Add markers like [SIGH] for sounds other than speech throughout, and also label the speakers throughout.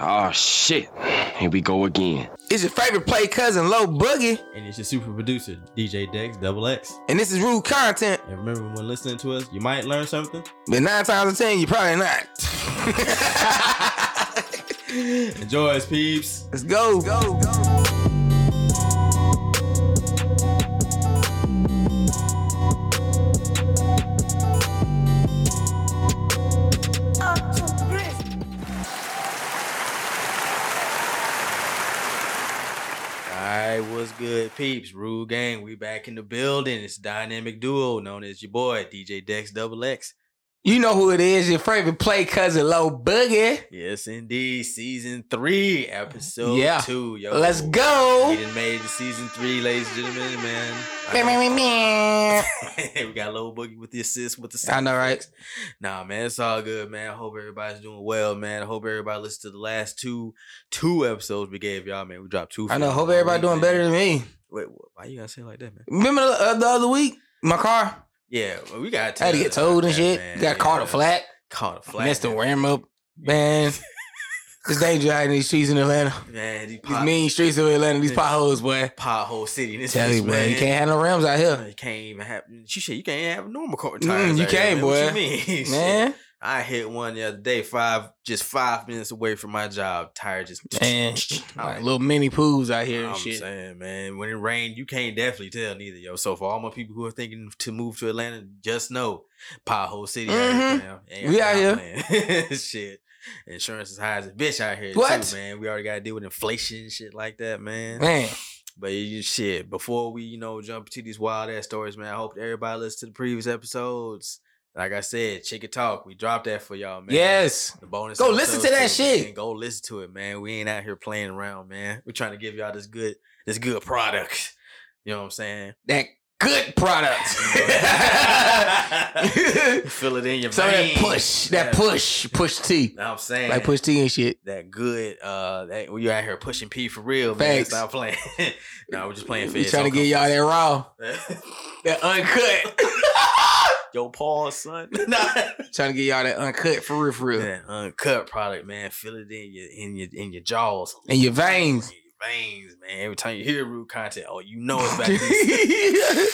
Speaker 1: Oh shit. Here we go again.
Speaker 2: It's your favorite play cousin, Low Boogie,
Speaker 3: And it's your super producer, DJ Dex Double X.
Speaker 2: and this is rude content.
Speaker 3: And remember, when listening to us, you might learn something. [GASPS]
Speaker 2: But nine times out of ten, you probably not. [LAUGHS]
Speaker 3: Enjoy us, peeps.
Speaker 2: Let's go. go, go.
Speaker 3: Alright, what's good, peeps? Rule Gang, we back in the building. It's dynamic duo known as your boy, DJ Dex Double X.
Speaker 2: You know who it is, your favorite play cousin, Low Boogie.
Speaker 3: Yes, indeed. Season three, episode
Speaker 2: Yeah.
Speaker 3: two. Yo.
Speaker 2: Let's
Speaker 3: We
Speaker 2: go.
Speaker 3: done made it to season three, ladies and gentlemen, man. I know-
Speaker 2: I
Speaker 3: [LAUGHS] we got Lil Boogie with the assist with the
Speaker 2: know, right?
Speaker 3: Nah, man, it's all good, man. I hope everybody's doing well, man. I hope everybody listened to the last two two episodes we gave y'all, man. We dropped two.
Speaker 2: I
Speaker 3: for
Speaker 2: know.
Speaker 3: y'all
Speaker 2: Hope
Speaker 3: all
Speaker 2: everybody
Speaker 3: week,
Speaker 2: doing
Speaker 3: man.
Speaker 2: better than me.
Speaker 3: Wait, wh- why you gotta say it like that, man?
Speaker 2: Remember the, uh, the other week, my car?
Speaker 3: Yeah, well, we got.
Speaker 2: I had to get towed and shit. Got caught a flat.
Speaker 3: Caught a flat.
Speaker 2: Missed the
Speaker 3: man.
Speaker 2: warm up.
Speaker 3: [LAUGHS]
Speaker 2: Man, it's dangerous out in these streets in Atlanta.
Speaker 3: Man,
Speaker 2: These
Speaker 3: these pot,
Speaker 2: mean streets of Atlanta, these
Speaker 3: Yeah.
Speaker 2: potholes, boy.
Speaker 3: pothole city. This
Speaker 2: Tell
Speaker 3: bitch,
Speaker 2: you, man, you can't have no rims out [LAUGHS]
Speaker 3: Uh,
Speaker 2: here,
Speaker 3: You can't even have. You shit. You can't even have normal car
Speaker 2: Mm,
Speaker 3: tires.
Speaker 2: you
Speaker 3: out here,
Speaker 2: can't,
Speaker 3: man. What
Speaker 2: boy.
Speaker 3: you mean? [LAUGHS] Shit.
Speaker 2: man.
Speaker 3: I hit one the other day, five just five minutes away from my job. Tire just
Speaker 2: Man,
Speaker 3: Alright.
Speaker 2: like little mini poos out here
Speaker 3: I'm
Speaker 2: and shit.
Speaker 3: saying, man, when it rained, you can't definitely tell neither, yo. So for all my people who are thinking to move to Atlanta, just know pothole city.
Speaker 2: Mhm.
Speaker 3: Out here, fam.
Speaker 2: We out
Speaker 3: out here. [LAUGHS] shit. Insurance is high as a bitch out here.
Speaker 2: What?
Speaker 3: Too, man, we already got to deal with inflation and shit like that, man.
Speaker 2: Man,
Speaker 3: But you, shit, before we you know jump to these wild ass stories, man, I hope everybody listens to the previous episodes. Like I said, chicken talk, we dropped that for y'all, man.
Speaker 2: yes,
Speaker 3: The bonus.
Speaker 2: Go listen to
Speaker 3: episodes,
Speaker 2: that
Speaker 3: man.
Speaker 2: shit.
Speaker 3: Go listen to it, man. We ain't out here playing around, man. We're trying to give y'all this good, this good product. You know what I'm saying?
Speaker 2: [LAUGHS]
Speaker 3: [LAUGHS]
Speaker 2: that good [LAUGHS] product.
Speaker 3: Feel it in your
Speaker 2: Some of that
Speaker 3: veins.
Speaker 2: push, that
Speaker 3: Yeah.
Speaker 2: push, push T,
Speaker 3: You know what I'm saying?
Speaker 2: like push T and shit.
Speaker 3: that good. Uh, that when you out here pushing P for real, man.
Speaker 2: Facts.
Speaker 3: Stop playing. [LAUGHS] nah, we're just playing.
Speaker 2: We
Speaker 3: feds.
Speaker 2: trying to
Speaker 3: Don't
Speaker 2: get y'all that raw,
Speaker 3: come-
Speaker 2: that [COUGHS] uncut.
Speaker 3: [LAUGHS] Yo, pause, son. [LAUGHS]
Speaker 2: trying to get y'all that uncut for real, for real.
Speaker 3: That uncut product, man. Feel it in your in your in your jaws.
Speaker 2: In your veins.
Speaker 3: In your veins, man. Every time you hear rude content, oh, you know it's
Speaker 2: [LAUGHS]
Speaker 3: about to be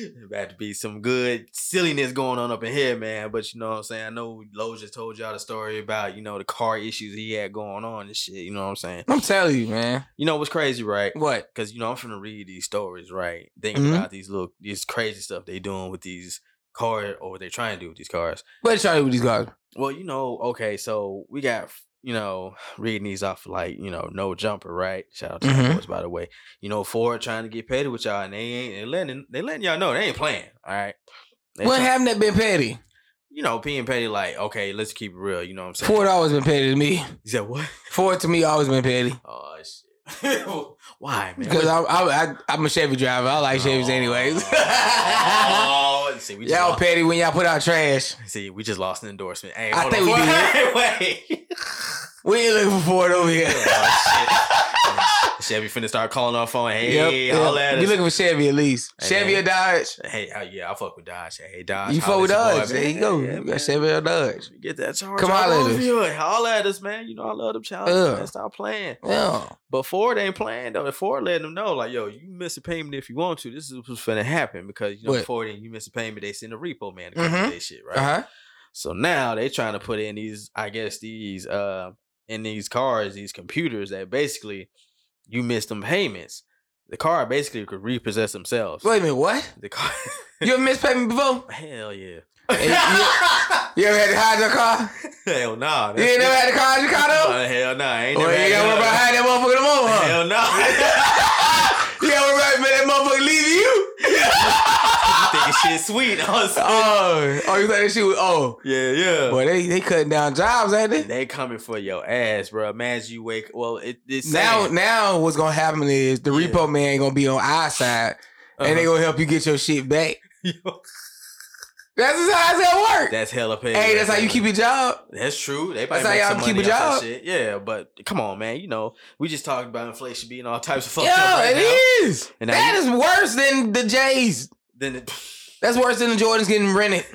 Speaker 2: yeah,
Speaker 3: about to be some good silliness going on up in here, man. But you know what I'm saying? I know Lowe's just told y'all the story about, you know, the car issues he had going on and shit. You know what I'm saying?
Speaker 2: I'm telling you, man.
Speaker 3: You know what's crazy, right?
Speaker 2: What?
Speaker 3: Because, you know, I'm finna read these stories, right? Thinking
Speaker 2: Mhm.
Speaker 3: about these little, this crazy stuff they doing with these cars or what they trying to do with these cars.
Speaker 2: What y'all do with these guys?
Speaker 3: Well, you know, okay, so we got you know reading these off like you know no jumper, right? Shout out to mm
Speaker 2: Mhm.
Speaker 3: by the way. You know Ford trying to get petty with y'all, and they ain't they letting they letting y'all know they ain't playing. All right, They
Speaker 2: What
Speaker 3: try-
Speaker 2: happened that been petty?
Speaker 3: You know, being petty like okay, let's keep it real. You know what I'm saying?
Speaker 2: Ford always been petty to me.
Speaker 3: He said what?
Speaker 2: Ford to me always been petty.
Speaker 3: Oh shit! Why man?
Speaker 2: Because I'm, I'm, I'm a Chevy driver. I like Chevys anyways.
Speaker 3: [LAUGHS] Oh, and see, we just
Speaker 2: y'all
Speaker 3: lost,
Speaker 2: petty when y'all put out trash.
Speaker 3: see, we just lost an endorsement. Hey,
Speaker 2: I
Speaker 3: hold
Speaker 2: think we
Speaker 3: on. Wait, wait.
Speaker 2: We ain't looking for Ford over here.
Speaker 3: Oh, shit. Chevy finna start calling our phone. Hey,
Speaker 2: Yep,
Speaker 3: all
Speaker 2: yep.
Speaker 3: that.
Speaker 2: You looking for Chevy at least.
Speaker 3: Hey,
Speaker 2: Chevy
Speaker 3: man.
Speaker 2: or Dodge?
Speaker 3: Hey, uh, yeah, I fuck with Dodge. Hey, Dodge.
Speaker 2: you
Speaker 3: holla
Speaker 2: fuck with
Speaker 3: at your boy,
Speaker 2: Dodge.
Speaker 3: man.
Speaker 2: There you go.
Speaker 3: Yeah,
Speaker 2: you
Speaker 3: man.
Speaker 2: got Chevy or Dodge.
Speaker 3: Get that charge.
Speaker 2: Come
Speaker 3: Come on,
Speaker 2: holla at
Speaker 3: over
Speaker 2: us.
Speaker 3: here. Holla at us, man. You know I love them challenges.
Speaker 2: Ugh.
Speaker 3: Man. Stop playing.
Speaker 2: Yeah.
Speaker 3: But Ford ain't playing though. Ford letting them know, like, yo, you miss a payment if you want to. This is what's finna happen because you know
Speaker 2: What?
Speaker 3: Ford and you miss a payment, they send a repo man to come
Speaker 2: Mhm.
Speaker 3: do that shit, right?
Speaker 2: Uh-huh.
Speaker 3: So now they trying to put in these, I guess these, uh, in these cars, these computers that basically you miss them payments. The car basically could repossess themselves.
Speaker 2: Wait a minute, what?
Speaker 3: The car, [LAUGHS]
Speaker 2: You ever missed payment before?
Speaker 3: hell yeah.
Speaker 2: Hey, [LAUGHS] You ever had to hide your car?
Speaker 3: Hell nah.
Speaker 2: You ain't never had to hide your car though?
Speaker 3: Uh, hell nah. I [LAUGHS] ain't
Speaker 2: Or
Speaker 3: never
Speaker 2: you ain't
Speaker 3: had
Speaker 2: gotta worry about hiding that motherfucker no more, huh?
Speaker 3: Hell nah.
Speaker 2: [LAUGHS]
Speaker 3: [LAUGHS]
Speaker 2: You gotta worry about that motherfucker leaving you?
Speaker 3: you think shit sweet. [LAUGHS] huh?
Speaker 2: Oh, oh, you thought that shit was, oh.
Speaker 3: yeah, yeah.
Speaker 2: Boy, they, they cutting down jobs, ain't they?
Speaker 3: they coming for your ass, bro. Imagine you wake. Well, it, it's
Speaker 2: Now,
Speaker 3: sad.
Speaker 2: now, what's gonna happen is the
Speaker 3: Yeah.
Speaker 2: repo man gonna be on our side, and they
Speaker 3: Uh-huh.
Speaker 2: gonna help you get your shit back. That's just how it's gonna work.
Speaker 3: [LAUGHS] that's hella pain.
Speaker 2: hey, that's how you keep your job.
Speaker 3: That's true. They probably
Speaker 2: That's how
Speaker 3: make
Speaker 2: y'all
Speaker 3: some
Speaker 2: keep
Speaker 3: money
Speaker 2: a
Speaker 3: off
Speaker 2: job.
Speaker 3: that shit. Yeah, but come on, man. You know, we just talked about inflation being all types of fucked up
Speaker 2: Yeah,
Speaker 3: right
Speaker 2: it
Speaker 3: now.
Speaker 2: is.
Speaker 3: And now
Speaker 2: That
Speaker 3: you-
Speaker 2: is worse than the Jays.
Speaker 3: [LAUGHS] Then it, [LAUGHS]
Speaker 2: That's worse than the Jordans getting rented.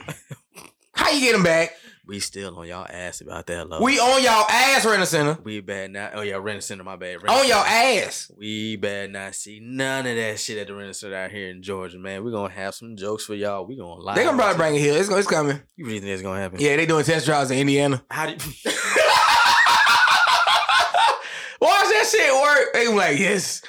Speaker 2: How you get them back?
Speaker 3: We still on y'all ass about that love.
Speaker 2: We on y'all ass, Renner Center.
Speaker 3: we bad not. Oh yeah, rent center. My bad. Rent
Speaker 2: On
Speaker 3: Center.
Speaker 2: y'all ass.
Speaker 3: We bad not see none of that shit at the rent center out here in Georgia, man. We're gonna have some jokes for y'all. We gonna lie.
Speaker 2: They gonna probably bring it here. It's, it's coming.
Speaker 3: You really think that's gonna happen?
Speaker 2: Yeah, they doing test drives in Indiana.
Speaker 3: How do
Speaker 2: [LAUGHS]
Speaker 3: you- [LAUGHS]
Speaker 2: Watch that shit work. They be like, yes,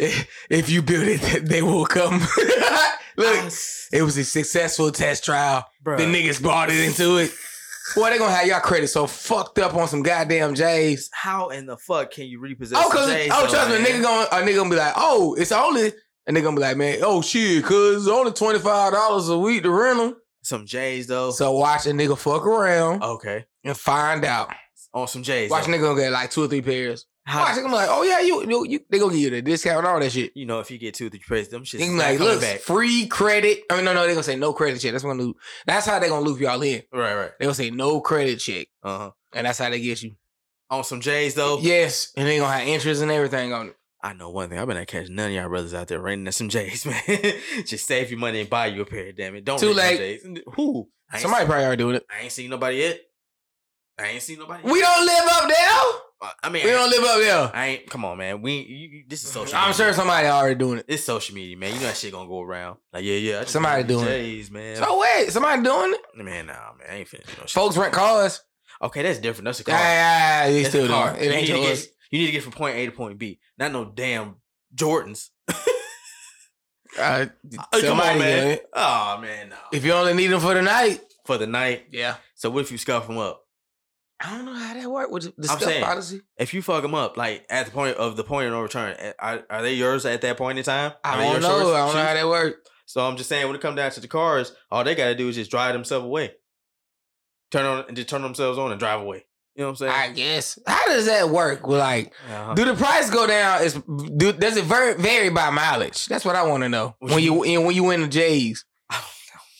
Speaker 2: [LAUGHS] if you build it, they will come. [LAUGHS] Look, it was a successful test trial.
Speaker 3: bro?
Speaker 2: The niggas bought it into it. Boy, they gonna have y'all credit so fucked up on some goddamn J's.
Speaker 3: how in the fuck can you repossess?
Speaker 2: Oh,
Speaker 3: the
Speaker 2: cause
Speaker 3: J's
Speaker 2: oh,
Speaker 3: though,
Speaker 2: trust me, a
Speaker 3: man?
Speaker 2: nigga gonna a nigga gonna be like, oh, it's only and they gonna be like, man, oh shit, cause it's only twenty five dollars a week to rent them.
Speaker 3: Some J's though.
Speaker 2: So watch a nigga fuck around
Speaker 3: okay,
Speaker 2: and find out.
Speaker 3: on some J's.
Speaker 2: Watch a
Speaker 3: though.
Speaker 2: nigga gonna get like two or three pairs.
Speaker 3: How-
Speaker 2: Watch, I'm like, oh yeah, you, you, you they gonna give you the discount and all that shit.
Speaker 3: you know if you get two or three pairs, them shit.
Speaker 2: They gonna be like, look,
Speaker 3: back.
Speaker 2: free credit. I mean, no, no, they gonna say no credit check. That's what gonna do. That's how they gonna loop y'all in.
Speaker 3: Right, right.
Speaker 2: They gonna say no credit check,
Speaker 3: Uh huh.
Speaker 2: and that's how they get you.
Speaker 3: On some J's though.
Speaker 2: Yes, and they gonna have interest and everything on it.
Speaker 3: I know one thing. I better not catch none of y'all brothers out there renting us some J's, [LAUGHS] man. Just save your money and buy you a pair. Damn it! Don't
Speaker 2: Too
Speaker 3: rent no
Speaker 2: late.
Speaker 3: J's. Who? I ain't
Speaker 2: Somebody probably already doing it.
Speaker 3: I ain't seen nobody yet. I ain't seen nobody.
Speaker 2: We don't live up there.
Speaker 3: yet. I mean,
Speaker 2: We
Speaker 3: I-
Speaker 2: don't live up there.
Speaker 3: I ain't. Come on, man. We you, you- this is social.
Speaker 2: I'm
Speaker 3: media.
Speaker 2: sure somebody already doing it.
Speaker 3: it's social media, man. You know that shit gonna go around. Like, yeah, yeah. I just
Speaker 2: Somebody
Speaker 3: rented
Speaker 2: doing it.
Speaker 3: J's, man.
Speaker 2: So wait, somebody doing it?
Speaker 3: man, nah, man. I ain't finna do no shit.
Speaker 2: Folks rent cars.
Speaker 3: Okay, that's different. That's a car.
Speaker 2: Yeah, yeah, yeah, you
Speaker 3: That's
Speaker 2: still
Speaker 3: a
Speaker 2: doing
Speaker 3: car.
Speaker 2: it. It
Speaker 3: You need
Speaker 2: ain't
Speaker 3: to get-
Speaker 2: yours.
Speaker 3: You need to get from point A to point B. Not no damn Jordans.
Speaker 2: Uh,
Speaker 3: Oh, come on,
Speaker 2: somebody doing
Speaker 3: man.
Speaker 2: it.
Speaker 3: Oh man, no.
Speaker 2: If you only need them for the night,
Speaker 3: For the night.
Speaker 2: yeah.
Speaker 3: So what if you scuff them up?
Speaker 2: I don't know how that worked with the- the
Speaker 3: I'm
Speaker 2: stuff
Speaker 3: saying-
Speaker 2: policy.
Speaker 3: If you fuck them up, like at the point of the point of no return, a- are, are they yours at that point in time?
Speaker 2: I
Speaker 3: Are they
Speaker 2: don't
Speaker 3: your
Speaker 2: know.
Speaker 3: shorts?
Speaker 2: I don't know how
Speaker 3: Shoes?
Speaker 2: that worked.
Speaker 3: So I'm just saying, when it comes down to the cars, all they got to do is just drive themselves away, turn on and just turn themselves on and drive away. You know what I'm saying?
Speaker 2: I guess. How does that work? Well, like,
Speaker 3: Uh-huh.
Speaker 2: do the price go down? Is do, does it ver- vary by mileage? That's what I want to know.
Speaker 3: What
Speaker 2: When
Speaker 3: you-
Speaker 2: you in when you in the J's,
Speaker 3: I don't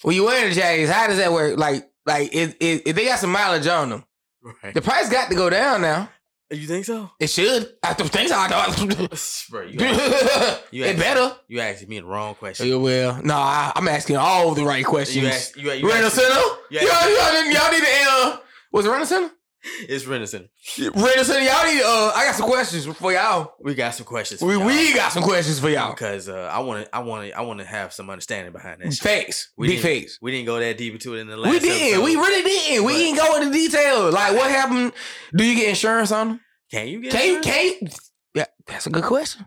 Speaker 2: when you in the J's, how does that work? Like, like it, it, if they got some mileage on them,
Speaker 3: know. [LAUGHS] Right.
Speaker 2: the price got to go down now.
Speaker 3: You think [LAUGHS] so?
Speaker 2: It should. I th- think so. I [LAUGHS] don't-
Speaker 3: Bro, you, ask- You
Speaker 2: it
Speaker 3: ask-
Speaker 2: better.
Speaker 3: you asking me the wrong question.
Speaker 2: Yeah, well, no, I, I'm asking all the right questions.
Speaker 3: You ask, you, you
Speaker 2: Rent a
Speaker 3: ask,
Speaker 2: center?
Speaker 3: you
Speaker 2: Y'all,
Speaker 3: ask-
Speaker 2: y'all, didn't- y'all need to, uh, was it rent a center?
Speaker 3: [LAUGHS] it's Renison.
Speaker 2: Raider City, y'all need uh I got some questions for y'all.
Speaker 3: We got some questions. for
Speaker 2: We
Speaker 3: y'all.
Speaker 2: we got some questions for y'all.
Speaker 3: because uh, I want to, I want to, I want to have some understanding behind that. shit.
Speaker 2: Facts.
Speaker 3: We
Speaker 2: Big
Speaker 3: didn't-
Speaker 2: facts.
Speaker 3: We didn't go that deep into it in the last.
Speaker 2: We did.
Speaker 3: episode.
Speaker 2: not We really did. not We
Speaker 3: But-
Speaker 2: didn't go into detail. Like what happened? Do you get insurance on them?
Speaker 3: can you get
Speaker 2: Can you
Speaker 3: insurance?
Speaker 2: can you- yeah, that's a good question.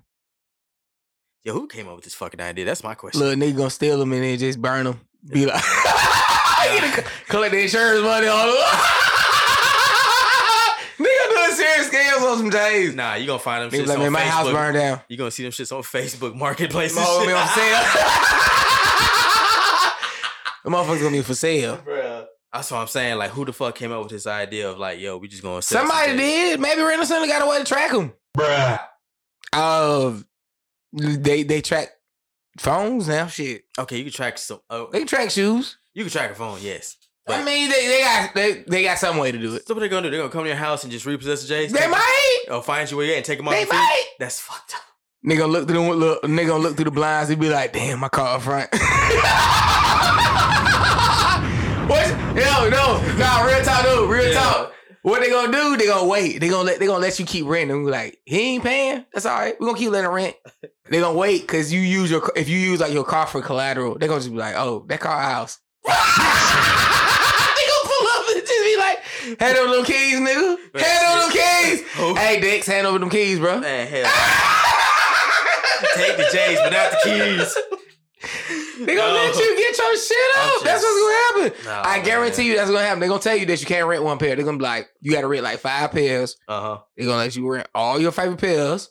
Speaker 3: Yo, who came up with this fucking idea? That's my question.
Speaker 2: Little nigga gonna steal them and then just burn them. Be like, [LAUGHS] Get a- collect the insurance money on them. [LAUGHS] nigga doing serious scams on some days.
Speaker 3: Nah, you gonna find them.
Speaker 2: Nigga
Speaker 3: shits
Speaker 2: like,
Speaker 3: on
Speaker 2: man, my
Speaker 3: Facebook.
Speaker 2: house burned down.
Speaker 3: You gonna see them shits on Facebook [LAUGHS] Marketplace.
Speaker 2: My homie on
Speaker 3: [LAUGHS]
Speaker 2: sale. the motherfucker's gonna be for sale.
Speaker 3: Bruh. That's what I'm saying. Like, who the fuck came up with this idea of like, yo, we just gonna sell
Speaker 2: Somebody
Speaker 3: some J's?
Speaker 2: did. Maybe Randall Center got a way to track him.
Speaker 1: Bruh.
Speaker 2: Uh, they they track phones now. Shit,
Speaker 3: Okay, you can track some. Oh,
Speaker 2: they can track shoes.
Speaker 3: you can track a phone. Yes.
Speaker 2: I
Speaker 3: But-
Speaker 2: mean, they, they got they, they got some way to do it.
Speaker 3: So what they gonna do? They gonna come to your house and just repossess the J's?
Speaker 2: They
Speaker 3: take-
Speaker 2: might.
Speaker 3: Or find you where you at and take them off.
Speaker 2: They
Speaker 3: your feet?
Speaker 2: might.
Speaker 3: That's fucked up.
Speaker 2: Nigga look through them, look, nigga gonna look through the blinds. He be like, "Damn, my car up front." [LAUGHS] what? No, no, nah. Real talk, dude. Real
Speaker 3: Yeah.
Speaker 2: talk. What they gonna do? They gonna wait. They gonna let they gonna let you keep renting. We like he ain't paying. That's all right. We gonna keep letting him rent. They gonna wait because you use your if you use like your car for collateral. They gonna just be like, oh, that car ours. [LAUGHS] they gonna pull up and just be like, hand over them keys, nigga. Hand over them keys.
Speaker 3: Oh,
Speaker 2: Hey, Dex, hand over them keys, bro.
Speaker 3: man, hell. [LAUGHS] take the J's, but not the keys.
Speaker 2: They gonna let
Speaker 3: No.
Speaker 2: you get your shit
Speaker 3: I'm
Speaker 2: up. that's
Speaker 3: just- Oh,
Speaker 2: what's gonna happen.
Speaker 3: No,
Speaker 2: I guarantee you that's gonna happen. They're gonna tell you that you can't rent one pair. They're gonna be like, you gotta rent like five pairs.
Speaker 3: Uh huh.
Speaker 2: They're gonna let you rent all your favorite pairs.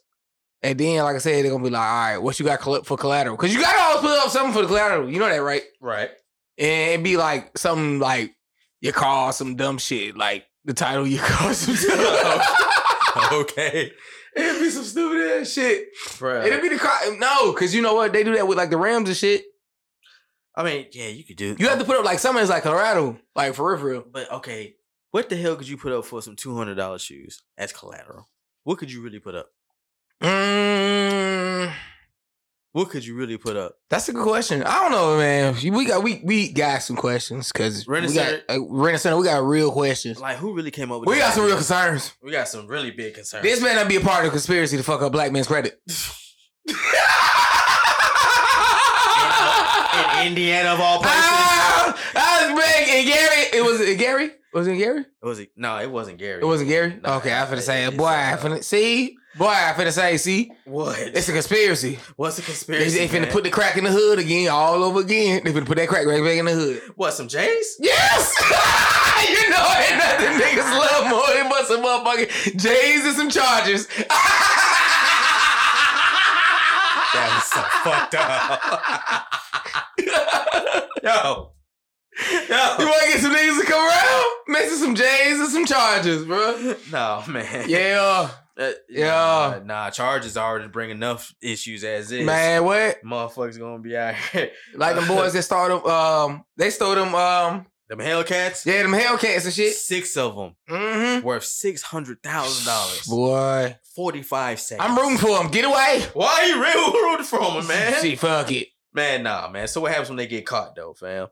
Speaker 2: And then, like I said, they're gonna be like, all right, what you got coll- for collateral? Because you gotta always put up something for the collateral. You know that, right?
Speaker 3: Right.
Speaker 2: And it'd be like something like your car, some dumb shit, like the title of your [LAUGHS] car,
Speaker 3: [LAUGHS]
Speaker 2: some
Speaker 3: [LAUGHS] okay.
Speaker 2: It'd be some stupid ass shit. It'd
Speaker 3: Bruh.
Speaker 2: be the car. No, because you know what? They do that with like the Rams and shit.
Speaker 3: I mean, yeah, you could do. Oh,
Speaker 2: You have to put up like something's like Colorado, like for real, for real.
Speaker 3: But okay, what the hell could you put up for some two hundred dollars shoes as collateral? What could you really put up?
Speaker 2: Mm,
Speaker 3: What could you really put up?
Speaker 2: That's a good question. I don't know, man. We got we we got some questions because we
Speaker 3: Renner
Speaker 2: got
Speaker 3: Center.
Speaker 2: uh, Renner Center. We got real questions.
Speaker 3: Like who really came up with
Speaker 2: We
Speaker 3: that
Speaker 2: got some real
Speaker 3: idea?
Speaker 2: concerns.
Speaker 3: We got some really big concerns.
Speaker 2: This may not be a part of the conspiracy to fuck up black men's
Speaker 3: [LAUGHS]
Speaker 2: credit.
Speaker 3: in Indiana of all places.
Speaker 2: Ah, that was big. And Gary, it was it Gary. Was it Gary?
Speaker 3: Was it? No, it wasn't Gary.
Speaker 2: It wasn't Gary.
Speaker 3: Nah,
Speaker 2: okay, I finna say,
Speaker 3: it's,
Speaker 2: boy, I
Speaker 3: uh,
Speaker 2: finna see, boy, I finna say, see,
Speaker 3: What?
Speaker 2: it's a conspiracy.
Speaker 3: What's the
Speaker 2: They,
Speaker 3: conspiracy?
Speaker 2: they finna
Speaker 3: man?
Speaker 2: put the crack in the hood again, all over again. They finna put that crack right back in the hood.
Speaker 3: what? Some J's?
Speaker 2: Yes! [LAUGHS] you know ain't nothing niggas love more than but some motherfucking J's and some Chargers. [LAUGHS]
Speaker 3: That was so fucked up. Yo. [LAUGHS]
Speaker 2: You
Speaker 3: Yo.
Speaker 2: wanna get some niggas to come around? Messing some J's and some Chargers, bro.
Speaker 3: No, man.
Speaker 2: Yeah,
Speaker 3: Uh,
Speaker 2: Yeah.
Speaker 3: Nah, nah, charges already bring enough issues as is.
Speaker 2: man, what?
Speaker 3: Motherfuckers gonna be out here.
Speaker 2: Like them boys that stole them, um, they stole them, um,
Speaker 3: Them Hellcats,
Speaker 2: yeah, them Hellcats and shit.
Speaker 3: six of them
Speaker 2: Mm-hmm.
Speaker 3: worth $600,000.
Speaker 2: Boy,
Speaker 3: 45 seconds.
Speaker 2: I'm rooting for them. Get away,
Speaker 3: Why are you really rooting for them, Oh, man?
Speaker 2: See, fuck it.
Speaker 3: Man, nah, man. So what happens when they get caught, though, fam?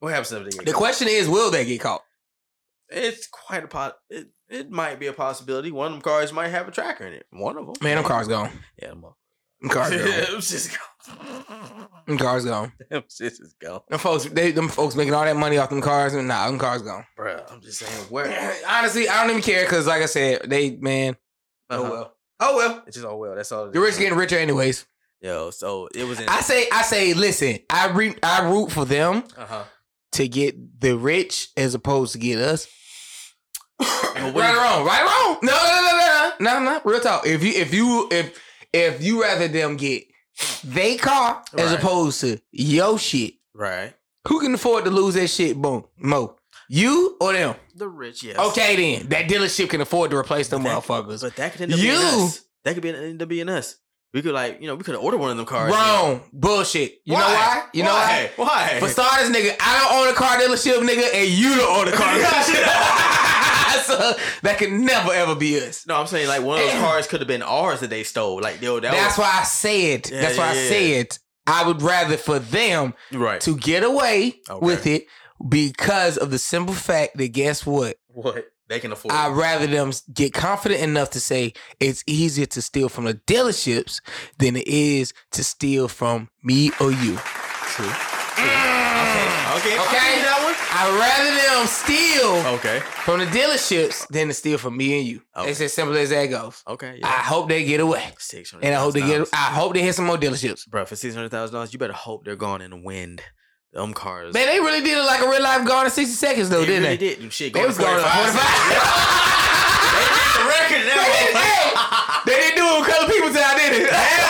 Speaker 3: What happens if they get
Speaker 2: The
Speaker 3: caught?
Speaker 2: question is, will they get caught?
Speaker 3: It's quite a pot. It, it might be a possibility. One of them cars might have a tracker in it. One of them.
Speaker 2: Man, them cars gone.
Speaker 3: Yeah, them up.
Speaker 2: Them cars gone.
Speaker 3: [LAUGHS] Them shits gone.
Speaker 2: Them cars gone.
Speaker 3: [LAUGHS] Them shits is gone.
Speaker 2: Them folks, they, them folks making all that money off them cars, and nah, them cars gone. [CLEARS THROAT]
Speaker 3: Bruh, I'm just saying, where?
Speaker 2: Honestly, I don't even care because, like I said, they man,
Speaker 3: Uh-huh.
Speaker 2: oh well,
Speaker 3: Oh, well. It's just, oh, well. That's all. it
Speaker 2: the rich
Speaker 3: is.
Speaker 2: getting richer anyways.
Speaker 3: Yo, so it was in. [LAUGHS]
Speaker 2: I say, I say, listen, I re- I root for them
Speaker 3: uh-huh.
Speaker 2: to get the rich as opposed to get [COUGHS] us.
Speaker 3: Yo, what
Speaker 2: right
Speaker 3: if-
Speaker 2: or wrong, right or wrong. No, no, no, no, no, no, no. Real talk. If you, if you, if if you rather them get they car as
Speaker 3: Right.
Speaker 2: opposed to yo shit,
Speaker 3: Right.
Speaker 2: who can afford to lose that shit? Boom, mo. You or them?
Speaker 3: The rich, yes.
Speaker 2: Okay, then that dealership can afford to replace them
Speaker 3: That-
Speaker 2: motherfuckers.
Speaker 3: But that could end up being
Speaker 2: You-
Speaker 3: us. That could be end up being us. We could like, you know, we could have ordered one of them cars.
Speaker 2: Wrong, bullshit. You know why? You know why?
Speaker 3: know why? Why?
Speaker 2: For starters, nigga, I don't own a car dealership, nigga, and you don't own a
Speaker 3: [LAUGHS]
Speaker 2: car dealership. [LAUGHS] so that can never ever be us.
Speaker 3: no, I'm saying like one of [CLEARS THROAT] those cars could have been ours that they stole. Like, yo, that
Speaker 2: That's
Speaker 3: was,
Speaker 2: why I said.
Speaker 3: Yeah,
Speaker 2: That's why
Speaker 3: yeah,
Speaker 2: I
Speaker 3: yeah.
Speaker 2: said. I would rather for them
Speaker 3: right.
Speaker 2: to get away
Speaker 3: Okay.
Speaker 2: with it because of the simple fact that guess what?
Speaker 3: what they can afford.
Speaker 2: I'd rather them get confident enough to say it's easier to steal from the dealerships than it is to steal from me or you.
Speaker 3: True. Mm. Okay. Okay. I'll
Speaker 2: Okay.
Speaker 3: give you that
Speaker 2: I'd rather them
Speaker 3: one.
Speaker 2: steal
Speaker 3: Okay.
Speaker 2: from the dealerships than to steal from me and you.
Speaker 3: Okay.
Speaker 2: It's as simple as that goes.
Speaker 3: Okay.
Speaker 2: I hope they get away,
Speaker 3: Six hundred.
Speaker 2: and I hope they get. I hope they hit some more dealerships.
Speaker 3: Bro, for six hundred thousand dollars, you better hope they're gone in the wind. Them cars.
Speaker 2: Man, they really did it like a real life gone in sixty seconds though,
Speaker 3: they
Speaker 2: didn't
Speaker 3: really
Speaker 2: they?
Speaker 3: did. Them shit
Speaker 2: They
Speaker 3: going
Speaker 2: was going to
Speaker 3: 45.
Speaker 2: [LAUGHS]
Speaker 3: They
Speaker 2: forty-five.
Speaker 3: hit [LAUGHS] the record now.
Speaker 2: They did- hey, they didn't do it with color people town, did [LAUGHS] it?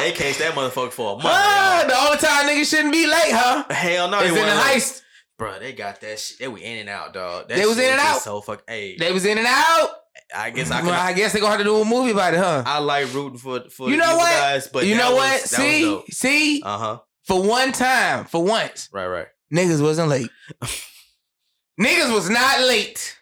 Speaker 3: They cased that motherfucker for a month.
Speaker 2: Ah,
Speaker 3: y'all.
Speaker 2: the only time niggas shouldn't be late, huh?
Speaker 3: Hell no,
Speaker 2: It's
Speaker 3: they
Speaker 2: in the
Speaker 3: wasn't late.
Speaker 2: heist.
Speaker 3: Bro, they got that shit. They were in and out, dog. That
Speaker 2: They was
Speaker 3: shit
Speaker 2: in and
Speaker 3: just
Speaker 2: out.
Speaker 3: So fuck. Hey,
Speaker 2: They was in and out.
Speaker 3: I guess I
Speaker 2: Well,
Speaker 3: can.
Speaker 2: I guess they're gonna have to do a movie about it, huh?
Speaker 3: I like rooting for for
Speaker 2: You know what?
Speaker 3: guys, but
Speaker 2: you
Speaker 3: that
Speaker 2: know
Speaker 3: was-
Speaker 2: what?
Speaker 3: that was
Speaker 2: See,
Speaker 3: dope.
Speaker 2: see,
Speaker 3: uh-huh.
Speaker 2: for one time, for once,
Speaker 3: Right, right.
Speaker 2: niggas wasn't late.
Speaker 3: [LAUGHS]
Speaker 2: niggas was not late.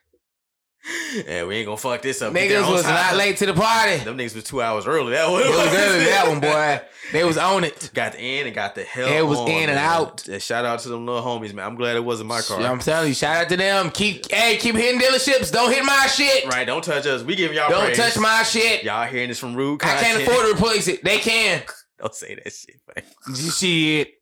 Speaker 3: Yeah, we ain't gonna fuck this up. Get there
Speaker 2: Niggas
Speaker 3: on
Speaker 2: was
Speaker 3: time.
Speaker 2: not late to the party.
Speaker 3: Them niggas was two hours early. That one.
Speaker 2: It was early that one, boy. They was on it.
Speaker 3: [LAUGHS] Got the in and got the hell.
Speaker 2: It was
Speaker 3: on,
Speaker 2: in and
Speaker 3: man.
Speaker 2: out.
Speaker 3: Yeah, shout out to them little homies, man. I'm glad it wasn't my car.
Speaker 2: I'm telling you, shout out to them. Keep hey, keep hitting dealerships. Don't hit my shit.
Speaker 3: Right? Don't touch us. We giving y'all.
Speaker 2: Don't
Speaker 3: praise.
Speaker 2: touch my shit.
Speaker 3: Y'all hearing this from rude?
Speaker 2: I can't
Speaker 3: content.
Speaker 2: afford to replace it. They can.
Speaker 3: [LAUGHS] Don't say that shit. Man.
Speaker 2: Shit.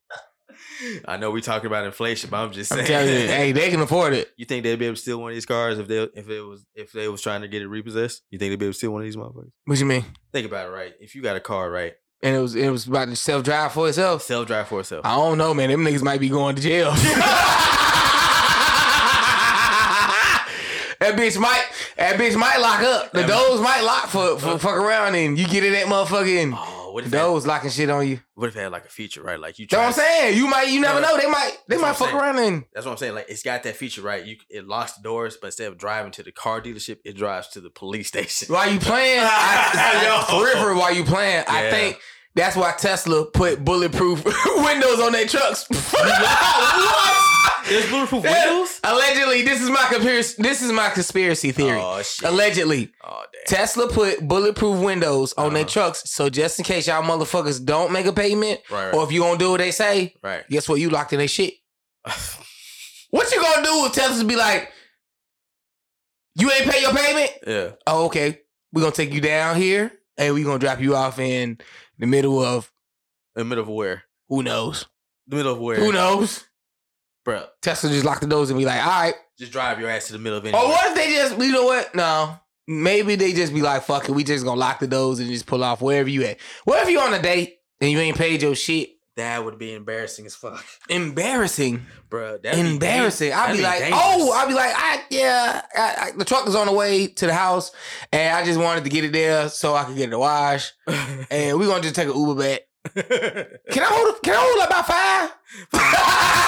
Speaker 3: I know we talking about inflation, but I'm just saying.
Speaker 2: I'm telling you, hey, they can afford it.
Speaker 3: [LAUGHS] You think they'd be able to steal one of these cars if they if it was if they was trying to get it repossessed? You think they'd be able to steal one of these motherfuckers?
Speaker 2: What you mean?
Speaker 3: Think about it, right? If you got a car, right,
Speaker 2: And it was it was about to self drive for itself.
Speaker 3: self drive for itself.
Speaker 2: I don't know, man. Them niggas might be going to
Speaker 3: [LAUGHS]
Speaker 2: jail. that bitch might that bitch might lock up. The
Speaker 3: That-
Speaker 2: doors might lock for, for fuck around and you get in that motherfucking
Speaker 3: Oh, what if it,
Speaker 2: doors locking shit on you.
Speaker 3: what if it had like a feature, right? Like you
Speaker 2: That's what
Speaker 3: try.
Speaker 2: I'm saying. You might you never
Speaker 3: Yeah.
Speaker 2: know. They might they
Speaker 3: That's
Speaker 2: might
Speaker 3: what I'm
Speaker 2: fuck around and
Speaker 3: That's what I'm saying. Like it's got that feature, right? You it locks the doors, but instead of driving to the car dealership, it drives to the police [LAUGHS] station.
Speaker 2: While you
Speaker 3: [LAUGHS]
Speaker 2: playing, I, I,
Speaker 3: Yo.
Speaker 2: forever while you playing, I
Speaker 3: Yeah.
Speaker 2: think that's [LAUGHS]
Speaker 3: [LAUGHS]
Speaker 2: why Tesla put bulletproof windows on their trucks.
Speaker 3: There's bulletproof
Speaker 2: That-
Speaker 3: windows.
Speaker 2: Allegedly, this is my conspiracy. This is my conspiracy theory.
Speaker 3: Oh shit.
Speaker 2: Allegedly,
Speaker 3: oh damn.
Speaker 2: Tesla put bulletproof windows on their
Speaker 3: Uh-huh.
Speaker 2: trucks, so just in case y'all motherfuckers don't make a payment,
Speaker 3: Right.
Speaker 2: or
Speaker 3: Right.
Speaker 2: if you don't do what they say,
Speaker 3: right.
Speaker 2: guess what? You locked in their
Speaker 3: [SIGHS]
Speaker 2: shit. What you gonna do if Tesla be like, you ain't pay your payment?
Speaker 3: yeah.
Speaker 2: Oh, okay. We're gonna take you down here and we're gonna drop you off in the middle of
Speaker 3: In the middle of where?
Speaker 2: who knows?
Speaker 3: The middle of where?
Speaker 2: Who knows?
Speaker 3: Bro,
Speaker 2: Tesla just locked the doors and be like, all right.
Speaker 3: just drive your ass to the middle of anywhere.
Speaker 2: Or what if they just, you know what? No. Maybe they just be like, fuck it, we just gonna lock the doors and just pull off wherever you at. What if you on a date and you ain't paid your shit?
Speaker 3: That would be embarrassing as fuck,
Speaker 2: Embarrassing.
Speaker 3: bro. That'd be
Speaker 2: embarrassing.
Speaker 3: dang-
Speaker 2: I'd be, like,
Speaker 3: that'd dangerous.
Speaker 2: oh, I'd be like, I yeah, I, I, the truck is on the way to the house, and I just wanted to get it there so I could get it washed, and we're gonna just take an Uber back. Can I hold? Can I hold up by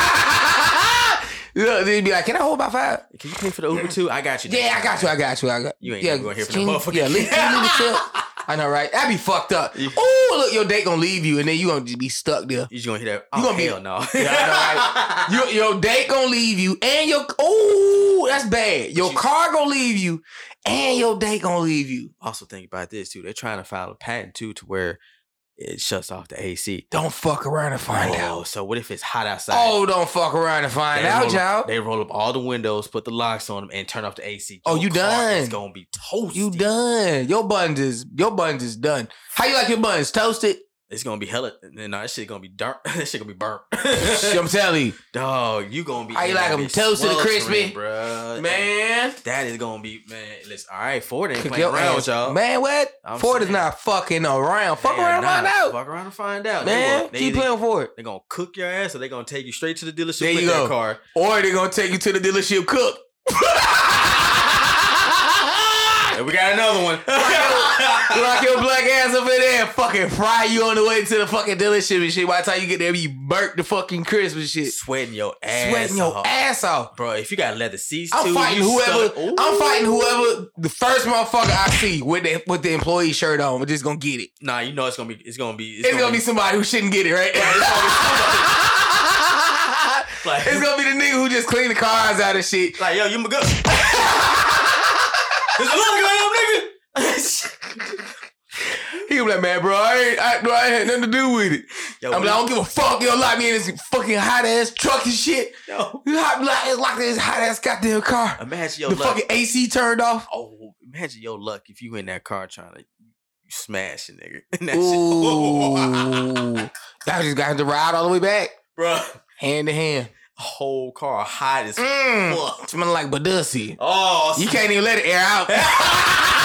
Speaker 2: five? [LAUGHS] Look, they'd be like, can I hold by five?
Speaker 3: [LAUGHS] Can you pay for the Uber too? I got you.
Speaker 2: Yeah, I got you, I got you, I got
Speaker 3: You ain't
Speaker 2: yeah,
Speaker 3: never gonna hear from
Speaker 2: can-
Speaker 3: that motherfucker.
Speaker 2: Yeah, leave, can you leave the tip.
Speaker 3: [LAUGHS]
Speaker 2: I know, right? That'd be fucked up.
Speaker 3: Yeah.
Speaker 2: Oh, look, your date gonna leave you, and then you gonna just be stuck there.
Speaker 3: You just gonna hear that? Oh,
Speaker 2: You
Speaker 3: you
Speaker 2: gonna
Speaker 3: gonna
Speaker 2: be-
Speaker 3: hell no? [LAUGHS]
Speaker 2: Yeah, I
Speaker 3: you,
Speaker 2: Your your date gonna leave you, and your oh that's bad. Your
Speaker 3: You-
Speaker 2: car gonna leave you, and your date gonna leave you.
Speaker 3: also think about this too. They're trying to file a patent too, to where it shuts off the AC.
Speaker 2: Don't fuck around and find
Speaker 3: oh,
Speaker 2: out.
Speaker 3: so what if it's hot outside?
Speaker 2: Oh, don't fuck around and find
Speaker 3: They
Speaker 2: out,
Speaker 3: roll up-
Speaker 2: y'all.
Speaker 3: They roll up all the windows, put the locks on them, and turn off the AC.
Speaker 2: Oh, you done.
Speaker 3: It's gonna be toasty.
Speaker 2: you done. Your buns is your buns is done. How you like your buns?
Speaker 3: [LAUGHS]
Speaker 2: Toasted?
Speaker 3: It's gonna be hella. No, that shit gonna be dark. [LAUGHS] that shit gonna be burnt.
Speaker 2: I'm telling you,
Speaker 3: Dog, you gonna be.
Speaker 2: How you
Speaker 3: in
Speaker 2: like
Speaker 3: that
Speaker 2: 'em
Speaker 3: bitch
Speaker 2: toasted and crispy?
Speaker 3: sweltering, bruh.
Speaker 2: man.
Speaker 3: that is gonna be man. Listen, all right, Ford ain't
Speaker 2: Cook
Speaker 3: playing
Speaker 2: your
Speaker 3: around,
Speaker 2: ass.
Speaker 3: with y'all.
Speaker 2: Man, what?
Speaker 3: I'm
Speaker 2: Ford is
Speaker 3: saying.
Speaker 2: not fucking around. Fuck
Speaker 3: They are
Speaker 2: around and find
Speaker 3: not.
Speaker 2: out,
Speaker 3: Fuck around and find out, They
Speaker 2: man.
Speaker 3: gonna- They,
Speaker 2: Keep
Speaker 3: they,
Speaker 2: playing Ford,
Speaker 3: They gonna cook your ass, or they gonna take you straight to the dealership
Speaker 2: There
Speaker 3: with
Speaker 2: you
Speaker 3: that
Speaker 2: go.
Speaker 3: car.
Speaker 2: or they gonna take you to the dealership [LAUGHS] cook.
Speaker 3: And we got another one.
Speaker 2: Lock your black ass up in there and fucking fry you on the way to the fucking dealership and shit. By the time you get there, you burnt the fucking crisp and shit.
Speaker 3: Sweating your
Speaker 2: [LAUGHS]
Speaker 3: ass,
Speaker 2: Sweating your
Speaker 3: off.
Speaker 2: ass off.
Speaker 3: bro. If you got leather seats,
Speaker 2: I'm
Speaker 3: too,
Speaker 2: fighting
Speaker 3: you
Speaker 2: whoever.
Speaker 3: stuck- Ooh.
Speaker 2: I'm fighting whoever the first motherfucker I see with the with the employee shirt on. We're just gonna get it.
Speaker 3: Nah, you know it's gonna be. It's gonna be.
Speaker 2: It's, gonna, be, somebody who shouldn't get it, right? [LAUGHS] it's,
Speaker 3: [LAUGHS] like,
Speaker 2: gonna be the nigga who just clean the cars out and shit.
Speaker 3: like, yo, you my
Speaker 2: [LAUGHS]
Speaker 3: good. There's a look on him, nigga.
Speaker 2: [LAUGHS] He gonna be like, man, bro, I ain't, I, bro, I had nothing to do with it.
Speaker 3: Yo,
Speaker 2: I'm like, I don't give a fuck. You don't lock me in this fucking hot ass truck and shit.
Speaker 3: yo.
Speaker 2: You hot lock, it's locked in this hot ass goddamn car.
Speaker 3: Imagine your
Speaker 2: the
Speaker 3: luck.
Speaker 2: fucking AC turned off.
Speaker 3: oh, imagine your luck if you in that car trying to you smash a nigga. [LAUGHS] And that [LAUGHS] shit,
Speaker 2: [LAUGHS] Ooh. I just got to ride all the way back,
Speaker 3: bro,
Speaker 2: hand to hand.
Speaker 3: whole car hot as
Speaker 2: Mm.
Speaker 3: fuck.
Speaker 2: Smelling like Badussi.
Speaker 3: Oh,
Speaker 2: You can't even let it air [LAUGHS] out.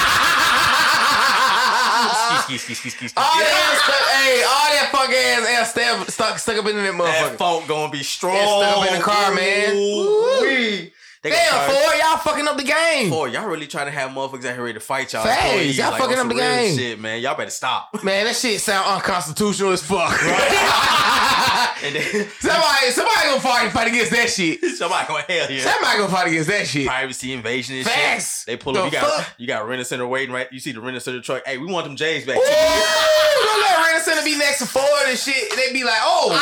Speaker 3: [LAUGHS]
Speaker 2: all that ass stuck, hey, all that fucking ass air stuck, stuck, stuck up in that
Speaker 3: That
Speaker 2: motherfucker.
Speaker 3: funk gonna be strong.
Speaker 2: It's stuck up in the car, man.
Speaker 3: Ooh-wee. They gonna
Speaker 2: Damn,
Speaker 3: [LAUGHS] charge-
Speaker 2: Ford, y'all fucking up the game.
Speaker 3: Boy, y'all really trying to have motherfuckers out here ready to fight y'all.
Speaker 2: Facts.
Speaker 3: employees,
Speaker 2: Y'all
Speaker 3: on
Speaker 2: fucking up
Speaker 3: some
Speaker 2: the
Speaker 3: real
Speaker 2: game.
Speaker 3: shit, man. Y'all better stop. [LAUGHS]
Speaker 2: Man, that shit sound unconstitutional as fuck.
Speaker 3: and then
Speaker 2: [LAUGHS]
Speaker 3: [LAUGHS]
Speaker 2: somebody, somebody gonna fight, fight against that shit.
Speaker 3: somebody going hell yeah.
Speaker 2: Somebody gonna fight against that shit.
Speaker 3: Privacy invasion and shit.
Speaker 2: Facts.
Speaker 3: They pull
Speaker 2: The
Speaker 3: up. You got
Speaker 2: fuck?
Speaker 3: you got rent center waiting right. You see the rent center truck. Hey, we want them J's back.
Speaker 2: Ooh, don't let Rand Center be next to Ford and shit. They be like, [LAUGHS] oh,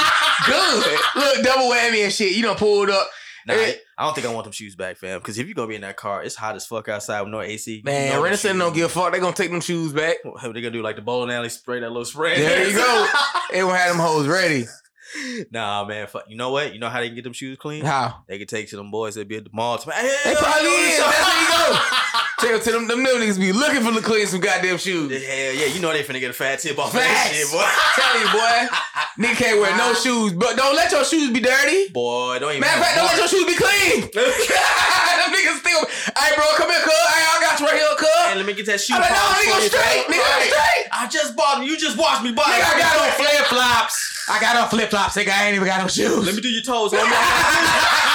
Speaker 2: good. Look, double whammy and shit. You done pulled up.
Speaker 3: Nah,
Speaker 2: Eh.
Speaker 3: I don't think I want them shoes back, fam. Because if you gonna be in that car, it's hot as fuck outside with no AC. You
Speaker 2: Man,
Speaker 3: know
Speaker 2: Rand
Speaker 3: the
Speaker 2: Center
Speaker 3: shoes-
Speaker 2: don't give a fuck. They gonna take them shoes [LAUGHS] back.
Speaker 3: What are they gonna do? Like the bowling alley spray that little spray.
Speaker 2: There you go. They gonna have them hoes ready.
Speaker 3: [LAUGHS] nah, man. Fuck. You know what? You know how they can get them shoes clean?
Speaker 2: How?
Speaker 3: They can take to them boys that be at the mall. To, hey,
Speaker 2: They probably is. That's where you go. [LAUGHS] Tell to them, them new niggas be looking for to clean some goddamn shoes.
Speaker 3: Hell yeah, you know they finna get a fat tip off
Speaker 2: Facts.
Speaker 3: that shit, boy. [LAUGHS]
Speaker 2: Tell you, boy. Nigga can't wear no shoes, but don't let your shoes be dirty.
Speaker 3: Boy, don't even.
Speaker 2: Matter of fact, don't let
Speaker 3: have
Speaker 2: your shoes be clean. [LAUGHS]
Speaker 3: a heart.
Speaker 2: Them niggas still. Hey, bro, come here, cuz. Hey, I got you right here,
Speaker 3: [LAUGHS] Hey,
Speaker 2: cuz.
Speaker 3: let me get that shoe.
Speaker 2: I'm like, no,
Speaker 3: polish
Speaker 2: nigga,
Speaker 3: for
Speaker 2: I'm
Speaker 3: you,
Speaker 2: straight.
Speaker 3: dog.
Speaker 2: Nigga, I'm
Speaker 3: Right.
Speaker 2: straight.
Speaker 3: I just bought them. You just watched me buy
Speaker 2: Nigga, I
Speaker 3: them.
Speaker 2: got on
Speaker 3: Let me
Speaker 2: flip flops. I got on flip flops, nigga. I ain't even got no shoes.
Speaker 3: Let me do your toes. One more
Speaker 2: [LAUGHS]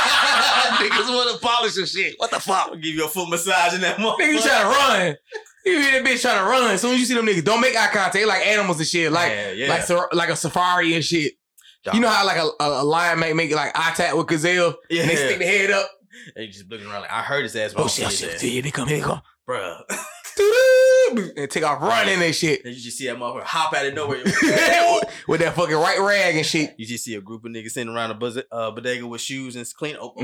Speaker 2: niggas want to polish your shit. What the fuck?
Speaker 3: I'll give you a foot massage in that motherfucker.
Speaker 2: Nigga, you trying to run. You hear that bitch trying to run. As soon as you see them niggas, don't make eye contact. They like animals and shit. Like,
Speaker 3: yeah, yeah.
Speaker 2: like, sa- like a safari and shit.
Speaker 3: Dog.
Speaker 2: You know how like a, a, a lion may make like eye contact with gazelle
Speaker 3: yeah.
Speaker 2: and they stick the head up.
Speaker 3: And you just looking around like I heard his ass. but I
Speaker 2: Oh shit! Oh
Speaker 3: don't see his
Speaker 2: shit!
Speaker 3: ass.
Speaker 2: Here they come! Here they come!
Speaker 3: Bruh.
Speaker 2: Doo-doo. and take off running and shit
Speaker 3: [LAUGHS] And you just see that motherfucker hop out
Speaker 2: [LAUGHS]
Speaker 3: of nowhere.
Speaker 2: with that fucking right rag and shit.
Speaker 3: you just see a group of niggas sitting around a buzz- uh, bodega with shoes and it's clean. Oh, oh, go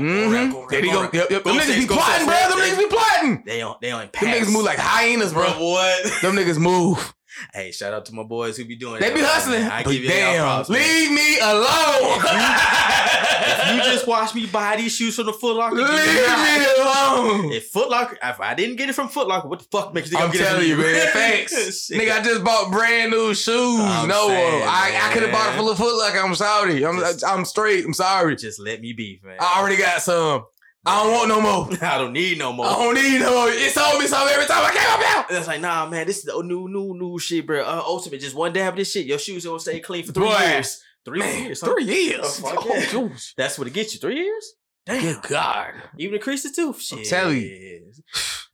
Speaker 2: Mm-hmm.
Speaker 3: around, go
Speaker 2: There
Speaker 3: around,
Speaker 2: you
Speaker 3: go
Speaker 2: go.
Speaker 3: around.
Speaker 2: Yep, yep. Them
Speaker 3: Go
Speaker 2: niggas
Speaker 3: safe,
Speaker 2: be
Speaker 3: go
Speaker 2: plotting,
Speaker 3: safe,
Speaker 2: bro. Them
Speaker 3: they-
Speaker 2: niggas be plotting.
Speaker 3: They don't. They don't pass.
Speaker 2: Them niggas move
Speaker 3: [LAUGHS]
Speaker 2: like hyenas,
Speaker 3: bro.
Speaker 2: [LAUGHS] bro.
Speaker 3: What?
Speaker 2: Them niggas move.
Speaker 3: hey, shout out to my boys who be doing.
Speaker 2: They
Speaker 3: that,
Speaker 2: be
Speaker 3: man.
Speaker 2: hustling.
Speaker 3: I
Speaker 2: But
Speaker 3: give you
Speaker 2: damn,
Speaker 3: props. man. [LAUGHS]
Speaker 2: leave me alone.
Speaker 3: If you just watch me buy these shoes from the Foot Locker,
Speaker 2: leave
Speaker 3: you know,
Speaker 2: me alone.
Speaker 3: If Foot Locker, if I didn't get it from Foot Locker, what the fuck makes you think I'm,
Speaker 2: I'm telling you,
Speaker 3: [LAUGHS]
Speaker 2: man. Thanks,
Speaker 3: Thanks,
Speaker 2: nigga. I just bought brand new shoes.
Speaker 3: I'm
Speaker 2: no,
Speaker 3: saying,
Speaker 2: I, I could have bought it
Speaker 3: man.
Speaker 2: full of Foot Locker. I'm sorry. I'm
Speaker 3: Just-
Speaker 2: I'm straight. I'm sorry.
Speaker 3: Just let me be, man.
Speaker 2: I already got some. I don't want no more.
Speaker 3: [LAUGHS] I don't need no more.
Speaker 2: I don't need no more. It's on me some every time I came up here.
Speaker 3: And it's like, nah, man, this is the new, new, new shit, bro. Uh, ultimate, just one dab of this shit. Your shoes gonna stay clean for three
Speaker 2: Boy.
Speaker 3: years. Three
Speaker 2: Man,
Speaker 3: years. huh?
Speaker 2: three years.
Speaker 3: The fuck,
Speaker 2: Oh,
Speaker 3: yeah.
Speaker 2: Jews.
Speaker 3: That's what it gets you. Three years?
Speaker 2: Good God.
Speaker 3: Even the creases too. Shit.
Speaker 2: telling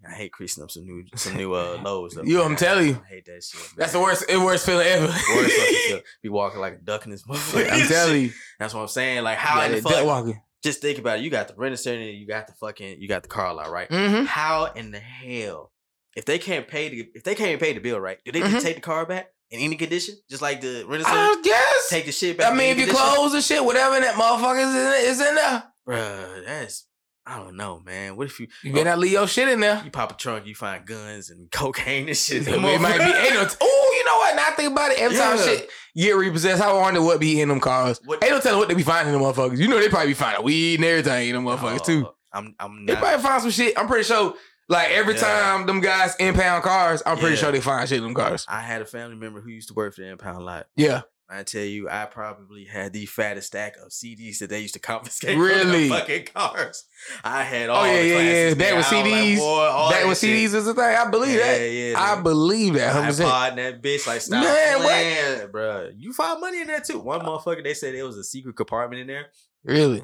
Speaker 3: I hate creasing up some new, some new
Speaker 2: [LAUGHS]
Speaker 3: uh, lows. Though.
Speaker 2: You, I'm telling you.
Speaker 3: I hate that shit. Man.
Speaker 2: That's the worst, the worst feeling ever.
Speaker 3: Worst fucking
Speaker 2: [LAUGHS]
Speaker 3: feel. Be walking like a duck in this motherfucker.
Speaker 2: I'm telling you.
Speaker 3: That's what I'm saying. Like, how
Speaker 2: Yeah,
Speaker 3: in the
Speaker 2: that
Speaker 3: fuck?
Speaker 2: duck walking.
Speaker 3: just think about it. You got the rent center, you got the fucking, you got the car lot, right?
Speaker 2: Mm-hmm.
Speaker 3: How in the hell, if they can't pay the, if they can't pay the bill, right? Do they
Speaker 2: Mhm.
Speaker 3: just take the car back in any condition, just like the rent center?
Speaker 2: I guess.
Speaker 3: Take the shit back.
Speaker 2: I mean, if you clothes and shit, whatever in that motherfucker is in, is in there.
Speaker 3: bro, that's I don't know, man. What if you
Speaker 2: You better not leave your shit in there.
Speaker 3: you pop a trunk, you find guns and [LAUGHS] cocaine and
Speaker 2: [LAUGHS]
Speaker 3: shit?
Speaker 2: It might be ain't no. Oh, you know what? Now I think about it. Every time
Speaker 3: Yeah.
Speaker 2: shit get repossessed, I wonder what be in them cars.
Speaker 3: What-
Speaker 2: Ain't no telling what they be finding in them motherfuckers. You know they probably be finding weed and everything in them motherfuckers too.
Speaker 3: Oh, I'm I'm
Speaker 2: They
Speaker 3: not.
Speaker 2: probably find some shit. I'm pretty sure. Like every
Speaker 3: Yeah.
Speaker 2: time them guys impound cars, I'm pretty
Speaker 3: Yeah.
Speaker 2: sure they find shit in them cars.
Speaker 3: I had a family member who used to work for the impound lot.
Speaker 2: Yeah,
Speaker 3: I tell you, I probably had the fattest stack of CDs that they used to confiscate
Speaker 2: Really?
Speaker 3: from the fucking cars. I had
Speaker 2: Oh,
Speaker 3: all.
Speaker 2: yeah,
Speaker 3: the
Speaker 2: yeah, yeah.
Speaker 3: classics,
Speaker 2: Back
Speaker 3: man.
Speaker 2: with
Speaker 3: I was
Speaker 2: CDs.
Speaker 3: Like, boy, all
Speaker 2: back
Speaker 3: that
Speaker 2: when
Speaker 3: shit.
Speaker 2: CDs is a thing, I believe
Speaker 3: yeah,
Speaker 2: that.
Speaker 3: Yeah,
Speaker 2: I believe that. 100%.
Speaker 3: iPod and that bitch like stop
Speaker 2: Man, what?
Speaker 3: playing, bro. You find money in there too. One motherfucker, they said there was a secret compartment in there.
Speaker 2: Really?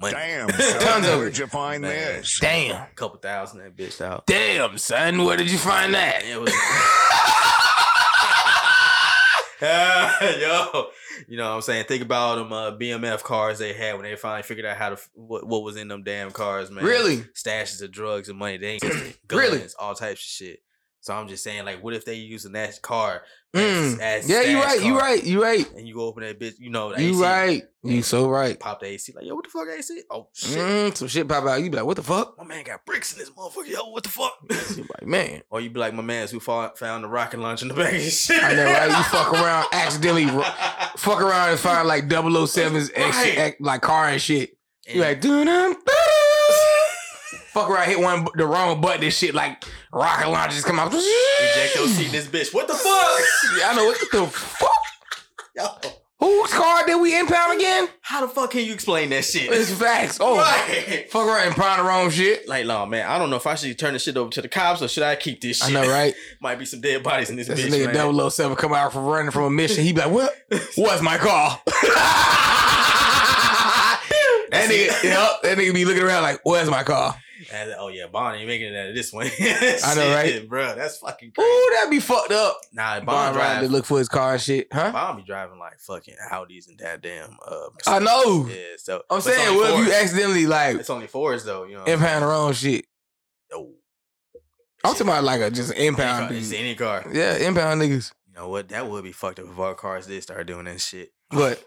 Speaker 3: Money.
Speaker 2: [LAUGHS]
Speaker 4: Damn,
Speaker 2: Tons
Speaker 4: son,
Speaker 2: of
Speaker 4: where'd
Speaker 2: it.
Speaker 4: you find
Speaker 3: Man.
Speaker 4: this?
Speaker 2: Damn.
Speaker 3: A couple thousand that bitch out.
Speaker 2: Damn, son. Where did you find that?
Speaker 3: It was. [LAUGHS] yo, you know what I'm saying? Think about them uh, BMF cars they had when they finally figured out how to f- what, what was in them damn cars, man.
Speaker 2: [LAUGHS] Really?
Speaker 3: stashes of drugs and money. They ain't guns,
Speaker 2: [CLEARS THROAT] Really?
Speaker 3: all types of shit. So I'm just saying, like, what if they using that car?
Speaker 2: Mm.
Speaker 3: as-
Speaker 2: Yeah, you
Speaker 3: stash
Speaker 2: right. You
Speaker 3: car,
Speaker 2: right. You right.
Speaker 3: And you go open that bitch, you know, the
Speaker 2: You
Speaker 3: AC,
Speaker 2: right. You so right.
Speaker 3: Pop the AC, like, yo, what the fuck, AC? Oh shit,
Speaker 2: Mm, some shit pop out. You be like, what the fuck?
Speaker 3: my man got bricks in this motherfucker. Yo, what the fuck?
Speaker 2: [LAUGHS] You like, man.
Speaker 3: or you be like, my man's who fought, found the rocket launch in the bag of shit.
Speaker 2: I know, right? You
Speaker 3: [LAUGHS]
Speaker 2: fuck around, accidentally ro- fuck around and find like 007's ex-
Speaker 3: Right.
Speaker 2: ex- like car and shit. You like,
Speaker 3: And-
Speaker 2: dun dun dun. Fuck around, hit one bu- the wrong button and shit like rocket launches come out. [LAUGHS]
Speaker 3: Eject your seat in this bitch. What the fuck?
Speaker 2: Yeah, I know what the fuck.
Speaker 3: Yo,
Speaker 2: Whose car did we impound again?
Speaker 3: how the fuck can you explain that shit? [LAUGHS]
Speaker 2: It's facts. Oh,
Speaker 3: Right.
Speaker 2: fuck around and impound the wrong shit.
Speaker 3: Like, no, man, I don't know if I should turn this shit over to the cops or should I keep this
Speaker 2: I
Speaker 3: shit?
Speaker 2: know, right?
Speaker 3: [LAUGHS] Might be some dead bodies in this
Speaker 2: This
Speaker 3: bitch,
Speaker 2: nigga
Speaker 3: man. [LAUGHS]
Speaker 2: 007 come out from running from a mission. He be like, what? What's my call? [LAUGHS] that nigga,
Speaker 3: [LAUGHS]
Speaker 2: yup, that nigga be looking around like, where's my call?
Speaker 3: And, oh, yeah, Bond ain't making it out of this one. [LAUGHS]
Speaker 2: I know, right?
Speaker 3: Bro, that's fucking crazy.
Speaker 2: Ooh, that'd be fucked up.
Speaker 3: Nah, Bond,
Speaker 2: Bond riding
Speaker 3: drive,
Speaker 2: to look for his car and shit, huh?
Speaker 3: Bond be driving like fucking Audis and that damn. Uh,
Speaker 2: I know.
Speaker 3: Yeah, so. but
Speaker 2: I'm
Speaker 3: it's
Speaker 2: saying,
Speaker 3: only
Speaker 2: what if
Speaker 3: fours.
Speaker 2: you accidentally like
Speaker 3: It's only fours, though, you know.
Speaker 2: impound the wrong shit?
Speaker 3: Oh,
Speaker 2: I'm talking about like a just
Speaker 3: any
Speaker 2: impound.
Speaker 3: car, it's
Speaker 2: dude.
Speaker 3: any car.
Speaker 2: Yeah, impound niggas.
Speaker 3: You know what? That would be fucked up if our cars did start doing that shit.
Speaker 2: But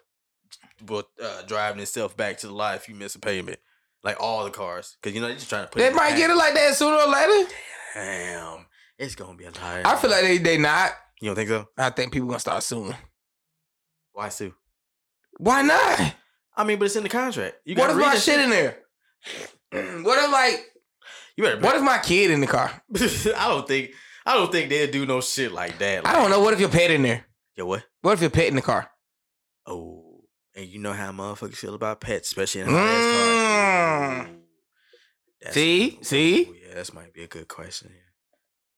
Speaker 3: But uh, driving itself back to the life, you miss a payment. Like all the cars, because you know they're just trying to put.
Speaker 2: they
Speaker 3: in the
Speaker 2: might
Speaker 3: bank.
Speaker 2: get it like that sooner or later.
Speaker 3: Damn, it's gonna be a lot.
Speaker 2: I feel like they they not.
Speaker 3: you don't think so.
Speaker 2: I think people gonna start suing.
Speaker 3: Why sue?
Speaker 2: Why not?
Speaker 3: I mean, but it's in the contract. You
Speaker 2: What
Speaker 3: gotta
Speaker 2: if
Speaker 3: read
Speaker 2: my
Speaker 3: that
Speaker 2: shit in there? [CLEARS THROAT] what if like
Speaker 3: You better.
Speaker 2: what if my kid in the car?
Speaker 3: [LAUGHS] I don't think. I don't think they'll do no shit like that.
Speaker 2: I
Speaker 3: Like,
Speaker 2: don't know. What if your pet in there?
Speaker 3: Yo, what?
Speaker 2: What if your pet in the car?
Speaker 3: Oh, and you know how motherfuckers feel about pets, especially in
Speaker 2: Mm.
Speaker 3: mm. cars. Ooh. That's-
Speaker 2: See? See?
Speaker 3: Ooh, yeah, this might be a good question. yeah.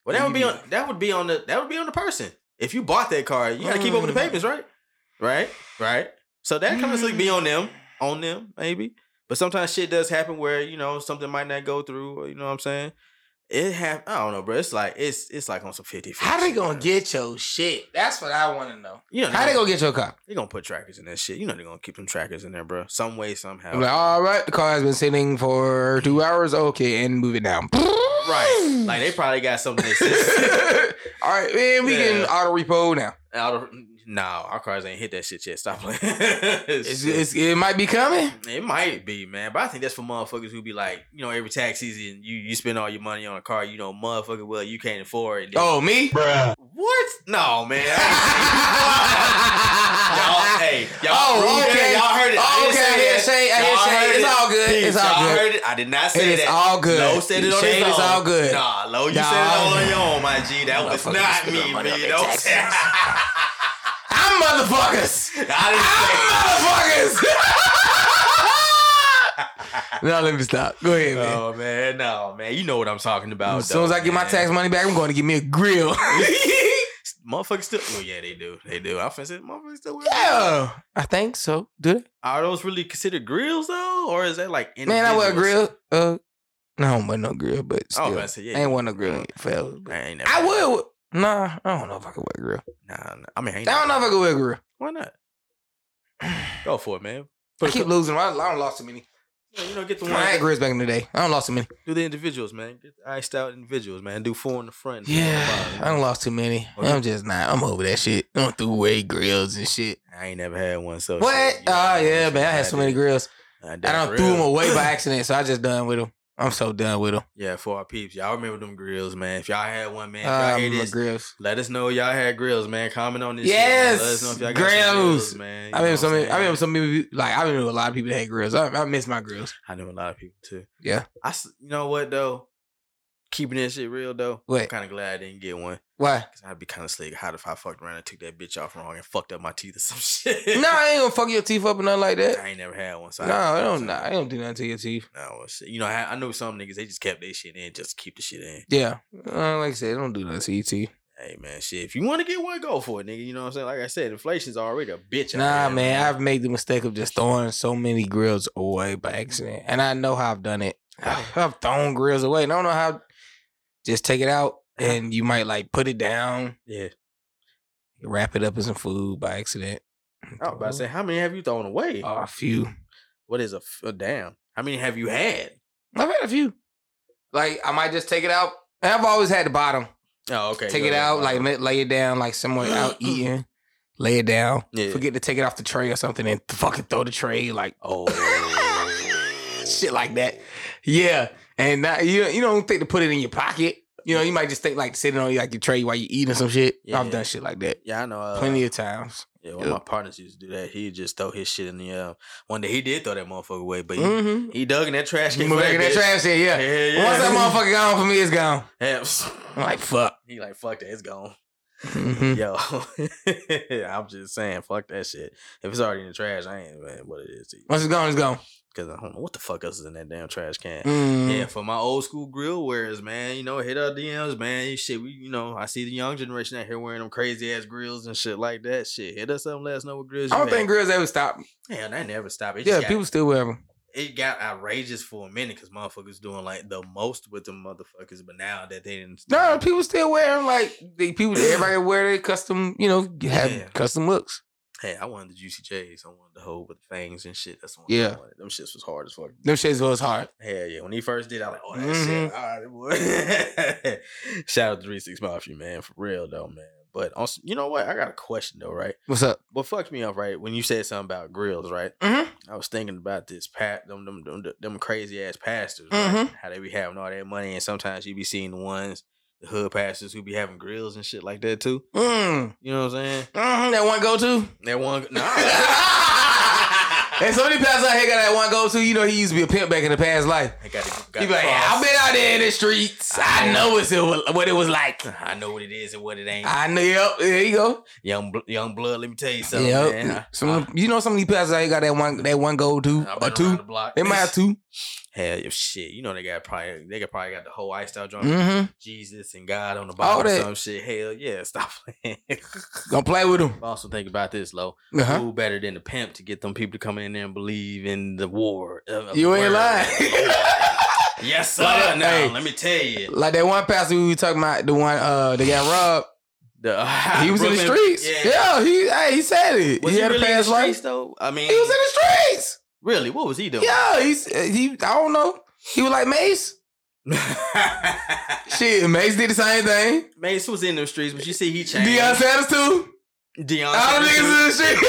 Speaker 3: Well, that would be on. That would be on the. That would be on the person. If you bought that car, you got to keep up with the
Speaker 2: Mm.
Speaker 3: payments, right? Right, right. So that comes like
Speaker 2: Mm.
Speaker 3: be on them, on them, maybe. But sometimes shit does happen where you know something might not go through. Or, you know what I'm saying? It have. I don't know, bro. It's like it's it's like on some fifty.
Speaker 2: How they gonna get your shit? That's what I want to know.
Speaker 3: You know
Speaker 2: How they gonna get your car?
Speaker 3: They gonna put trackers in that shit. You know they gonna keep them trackers in there, bro. Some way, somehow.
Speaker 2: I'm like, all right, the car has been sitting for two hours. Okay, and move it down.
Speaker 3: right. Like they probably got something they said.
Speaker 2: [LAUGHS] All right, man, we can
Speaker 3: Yeah.
Speaker 2: auto repo now.
Speaker 3: out of no, our cars ain't hit that shit yet. Stop playing.
Speaker 2: It's,
Speaker 3: Shit.
Speaker 2: it's, it might be coming.
Speaker 3: It might be, man, but I think that's for motherfuckers who be like, you know, every tax season you you spend all your money on a car, you know, motherfucker, well, you can't afford it.
Speaker 2: Oh, me?
Speaker 3: [LAUGHS] what? No, man. [LAUGHS] y'all, hey, y'all,
Speaker 2: Oh, okay.
Speaker 3: y'all heard it. I
Speaker 2: Oh,
Speaker 3: didn't
Speaker 2: okay. I
Speaker 3: say
Speaker 2: didn't
Speaker 3: that.
Speaker 2: say. I didn't
Speaker 3: Y'all
Speaker 2: say.
Speaker 3: heard
Speaker 2: It's
Speaker 3: it.
Speaker 2: all good. It's all
Speaker 3: y'all
Speaker 2: good.
Speaker 3: heard it. I did not say
Speaker 2: It is
Speaker 3: that.
Speaker 2: all good.
Speaker 3: No, said it on
Speaker 2: Shane,
Speaker 3: his own.
Speaker 2: it's all good.
Speaker 3: Nah, Lo, you
Speaker 2: Nah,
Speaker 3: said it all
Speaker 2: I-
Speaker 3: on your own, my G. That was
Speaker 2: Motherfuckers
Speaker 3: not
Speaker 2: spend
Speaker 3: me,
Speaker 2: their money on
Speaker 3: B.
Speaker 2: their
Speaker 3: Don't say
Speaker 2: taxes. I'm
Speaker 3: [LAUGHS]
Speaker 2: motherfuckers.
Speaker 3: I
Speaker 2: I'm motherfuckers. [LAUGHS] no, let me stop. Go ahead,
Speaker 3: didn't say
Speaker 2: man.
Speaker 3: Oh, man. No, man. You know what I'm talking about.
Speaker 2: as soon as
Speaker 3: though,
Speaker 2: I get my
Speaker 3: man. [LAUGHS]
Speaker 2: tax money back, I'm going to get me a grill. [LAUGHS]
Speaker 3: Motherfuckers still. Oh yeah, they do. They do. I finna say motherfuckers still wear.
Speaker 2: yeah, I think so. Do they?
Speaker 3: Are those really considered grills though, or is that like
Speaker 2: Man, I wear a
Speaker 3: individuals?
Speaker 2: grill. Uh, no, I don't wear no grill, but
Speaker 3: Oh, I was
Speaker 2: still,
Speaker 3: about to say, yeah,
Speaker 2: I ain't
Speaker 3: you-
Speaker 2: wear no grill,
Speaker 3: Uh,
Speaker 2: fella.
Speaker 3: I ain't never.
Speaker 2: I would. Nah, I don't know if I could wear a grill.
Speaker 3: Nah, nah. I mean, I,
Speaker 2: I
Speaker 3: ain't
Speaker 2: don't know if I could wear a grill.
Speaker 3: Why not?
Speaker 2: [SIGHS]
Speaker 3: Go for it, man.
Speaker 2: I keep losing. I, I don't lost too many.
Speaker 3: Yeah, you know, get the one.
Speaker 2: I had grills back in the day. I don't lost too many.
Speaker 3: Do the individuals, man. Get the iced out individuals, man. Do four in the front. four in the
Speaker 2: Yeah, I
Speaker 3: bottom.
Speaker 2: don't lost too many.
Speaker 3: Okay.
Speaker 2: I'm just not. I'm over that shit. I'm through away grills and shit.
Speaker 3: I ain't never had one. So
Speaker 2: What?
Speaker 3: shit, you know,
Speaker 2: Oh
Speaker 3: I don't
Speaker 2: yeah,
Speaker 3: know
Speaker 2: man. I
Speaker 3: shit
Speaker 2: had so many
Speaker 3: did.
Speaker 2: grills.
Speaker 3: did
Speaker 2: I done
Speaker 3: for
Speaker 2: threw
Speaker 3: real.
Speaker 2: them away
Speaker 3: [LAUGHS]
Speaker 2: by accident, so I just done with them. I'm so done with them.
Speaker 3: Yeah, for our peeps, y'all remember them grills, man. If y'all had one, man. If y'all
Speaker 2: Um,
Speaker 3: hear
Speaker 2: my
Speaker 3: this,
Speaker 2: grills.
Speaker 3: Let us know y'all had grills, man. Comment on this. shit, man. Let us
Speaker 2: Yes,
Speaker 3: know if y'all got some
Speaker 2: grills.
Speaker 3: grills,
Speaker 2: I
Speaker 3: man. You know
Speaker 2: remember
Speaker 3: what
Speaker 2: some.
Speaker 3: I'm
Speaker 2: I remember
Speaker 3: saying?
Speaker 2: some people like I remember a lot of people that had grills. I, I miss my grills.
Speaker 3: I know a lot of people too.
Speaker 2: Yeah.
Speaker 3: I. s- You know what though? Keeping that shit real though. I'm
Speaker 2: What?
Speaker 3: kind of glad I didn't get one
Speaker 2: Why?
Speaker 3: because I'd be kind of slick. How if I fucked around and took that bitch off wrong and fucked up my teeth or some [LAUGHS] shit?
Speaker 2: no, I ain't gonna fuck your teeth up or nothing like that.
Speaker 3: I ain't never had one. So
Speaker 2: No, I don't.
Speaker 3: so-
Speaker 2: Nah, I don't do nothing to your teeth.
Speaker 3: No, well, shit. you know, I, I know some niggas they just kept their shit in just to keep the shit in.
Speaker 2: Yeah, uh, like I said, I don't do nothing to your teeth.
Speaker 3: Hey man, shit. If you want to get one, go for it, nigga. You know what I'm saying? Like I said, inflation's already a bitch. out
Speaker 2: Nah,
Speaker 3: here,
Speaker 2: man, I've made the mistake of just throwing so many grills away
Speaker 3: Mm-hmm.
Speaker 2: by accident, and I know how I've done it. [SIGHS] I've thrown grills away, and I don't know how. Just take it out, and you might like put it down,
Speaker 3: yeah.
Speaker 2: wrap it up in some food by accident.
Speaker 3: I was about to say, how many have you thrown away?
Speaker 2: Uh-huh. Oh, a few.
Speaker 3: What is a, f- a damn? How many have you had?
Speaker 2: I've had a few. Like I might just take it out. And I've always had the bottom.
Speaker 3: Oh, okay.
Speaker 2: take
Speaker 3: go
Speaker 2: it
Speaker 3: ahead,
Speaker 2: out,
Speaker 3: wow.
Speaker 2: like lay, lay it down, like somewhere [CLEARS THROAT] out eating. Lay it down.
Speaker 3: Yeah.
Speaker 2: Forget to take it off the tray or something, and fucking throw the tray
Speaker 3: [LAUGHS]
Speaker 2: like [LAUGHS]
Speaker 3: oh,
Speaker 2: shit like that. Yeah, and not, you you don't think to put it in your pocket. You know, you might just think like sitting on like your tray while you eating some shit.
Speaker 3: Yeah.
Speaker 2: I've done shit like that
Speaker 3: Yeah, I know. Uh,
Speaker 2: plenty of times.
Speaker 3: Yeah, one of my partners used to do that. He just throw his shit in the uh, one day. He did throw that motherfucker away, but he,
Speaker 2: Mm-hmm.
Speaker 3: he dug in that trash
Speaker 2: You
Speaker 3: can.
Speaker 2: move
Speaker 3: for
Speaker 2: back in that
Speaker 3: bitch.
Speaker 2: trash can, yeah.
Speaker 3: Yeah, yeah.
Speaker 2: Once that motherfucker gone for me, it's gone.
Speaker 3: [LAUGHS]
Speaker 2: I'm
Speaker 3: motherfucker,
Speaker 2: like fuck.
Speaker 3: he like fuck that, it's gone. [LAUGHS]
Speaker 2: Mhm.
Speaker 3: Yo,
Speaker 2: Mm.
Speaker 3: [LAUGHS] I'm just saying, fuck that shit. If it's already in the trash, I ain't man, what it is to you.
Speaker 2: Once it's gone, it's gone.
Speaker 3: Because I don't know what the fuck else is in that damn trash can.
Speaker 2: Mm.
Speaker 3: Yeah, for my old school grill wearers, man, you know, hit our DMs, man. You Shit, we, you know, I see the young generation out here wearing them crazy ass grills and shit like that. Shit, hit us up, and let us know what grills.
Speaker 2: I
Speaker 3: you
Speaker 2: don't think
Speaker 3: had.
Speaker 2: grills ever stop.
Speaker 3: Hell, that never stopped. It
Speaker 2: Yeah,
Speaker 3: just got,
Speaker 2: people still wear them.
Speaker 3: It got outrageous for a minute because motherfuckers doing like the most with them motherfuckers, but now that they didn't.
Speaker 2: No, people still wear them. Like they, people, everybody wear their custom. You know, have
Speaker 3: Yeah.
Speaker 2: custom looks.
Speaker 3: Hey, I wanted the juicy J's. I wanted the whole with the fangs and shit. That's the one
Speaker 2: Yeah.
Speaker 3: I wanted. Them shits was hard as fuck.
Speaker 2: Them shades was hard.
Speaker 3: Hell yeah. When he first did, I was like, oh, that shit.
Speaker 2: Mhm.
Speaker 3: All right, boy. [LAUGHS] Shout out to 360 Mafia, man. For real, though, man. But also, you know what? I got a question, though, right?
Speaker 2: What's up?
Speaker 3: What fucked me up, right? When you said something about grills, right?
Speaker 2: Mm-hmm.
Speaker 3: I was thinking about this, pat, them, them, them, them crazy ass pastors, right?
Speaker 2: Mhm.
Speaker 3: How they be having all that money. And sometimes you be seeing the ones, the hood pastors who be having grills and shit like that, too.
Speaker 2: Mm.
Speaker 3: You know what I'm saying?
Speaker 2: Mm-hmm. That one go to.
Speaker 3: That one, nah.
Speaker 2: and so many pastors out here got that one go to. You know, he used to be a pimp back in the past life.
Speaker 3: I got to
Speaker 2: He be like, I've been out there in the streets. I know what's it, what it was like.
Speaker 3: I know what it is and what it ain't.
Speaker 2: I know. Yep. There you go.
Speaker 3: young bl- young blood. Let me tell you something.
Speaker 2: yep.
Speaker 3: Man. I-
Speaker 2: Some,
Speaker 3: I-
Speaker 2: of them- you know, some of these pastors out here got that one that one go to
Speaker 3: I've
Speaker 2: or
Speaker 3: been around
Speaker 2: two.
Speaker 3: the block.
Speaker 2: They might have two.
Speaker 3: [LAUGHS] Hell, if shit, you know they got probably they got probably got the whole ice out drunk.
Speaker 2: Mm-hmm.
Speaker 3: Jesus and God on the bottom or
Speaker 2: that.
Speaker 3: some shit. Hell yeah, stop [LAUGHS] playing.
Speaker 2: Gonna play with them.
Speaker 3: also think about this, Lo.
Speaker 2: Uh-huh.
Speaker 3: Who better than the pimp to get them people to come in there and believe in the war? of- of
Speaker 2: You
Speaker 3: the
Speaker 2: ain't
Speaker 3: word? [LAUGHS]
Speaker 2: lying. [LAUGHS]
Speaker 3: yes, sir.
Speaker 2: Like that-
Speaker 3: now
Speaker 2: hey.
Speaker 3: let me tell you,
Speaker 2: like that one pastor we were talking about, the one uh that got robbed.
Speaker 3: the, [LAUGHS]
Speaker 2: He was in the
Speaker 3: Brooklyn-
Speaker 2: streets. Yeah, he hey, he said it.
Speaker 3: Was
Speaker 2: he,
Speaker 3: he,
Speaker 2: had
Speaker 3: really
Speaker 2: a past
Speaker 3: in the streets
Speaker 2: life.
Speaker 3: though? I mean,
Speaker 2: He was in the streets.
Speaker 3: really?
Speaker 2: uh,
Speaker 3: What was he doing? [LAUGHS]
Speaker 2: Yeah, he's he. I don't know. He was like Mace. Shit, Mace did the same thing.
Speaker 3: Mace was in the streets, but you see he
Speaker 2: [LAUGHS]
Speaker 3: changed.
Speaker 2: Deion Sanders too.
Speaker 3: Deion
Speaker 2: All them
Speaker 3: Sanders too.
Speaker 2: niggas in the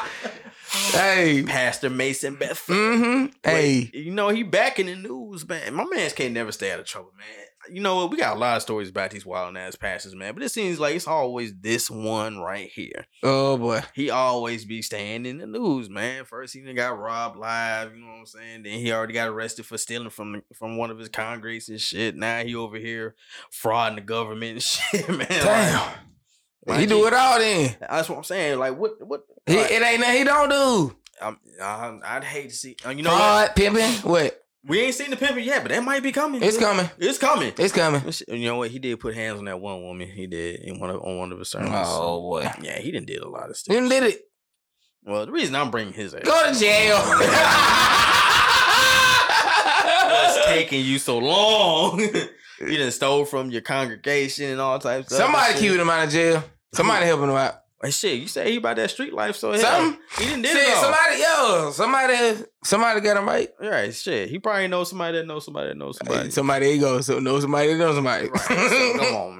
Speaker 2: street. hey.
Speaker 3: [LAUGHS] Pastor Mason Bethel.
Speaker 2: Mm-hmm. Hey.
Speaker 3: You know, he back in the news, man. My man's can't never stay out of trouble, man. You know what? We got a lot of stories about these wild ass passes, man. But it seems like it's always this one right here.
Speaker 2: Oh boy.
Speaker 3: He always be staying in the news, man. First he done got robbed live, you know what I'm saying? Then he already got arrested for stealing from from one of his congress and shit. Now he over here frauding the government and [LAUGHS] shit, man. Like,
Speaker 2: Damn.
Speaker 3: like,
Speaker 2: he do it all then.
Speaker 3: That's what I'm saying. Like what what
Speaker 2: He,
Speaker 3: like,
Speaker 2: it ain't nothing he don't do.
Speaker 3: I'm, I, I'd hate to see. uh, you know what?
Speaker 2: Fraud, pimping. What?
Speaker 3: We ain't seen the pimping yet, but that might be coming.
Speaker 2: It's coming.
Speaker 3: It's coming.
Speaker 2: It's coming.
Speaker 3: And shit- You know what? He did put hands on that one woman. He did in one of on one of his sermons.
Speaker 2: Oh boy.
Speaker 3: Yeah, he didn't did a lot of stuff.
Speaker 2: Then did it.
Speaker 3: Well, the reason I'm bringing his ass
Speaker 2: Go to
Speaker 3: [LAUGHS]
Speaker 2: jail.
Speaker 3: What's taking you so long? [LAUGHS] you done stole from your congregation and all types. of
Speaker 2: [LAUGHS] Somebody
Speaker 3: other shit.
Speaker 2: keeping him out of jail. Somebody helping him out.
Speaker 3: And shit, you say he about that street life, so hell,
Speaker 2: Some-
Speaker 3: he didn't did
Speaker 2: Shit,
Speaker 3: it all.
Speaker 2: somebody, yo, somebody, somebody got him right.
Speaker 3: All right, shit. He probably knows somebody that knows somebody that knows somebody.
Speaker 2: Hey, somebody, there you go. So know somebody, that know somebody. [LAUGHS]
Speaker 3: Right, so come on,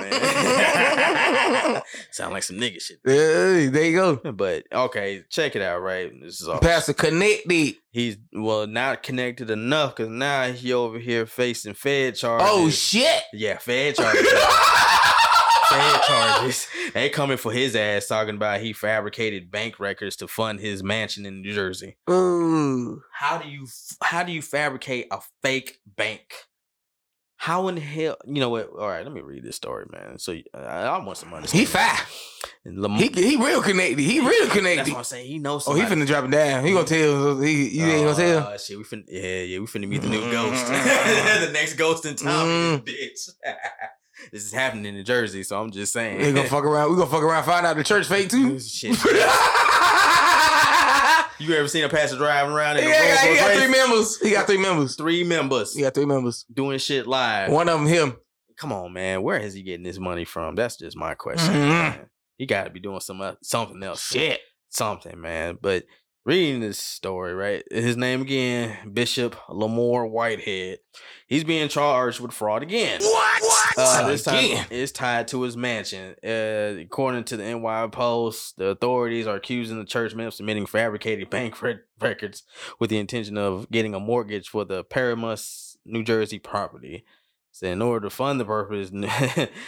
Speaker 3: man. [LAUGHS] Sound like some nigga shit.
Speaker 2: Yeah, there you go.
Speaker 3: But okay, check it out. Right, this is all.
Speaker 2: Pastor connected.
Speaker 3: He's well not connected enough because now he over here facing Fed charges.
Speaker 2: Oh shit.
Speaker 3: yeah, Fed charges. Fed charges. [LAUGHS] They coming for his ass talking about he fabricated bank records to fund his mansion in New Jersey.
Speaker 2: [LAUGHS] Ooh.
Speaker 3: How do you f- how do you fabricate a fake bank? How in the hell you know what? All right, let me read this story, man. So uh, I want some money.
Speaker 2: He fat.
Speaker 3: Lam-
Speaker 2: He he real connected. He real
Speaker 3: That's
Speaker 2: connected.
Speaker 3: what I'm saying. He knows.
Speaker 2: Oh, he
Speaker 3: somebody.
Speaker 2: finna drop it down. He gonna tell. He, you ain't gonna tell. Mm.
Speaker 3: Uh, shit, we finna, yeah, yeah, we finna meet the new ghost. [LAUGHS] the next ghost in town, this bitch. [LAUGHS] this is happening in New Jersey, so I'm just saying.
Speaker 2: They
Speaker 3: [LAUGHS]
Speaker 2: gonna fuck around. We gonna fuck around. Find out the church fake [LAUGHS] too.
Speaker 3: Shit. You ever seen a pastor driving around
Speaker 2: He
Speaker 3: in
Speaker 2: got,
Speaker 3: a Rolls
Speaker 2: he
Speaker 3: Royce?
Speaker 2: got three
Speaker 3: three,
Speaker 2: members. He got three members.
Speaker 3: members
Speaker 2: He got three members.
Speaker 3: doing shit live.
Speaker 2: One of them him.
Speaker 3: Come on, man. Where is he getting this money from? That's just my question.
Speaker 2: Mhm.
Speaker 3: man. He got to be doing some oth- something else.
Speaker 2: Shit.
Speaker 3: something, man. But reading this story, right? His name again, Bishop Lamore Whitehead. He's being charged with fraud again.
Speaker 2: What? What?
Speaker 3: Uh, this time
Speaker 2: Again.
Speaker 3: it's tied to his mansion. Uh, according to the NY Post, the authorities are accusing the church member of submitting fabricated bank re- records with the intention of getting a mortgage for the Paramus, New Jersey property. So in order to fund the purpose,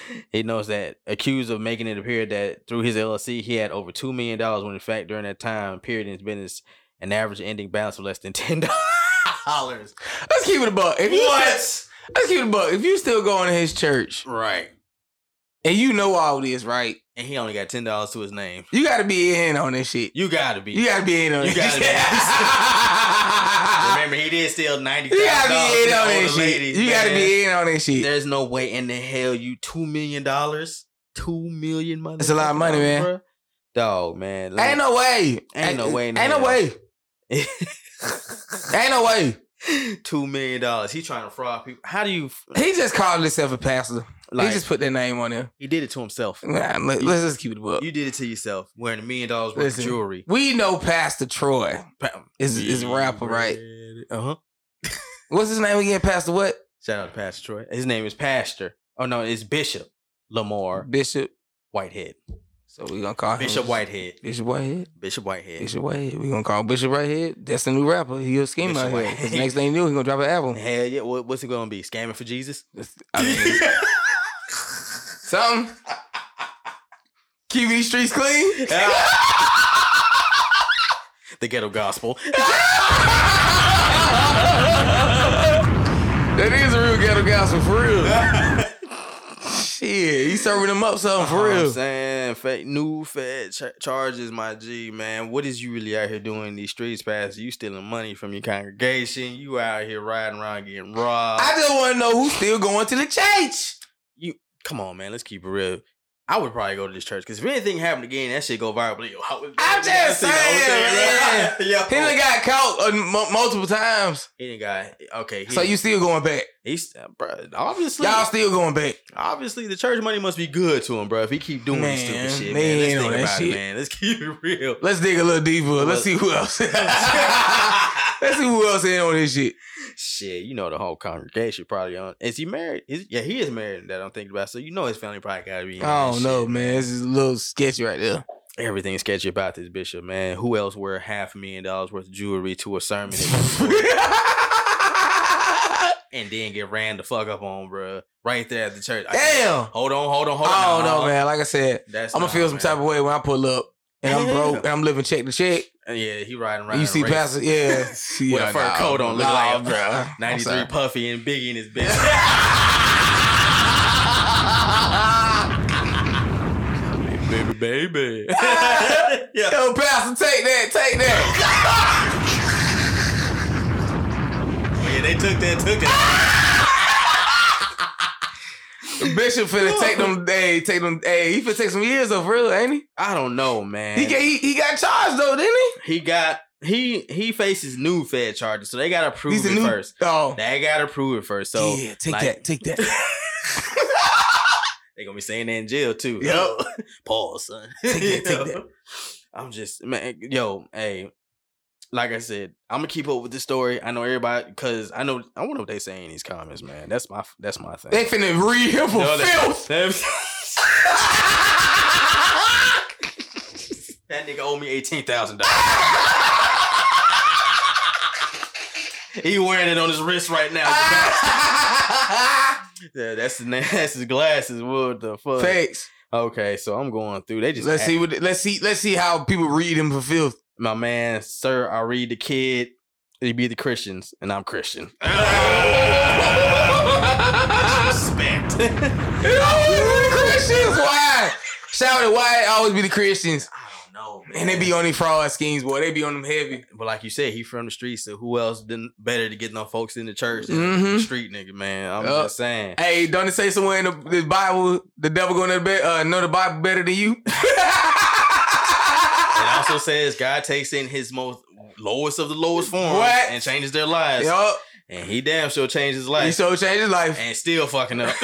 Speaker 3: [LAUGHS] he knows that accused of making it appear that through his LLC he had over two million dollars when in fact during that time period in his business an average ending balance of less than ten [LAUGHS] dollars.
Speaker 2: Let's keep it a buck. If you let's keep it a buck. If you still going to his church
Speaker 3: Right.
Speaker 2: and you know all this, right?
Speaker 3: And he only got ten dollars to his name.
Speaker 2: You gotta be in on this shit.
Speaker 3: You gotta be.
Speaker 2: You gotta be in on
Speaker 3: You
Speaker 2: this
Speaker 3: gotta
Speaker 2: [LAUGHS] shit.
Speaker 3: be.
Speaker 2: you
Speaker 3: Remember, he did steal ninety
Speaker 2: gotta
Speaker 3: thousand
Speaker 2: be in on
Speaker 3: dollars
Speaker 2: this
Speaker 3: from the
Speaker 2: shit.
Speaker 3: ladies.
Speaker 2: You gotta
Speaker 3: man.
Speaker 2: be in on this shit.
Speaker 3: There's no way in the hell you two million dollars, two million money.
Speaker 2: That's a lot of money, man.
Speaker 3: Dog, man. Like,
Speaker 2: Ain't no way.
Speaker 3: Ain't no way in
Speaker 2: Ain't no [LAUGHS]
Speaker 3: hell.
Speaker 2: way. Ain't no way.
Speaker 3: [LAUGHS] two million dollars. He trying to fraud people. How do you f-
Speaker 2: He just called himself a pastor.
Speaker 3: like?
Speaker 2: he just put that name on him.
Speaker 3: he did it to himself.
Speaker 2: Nah, let, us just keep it up.
Speaker 3: You did it to yourself, wearing a million dollars worth
Speaker 2: Listen.
Speaker 3: of jewelry.
Speaker 2: We know Pastor Troy is is a rapper, right?
Speaker 3: Uh huh.
Speaker 2: What's his name again? Pastor what?
Speaker 3: Shout out to Pastor Troy. His name is Pastor. Oh no, it's Bishop Lamar
Speaker 2: Bishop.
Speaker 3: Whitehead.
Speaker 2: So we gonna call him
Speaker 3: Bishop Whitehead.
Speaker 2: Bishop Whitehead.
Speaker 3: Bishop Whitehead.
Speaker 2: Bishop Whitehead. We gonna call Bishop Whitehead. That's the new rapper. He a scheme
Speaker 3: Bishop
Speaker 2: out here.
Speaker 3: Whitehead.
Speaker 2: 'Cause Next thing you knew, he gonna drop an album.
Speaker 3: Hell yeah! What, what's it gonna be? Scamming for Jesus?
Speaker 2: I mean,
Speaker 3: [LAUGHS]
Speaker 2: [LAUGHS] something. Keep these streets clean.
Speaker 3: the ghetto [LAUGHS] gospel.
Speaker 2: That is a real ghetto gospel for real. Shit, he serving them up something for
Speaker 3: Uh-huh, I'm
Speaker 2: real.
Speaker 3: saying fake new fed ch- charges, my G man. What is you really out here doing in these streets, Pastor? You stealing money from your congregation? You out here riding around getting robbed?
Speaker 2: I just want to know who's still going to the church.
Speaker 3: Come on, man. Let's keep it real. I would probably go to this church because if anything happened again, that shit go viral. But, yo, I would-
Speaker 2: I'm just
Speaker 3: See the whole
Speaker 2: saying,
Speaker 3: thing, [LAUGHS] right?
Speaker 2: He
Speaker 3: Yo.
Speaker 2: done got caught uh, mu- multiple times.
Speaker 3: He done got okay. He,
Speaker 2: So you still going back?
Speaker 3: he's uh, bruh, obviously
Speaker 2: Y'all still going back?
Speaker 3: Obviously, the church money must be good to him, bro. If he keep doing this
Speaker 2: Man,
Speaker 3: stupid
Speaker 2: they
Speaker 3: shit, man. Let's
Speaker 2: ain't
Speaker 3: think
Speaker 2: on that
Speaker 3: about
Speaker 2: shit.
Speaker 3: it, man. Let's [LAUGHS] keep it real.
Speaker 2: [LAUGHS] Let's dig a little deeper. Let's
Speaker 3: Look.
Speaker 2: see who else. Let's see who else in on this shit.
Speaker 3: Shit, you know the whole congregation probably on. Is he married? Is, yeah, he is married. That I'm thinking about. So you know his family probably gotta be. in
Speaker 2: I
Speaker 3: on
Speaker 2: don't
Speaker 3: this
Speaker 2: know,
Speaker 3: shit.
Speaker 2: Oh, man. This is a little sketchy right
Speaker 3: [LAUGHS]
Speaker 2: there.
Speaker 3: Everything sketchy about this bishop, man. Who else wear half a million dollars worth of jewelry to a
Speaker 2: [LAUGHS]
Speaker 3: sermon
Speaker 2: Damn.
Speaker 3: and then get ran the fuck up on, bruh? Right there at the church. I can't- Hold on, hold on, hold on.
Speaker 2: I don't know,
Speaker 3: Nah,
Speaker 2: Oh, man. Like I said,
Speaker 3: That's
Speaker 2: I'm gonna
Speaker 3: nah,
Speaker 2: feel some
Speaker 3: man.
Speaker 2: type of way when I pull up and I'm
Speaker 3: Yeah.
Speaker 2: broke and I'm living check to check.
Speaker 3: Yeah, he riding
Speaker 2: And
Speaker 3: around.
Speaker 2: you see
Speaker 3: race
Speaker 2: Pastor, yeah,
Speaker 3: [LAUGHS]
Speaker 2: see,
Speaker 3: with a fur coat on, looking like a
Speaker 2: bruh. I'm
Speaker 3: 93
Speaker 2: sorry.
Speaker 3: Puffy and Biggie
Speaker 2: [LAUGHS]
Speaker 3: in his bitch. baby, baby. [LAUGHS] yeah.
Speaker 2: [LAUGHS] Yo, Pastor, take that, take that.
Speaker 3: yeah, they took that, took that.
Speaker 2: Bishop finna take
Speaker 3: [LAUGHS]
Speaker 2: them, hey, take them, hey, he finna take some years off, real, ain't he?
Speaker 3: I don't know, man.
Speaker 2: He, get, he? he got charged though, didn't he?
Speaker 3: He got he he faces new Fed charges, so they gotta prove
Speaker 2: He's
Speaker 3: it
Speaker 2: a new.
Speaker 3: first.
Speaker 2: Oh,
Speaker 3: They gotta prove it first. So
Speaker 2: yeah, take
Speaker 3: like-
Speaker 2: that, take that.
Speaker 3: [LAUGHS] they gonna be saying that in jail too. [LAUGHS]
Speaker 2: Yup.
Speaker 3: Pause, son.
Speaker 2: [LAUGHS] Take that, take that.
Speaker 3: I'm just man, yo, hey. Like I said, I'm gonna keep up with the story. I know everybody because I know I wonder what they say in these comments, man. That's my that's my thing.
Speaker 2: They finna read him for
Speaker 3: No, they- [LAUGHS]
Speaker 2: filth. [LAUGHS]
Speaker 3: that nigga owed me eighteen thousand dollars. He wearing it on his wrist right now. [LAUGHS] yeah, that's the that's his [LAUGHS] glasses. What the fuck?
Speaker 2: Facts.
Speaker 3: Okay, so I'm going through. They just
Speaker 2: Let's
Speaker 3: act-
Speaker 2: see what. Let's see. Let's see how people read him for filth.
Speaker 3: my man, sir. I read the kid. He be the Christians, and I'm Christian. [LAUGHS] [LAUGHS] Respect.
Speaker 2: It always be the Christians. Why? Shout it. Why it always be the Christians?
Speaker 3: I don't know, man.
Speaker 2: And they be on these fraud schemes, boy. They be on them heavy.
Speaker 3: but like you said, he from the streets, so who else did better to get no folks in the church than the
Speaker 2: Mhm.
Speaker 3: street nigga, man? I'm
Speaker 2: Yup.
Speaker 3: just saying.
Speaker 2: Hey, don't it say somewhere in the, the Bible the devil gonna be, uh, know the Bible better than
Speaker 3: [LAUGHS]
Speaker 2: you?
Speaker 3: It also says God takes in his most lowest of the lowest forms
Speaker 2: What?
Speaker 3: and changes their lives.
Speaker 2: Yup.
Speaker 3: And he damn sure changed his life
Speaker 2: He so changed his life.
Speaker 3: and still fucking up.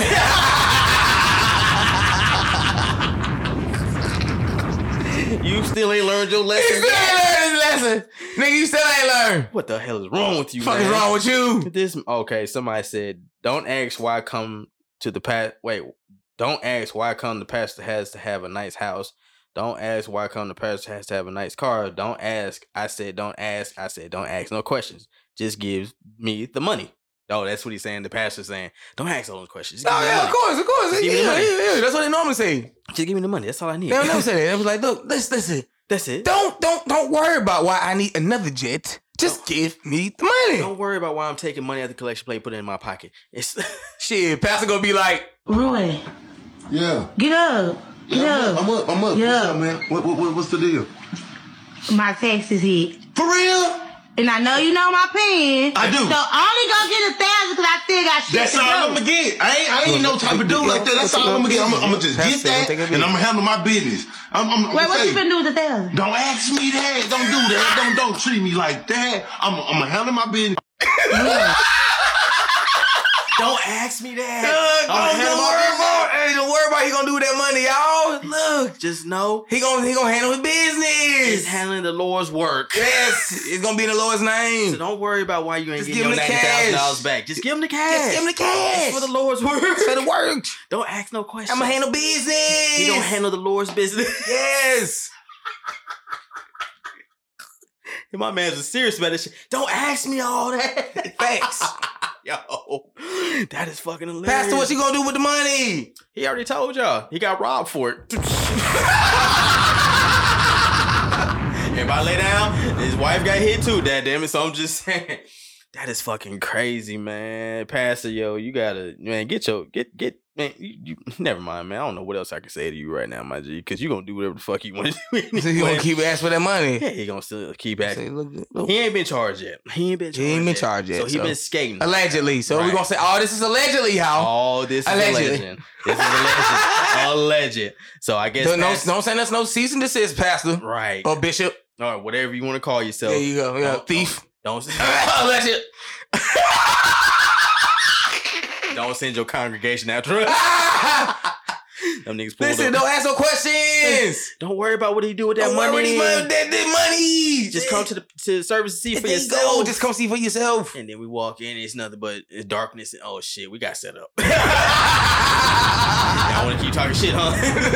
Speaker 3: you still ain't learned
Speaker 2: [LAUGHS]
Speaker 3: your
Speaker 2: He
Speaker 3: lesson.
Speaker 2: still
Speaker 3: yet.
Speaker 2: ain't learned his lesson. Nigga, you still ain't learned.
Speaker 3: What the hell is wrong with you?
Speaker 2: Fuck
Speaker 3: man?
Speaker 2: is wrong with you?
Speaker 3: This okay? Somebody said, "Don't ask why come to the past." Wait, don't ask why come the pastor has to have a nice house. Don't ask why come the pastor has to have a nice car. Don't ask. I said, don't ask. I said, don't ask no questions. Just give me the money. Oh, that's what he's saying. The pastor's saying, don't ask all those questions. Just give,
Speaker 2: Oh
Speaker 3: me, the
Speaker 2: yeah,
Speaker 3: money.
Speaker 2: of course, of course.
Speaker 3: Just give
Speaker 2: Yeah,
Speaker 3: me the
Speaker 2: yeah,
Speaker 3: money.
Speaker 2: yeah, That's what they normally say.
Speaker 3: Just give me the money. That's all I need.
Speaker 2: They don't never say that. They was like, look, listen, listen.
Speaker 3: [LAUGHS] that's it.
Speaker 2: Don't don't don't worry about why I need another jet. Just give me the money.
Speaker 3: Don't worry about why I'm taking money out the collection plate, and put it in my pocket. It's [LAUGHS]
Speaker 2: Shit, Pastor gonna be like,
Speaker 4: Roy,
Speaker 5: Yeah.
Speaker 4: get up. Get
Speaker 5: Yeah, I'm
Speaker 4: up.
Speaker 5: up. I'm up. I'm up.
Speaker 4: Yeah.
Speaker 5: What's up, man? What, what, what, what's the deal?
Speaker 4: My taxes hit.
Speaker 5: For real?
Speaker 4: And I know you know my pen.
Speaker 5: I do.
Speaker 4: So I only gonna get a thousand because I still got shit
Speaker 5: That's
Speaker 4: to
Speaker 5: all
Speaker 4: do.
Speaker 5: I'm gonna get. I ain't, I ain't no type of dude like that. That's all I'm gonna get. I'm, I'm gonna just get that, and I'm gonna handle my business. I'm, I'm, I'm
Speaker 4: Wait, what
Speaker 5: say,
Speaker 4: you been doing with the thousand?
Speaker 5: Don't ask me that. Don't do that. Don't don't treat me like that. I'm, I'm gonna handle my business.
Speaker 3: don't ask me that.
Speaker 2: "Look,
Speaker 3: I'ma
Speaker 2: don't,
Speaker 3: handle
Speaker 2: don't
Speaker 3: my
Speaker 2: worry
Speaker 3: business.
Speaker 2: about, hey, don't worry about he gonna do with that money, y'all. Look,
Speaker 3: [LAUGHS] Just know
Speaker 2: he gonna he gonna handle his
Speaker 3: he's
Speaker 2: business.
Speaker 3: handling the Lord's work.
Speaker 2: Yes, it's gonna be in the Lord's
Speaker 3: So
Speaker 2: name.
Speaker 3: don't worry about why you ain't
Speaker 2: Just
Speaker 3: getting
Speaker 2: give
Speaker 3: your
Speaker 2: him the
Speaker 3: ninety thousand dollars
Speaker 2: cash.
Speaker 3: back. Just give him the
Speaker 2: Just
Speaker 3: cash.
Speaker 2: give him the cash
Speaker 3: It's for the Lord's
Speaker 2: [LAUGHS]
Speaker 3: work.
Speaker 2: for the work.
Speaker 3: don't ask no questions.
Speaker 2: I'ma handle business.
Speaker 3: He don't handle the Lord's
Speaker 2: [LAUGHS]
Speaker 3: business.
Speaker 2: Yes.
Speaker 3: My man's was serious about this shit. Don't ask me all
Speaker 2: [LAUGHS]
Speaker 3: that. [LAUGHS]
Speaker 2: Thanks.
Speaker 3: Yo, that is fucking hilarious.
Speaker 2: Pastor, what you gonna do with the money?
Speaker 3: [LAUGHS] He already told y'all. He got robbed for it. [LAUGHS] Everybody lay down. His wife got hit too, dad damn it. So I'm just saying. [LAUGHS] That is fucking crazy, man. Pastor, yo, you gotta man, get your get get man, you, [LAUGHS] you never mind, man. I don't know what else I can say to you right now, my G, because you gonna do whatever the fuck you want to [LAUGHS] do.
Speaker 2: So he
Speaker 3: anyway.
Speaker 2: gonna keep asking for that money.
Speaker 3: [LAUGHS] yeah, he gonna still keep
Speaker 2: Say,
Speaker 3: acting.
Speaker 2: look, look.
Speaker 3: He ain't been charged yet. He ain't been charged.
Speaker 2: He ain't been charged yet,
Speaker 3: So he
Speaker 2: so-
Speaker 3: been skating.
Speaker 2: Allegedly. So we
Speaker 3: Right.
Speaker 2: gonna say, oh, this is allegedly, y'all.
Speaker 3: Oh, this is
Speaker 2: Allegedly.
Speaker 3: a legend. This is a
Speaker 2: [LAUGHS]
Speaker 3: legend. a legend. So I guess
Speaker 2: Don't, no,
Speaker 3: Pastor-
Speaker 2: don't say that's no cease and desist, Pastor
Speaker 3: Right.
Speaker 2: or Bishop.
Speaker 3: Or whatever you want to call yourself.
Speaker 2: there you go. Oh. Yeah,
Speaker 3: don't-
Speaker 2: thief. [LAUGHS] Oh,
Speaker 3: Don't
Speaker 2: Alleged. [LAUGHS]
Speaker 3: don't send your congregation after us.
Speaker 2: Ah!
Speaker 3: Them niggas pulled
Speaker 2: Listen,
Speaker 3: up.
Speaker 2: don't ask no questions.
Speaker 3: Don't worry about what he do with that
Speaker 2: Don't worry
Speaker 3: money.
Speaker 2: about That, that money.
Speaker 3: Just come to the to the service and see for
Speaker 2: There you go.
Speaker 3: yourself.
Speaker 2: Just come see for yourself.
Speaker 3: and then we walk in, it's nothing but it's darkness and oh shit, we
Speaker 2: [LAUGHS]
Speaker 3: got set up. Y'all wanna keep talking shit, huh? [LAUGHS]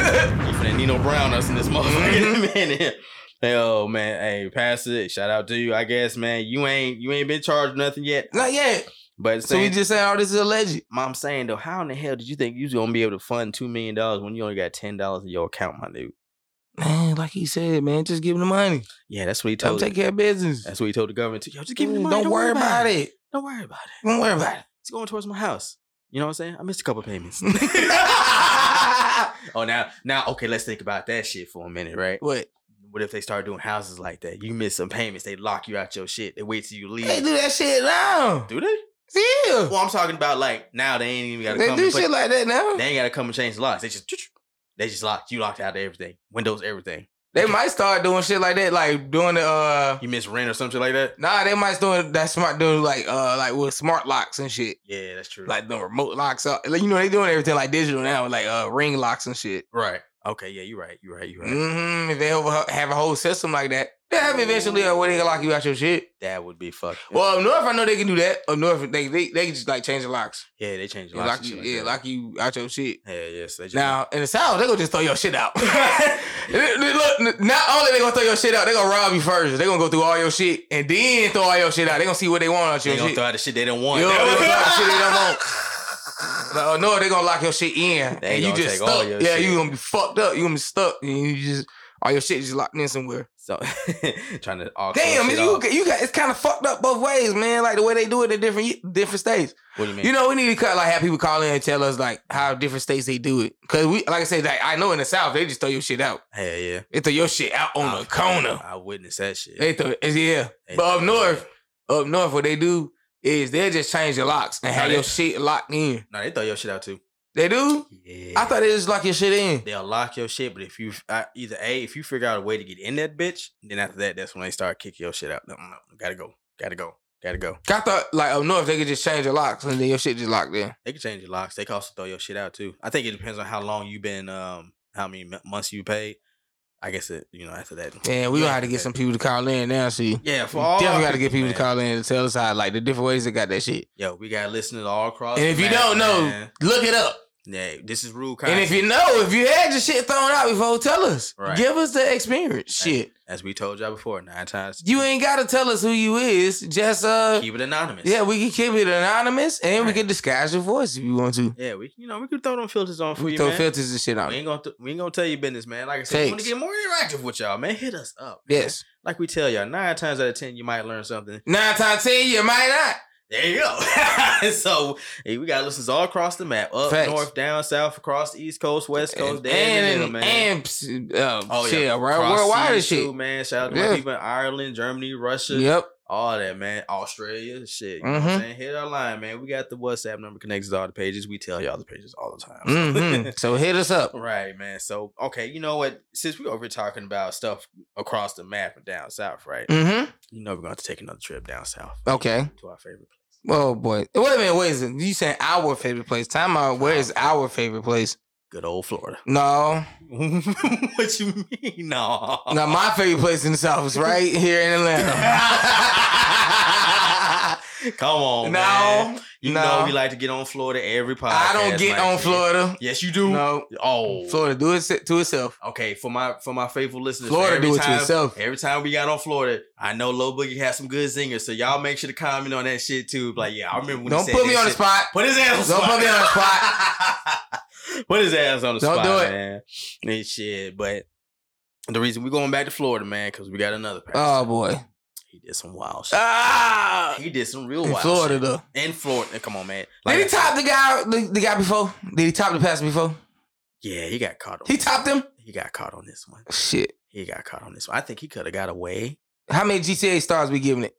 Speaker 3: you finna Nino Brown us in this
Speaker 2: Mm-hmm.
Speaker 3: motherfucker in a [LAUGHS] minute. Hey, oh man, hey, pass it. Shout out to you, I guess, man. You ain't you ain't been charged nothing yet.
Speaker 2: Not yet.
Speaker 3: But
Speaker 2: So we
Speaker 3: saying,
Speaker 2: just saying all this is alleged.
Speaker 3: mom saying though, how in the hell did you think you was gonna be able to fund two million dollars when you only got ten dollars in your account, my dude?
Speaker 2: Man, like he said, man, just give him the money.
Speaker 3: Yeah, that's what he
Speaker 2: Don't
Speaker 3: told.
Speaker 2: take care of business.
Speaker 3: That's what he told the government. too. Yo, just give me the
Speaker 2: Mm,
Speaker 3: money.
Speaker 2: Don't, worry about it.
Speaker 3: Don't worry about it.
Speaker 2: Don't worry about it.
Speaker 3: It's going towards my house. You know what I'm saying? I missed a couple
Speaker 2: [LAUGHS]
Speaker 3: payments. oh, now, now, okay, let's think about that shit for a minute, right?
Speaker 2: What?
Speaker 3: What if they start doing houses like that? You miss some payments, they lock you out your shit. They wait till you leave.
Speaker 2: They do that shit now.
Speaker 3: do they?
Speaker 2: Yeah.
Speaker 3: Well, I'm talking about like now they ain't even gotta
Speaker 2: They
Speaker 3: come.
Speaker 2: do
Speaker 3: and put-
Speaker 2: shit like that now.
Speaker 3: they ain't gotta come and change the locks. They just they just locked you locked out of everything, windows, everything.
Speaker 2: They might start doing shit like that, like doing the uh
Speaker 3: You miss rent or something like that.
Speaker 2: nah, they might start that smart doing like uh like with smart locks and shit.
Speaker 3: Yeah, that's true.
Speaker 2: Like the remote locks up. Like, you know, they doing everything like digital now, like uh ring locks and shit.
Speaker 3: right. Mm. Okay. Yeah, you're right. You're right. You're right.
Speaker 2: hmm If they over, have a whole system like that, they have eventually a way they can lock you out your shit.
Speaker 3: That would be fucked.
Speaker 2: Well, up north, I know they can do that. Up north, they they, they can just like change the locks.
Speaker 3: yeah, they changed
Speaker 2: They
Speaker 3: locks.
Speaker 2: lock
Speaker 3: and
Speaker 2: you,
Speaker 3: shit like
Speaker 2: yeah,
Speaker 3: that.
Speaker 2: lock you out your shit.
Speaker 3: Yeah, yes. They just [LAUGHS]
Speaker 2: Now in the south, they gonna just throw your shit out. [LAUGHS] Look, not only they gonna throw your shit out, they gonna rob you first. They gonna go through all your shit and then throw all your shit out. They gonna see what they want out
Speaker 3: they
Speaker 2: your
Speaker 3: gonna
Speaker 2: shit.
Speaker 3: throw out the shit they don't want.
Speaker 2: Yo, they
Speaker 3: [LAUGHS]
Speaker 2: gonna throw out the shit they don't want. Like, oh, no, they gonna lock your shit in,
Speaker 3: They
Speaker 2: and you
Speaker 3: gonna
Speaker 2: just
Speaker 3: take all
Speaker 2: stuck.
Speaker 3: your
Speaker 2: Yeah,
Speaker 3: shit.
Speaker 2: you gonna be fucked up. You gonna be stuck, and you just all your shit just locked in somewhere.
Speaker 3: so [LAUGHS] trying to all
Speaker 2: Damn,
Speaker 3: close
Speaker 2: it's,
Speaker 3: shit
Speaker 2: you
Speaker 3: off.
Speaker 2: you got it's kind of fucked up both ways, man. Like the way they do it in different different states.
Speaker 3: What do you mean?
Speaker 2: You know, we need to cut, like have people call in and tell us like how different states they do it. Cause we, like I said, like I know in the South they just throw your shit out.
Speaker 3: Hell yeah.
Speaker 2: They throw your shit out on
Speaker 3: I-
Speaker 2: the corner.
Speaker 3: I witnessed that shit.
Speaker 2: They throw it's- yeah.
Speaker 3: They
Speaker 2: But up
Speaker 3: throw-
Speaker 2: north, up north, what they do is they'll just change your locks and
Speaker 3: Nah,
Speaker 2: have
Speaker 3: they-
Speaker 2: your shit locked in.
Speaker 3: No, they throw your shit out too.
Speaker 2: They do.
Speaker 3: Yeah.
Speaker 2: I thought they just lock your shit in.
Speaker 3: they'll lock your shit, but if you I, either a if you figure out a way to get in that bitch, then after that, that's when they start kicking your shit out. No, no, no, gotta go, gotta go, gotta go.
Speaker 2: I thought like up north they could just change your locks and then your shit just locked in.
Speaker 3: They can change your locks. They can also throw your shit out too. I think it depends on how long you've been, um, how many m- months you paid. I guess it, you know, after that.
Speaker 2: Yeah, we gonna have to get some people to call in now. See,
Speaker 3: Yeah, for
Speaker 2: we
Speaker 3: all
Speaker 2: definitely
Speaker 3: our
Speaker 2: got to get people
Speaker 3: man.
Speaker 2: to call in and tell us how like the different ways they got that shit.
Speaker 3: Yo, we got listeners all across.
Speaker 2: And
Speaker 3: the
Speaker 2: if you
Speaker 3: map,
Speaker 2: don't know,
Speaker 3: man.
Speaker 2: look it up.
Speaker 3: yeah, this is rude.
Speaker 2: And if you know, if you had your shit thrown out before, tell us.
Speaker 3: Right.
Speaker 2: Give us the experience.
Speaker 3: Hey.
Speaker 2: Shit.
Speaker 3: as we told y'all before, nine times
Speaker 2: You ain't gotta tell us who you is. Just uh
Speaker 3: keep it anonymous.
Speaker 2: yeah, we can keep it anonymous and we
Speaker 3: Right.
Speaker 2: can disguise your voice if you want to.
Speaker 3: yeah, we you know we could throw them filters on for
Speaker 2: We
Speaker 3: you,
Speaker 2: throw
Speaker 3: man.
Speaker 2: filters and shit on.
Speaker 3: We
Speaker 2: it.
Speaker 3: ain't gonna th- we ain't gonna tell you business, man. Like I said, we want to
Speaker 2: Thanks.
Speaker 3: get more interactive with y'all, man. Hit us up. man.
Speaker 2: Yes.
Speaker 3: like we tell y'all, nine times out of ten, you might learn something.
Speaker 2: Nine times ten, you might not.
Speaker 3: There you go. [LAUGHS] so hey, we got listeners all across the map, up
Speaker 2: Facts.
Speaker 3: north, down south, across the east coast, west
Speaker 2: And
Speaker 3: coast, down in the middle,
Speaker 2: and,
Speaker 3: man.
Speaker 2: and, uh,
Speaker 3: Oh
Speaker 2: shit,
Speaker 3: yeah,
Speaker 2: around
Speaker 3: Cross
Speaker 2: worldwide and
Speaker 3: seas
Speaker 2: shit.
Speaker 3: too, man. Shout out to my
Speaker 2: Yeah.
Speaker 3: people in Ireland, Germany, Russia, [LAUGHS]
Speaker 2: Yep.
Speaker 3: all that, man. Australia, shit. You know what I'm
Speaker 2: Mhm.
Speaker 3: saying? Hit our line, man. We got the WhatsApp number connected to all the pages. We tell y'all the pages all the time.
Speaker 2: hmm so hit us up.
Speaker 3: [LAUGHS] Right, man. So, okay, you know what? Since we over here talking about stuff across the map and down south, right?
Speaker 2: Mm-hmm.
Speaker 3: You know we're going to take another trip down south.
Speaker 2: Okay.
Speaker 3: To our favorite place.
Speaker 2: Oh boy. Wait a minute, wait a second. You saying our favorite place. Time out. Where is our favorite place?
Speaker 3: Good old Florida.
Speaker 2: No.
Speaker 3: [LAUGHS] what you mean? No.
Speaker 2: Now my favorite place in the South is right here in Atlanta.
Speaker 3: [LAUGHS] Come on, Oh, man.
Speaker 2: no,
Speaker 3: You
Speaker 2: no.
Speaker 3: know we like to get on Florida every podcast.
Speaker 2: I don't get
Speaker 3: like
Speaker 2: on
Speaker 3: this.
Speaker 2: Florida.
Speaker 3: Yes, you do.
Speaker 2: No,
Speaker 3: Oh.
Speaker 2: Florida do it se- to itself.
Speaker 3: Okay, for my for my faithful listeners,
Speaker 2: Florida
Speaker 3: every
Speaker 2: do it to
Speaker 3: time,
Speaker 2: itself.
Speaker 3: Every time we got on Florida, I know Lil Boogie has some good zingers, so y'all make sure to comment on that shit too. Like, yeah, I remember when he
Speaker 2: Don't
Speaker 3: said
Speaker 2: put me
Speaker 3: that
Speaker 2: on the
Speaker 3: shit.
Speaker 2: spot.
Speaker 3: Put his ass on
Speaker 2: Don't put me on the
Speaker 3: spot. [LAUGHS] Put his ass on the
Speaker 2: Don't
Speaker 3: spot.
Speaker 2: do it.
Speaker 3: man. And shit, but the reason we're going back to Florida, man, because we got another person.
Speaker 2: Oh boy.
Speaker 3: he did some wild shit.
Speaker 2: Ah,
Speaker 3: he did some real
Speaker 2: in
Speaker 3: wild
Speaker 2: Florida
Speaker 3: shit.
Speaker 2: though.
Speaker 3: In Florida. Come on, man.
Speaker 2: Did
Speaker 3: I
Speaker 2: he
Speaker 3: said,
Speaker 2: top the guy? The, the guy before? Did he top the passer before?
Speaker 3: Yeah, he got caught on
Speaker 2: He
Speaker 3: this
Speaker 2: topped
Speaker 3: one.
Speaker 2: him.
Speaker 3: He got caught on this one.
Speaker 2: Shit.
Speaker 3: He got caught on this one. I think he could have got away.
Speaker 2: How many GTA stars we giving it?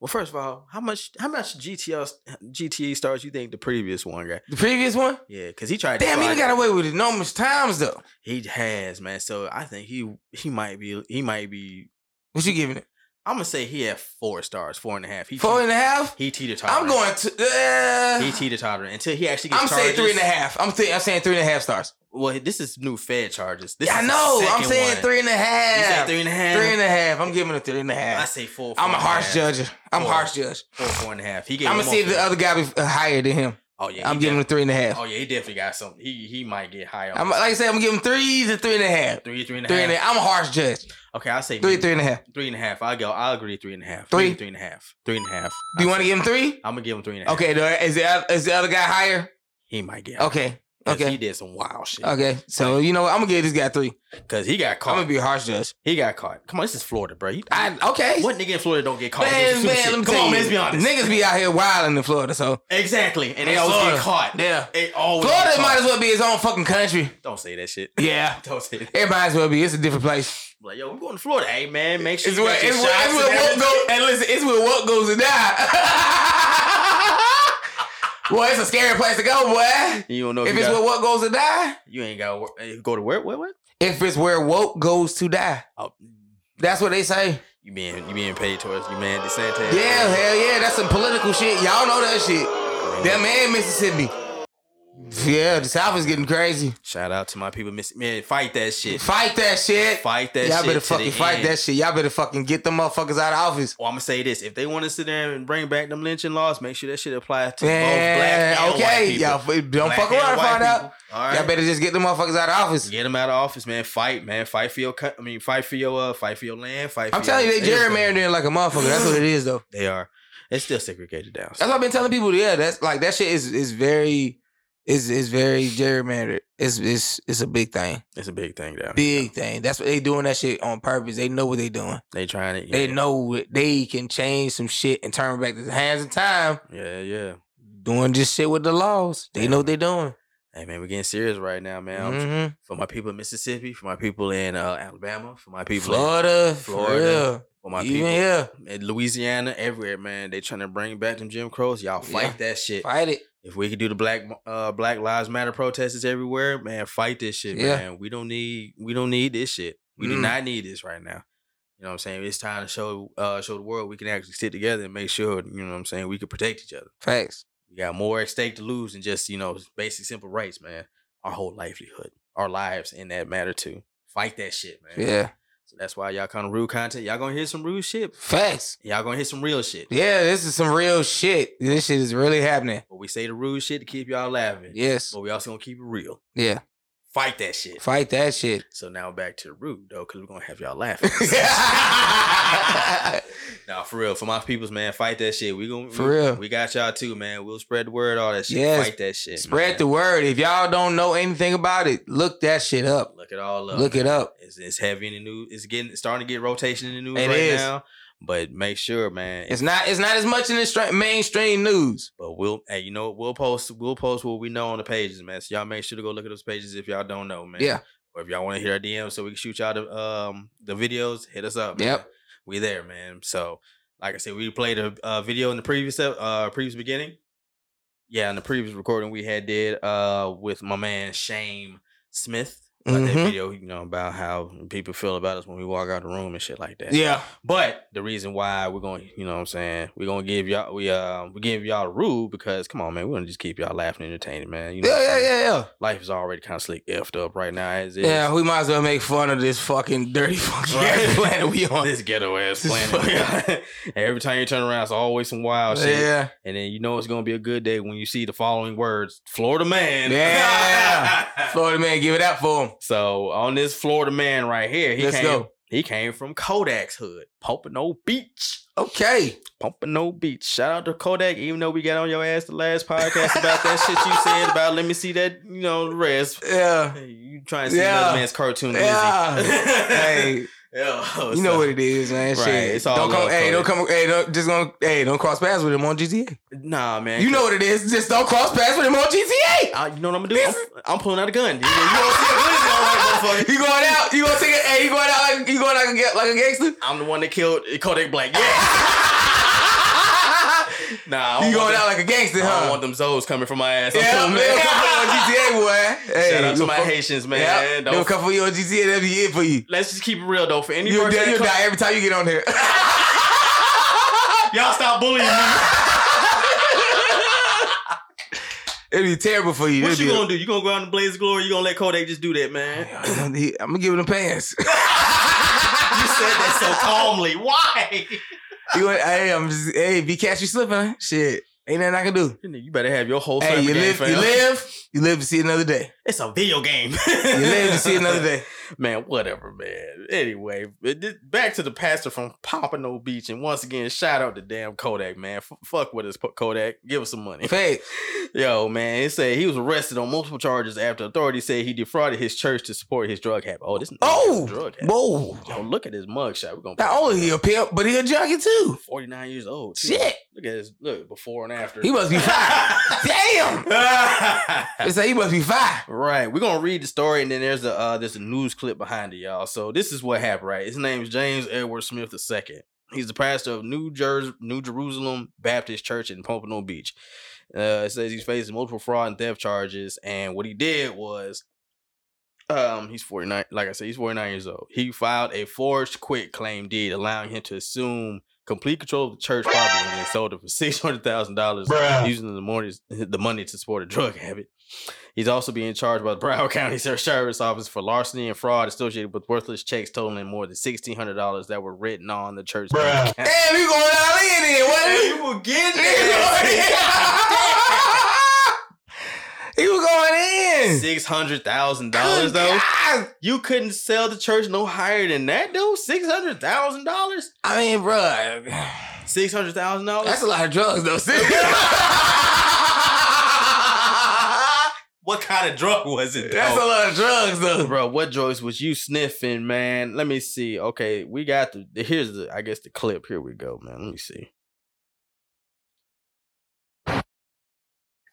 Speaker 3: Well, first of all, how much how much GTL GTA E stars you think the previous one got?
Speaker 2: The previous one?
Speaker 3: Yeah, because he tried.
Speaker 2: Damn,
Speaker 3: to
Speaker 2: he done
Speaker 3: find-
Speaker 2: got away with it numerous times though.
Speaker 3: He has man. So I think he he might be he might be
Speaker 2: What you giving it?
Speaker 3: I'm gonna say he had four stars, four and a half. He
Speaker 2: Four
Speaker 3: te-
Speaker 2: and a half.
Speaker 3: he teeter tottering.
Speaker 2: I'm going to.
Speaker 3: He
Speaker 2: Uh,
Speaker 3: teeter tottering until he actually gets
Speaker 2: I'm
Speaker 3: charges.
Speaker 2: saying three and a half. I'm th- I'm saying three and a half stars.
Speaker 3: Well, this is new Fed charges. This
Speaker 2: Yeah, I
Speaker 3: is the
Speaker 2: know. I'm
Speaker 3: second
Speaker 2: saying
Speaker 3: one.
Speaker 2: three and a half.
Speaker 3: You said three and a half.
Speaker 2: Three and a half. I'm giving it a three and a
Speaker 3: I
Speaker 2: half.
Speaker 3: say four. four
Speaker 2: I'm a
Speaker 3: and
Speaker 2: harsh
Speaker 3: half.
Speaker 2: judge. I'm a
Speaker 3: Four.
Speaker 2: harsh judge.
Speaker 3: Four, four and a half. He gave
Speaker 2: I'm
Speaker 3: him
Speaker 2: gonna see if
Speaker 3: more
Speaker 2: the
Speaker 3: than-
Speaker 2: other guy be uh, higher than him.
Speaker 3: Oh yeah, he
Speaker 2: I'm giving him
Speaker 3: def-
Speaker 2: three and a half.
Speaker 3: Oh yeah, he definitely got something. He he might get high on
Speaker 2: I'm,
Speaker 3: this.
Speaker 2: like I said, I'm gonna give him threes and three and a half.
Speaker 3: three, three and a
Speaker 2: Three
Speaker 3: half.
Speaker 2: and a, I'm a harsh judge.
Speaker 3: Okay, I'll say
Speaker 2: Three,
Speaker 3: maybe
Speaker 2: three and a half.
Speaker 3: three and a half. I'll go. I'll agree. Three and a half.
Speaker 2: Three?
Speaker 3: Maybe three and a half. Three and a half.
Speaker 2: Do you want to give him three?
Speaker 3: I'm gonna give him three and a half.
Speaker 2: Okay. the- Is the oth- is the other guy higher?
Speaker 3: He might get. Okay.
Speaker 2: Okay.
Speaker 3: He
Speaker 2: Okay.
Speaker 3: did some wild shit.
Speaker 2: Okay. So you know what? I'm gonna give this guy three.
Speaker 3: Cause he got
Speaker 2: I'm
Speaker 3: caught.
Speaker 2: gonna be a harsh judge.
Speaker 3: he got caught. Come on, this is Florida, bro. You-
Speaker 2: I okay.
Speaker 3: what nigga in Florida don't get caught? This
Speaker 2: Man,
Speaker 3: is super
Speaker 2: man,
Speaker 3: shit.
Speaker 2: let me
Speaker 3: Come
Speaker 2: tell
Speaker 3: on,
Speaker 2: you,
Speaker 3: man, let's be honest.
Speaker 2: Niggas be out here wilding in Florida, so
Speaker 3: Exactly, and they
Speaker 2: In
Speaker 3: always
Speaker 2: Florida.
Speaker 3: get caught.
Speaker 2: Yeah.
Speaker 3: they always.
Speaker 2: Florida
Speaker 3: get caught.
Speaker 2: might as well be his own fucking country.
Speaker 3: Don't say that shit. [LAUGHS]
Speaker 2: Yeah.
Speaker 3: Don't say that.
Speaker 2: It might as well be. It's a different place.
Speaker 3: Like, yo, we're going to Florida. Hey, man, make sure
Speaker 2: It's
Speaker 3: you
Speaker 2: where
Speaker 3: got your
Speaker 2: it's where, it's
Speaker 3: shots
Speaker 2: where
Speaker 3: and
Speaker 2: what
Speaker 3: everything.
Speaker 2: goes and listen, it's where what goes to [LAUGHS] die. boy, it's a scary place to go, boy.
Speaker 3: You don't know if,
Speaker 2: If
Speaker 3: you,
Speaker 2: it's
Speaker 3: got,
Speaker 2: where what goes to die,
Speaker 3: you ain't got to go to where? What? What?
Speaker 2: if it's where woke goes to die.
Speaker 3: Oh,
Speaker 2: That's what they say.
Speaker 3: you being you being paid towards you, man. DeSantis.
Speaker 2: Yeah, hell yeah, that's some political shit. Y'all know that shit. That man Mississippi. Yeah, the South is getting crazy.
Speaker 3: Shout out to my people, miss man. Fight that shit.
Speaker 2: Fight that shit.
Speaker 3: Fight that.
Speaker 2: Y'all
Speaker 3: shit
Speaker 2: better
Speaker 3: to
Speaker 2: fucking
Speaker 3: the
Speaker 2: fight
Speaker 3: end.
Speaker 2: that shit. Y'all better fucking get them motherfuckers out of office.
Speaker 3: Well, I'm gonna Oh, say this: if they want to sit there and bring back them lynching laws, make sure that shit applies to both
Speaker 2: Yeah,
Speaker 3: black and white
Speaker 2: okay.
Speaker 3: people.
Speaker 2: Y'all f- don't
Speaker 3: Black
Speaker 2: fuck
Speaker 3: and
Speaker 2: around and
Speaker 3: white
Speaker 2: find out.
Speaker 3: people. All right.
Speaker 2: Y'all better just get them motherfuckers out of office.
Speaker 3: Get them out of office, man. Fight, man. Fight for your. co- I mean, fight for your. Uh, fight for your land. Fight.
Speaker 2: I'm
Speaker 3: for
Speaker 2: telling
Speaker 3: your
Speaker 2: you, they gerrymandering like a motherfucker. That's what it is, though.
Speaker 3: They are. It's still segregated down.
Speaker 2: That's what I've been telling people. Yeah, that's like that shit is is very is is very gerrymandered. It's it's it's a big thing,
Speaker 3: It's a big thing down.
Speaker 2: big thing. That's what they doing that shit on purpose. They know what they doing.
Speaker 3: They trying to.
Speaker 2: They
Speaker 3: yeah.
Speaker 2: know it. They can change some shit and turn back the hands of time.
Speaker 3: Yeah, yeah.
Speaker 2: Doing just shit with the laws. They know what they doing.
Speaker 3: Hey man, we're getting serious right now, man. I'm-
Speaker 2: Mhm.
Speaker 3: For my people in Mississippi, for my people in uh, Alabama, for my people, in,
Speaker 2: Florida,
Speaker 3: Florida,
Speaker 2: Florida,
Speaker 3: for my
Speaker 2: even
Speaker 3: people
Speaker 2: here,
Speaker 3: in Louisiana, everywhere, man. They trying to bring back them Jim Crows. Y'all fight
Speaker 2: Yeah.
Speaker 3: that shit.
Speaker 2: fight it.
Speaker 3: If we could do the black uh, Black Lives Matter protests everywhere, man, fight this shit,
Speaker 2: Yeah.
Speaker 3: man. We don't need we don't need this shit. We do
Speaker 2: Mm.
Speaker 3: not need this right now. You know what I'm saying? It's time to show uh, show the world we can actually sit together and make sure, you know what I'm saying, we can protect each other.
Speaker 2: Facts.
Speaker 3: We got more at stake to lose than just, you know, basic simple rights, man. Our whole livelihood, our lives in that matter too. Fight that shit, man.
Speaker 2: Yeah,
Speaker 3: So that's why y'all kind of rude content. Y'all gonna hear some rude shit.
Speaker 2: facts.
Speaker 3: Y'all gonna hear some real shit.
Speaker 2: Yeah, this is some real shit. This shit is really happening.
Speaker 3: But we say the rude shit to keep y'all laughing.
Speaker 2: Yes.
Speaker 3: But we also gonna keep it real.
Speaker 2: Yeah.
Speaker 3: Fight that shit.
Speaker 2: Fight that shit.
Speaker 3: So now back to the root though, because we're gonna
Speaker 2: [LAUGHS]
Speaker 3: have y'all laughing. [LAUGHS] nah, for real, for my peoples, man, fight that shit. We gonna
Speaker 2: For
Speaker 3: we-
Speaker 2: real.
Speaker 3: We got y'all too, man. We'll spread the word, all that shit.
Speaker 2: Yes.
Speaker 3: Fight that shit.
Speaker 2: Spread
Speaker 3: man.
Speaker 2: the word. If y'all don't know anything about it, look that shit up.
Speaker 3: Look it all up.
Speaker 2: Look it up.
Speaker 3: It's, it's heavy in the news. It's getting it's starting to get rotation in the news
Speaker 2: It
Speaker 3: right
Speaker 2: is.
Speaker 3: now. But make sure, man.
Speaker 2: It's not. It's not as much in the stra- mainstream news.
Speaker 3: but we'll hey, you know what? We'll post we'll post what we know on the pages, man. So y'all make sure to go look at those pages if y'all don't know, man.
Speaker 2: Yeah.
Speaker 3: Or if y'all want to hit our DMs so we can shoot y'all the um the videos, hit us up. man.
Speaker 2: Yep.
Speaker 3: We there, man. So like I said, we played a uh, video in the previous ep- uh previous beginning. Yeah, in the previous recording we had did uh with my man Shame Smith. About that
Speaker 2: Mhm.
Speaker 3: video, you know, about how people feel about us when we walk out the room and shit like that.
Speaker 2: Yeah.
Speaker 3: But the reason why we're going, to you know what I'm saying, we're going to give y'all, we uh, we give y'all a rule because, come on, man, we're going to just keep y'all laughing and entertaining, man. You know,
Speaker 2: Yeah.
Speaker 3: what I'm
Speaker 2: Yeah.
Speaker 3: saying?
Speaker 2: Yeah. Yeah.
Speaker 3: Life is already kind of slick effed up right now as is.
Speaker 2: Yeah. We might as well make fun of this fucking dirty [LAUGHS] fucking
Speaker 3: Right.
Speaker 2: planet we on.
Speaker 3: This ghetto ass
Speaker 2: This
Speaker 3: planet. [LAUGHS] Every time you turn around, it's always some wild shit.
Speaker 2: yeah.
Speaker 3: And then you know it's gonna be a good day when you see the following words: Florida man. [LAUGHS]
Speaker 2: Yeah. Florida man, give it up for him.
Speaker 3: so on this Florida man right here, he
Speaker 2: Let's
Speaker 3: came.
Speaker 2: go.
Speaker 3: He came from Kodak's hood, Pompano Beach.
Speaker 2: Okay.
Speaker 3: Pompano Beach. Shout out to Kodak, even though we got on your ass the last podcast about that shit you
Speaker 2: [LAUGHS]
Speaker 3: said about let me see that, you know, the rest.
Speaker 2: Yeah.
Speaker 3: You trying to see
Speaker 2: Yeah.
Speaker 3: another man's cartoon
Speaker 2: Yeah.
Speaker 3: [LAUGHS] Lizzie.
Speaker 2: [LAUGHS] Hey,
Speaker 3: Yeah,
Speaker 2: you know
Speaker 3: so-
Speaker 2: what it is, man.
Speaker 3: Right,
Speaker 2: Shit.
Speaker 3: it's all
Speaker 2: don't come.
Speaker 3: love,
Speaker 2: Hey, don't
Speaker 3: Cody.
Speaker 2: come. Hey, don't just gonna. Hey, don't cross paths with him on GTA.
Speaker 3: Nah, man.
Speaker 2: You know what it is. Just don't cross paths with him on
Speaker 3: [LAUGHS]
Speaker 2: GTA.
Speaker 3: I, you know what I'm gonna do?
Speaker 2: This
Speaker 3: I'm, I'm pulling out a gun. You, know, you don't see a glizzy on that motherfucker.
Speaker 2: You going out? You gonna take it? Hey, you going out like you going out like a, ga- like a gangster?
Speaker 3: I'm the one that killed Kodak
Speaker 2: [LAUGHS]
Speaker 3: Black. Yeah. Nah, [LAUGHS] I
Speaker 2: you
Speaker 3: don't
Speaker 2: going
Speaker 3: want them-
Speaker 2: out like a gangster,
Speaker 3: I don't
Speaker 2: huh?
Speaker 3: want them Zoes coming from my ass. I'm
Speaker 2: yeah,
Speaker 3: cool,
Speaker 2: man.
Speaker 3: [LAUGHS]
Speaker 2: They'll
Speaker 3: man.
Speaker 2: come for you on GTA, boy. Hey,
Speaker 3: Shout out to
Speaker 2: you'll
Speaker 3: my
Speaker 2: fuck-
Speaker 3: Haitians, man.
Speaker 2: Yep,
Speaker 3: Don't-
Speaker 2: They'll come for you on GTA. That'll be it for you.
Speaker 3: Let's just keep it real though. For any
Speaker 2: You'll,
Speaker 3: person
Speaker 2: die,
Speaker 3: that
Speaker 2: you'll
Speaker 3: come-
Speaker 2: die every time you get on here. [LAUGHS]
Speaker 3: Y'all stop bullying me.
Speaker 2: It'd be terrible for you.
Speaker 3: What
Speaker 2: It'd
Speaker 3: you
Speaker 2: be-
Speaker 3: gonna do? You gonna go out in Blaze Glory? You gonna let Kodak just do that, man? you
Speaker 2: [CLEARS THROAT] He- I'm gonna give him the pants. [LAUGHS]
Speaker 3: said that so calmly. Why?
Speaker 2: You went, hey, I'm just hey, be catch you slipping. huh? Shit, ain't nothing I can do.
Speaker 3: You better have your whole
Speaker 2: Hey,
Speaker 3: summer
Speaker 2: you
Speaker 3: game,
Speaker 2: live, you
Speaker 3: fam.
Speaker 2: live, you live to see another day.
Speaker 3: It's a video game.
Speaker 2: [LAUGHS] You live to see another
Speaker 3: [LAUGHS]
Speaker 2: day.
Speaker 3: Man, whatever, man. Anyway, but this- back to the pastor from Pompano Beach, and once again, shout out to damn Kodak, man. F- fuck with us, P- Kodak. Give us some
Speaker 2: [LAUGHS]
Speaker 3: money.
Speaker 2: Fact.
Speaker 3: Yo, man, it said he was arrested on multiple charges after authorities said he defrauded his church to support his drug habit. Oh, this nigga got a
Speaker 2: Oh,
Speaker 3: drug habit.
Speaker 2: whoa.
Speaker 3: Yo, look at his mugshot. We're gonna
Speaker 2: Not only he a pimp, but he a junkie too.
Speaker 3: 49 years old. too.
Speaker 2: Shit,
Speaker 3: Look at his look before and after.
Speaker 2: he must be fine.
Speaker 3: [LAUGHS]
Speaker 2: Damn, it's like he must be fine.
Speaker 3: [LAUGHS] Right. We're gonna read the story and then there's a uh there's a news clip behind it, y'all. So this is what happened, right? His name is James Edward Smith II. He's the pastor of New Jersey New Jerusalem Baptist Church in Pompano Beach. Uh it says he's facing multiple fraud and theft charges, and what he did was um he's 49 like I said, he's 49 years old. He filed a forged quit claim deed, allowing him to assume complete control of the church property and then sold it for six hundred thousand dollars
Speaker 5: Bruh.
Speaker 3: using the money the money to support a drug habit. He's also being charged by the [LAUGHS] Broward County Sheriff's Office for larceny and fraud associated with worthless checks totaling more than sixteen hundred dollars that were written on the church.
Speaker 5: Bruh.
Speaker 3: account.
Speaker 2: Damn, you going all in here? What?
Speaker 3: will get
Speaker 2: [LAUGHS] he was
Speaker 3: [LAUGHS]
Speaker 2: going in.
Speaker 3: Six hundred thousand dollars though.
Speaker 2: God.
Speaker 3: You couldn't sell the church no higher than that, dude. Six hundred thousand dollars.
Speaker 2: I mean, bruh,
Speaker 3: Six hundred thousand dollars.
Speaker 2: that's a lot of drugs though. sis.
Speaker 3: What kind of drug was it?
Speaker 2: [LAUGHS] that's a lot of drugs though.
Speaker 3: Bro, what drugs was you sniffing, man? Let me see. Okay, we got the the- here's the I guess the clip. Here we go, man. Let me see.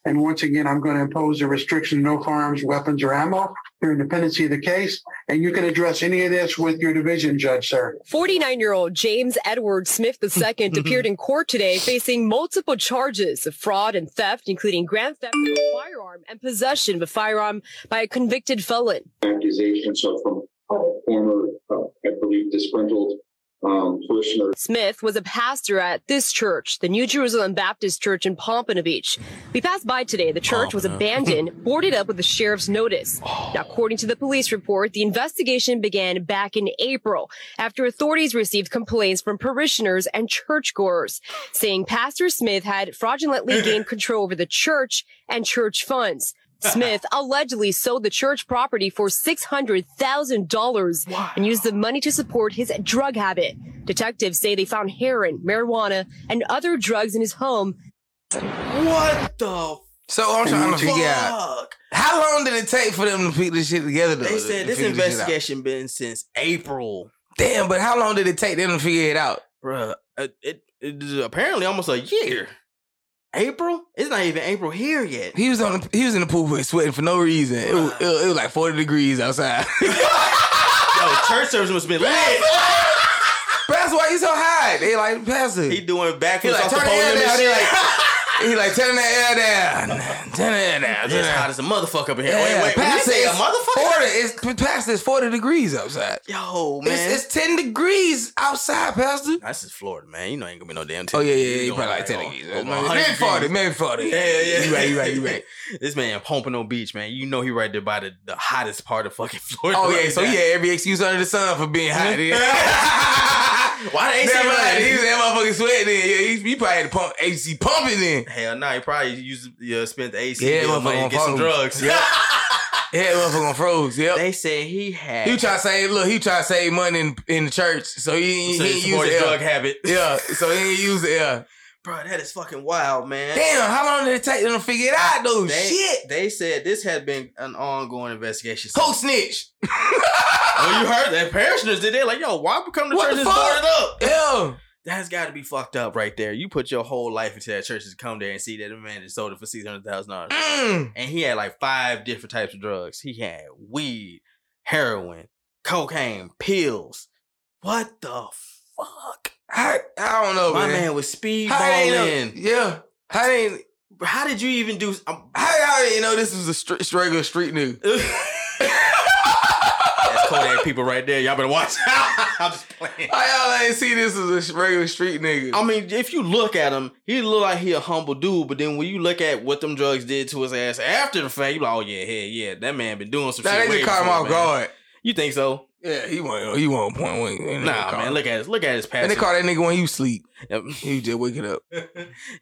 Speaker 6: And once again, I'm going to impose a restriction, no firearms, weapons, or ammo during the pendency of the case. And you can address any of this with your division judge, sir.
Speaker 7: 49 year old James Edward Smith II appeared in court today facing multiple charges of fraud and theft, including grand theft of a firearm and possession of a firearm by a convicted felon.
Speaker 8: accusations are from uh, former, uh, I believe, disgruntled um, parishioners
Speaker 7: Smith was a pastor at this church, the New Jerusalem Baptist Church in Pompano Beach. We passed by today. The church was abandoned, boarded up with the sheriff's notice. Now, according to the police report, the investigation began back in April after authorities received complaints from parishioners and churchgoers saying Pastor Smith had fraudulently gained control over the church and church funds. Smith allegedly sold the church property for $600,000 and used the money to support his drug habit. Detectives say they found heroin, marijuana, and other drugs in
Speaker 3: [LAUGHS]
Speaker 7: his home
Speaker 3: What the
Speaker 2: So I'm trying to figure out Uh,
Speaker 3: fuck?
Speaker 2: how long did it take for them to put this shit together? Though,
Speaker 3: They
Speaker 2: to-
Speaker 3: said
Speaker 2: to
Speaker 3: this
Speaker 2: figure shit out?
Speaker 3: investigation been since April,
Speaker 2: Damn, but how long did it take them to figure it out?
Speaker 3: Bruh, It, it, it is apparently almost a year. April? It's not even April here
Speaker 2: [LAUGHS]
Speaker 3: yet.
Speaker 2: He was on. The, he was in the pool with sweating for no reason. It was, it was- it was like forty degrees outside. [LAUGHS]
Speaker 3: Yo, church service must been lit.
Speaker 2: That's why he's so high. They like pastor.
Speaker 3: He
Speaker 2: He,
Speaker 3: doing
Speaker 2: he
Speaker 3: backflips
Speaker 2: like
Speaker 3: off the
Speaker 2: turn the air
Speaker 3: podium
Speaker 2: down.
Speaker 3: and
Speaker 2: They
Speaker 3: shit. [LAUGHS]
Speaker 2: [LAUGHS] like he like turn the air down. Turn the air down. Turn
Speaker 3: It's
Speaker 2: the
Speaker 3: hot
Speaker 2: air.
Speaker 3: as a motherfucker up in here.
Speaker 2: Yeah,
Speaker 3: wait, wait, when you
Speaker 2: pastor
Speaker 3: say a
Speaker 2: is
Speaker 3: motherfucker?
Speaker 2: Forty. It's pastor. It's forty degrees outside.
Speaker 3: Yo, man.
Speaker 2: It's, it's ten degrees outside, pastor.
Speaker 3: Nah, This is Florida, man. You know, ain't gonna be no damn.
Speaker 2: Oh yeah,
Speaker 3: 10
Speaker 2: yeah,
Speaker 3: degrees.
Speaker 2: yeah.
Speaker 3: You
Speaker 2: He
Speaker 3: going
Speaker 2: probably like ten
Speaker 3: oh,
Speaker 2: degrees.
Speaker 3: oh,
Speaker 2: Maybe
Speaker 3: 100
Speaker 2: forty.
Speaker 3: degrees.
Speaker 2: Maybe forty.
Speaker 3: Yeah, yeah, yeah.
Speaker 2: You right. You right. You
Speaker 3: [LAUGHS]
Speaker 2: right.
Speaker 3: this man Pompano Beach, man. You know he right there by the, the hottest part of fucking [LAUGHS] Florida.
Speaker 2: Oh yeah.
Speaker 3: right
Speaker 2: So
Speaker 3: there.
Speaker 2: yeah, every excuse under the sun for being hot.
Speaker 3: [LAUGHS] Why
Speaker 2: [LAUGHS]
Speaker 3: they say
Speaker 2: Damn right. He was
Speaker 3: that?
Speaker 2: that motherfucking sweating. Yeah, he, he probably had to pump AC pumping in.
Speaker 3: Hell no, he probably used uh, spent the AC
Speaker 2: Yeah,
Speaker 3: bill
Speaker 2: motherfucker
Speaker 3: money to
Speaker 2: on
Speaker 3: get some
Speaker 2: phone.
Speaker 3: drugs. [LAUGHS]
Speaker 2: Yep. Yeah, that motherfucker froze. Yep.
Speaker 3: they said he had
Speaker 2: He was trying to save. Look, he was trying to save money in, in the church, so he,
Speaker 3: so
Speaker 2: he
Speaker 3: he
Speaker 2: ain't use
Speaker 3: supported
Speaker 2: the
Speaker 3: drug
Speaker 2: L.
Speaker 3: habit.
Speaker 2: [LAUGHS] Yeah, so he ain't use the L.
Speaker 3: [LAUGHS] bro, that is fucking wild, man.
Speaker 2: Damn, how long did it take them to figure it out, though?
Speaker 3: They,
Speaker 2: Shit,
Speaker 3: They said this had been an ongoing investigation.
Speaker 2: who snitch?
Speaker 3: Well, Oh, you heard that parishioners did. They're like, yo, why come the
Speaker 2: What
Speaker 3: church
Speaker 2: the
Speaker 3: is
Speaker 2: fuck?
Speaker 3: boarded up?
Speaker 2: Yeah,
Speaker 3: That's got to be fucked up right there. You put your whole life into that church to come there and see that a man is sold it for six hundred thousand dollars,
Speaker 2: mm.
Speaker 3: and he had like five different types of drugs. He had weed, heroin, cocaine, pills. What the fuck?
Speaker 2: I I don't know,
Speaker 3: My
Speaker 2: Oh, man.
Speaker 3: man was
Speaker 2: how they ain't
Speaker 3: speedballing.
Speaker 2: know? Yeah, how they ain't
Speaker 3: How did you even do? I'm, [LAUGHS]
Speaker 2: how y'all didn't know this was a str- regular street nigga?
Speaker 3: that's Kodak people right there. Y'all better
Speaker 2: [LAUGHS]
Speaker 3: watch out. I'm just playing.
Speaker 2: How y'all ain't see this as a sh- regular street nigga?
Speaker 3: I mean, if you look at him, he look like he a humble dude. But then when you look at what them drugs did to his ass after the fact, you like, oh yeah, hell yeah, that man been doing some
Speaker 2: nah,
Speaker 3: shit.
Speaker 2: they
Speaker 3: way
Speaker 2: just caught him
Speaker 3: before,
Speaker 2: off
Speaker 3: man.
Speaker 2: guard.
Speaker 3: You think so?
Speaker 2: Yeah, he won. He won point one. They
Speaker 3: Nah,
Speaker 2: caught
Speaker 3: man.
Speaker 2: him.
Speaker 3: Look at his look at his
Speaker 2: and they
Speaker 3: past.
Speaker 2: call that nigga when he was sleep.
Speaker 3: Yep.
Speaker 2: He just waking up.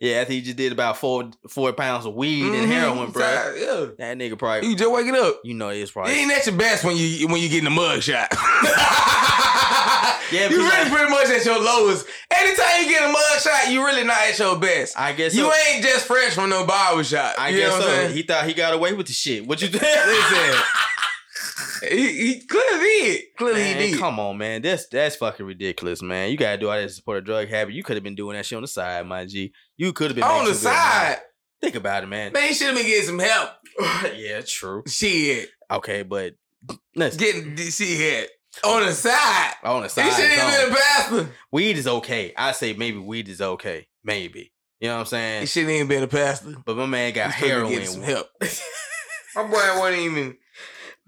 Speaker 3: yeah, after he just did about four four pounds of weed
Speaker 2: Mhm.
Speaker 3: and heroin, bro.
Speaker 2: Yeah,
Speaker 3: That nigga probably,
Speaker 2: he just waking up.
Speaker 3: you know, it's
Speaker 2: It
Speaker 3: probably
Speaker 2: ain't at your best when you when you getting a mug [LAUGHS] shot.
Speaker 3: Yeah,
Speaker 2: you
Speaker 3: but
Speaker 2: really
Speaker 3: like-
Speaker 2: pretty much at your lowest. Anytime you get a mug shot, you really not at your best.
Speaker 3: I guess
Speaker 2: you
Speaker 3: so.
Speaker 2: ain't just fresh from no barber shop.
Speaker 3: I
Speaker 2: you
Speaker 3: guess
Speaker 2: know what
Speaker 3: so.
Speaker 2: I'm saying?
Speaker 3: He thought he got away with the shit. What you think? [LAUGHS]
Speaker 2: Listen, he, he clearly did. Clearly he
Speaker 3: Man,
Speaker 2: did.
Speaker 3: come on, man. That's that's fucking ridiculous, man. You gotta do all that to support a drug habit. You could have been doing that shit on the side, my G. You could have been
Speaker 2: On
Speaker 3: making
Speaker 2: the
Speaker 3: some good money.
Speaker 2: side,
Speaker 3: Think about it, man.
Speaker 2: man, he should have been getting some help. [LAUGHS]
Speaker 3: yeah, true.
Speaker 2: Shit,
Speaker 3: Okay, but let's
Speaker 2: getting shit on the side.
Speaker 3: on the
Speaker 2: he
Speaker 3: side.
Speaker 2: should have
Speaker 3: zone.
Speaker 2: been a pastor.
Speaker 3: weed is okay. I say maybe weed is okay. Maybe. You know what I'm
Speaker 2: He
Speaker 3: saying?
Speaker 2: shouldn't even been a pastor.
Speaker 3: But my man got
Speaker 2: He shoulda been getting some
Speaker 3: heroin.
Speaker 2: help. [LAUGHS] My boy wasn't even.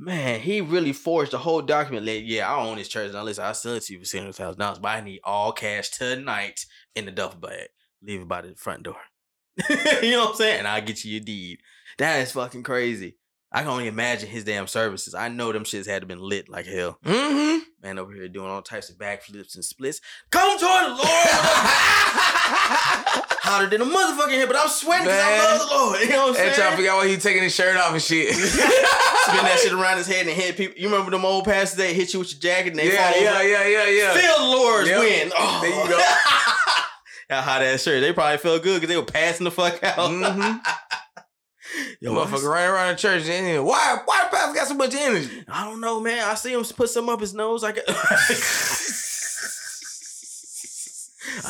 Speaker 3: Man, he really forged the whole document. Like, yeah, I own this church. Now listen, I sell it to you for six hundred thousand dollars, but I need all cash tonight in the duffel bag. Leave it by the front door. [LAUGHS] you know what I'm saying? And I'll get you your deed. That is fucking crazy. I can only imagine his damn services. I know them shits had to been lit like hell.
Speaker 2: Mm-hmm.
Speaker 3: Man over here doing all types of backflips and splits. Come join the Lord. with
Speaker 2: [LAUGHS]
Speaker 3: us. Hotter than a motherfucker here, but I'm sweating because I
Speaker 2: Man.
Speaker 3: love the Lord. [LAUGHS] You know what I'm
Speaker 2: And
Speaker 3: saying?
Speaker 2: y'all forgot why he taking his shirt off and
Speaker 3: [LAUGHS]
Speaker 2: shit.
Speaker 3: spin that shit around his head and hit people. You remember them old pastors that hit you with your jacket and they
Speaker 2: yeah,
Speaker 3: fall
Speaker 2: yeah,
Speaker 3: over?
Speaker 2: yeah, yeah, yeah.
Speaker 3: Feel the Lord's
Speaker 2: Yep.
Speaker 3: win. Oh.
Speaker 2: There you go.
Speaker 3: [LAUGHS] That hot ass shirt. They probably felt good because they were passing the fuck out.
Speaker 2: Mhm.
Speaker 3: [LAUGHS] Yo,
Speaker 2: Motherfucker running around the church. And then, why? Why the pastor got so much energy?
Speaker 3: I don't know, man. I see him put some up his nose. I got. [LAUGHS]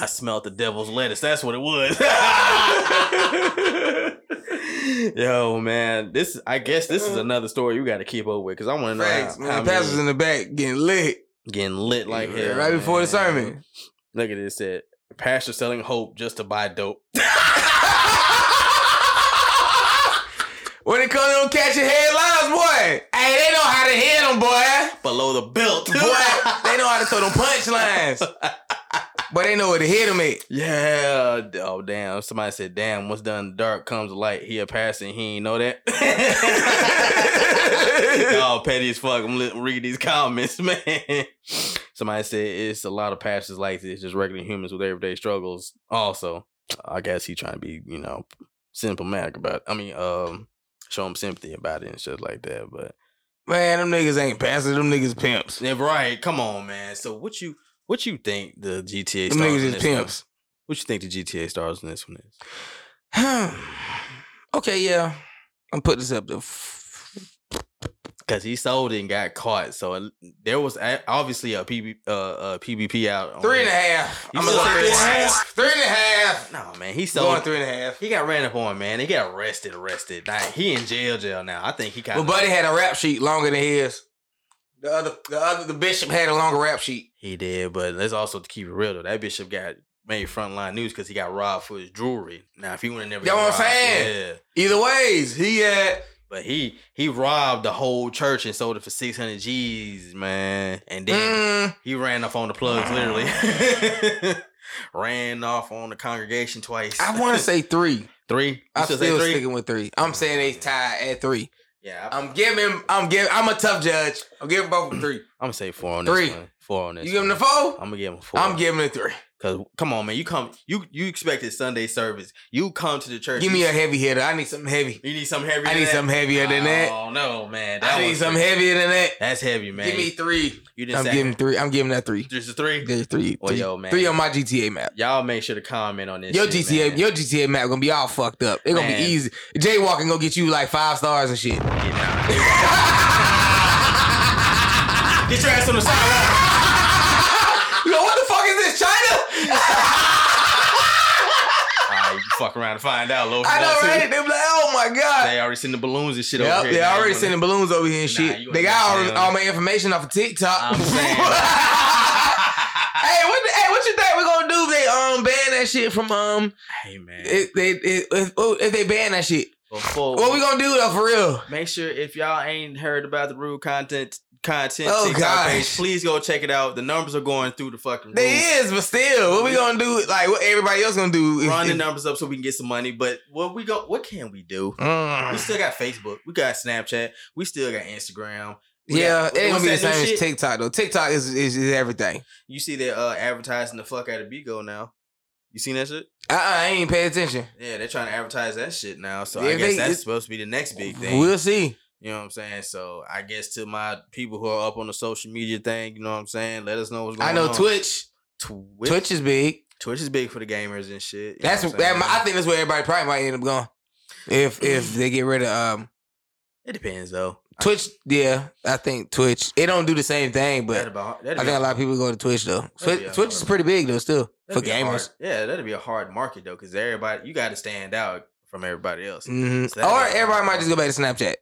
Speaker 3: I smelled the devil's lettuce. That's what it was. [LAUGHS] Yo, man, this I guess this is another story we got to keep up with because I want to know how-
Speaker 2: Uh-huh. Facts, man.
Speaker 3: how many-
Speaker 2: Pastor's in the back getting lit
Speaker 3: getting lit like hell
Speaker 2: right before the
Speaker 3: man.
Speaker 2: sermon.
Speaker 3: Look at this. Said pastor selling hope just to
Speaker 2: [LAUGHS]
Speaker 3: buy dope.
Speaker 2: When it comes to catching headlines, boy, hey, they know how to hit them, boy.
Speaker 3: Below the belt.
Speaker 2: Boy, they know how to throw them
Speaker 3: [LAUGHS]
Speaker 2: punchlines. But they know where to hit them at.
Speaker 3: yeah. Oh damn. Somebody said, "Damn, what's done in the dark comes the light." He a pastor. And he ain't know that. [LAUGHS] oh, petty as fuck. I'm li- reading these comments, [LAUGHS] man. Somebody said it's a lot of pastors like this, just regular humans with everyday struggles. Also, I guess he trying to be, you know, symptomatic about. I mean, um, show him sympathy about it and shit like that. But
Speaker 2: Man, them niggas ain't pastors. Them niggas pimps.
Speaker 3: Yeah, right. Come on, man. So what you what you think the GTA
Speaker 2: Them
Speaker 3: stars in
Speaker 2: niggas
Speaker 3: this
Speaker 2: is pimps.
Speaker 3: One? What you think the GTA stars in this one is?
Speaker 2: [SIGHS] okay, yeah. I'm putting this up to. F-
Speaker 3: Because he sold it and got caught. So it- there was a- obviously a, PB, uh, a PvP out. On
Speaker 2: three and a half.
Speaker 3: You
Speaker 2: I'm gonna
Speaker 3: still
Speaker 2: go three and a
Speaker 3: said
Speaker 2: half. Three and a half.
Speaker 3: No, man. He
Speaker 2: Going
Speaker 3: sold.
Speaker 2: three and a half.
Speaker 3: He got ran up on, man. He got arrested, arrested. Like he in jail, jail now. I think he got.
Speaker 2: But Buddy had a rap sheet longer than his. The other, the other, the bishop had a longer rap sheet.
Speaker 3: He did, but let's also keep it real though. That bishop got made frontline news because he got robbed for his jewelry. Now if he would have never,
Speaker 2: That what I'm
Speaker 3: got robbed,
Speaker 2: saying.
Speaker 3: Yeah.
Speaker 2: Either ways, he had.
Speaker 3: But he he robbed the whole church and sold it for six hundred G's, man. And then
Speaker 2: Mm,
Speaker 3: he ran off on the plugs, literally. [LAUGHS] ran off on the congregation twice.
Speaker 2: I want to say three.
Speaker 3: [LAUGHS] three. You
Speaker 2: I'm
Speaker 3: should
Speaker 2: still
Speaker 3: say three.
Speaker 2: sticking with three. I'm saying they tied at three.
Speaker 3: Yeah, I, am
Speaker 2: I'm giving. I'm giving. I'm a tough judge. I'm giving both of three.
Speaker 3: gonna say four on
Speaker 2: Three.
Speaker 3: this one. Four on this.
Speaker 2: You give him the
Speaker 3: one.
Speaker 2: four.
Speaker 3: I'm gonna give him a four.
Speaker 2: I'm giving it three.
Speaker 3: Cause come on, man, you come, you you expected Sunday service. You come to the church.
Speaker 2: Give me
Speaker 3: you,
Speaker 2: a heavy hitter. I need something heavy.
Speaker 3: You need something heavier.
Speaker 2: I need
Speaker 3: than
Speaker 2: something heavier
Speaker 3: that?
Speaker 2: than that.
Speaker 3: Oh no, man, that
Speaker 2: I need
Speaker 3: one's-
Speaker 2: something heavier than that.
Speaker 3: That's heavy, man.
Speaker 2: Give me three.
Speaker 3: you didn't
Speaker 2: I'm
Speaker 3: say
Speaker 2: giving three. I'm giving that three.
Speaker 3: just a three.
Speaker 2: There's three.
Speaker 3: Well,
Speaker 2: three,
Speaker 3: yo, man.
Speaker 2: three on my GTA map.
Speaker 3: Y'all make sure to comment on this.
Speaker 2: Your
Speaker 3: shit,
Speaker 2: GTA,
Speaker 3: man.
Speaker 2: your GTA map gonna be all fucked up. It's gonna be
Speaker 3: Man.
Speaker 2: easy. Jaywalking gonna get you like five stars and shit. [LAUGHS]
Speaker 3: Get [LAUGHS] your ass on the sidewalk.
Speaker 2: Yo, what the fuck is this,
Speaker 3: [LAUGHS]
Speaker 2: China?
Speaker 3: All right, you fuck around and find out, Low.
Speaker 2: I know, right? They be like, oh my god.
Speaker 3: They already sending balloons and shit
Speaker 2: Yep,
Speaker 3: over here.
Speaker 2: they
Speaker 3: Now you
Speaker 2: already
Speaker 3: wanna-
Speaker 2: sending balloons over here and
Speaker 3: Nah,
Speaker 2: shit.
Speaker 3: you
Speaker 2: They
Speaker 3: wanna
Speaker 2: got all,
Speaker 3: get
Speaker 2: all my information off of TikTok. [LAUGHS]
Speaker 3: I'm saying.
Speaker 2: hey, what? the- Hey, what you think we're gonna do? If they um ban that shit from um.
Speaker 3: hey man,
Speaker 2: If they if, if, oh, if they ban that shit,
Speaker 3: before
Speaker 2: what we gonna do though for real?
Speaker 3: make sure if y'all ain't heard about the rude content content
Speaker 2: Oh,
Speaker 3: TikTok page.
Speaker 2: gosh.
Speaker 3: Please go check it out. The numbers are going through the fucking
Speaker 2: They
Speaker 3: roof.
Speaker 2: is, but still, what we gonna do? Like what everybody else gonna do?
Speaker 3: Run the numbers up so we can get some money. But what we go? What can we do? We
Speaker 2: Mm.
Speaker 3: still got Facebook. We got Snapchat. We still got Instagram. We
Speaker 2: Yeah,
Speaker 3: got-
Speaker 2: it ain't gonna
Speaker 3: what's
Speaker 2: be the
Speaker 3: that new
Speaker 2: same as
Speaker 3: shit?
Speaker 2: TikTok though. TikTok is is, is everything.
Speaker 3: You see they're uh, advertising the fuck out of Bigo now. You seen that shit?
Speaker 2: Uh, I ain't pay attention.
Speaker 3: Yeah, they're trying to advertise that shit now. So I
Speaker 2: Yeah,
Speaker 3: guess
Speaker 2: they-
Speaker 3: that's
Speaker 2: it's-
Speaker 3: supposed to be the next big thing.
Speaker 2: We'll see.
Speaker 3: You know what I'm saying? So I guess to my people who are up on the social media thing, you know what I'm saying? Let us know what's going
Speaker 2: I
Speaker 3: on.
Speaker 2: know Twitch.
Speaker 3: Twitch.
Speaker 2: Twitch is big.
Speaker 3: Twitch is big for the gamers and shit. you know
Speaker 2: That's
Speaker 3: what I'm
Speaker 2: that,
Speaker 3: saying?
Speaker 2: mi- I think that's where everybody probably might end up going. If if they get rid of um
Speaker 3: it depends though.
Speaker 2: Twitch, yeah, I think Twitch. It don't do the same thing,
Speaker 3: That
Speaker 2: but
Speaker 3: about
Speaker 2: I think a lot of people go to Twitch though.
Speaker 3: be a
Speaker 2: Twitch, Twitch is
Speaker 3: hard-
Speaker 2: pretty big though, still for gamers.
Speaker 3: yeah, that'd be a hard market though, because everybody you got to stand out from everybody else.
Speaker 2: Mhm.
Speaker 3: So that'd
Speaker 2: Or
Speaker 3: be a
Speaker 2: everybody
Speaker 3: hard
Speaker 2: might just go back to Snapchat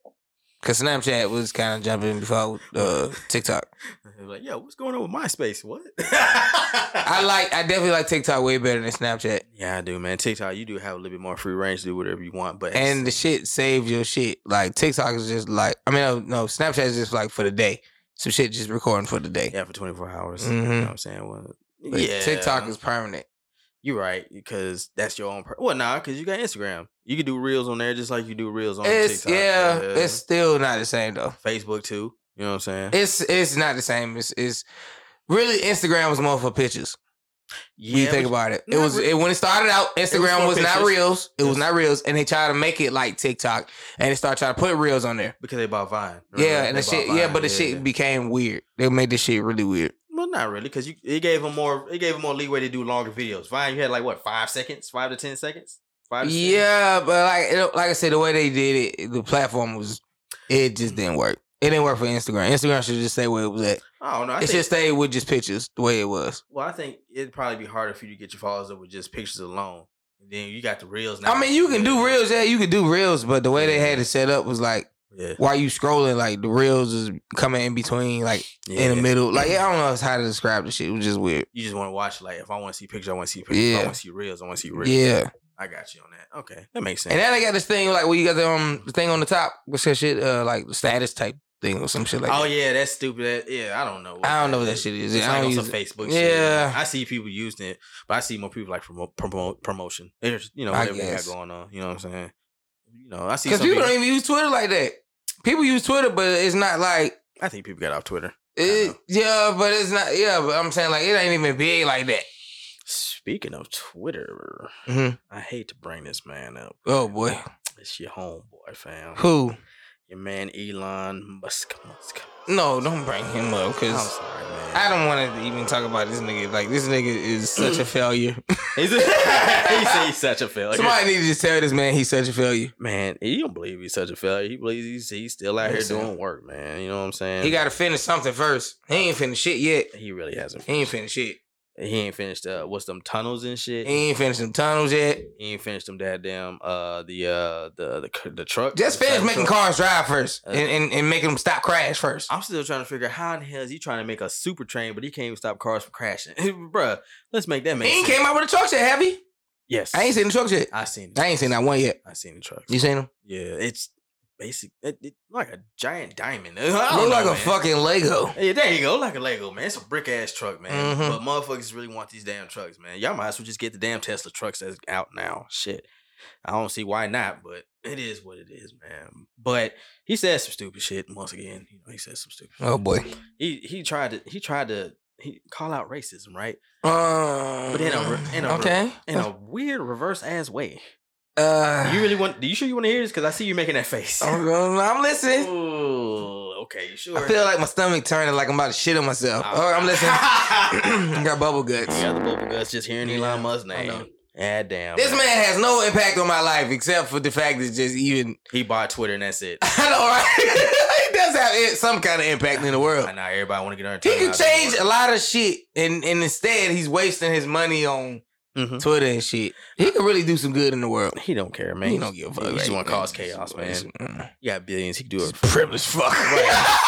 Speaker 2: because Snapchat was kind of jumping before uh, TikTok.
Speaker 3: [LAUGHS] like, yo, what's going on with MySpace? What?
Speaker 2: [LAUGHS]
Speaker 3: [LAUGHS]
Speaker 2: I like, I definitely like TikTok way better than Snapchat.
Speaker 3: Yeah, I do, man. TikTok, you do have a little bit more free range to do whatever you want, but
Speaker 2: And the shit saves your shit. Like TikTok is just like, I mean, no, no, Snapchat is just like for the day. Some shit just recording for the day.
Speaker 3: yeah, for twenty four hours. You know
Speaker 2: Mhm.
Speaker 3: what I'm saying? Well,
Speaker 2: But
Speaker 3: yeah,
Speaker 2: TikTok is permanent.
Speaker 3: You're right because that's your own. Per- well, nah, because you got Instagram. You can do reels on there just like you do reels on
Speaker 2: It's
Speaker 3: TikTok.
Speaker 2: yeah, it's still not the same though.
Speaker 3: Facebook too. You know what I'm saying?
Speaker 2: It's it's not the same. It's it's really Instagram was more for pictures. when you
Speaker 3: Yeah,
Speaker 2: think
Speaker 3: but-
Speaker 2: about it. It
Speaker 3: not
Speaker 2: was
Speaker 3: re-
Speaker 2: it when it started out, Instagram
Speaker 3: more
Speaker 2: was, not
Speaker 3: pictures.
Speaker 2: reels. It was
Speaker 3: Yes.
Speaker 2: not reels, and they tried to make it like TikTok, and they started trying to put reels on there.
Speaker 3: because they bought Vine.
Speaker 2: yeah,
Speaker 3: Remember?
Speaker 2: and
Speaker 3: They
Speaker 2: the shit.
Speaker 3: bought
Speaker 2: Yeah,
Speaker 3: Vine,
Speaker 2: but the shit
Speaker 3: yeah.
Speaker 2: became weird. They made this shit really weird.
Speaker 3: Well, not really, because you it gave them more. It gave them more leeway to do longer videos. Vine, you had like what five seconds, five to ten seconds, five. To
Speaker 2: Yeah, but like it- like I said, the way they did it, the platform was it just didn't work. It didn't work for Instagram. Instagram should just stay where it was at.
Speaker 3: I don't know. I
Speaker 2: it
Speaker 3: think,
Speaker 2: should stay with just pictures the way it was.
Speaker 3: well, I think it'd probably be harder for you to get your followers up with just pictures alone. And then you got the reels. now.
Speaker 2: I mean, you can do
Speaker 3: Yeah.
Speaker 2: reels, yeah, you can do reels, but the way they
Speaker 3: Mm-hmm.
Speaker 2: had it set up was like
Speaker 3: Yeah,
Speaker 2: while you scrolling, like the reels is coming in between, like in the
Speaker 3: Yeah.
Speaker 2: middle. Like I don't know how to describe the shit. It was just weird.
Speaker 3: You just want to watch. Like, if I want to see pictures, I want to see pictures. If I
Speaker 2: Yeah.
Speaker 3: want to see reels, I want to see reels.
Speaker 2: Yeah,
Speaker 3: I got you on that. Okay, that makes sense.
Speaker 2: and then they got this thing like where you got the um the thing on the top, what's that shit? Uh, like the status type thing or some shit like.
Speaker 3: oh
Speaker 2: that.
Speaker 3: yeah, that's stupid. That, yeah, I don't know.
Speaker 2: I don't know what that shit is.
Speaker 3: It's
Speaker 2: I
Speaker 3: like
Speaker 2: don't
Speaker 3: on some
Speaker 2: use
Speaker 3: Facebook.
Speaker 2: Yeah.
Speaker 3: shit. I see people using it, but I see more people like promote, promote promotion. There's you know
Speaker 2: I
Speaker 3: whatever they got
Speaker 2: guess.
Speaker 3: going on. You know what I'm saying? You know, I see
Speaker 2: Because
Speaker 3: some
Speaker 2: people
Speaker 3: people.
Speaker 2: don't even use Twitter like that. People use Twitter, but it's not like
Speaker 3: I think people got off Twitter.
Speaker 2: it.
Speaker 3: know.
Speaker 2: Yeah, but it's not. Yeah, but I'm saying like it ain't even big like that.
Speaker 3: Speaking of Twitter,
Speaker 2: Mhm.
Speaker 3: I hate to bring this man up.
Speaker 2: Oh boy,
Speaker 3: It's your homeboy, fam.
Speaker 2: who?
Speaker 3: Your man Elon Musk. Musk.
Speaker 2: No, don't bring him up
Speaker 3: I'm
Speaker 2: because.
Speaker 3: sorry, man.
Speaker 2: I don't want to even talk about this nigga. Like this nigga is
Speaker 3: [CLEARS THROAT]
Speaker 2: such a failure.
Speaker 3: He's, a, [LAUGHS] he's, he's such a failure.
Speaker 2: Somebody need to just tell this man he's such a failure.
Speaker 3: Man, he don't believe he's such a failure. He believes he's, he's still out here
Speaker 2: Listen.
Speaker 3: doing work, man. You know what I'm saying?
Speaker 2: He got to finish something first. He ain't finished shit yet.
Speaker 3: he really hasn't.
Speaker 2: He ain't finished shit.
Speaker 3: He ain't finished. Uh, what's them tunnels and shit?
Speaker 2: He ain't finished them tunnels yet.
Speaker 3: He ain't finished them goddamn uh the uh the the, c- the truck.
Speaker 2: Just
Speaker 3: the
Speaker 2: finish
Speaker 3: cyber
Speaker 2: making
Speaker 3: truck.
Speaker 2: cars drive first and, and, and making them stop crash first.
Speaker 3: Uh, I'm still trying to figure out how in the hell is he trying to make a super train, but he can't even stop cars from crashing. [LAUGHS] Bruh, let's make that
Speaker 2: He
Speaker 3: make
Speaker 2: ain't
Speaker 3: sense.
Speaker 2: came out with a truck yet, have he?
Speaker 3: yes,
Speaker 2: I ain't seen the truck yet.
Speaker 3: I seen.
Speaker 2: I ain't seen that one yet.
Speaker 3: I seen the truck.
Speaker 2: You seen him?
Speaker 3: Yeah, it's basic. It, it, like a giant diamond. [LAUGHS] I don't
Speaker 2: Look
Speaker 3: know,
Speaker 2: like a
Speaker 3: man.
Speaker 2: fucking Lego.
Speaker 3: Yeah, there you go, like a Lego, man. It's a brick ass truck, man.
Speaker 2: Mhm.
Speaker 3: But motherfuckers really want these damn trucks, man. Y'all might as well just get the damn Tesla trucks that's out now. Shit. I don't see why not, but it is what it is, man. But he said some stupid shit once again. You know, he said some stupid
Speaker 2: Oh boy.
Speaker 3: He he tried to he tried to he call out racism, right?
Speaker 2: Um,
Speaker 3: But in a re- in a re-
Speaker 2: okay.
Speaker 3: In a weird reverse
Speaker 2: [SIGHS]
Speaker 3: ass way.
Speaker 2: uh,
Speaker 3: You really want you sure you want to hear this? Cause I see you making that face.
Speaker 2: I'm, I'm
Speaker 3: Oh,
Speaker 2: listening.
Speaker 3: Ooh, okay, sure.
Speaker 2: Oh, I feel like my stomach turning like I'm about to shit on myself.
Speaker 3: Oh.
Speaker 2: Oh, I'm
Speaker 3: [LAUGHS]
Speaker 2: listening. [CLEARS THROAT]
Speaker 3: [CLEARS THROAT]
Speaker 2: I got bubble guts.
Speaker 3: Yeah, the bubble guts just hearing Elon Musk's
Speaker 2: I know.
Speaker 3: name. Ah, damn.
Speaker 2: This man has no impact on my life except for the fact that just even [LAUGHS]
Speaker 3: He bought Twitter and that's [LAUGHS] it.
Speaker 2: I know, right? [LAUGHS] he does have it, some kind of impact in the world.
Speaker 3: I know everybody want to get on.
Speaker 2: He can change a lot of shit, and, and instead he's wasting his money on
Speaker 3: Mm-hmm.
Speaker 2: Twitter and shit. He can really do some good in the world.
Speaker 3: He don't care, man.
Speaker 2: He don't give a fuck.
Speaker 3: He just
Speaker 2: right?
Speaker 3: want to cause chaos, man.
Speaker 2: Mm.
Speaker 3: He got billions. He can do it.
Speaker 2: Privileged fuck.
Speaker 3: [LAUGHS]
Speaker 2: [LAUGHS]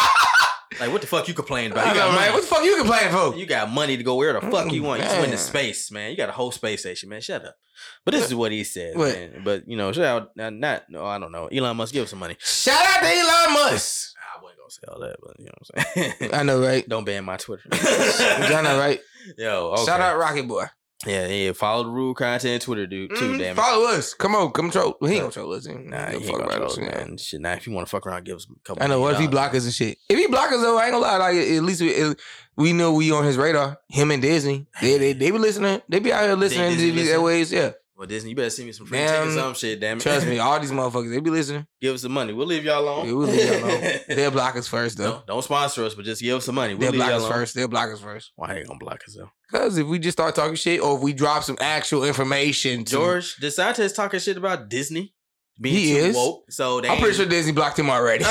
Speaker 3: Like what the fuck you complaining about?
Speaker 2: I
Speaker 3: You
Speaker 2: know,
Speaker 3: got
Speaker 2: man. What
Speaker 3: money.
Speaker 2: the fuck you complaining for?
Speaker 3: You got money to go where the fuck you want. You just went to
Speaker 2: Man.
Speaker 3: space, Mm, man. You got a whole space station, man. Shut up. But this is what he said,
Speaker 2: What?
Speaker 3: man. But you know, shout out, not, not no, I don't know. Elon Musk, give us some money. Ah,
Speaker 2: Shout out to Elon Musk.
Speaker 3: I wasn't gonna gonna say all that, but you know what I'm saying.
Speaker 2: I know, [LAUGHS] right?
Speaker 3: [LAUGHS] Don't ban my [LAUGHS] Twitter.
Speaker 2: I know, right?
Speaker 3: Yo, okay.
Speaker 2: Shout out Rocket Boy.
Speaker 3: Yeah, yeah. Follow the rule content Twitter, dude. Too
Speaker 2: Mm,
Speaker 3: damn it.
Speaker 2: Follow us. Come on, come troll. He ain't gonna troll us. He ain't
Speaker 3: Nah,
Speaker 2: gonna
Speaker 3: he
Speaker 2: fuck
Speaker 3: ain't
Speaker 2: about
Speaker 3: gonna
Speaker 2: us,
Speaker 3: troll,
Speaker 2: man.
Speaker 3: man. Shit, nah, if you want to fuck around, give us a couple.
Speaker 2: I know. What if he
Speaker 3: million
Speaker 2: block us and shit? If he block us though, I ain't gonna lie. Like at least we at- we know we on his radar. Him and Disney, they they, they be listening. They be out here listening
Speaker 3: Disney
Speaker 2: to these
Speaker 3: listen?
Speaker 2: airways.
Speaker 3: [LAUGHS]
Speaker 2: Yeah,
Speaker 3: dollars? Well, Disney, you better send me some free
Speaker 2: Damn.
Speaker 3: tickets, some shit. Damn it.
Speaker 2: trust me, all these motherfuckers, they be listening.
Speaker 3: [LAUGHS] give us the money. We'll leave y'all alone.
Speaker 2: Yeah, we'll leave
Speaker 3: [LAUGHS]
Speaker 2: y'all alone. They'll block us first though.
Speaker 3: don't, don't sponsor us, but just give us some money.
Speaker 2: They'll
Speaker 3: We'll leave
Speaker 2: block
Speaker 3: y'all
Speaker 2: us
Speaker 3: alone.
Speaker 2: first. They'll block us first.
Speaker 3: Why ain't gonna block us though?
Speaker 2: Cause if we just start talking shit, or if we drop some actual information, to,
Speaker 3: George DeSantis talking shit about Disney being
Speaker 2: He
Speaker 3: too
Speaker 2: is.
Speaker 3: woke. So they
Speaker 2: I'm pretty
Speaker 3: ain't- [LAUGHS]
Speaker 2: sure [LAUGHS] Disney blocked him already.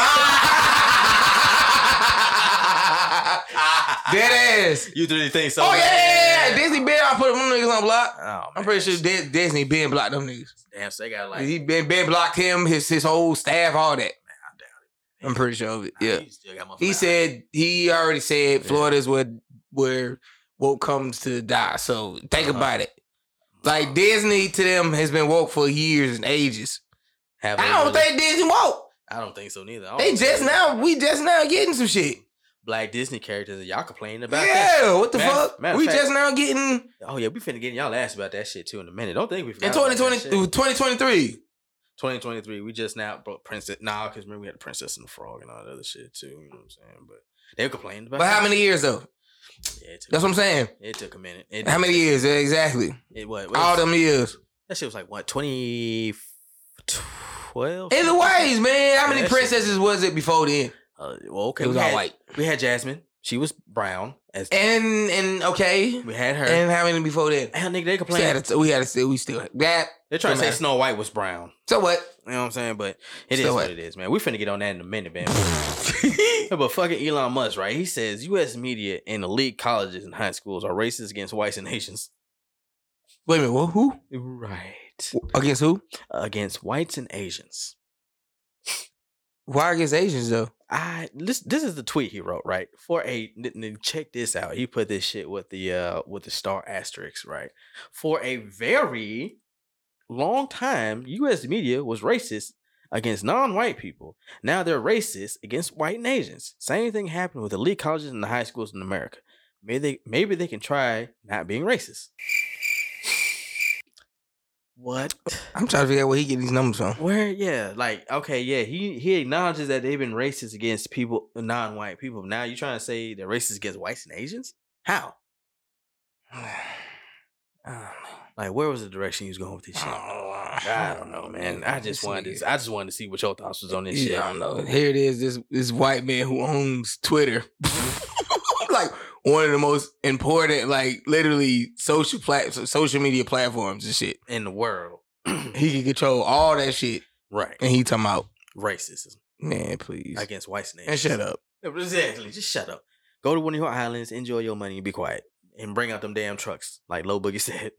Speaker 2: Dead ass.
Speaker 3: you really think so?
Speaker 2: Oh yeah, yeah,
Speaker 3: [LAUGHS]
Speaker 2: yeah, yeah.
Speaker 3: man?
Speaker 2: Disney been I put them niggas on block.
Speaker 3: Oh,
Speaker 2: I'm
Speaker 3: man.
Speaker 2: pretty sure Di- Disney been blocked them niggas.
Speaker 3: Damn, so they got like.
Speaker 2: He been been blocked him, his his whole staff, all that. I'm pretty sure of it.
Speaker 3: Nah,
Speaker 2: Yeah.
Speaker 3: you still got motherfuckers
Speaker 2: He
Speaker 3: out.
Speaker 2: said he already said
Speaker 3: Yeah.
Speaker 2: Florida's where where woke comes to die. So think
Speaker 3: Uh-huh.
Speaker 2: about it. Like Disney to them has been woke for years and ages.
Speaker 3: Have
Speaker 2: I
Speaker 3: they
Speaker 2: don't
Speaker 3: really? Oh,
Speaker 2: think Disney woke.
Speaker 3: I don't think so neither. I don't
Speaker 2: They
Speaker 3: think
Speaker 2: just now we just now getting some shit.
Speaker 3: black Disney characters. and Y'all complaining about that?
Speaker 2: Yeah, what the
Speaker 3: Matter-
Speaker 2: fuck?
Speaker 3: matter of
Speaker 2: we
Speaker 3: fact-
Speaker 2: just now getting
Speaker 3: Oh yeah, we finna get in y'all ass about that shit too in a minute. Don't think we forgot.
Speaker 2: in
Speaker 3: about that
Speaker 2: 2020,
Speaker 3: shit.
Speaker 2: 2023.
Speaker 3: 2023, we just now brought Princess. Nah, because remember we had the Princess and the Frog and all that other shit too. You know what I'm saying? But they were complaining about.
Speaker 2: But how
Speaker 3: that.
Speaker 2: many years though?
Speaker 3: Yeah, it took,
Speaker 2: That's what I'm saying.
Speaker 3: it took a minute. It,
Speaker 2: How many years? Yeah, exactly.
Speaker 3: It what?
Speaker 2: All them years.
Speaker 3: That shit was like what 2012.
Speaker 2: Either ways, man. How many
Speaker 3: Yeah, that shit-
Speaker 2: princesses was it before then?
Speaker 3: Uh, well, okay,
Speaker 2: It was
Speaker 3: we
Speaker 2: all
Speaker 3: had,
Speaker 2: white.
Speaker 3: We had Jasmine. She was brown. As
Speaker 2: And and okay.
Speaker 3: we had her. And,
Speaker 2: And how many before then?
Speaker 3: Hell, nigga, they
Speaker 2: We
Speaker 3: complaining.
Speaker 2: had to, we had to say we still that.
Speaker 3: They're trying to
Speaker 2: Don't
Speaker 3: say
Speaker 2: matter.
Speaker 3: Snow White was brown.
Speaker 2: So what?
Speaker 3: You know what I'm saying? But it is
Speaker 2: Still
Speaker 3: what
Speaker 2: what?
Speaker 3: it is, man. We finna get on that in a minute, man. but fucking Elon Musk, right? He says U.S. media and elite colleges and high schools are racist against whites and Asians.
Speaker 2: Wait a minute. Well, who
Speaker 3: Right.
Speaker 2: against who?
Speaker 3: Against whites and Asians.
Speaker 2: Why against Asians though?
Speaker 3: I this this is the tweet he wrote right for a n- n- check this out he put this shit with the uh with the star asterisk right for a very long time U.S. media was racist against non-white people now they're racist against white and Asians same thing happened with elite colleges and the high schools in America maybe they maybe they can try not being racist what
Speaker 2: I'm trying to figure out where he get these numbers
Speaker 3: [SIGHS]
Speaker 2: from.
Speaker 3: where yeah, like okay, yeah, he he acknowledges that they've been racist against people, non-white people. Now you trying to say they're racist against whites and Asians? How?
Speaker 2: Ah,
Speaker 3: Like where was the direction he was going with this shit?
Speaker 2: oh, [SIGHS]
Speaker 3: I don't know, man. I just wanted to, I just wanted to see what your thoughts was on this shit.
Speaker 2: Yeah, I don't know. Here it is, this this white man who owns Twitter. [LAUGHS] like one of the most important, like literally social plat- social media platforms and shit.
Speaker 3: In the world,
Speaker 2: He can control all that shit
Speaker 3: right?
Speaker 2: and he talking about,
Speaker 3: Racism
Speaker 2: man, please.
Speaker 3: against whites and
Speaker 2: And
Speaker 3: Asians.
Speaker 2: shut up.
Speaker 3: Yeah, [LAUGHS] Exactly. Just shut up. Go to one of your islands, enjoy your money, and be quiet, and bring out them damn trucks, like Low Boogie [LAUGHS] said.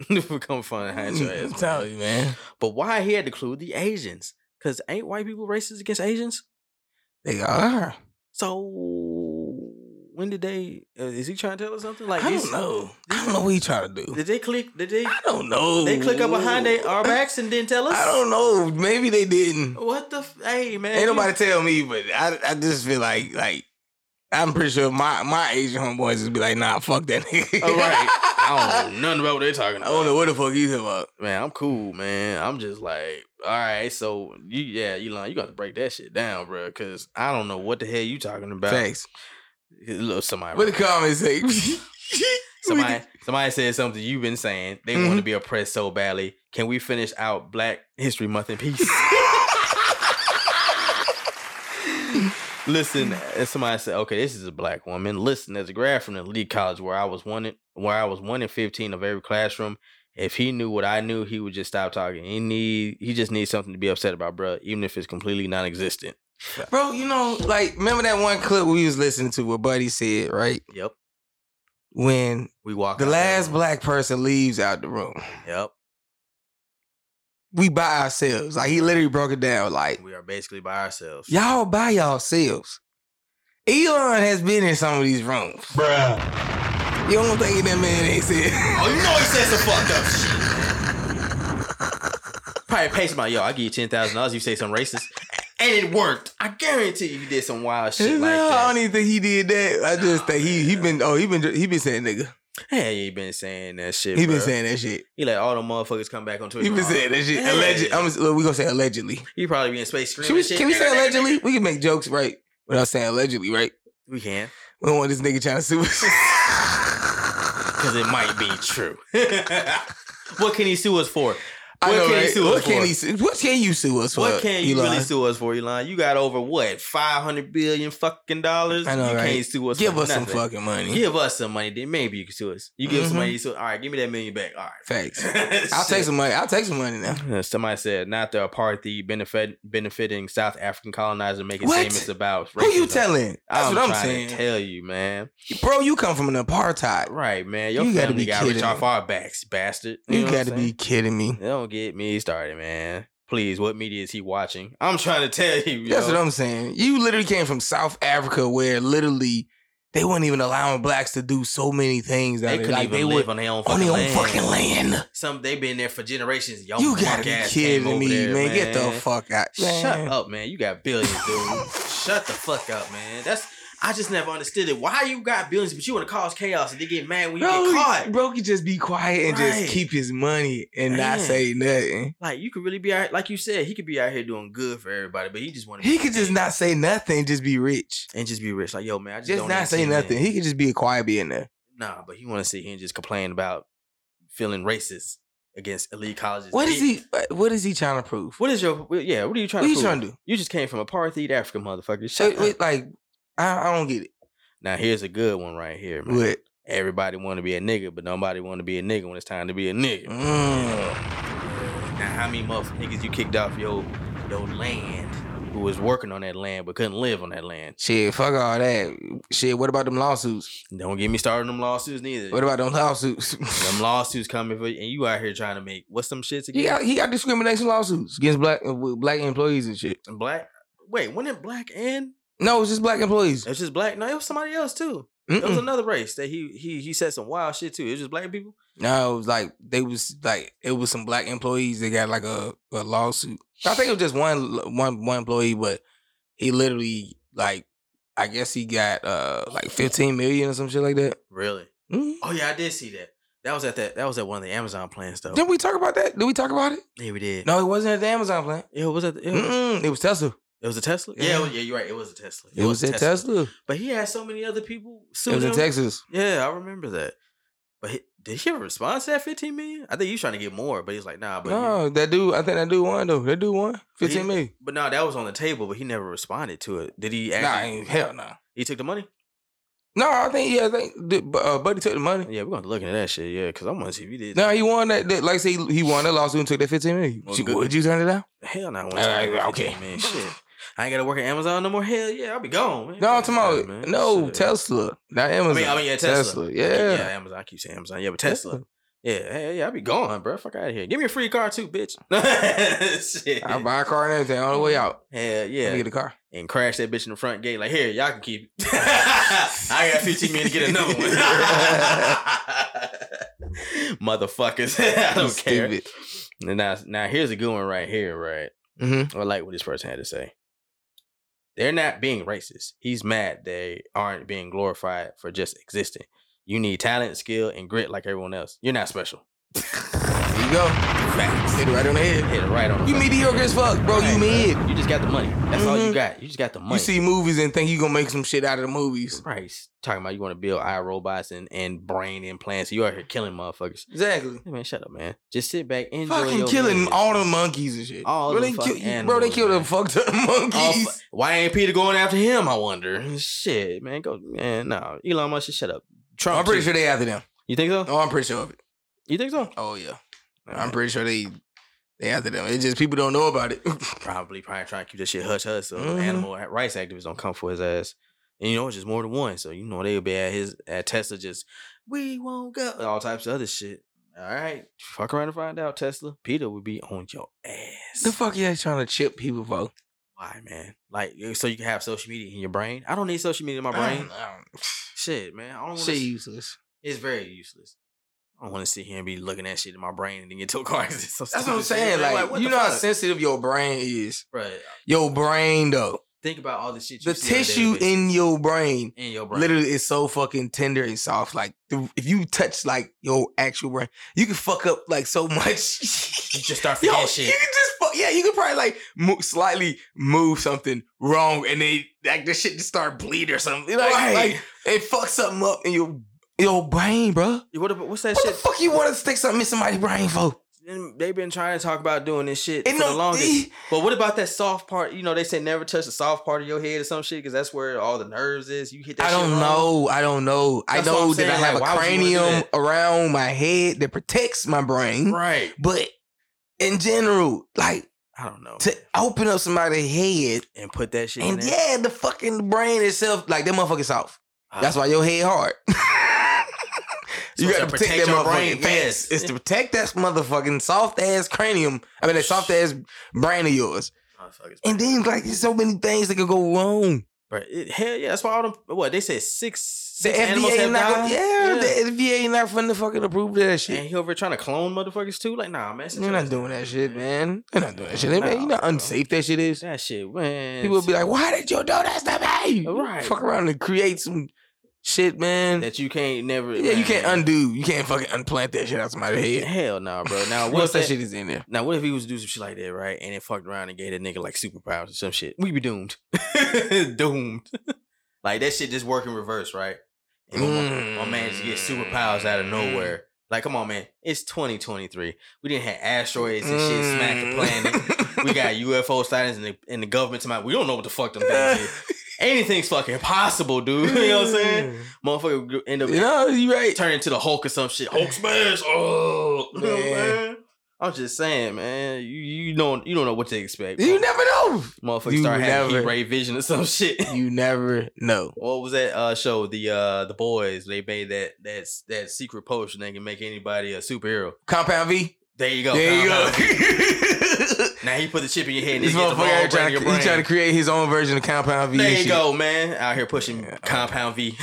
Speaker 3: Come find hide your ass.
Speaker 2: Mm, I'm telling you, man.
Speaker 3: But why he had to include the Asians? Because ain't white people racist against Asians?
Speaker 2: They are.
Speaker 3: So when did they? Uh, is he trying to tell us something? Like
Speaker 2: I
Speaker 3: is-
Speaker 2: don't know. I don't know what he trying to do.
Speaker 3: Did they click? Did they?
Speaker 2: I don't know.
Speaker 3: They click up behind they our backs and didn't tell us.
Speaker 2: [LAUGHS] I don't know. Maybe they didn't.
Speaker 3: What the? F- hey Oh, man,
Speaker 2: Ain't
Speaker 3: you-
Speaker 2: nobody tell me, but I I just feel like like I'm pretty sure my my Asian homeboys just be like, nah, fuck that nigga.
Speaker 3: [LAUGHS] All
Speaker 2: [LAUGHS]
Speaker 3: Oh, right. I don't know nothing about what they're talking
Speaker 2: I
Speaker 3: about.
Speaker 2: don't know what the fuck he's about.
Speaker 3: Man, I'm cool, man. I'm just like, all right. So you, yeah, Elon, you got to break that shit down, bro, because I don't know what the hell you talking about.
Speaker 2: Thanks.
Speaker 3: Look, somebody.
Speaker 2: What the comments say? [LAUGHS]
Speaker 3: Somebody, somebody said something you've been saying. They want
Speaker 2: Mm-hmm.
Speaker 3: to be oppressed so badly. Can we finish out Black History Month
Speaker 2: [LAUGHS]
Speaker 3: in peace? Listen, and somebody said, okay, this is a black woman. Listen, there's a graph from the Lee College where I was one in, where I was one in fifteen of every classroom. If he knew what I knew, he would just stop talking. He need he just needs something to be upset about, bro, even if it's completely non-existent.
Speaker 2: Bro, you know, like remember that one clip we was listening to where Buddy said, right?
Speaker 3: Yep,
Speaker 2: When
Speaker 3: we walk
Speaker 2: the
Speaker 3: out that
Speaker 2: last
Speaker 3: room.
Speaker 2: black person leaves out the room,
Speaker 3: Yep,
Speaker 2: we by ourselves. Like he literally broke it down like
Speaker 3: we are basically by ourselves.
Speaker 2: y'all by yourselves. Elon has been in some of these rooms.
Speaker 5: Bruh.
Speaker 2: You don't think that man ain't said [LAUGHS]
Speaker 5: Oh, you know he said some fucked up shit.
Speaker 3: Probably pay somebody, yo, I give you ten thousand dollars. You say something racist, and it worked. I guarantee you, he did some wild shit like
Speaker 2: I
Speaker 3: that.
Speaker 2: don't even think he did that. I just think he he been oh he been he been saying nigga.
Speaker 3: Hey, he been saying that shit.
Speaker 2: He been
Speaker 3: bruh.
Speaker 2: saying that shit.
Speaker 3: He let all the motherfuckers come back on Twitter.
Speaker 2: He been saying that shit.
Speaker 3: Hey.
Speaker 2: Alleged. I'm look, we gonna say allegedly.
Speaker 3: He probably be in space screaming
Speaker 2: Should we,
Speaker 3: shit.
Speaker 2: can we say allegedly? We can make jokes right without saying allegedly, right?
Speaker 3: We can,
Speaker 2: We don't want this nigga trying to sue us. [LAUGHS]
Speaker 3: because it might be true. [LAUGHS] what can he sue us for?
Speaker 2: I
Speaker 3: What
Speaker 2: know,
Speaker 3: can he
Speaker 2: right?
Speaker 3: sue us
Speaker 2: What can
Speaker 3: for?
Speaker 2: he sue? What can you sue us for?
Speaker 3: What can you
Speaker 2: Elon?
Speaker 3: really sue us for, Elon? You got over what five hundred billion fucking dollars.
Speaker 2: I know,
Speaker 3: you
Speaker 2: right?
Speaker 3: can't sue us.
Speaker 2: Give
Speaker 3: for
Speaker 2: us some
Speaker 3: nothing.
Speaker 2: fucking money.
Speaker 3: Give us some money, then maybe you can sue us. You give us some
Speaker 2: Mhm.
Speaker 3: money, you sue. All right, give me that million back. All right, [LAUGHS]
Speaker 2: Facts. I'll take some money. I'll take some money now.
Speaker 3: Uh, [LAUGHS] Somebody said not the apartheid benefit benefiting South African colonizer making
Speaker 2: What?
Speaker 3: statements about
Speaker 2: Who you
Speaker 3: racism.
Speaker 2: telling? That's
Speaker 3: I'm
Speaker 2: what I'm
Speaker 3: trying
Speaker 2: saying.
Speaker 3: to tell you, man.
Speaker 2: Bro, you come from an apartheid.
Speaker 3: Right, man. Your
Speaker 2: You gotta
Speaker 3: family
Speaker 2: be
Speaker 3: got rich
Speaker 2: kidding
Speaker 3: off
Speaker 2: me.
Speaker 3: our backs, bastard.
Speaker 2: You,
Speaker 3: know what I'm
Speaker 2: gotta be
Speaker 3: saying?
Speaker 2: kidding me.
Speaker 3: Don't get me started, man. Please, what media is he watching? I'm trying to tell you.
Speaker 2: That's
Speaker 3: yo.
Speaker 2: what I'm saying. You literally came from South Africa where literally they weren't even allowing blacks to do so many things that
Speaker 3: They couldn't even
Speaker 2: they would
Speaker 3: live on their own
Speaker 2: on
Speaker 3: fucking
Speaker 2: their own
Speaker 3: land.
Speaker 2: fucking land.
Speaker 3: Some they've been there for generations. Y'all
Speaker 2: You gotta be
Speaker 3: punk-ass came
Speaker 2: kidding
Speaker 3: over
Speaker 2: me,
Speaker 3: there,
Speaker 2: man. Get the fuck out.
Speaker 3: Shut
Speaker 2: man.
Speaker 3: up, man. You got billions, dude. Shut the fuck up, man. That's I just never understood it. Why you got billions, but you want to cause chaos and they get mad when you
Speaker 2: Bro,
Speaker 3: get caught?
Speaker 2: bro could just be quiet and
Speaker 3: Right.
Speaker 2: just keep his money and not
Speaker 3: Man.
Speaker 2: say nothing.
Speaker 3: Like you could really be out, like you said, he could be out here doing good for everybody, but he just want to
Speaker 2: He could just not say nothing, just be rich.
Speaker 3: and just be rich. Like yo, man, I just,
Speaker 2: Just
Speaker 3: donated
Speaker 2: not say
Speaker 3: 10 million.
Speaker 2: nothing. He could just be a quiet billionaire.
Speaker 3: Nah, but he want to sit here and just complain about feeling racist against elite colleges.
Speaker 2: What is he? What is he trying to prove? What,
Speaker 3: What is your? what- Yeah, what are you trying
Speaker 2: are
Speaker 3: to?
Speaker 2: you
Speaker 3: prove?
Speaker 2: trying to do?
Speaker 3: You just came from apartheid Africa, motherfucker. Shut
Speaker 2: Wait,
Speaker 3: up.
Speaker 2: wait, like, I, I don't get it.
Speaker 3: Now here's a good one right here, man.
Speaker 2: But
Speaker 3: Everybody want to be a nigga, but nobody want to be a nigga when it's time to be a nigga.
Speaker 2: mm,
Speaker 3: Now, how many motherfuckers you kicked off your your land who was working on that land but couldn't live on that land?
Speaker 2: shit, fuck all that. Shit, what about them lawsuits?
Speaker 3: Don't get me started on them lawsuits neither.
Speaker 2: What about them lawsuits? [LAUGHS]
Speaker 3: them lawsuits coming for you, and you out here trying to make what's some shits
Speaker 2: he
Speaker 3: again?
Speaker 2: got he got discrimination lawsuits against black with black employees and shit.
Speaker 3: black. Wait, wasn't it black and
Speaker 2: No, it's just black employees.
Speaker 3: it was just black? No, it was somebody else too. It was
Speaker 2: Mm-mm.
Speaker 3: another race that he he he said some wild shit too. It was just black people.
Speaker 2: No, it was like they was like it was some black employees that got like a, a lawsuit. I think it was just one one one employee, but he literally like I guess he got uh like fifteen million or some shit like that.
Speaker 3: Really?
Speaker 2: Mhm.
Speaker 3: Oh yeah, I did see that. That was at that. That was at one of the Amazon plants though.
Speaker 2: Didn't we talk about that? Did we talk about it?
Speaker 3: Yeah, we did.
Speaker 2: Oh. No, it wasn't at the Amazon plant.
Speaker 3: Yeah, it was at the, it, was,
Speaker 2: Mm-mm, it was Tesla.
Speaker 3: it was a Tesla. Yeah,
Speaker 2: Yeah.
Speaker 3: it was- yeah, you're right. It was a Tesla.
Speaker 2: It, was,
Speaker 3: a
Speaker 2: at Tesla.
Speaker 3: But he had so many other people
Speaker 2: It
Speaker 3: suing
Speaker 2: was in
Speaker 3: him.
Speaker 2: Texas.
Speaker 3: Yeah, I remember that. But he, did he ever respond to that 15 million? I think he was trying to get more, but he's like, nah, but you-
Speaker 2: no, that dude. I think that dude won though. That dude won
Speaker 3: but he-
Speaker 2: fifteen million.
Speaker 3: But no, that was on the table, but he never responded to it. Did he
Speaker 2: Nah,
Speaker 3: actually?
Speaker 2: ain't- hell no.
Speaker 3: He took the money?
Speaker 2: No, I think yeah, I think the- uh, Buddy took the money.
Speaker 3: Yeah, we're going to look into that shit, yeah, because I want to see if he did.
Speaker 2: No, he won that. that- like I say, he won that lawsuit and took that fifteen million.
Speaker 3: Well,
Speaker 2: She-
Speaker 3: good.
Speaker 2: Would you turn it down?
Speaker 3: Hell no, I want
Speaker 2: Uh,
Speaker 3: to
Speaker 2: okay. [LAUGHS]
Speaker 3: Man, shit. I ain't got to work at Amazon no more. Hell yeah, I'll be gone. Man.
Speaker 2: No, I'm
Speaker 3: Fuck
Speaker 2: talking
Speaker 3: that,
Speaker 2: about
Speaker 3: man.
Speaker 2: no
Speaker 3: Shit.
Speaker 2: Tesla, not
Speaker 3: I
Speaker 2: Amazon.
Speaker 3: mean, I mean, yeah, Tesla.
Speaker 2: Yeah.
Speaker 3: yeah, Amazon. I keep saying Amazon. Yeah, but Tesla.
Speaker 2: Tesla.
Speaker 3: Yeah, hey, yeah, I be gone, bro. Fuck out of here. Give me a free car too, [LAUGHS] bitch. Shit.
Speaker 2: I buy a car and everything on the way out.
Speaker 3: Hell
Speaker 2: Let me
Speaker 3: yeah,
Speaker 2: get a car.
Speaker 3: and crash that bitch in the front gate. Like here, y'all can keep. it. [LAUGHS] I got 15 minutes to get another one. [LAUGHS] Motherfuckers, [LAUGHS] I don't care. And now, now here's a good one right here, right?
Speaker 2: hmm
Speaker 3: I like what this person had to say. They're not being racist. He's mad they aren't being glorified for just existing. You need talent, skill, and grit like everyone else. You're not special.
Speaker 2: There you go. Hit it right on the head.
Speaker 3: Hit it right on. the
Speaker 2: You
Speaker 3: fucking-
Speaker 2: mediocre as fuck, bro.
Speaker 3: Right,
Speaker 2: You mid.
Speaker 3: You just got the money. That's all you
Speaker 2: Mhm.
Speaker 3: got. You just got the money.
Speaker 2: You see movies and think you gonna make some shit out of the movies.
Speaker 3: Christ, talking about you want to build eye robots and, and brain implants. You out here killing motherfuckers.
Speaker 2: Exactly.
Speaker 3: Hey, man, shut up, man. Just sit back, enjoy
Speaker 2: Fucking
Speaker 3: your
Speaker 2: killing
Speaker 3: meals.
Speaker 2: all the monkeys and shit.
Speaker 3: All
Speaker 2: bro,
Speaker 3: the
Speaker 2: they
Speaker 3: fuck
Speaker 2: kill, bro, they
Speaker 3: animals,
Speaker 2: killed
Speaker 3: man.
Speaker 2: a fucked [LAUGHS] up
Speaker 3: All fu-
Speaker 2: monkeys.
Speaker 3: Why ain't Peter going after him? I wonder. Shit, man, go, man. No, Elon Musk, just shut up. Trump,
Speaker 2: I'm pretty
Speaker 3: too.
Speaker 2: sure they after them.
Speaker 3: You think so?
Speaker 2: Oh, I'm pretty sure of it.
Speaker 3: You think so?
Speaker 2: Oh yeah, I'm
Speaker 3: Alright.
Speaker 2: pretty sure they they after them. It's just people don't know about it. [LAUGHS]
Speaker 3: probably probably trying to keep this shit hush hush so
Speaker 2: Mhm.
Speaker 3: animal rights activists don't come for his ass. And you know, it's just more than one. So you know they'll be at his at Tesla just we won't go and all types of other shit. All right. Fuck around and find out, Tesla. Peter would be on your ass.
Speaker 2: the fuck yeah, trying to chip people for?
Speaker 3: Why, man? Like so you can have social media in your brain. I don't need
Speaker 2: Ah.
Speaker 3: social media in my brain.
Speaker 2: I don't-
Speaker 3: shit, man. I don't want
Speaker 2: Shit
Speaker 3: to
Speaker 2: useless.
Speaker 3: it's very useless. I don't want to sit here and be looking at shit in my brain and then get to a [LAUGHS] car accident. So
Speaker 2: That's
Speaker 3: stupid
Speaker 2: what I'm
Speaker 3: shit.
Speaker 2: saying. Like,
Speaker 3: what
Speaker 2: you
Speaker 3: the
Speaker 2: know how
Speaker 3: fuck?
Speaker 2: sensitive your brain is.
Speaker 3: Bruh,
Speaker 2: Your brain, though.
Speaker 3: think about all the shit. You
Speaker 2: The
Speaker 3: see on a daily
Speaker 2: tissue
Speaker 3: basis
Speaker 2: in your brain,
Speaker 3: in your brain.
Speaker 2: literally is so fucking tender and soft. Like, the, if you touch like your actual brain, you can fuck up like so [LAUGHS] much.
Speaker 3: you just start
Speaker 2: Yo,
Speaker 3: forgetting
Speaker 2: you
Speaker 3: shit.
Speaker 2: can just fuck. Yeah, you can probably like mo- slightly move something wrong, and then like the shit just start bleed or something. Like,
Speaker 3: Right.
Speaker 2: like it fucks something up in your your brain, bro.
Speaker 3: What about, what's that
Speaker 2: What the
Speaker 3: shit?
Speaker 2: fuck you want to stick something in somebody's brain for?
Speaker 3: And They've been trying to talk about doing this shit
Speaker 2: Ain't
Speaker 3: for
Speaker 2: no-
Speaker 3: the longest.
Speaker 2: eh.
Speaker 3: But what about that soft part? You know, they say never touch the soft part of your head or some shit because that's where all the nerves is. You hit that.
Speaker 2: I
Speaker 3: shit
Speaker 2: don't
Speaker 3: wrong.
Speaker 2: know. I don't know. I
Speaker 3: That's what
Speaker 2: know
Speaker 3: I'm
Speaker 2: that I
Speaker 3: saying,
Speaker 2: have
Speaker 3: like, why
Speaker 2: a
Speaker 3: would you wanna do
Speaker 2: cranium around my head that protects my brain,
Speaker 3: Right.
Speaker 2: but in general, like
Speaker 3: I don't know.
Speaker 2: to open up somebody's head
Speaker 3: and put that shit
Speaker 2: and
Speaker 3: in there.
Speaker 2: yeah, the fucking brain itself, like that motherfucker's soft.
Speaker 5: Uh,
Speaker 3: Ah.
Speaker 2: That's why your head hard. [LAUGHS]
Speaker 3: So
Speaker 2: you
Speaker 3: it's
Speaker 2: gotta
Speaker 3: to
Speaker 2: protect,
Speaker 3: protect
Speaker 2: that
Speaker 3: your
Speaker 2: brain.
Speaker 3: brain,
Speaker 2: Yes,
Speaker 3: yes.
Speaker 2: it's to protect that motherfucking soft ass cranium. I mean, that soft ass brain of yours.
Speaker 3: Oh, fuck, it's
Speaker 2: And then like, there's so many things that could go wrong.
Speaker 3: Bruh, it- hell yeah, that's why all them. What they said six
Speaker 2: The
Speaker 3: six animals
Speaker 2: FDA
Speaker 3: have
Speaker 2: ain't not, gonna-
Speaker 3: died.
Speaker 2: yeah, the FDA ain't not finna fucking approve that shit.
Speaker 3: And he over trying to clone motherfuckers too. Like nah, man, sit
Speaker 2: You're
Speaker 3: your
Speaker 2: not
Speaker 3: ass
Speaker 2: doing
Speaker 3: down.
Speaker 2: that shit, man. You're not doing that shit. man. You know
Speaker 3: Nah,
Speaker 2: how
Speaker 3: bro.
Speaker 2: unsafe that shit is.
Speaker 3: That shit, man.
Speaker 2: People be like, "Why did you do that to me?"
Speaker 3: Right.
Speaker 2: Fuck around and create some shit, man.
Speaker 3: that you can't never.
Speaker 2: yeah, you can't
Speaker 3: man.
Speaker 2: undo. You can't fucking unplant that shit out somebody's head.
Speaker 3: Hell nah, bro.
Speaker 2: [LAUGHS]
Speaker 3: Now
Speaker 2: Once
Speaker 3: what if
Speaker 2: that
Speaker 3: that
Speaker 2: shit is in there?
Speaker 3: Now what if he was to do some shit like that, right? And it fucked around and gave that nigga like superpowers or some shit. We be doomed, [LAUGHS] doomed. like that shit just work in reverse, right? And my- my, my man just get superpowers out of
Speaker 2: Mm.
Speaker 3: nowhere. Like, come on, man. It's 2023. We didn't have asteroids and shit smack
Speaker 2: Mm.
Speaker 3: the planet.
Speaker 2: [LAUGHS]
Speaker 3: we got UFO sightings and the, and the government's mind. We don't know what the fuck them
Speaker 2: [LAUGHS]
Speaker 3: things is. Anything's fucking possible, dude. [LAUGHS] you know what I'm saying? Motherfucker gr- end up
Speaker 2: Mm. You know, Mm. you right.
Speaker 3: turning into the Hulk or some shit. Hulk smash. Oh, [LAUGHS] you know what I'm
Speaker 2: Man.
Speaker 3: saying? I'm just saying, man. You you don't you don't know what to expect.
Speaker 2: You never know.
Speaker 3: motherfuckers
Speaker 2: you
Speaker 3: start having
Speaker 2: never-
Speaker 3: heat ray vision or some [LAUGHS] shit.
Speaker 2: You never know.
Speaker 3: What was that uh, show? The uh, the boys they made that that that secret potion that can make anybody a superhero.
Speaker 2: Compound V.
Speaker 3: There you go.
Speaker 2: There you go.
Speaker 3: Compound.
Speaker 2: [LAUGHS]
Speaker 3: Now he put the chip in your head. And
Speaker 2: this
Speaker 3: it gets the wrong
Speaker 2: motherfucker
Speaker 3: brain in
Speaker 2: trying
Speaker 3: your
Speaker 2: to, he
Speaker 3: brain.
Speaker 2: trying to create his own version of Compound V. and
Speaker 3: There you
Speaker 2: shit.
Speaker 3: go, man. Out here pushing
Speaker 2: Yeah.
Speaker 3: Compound V.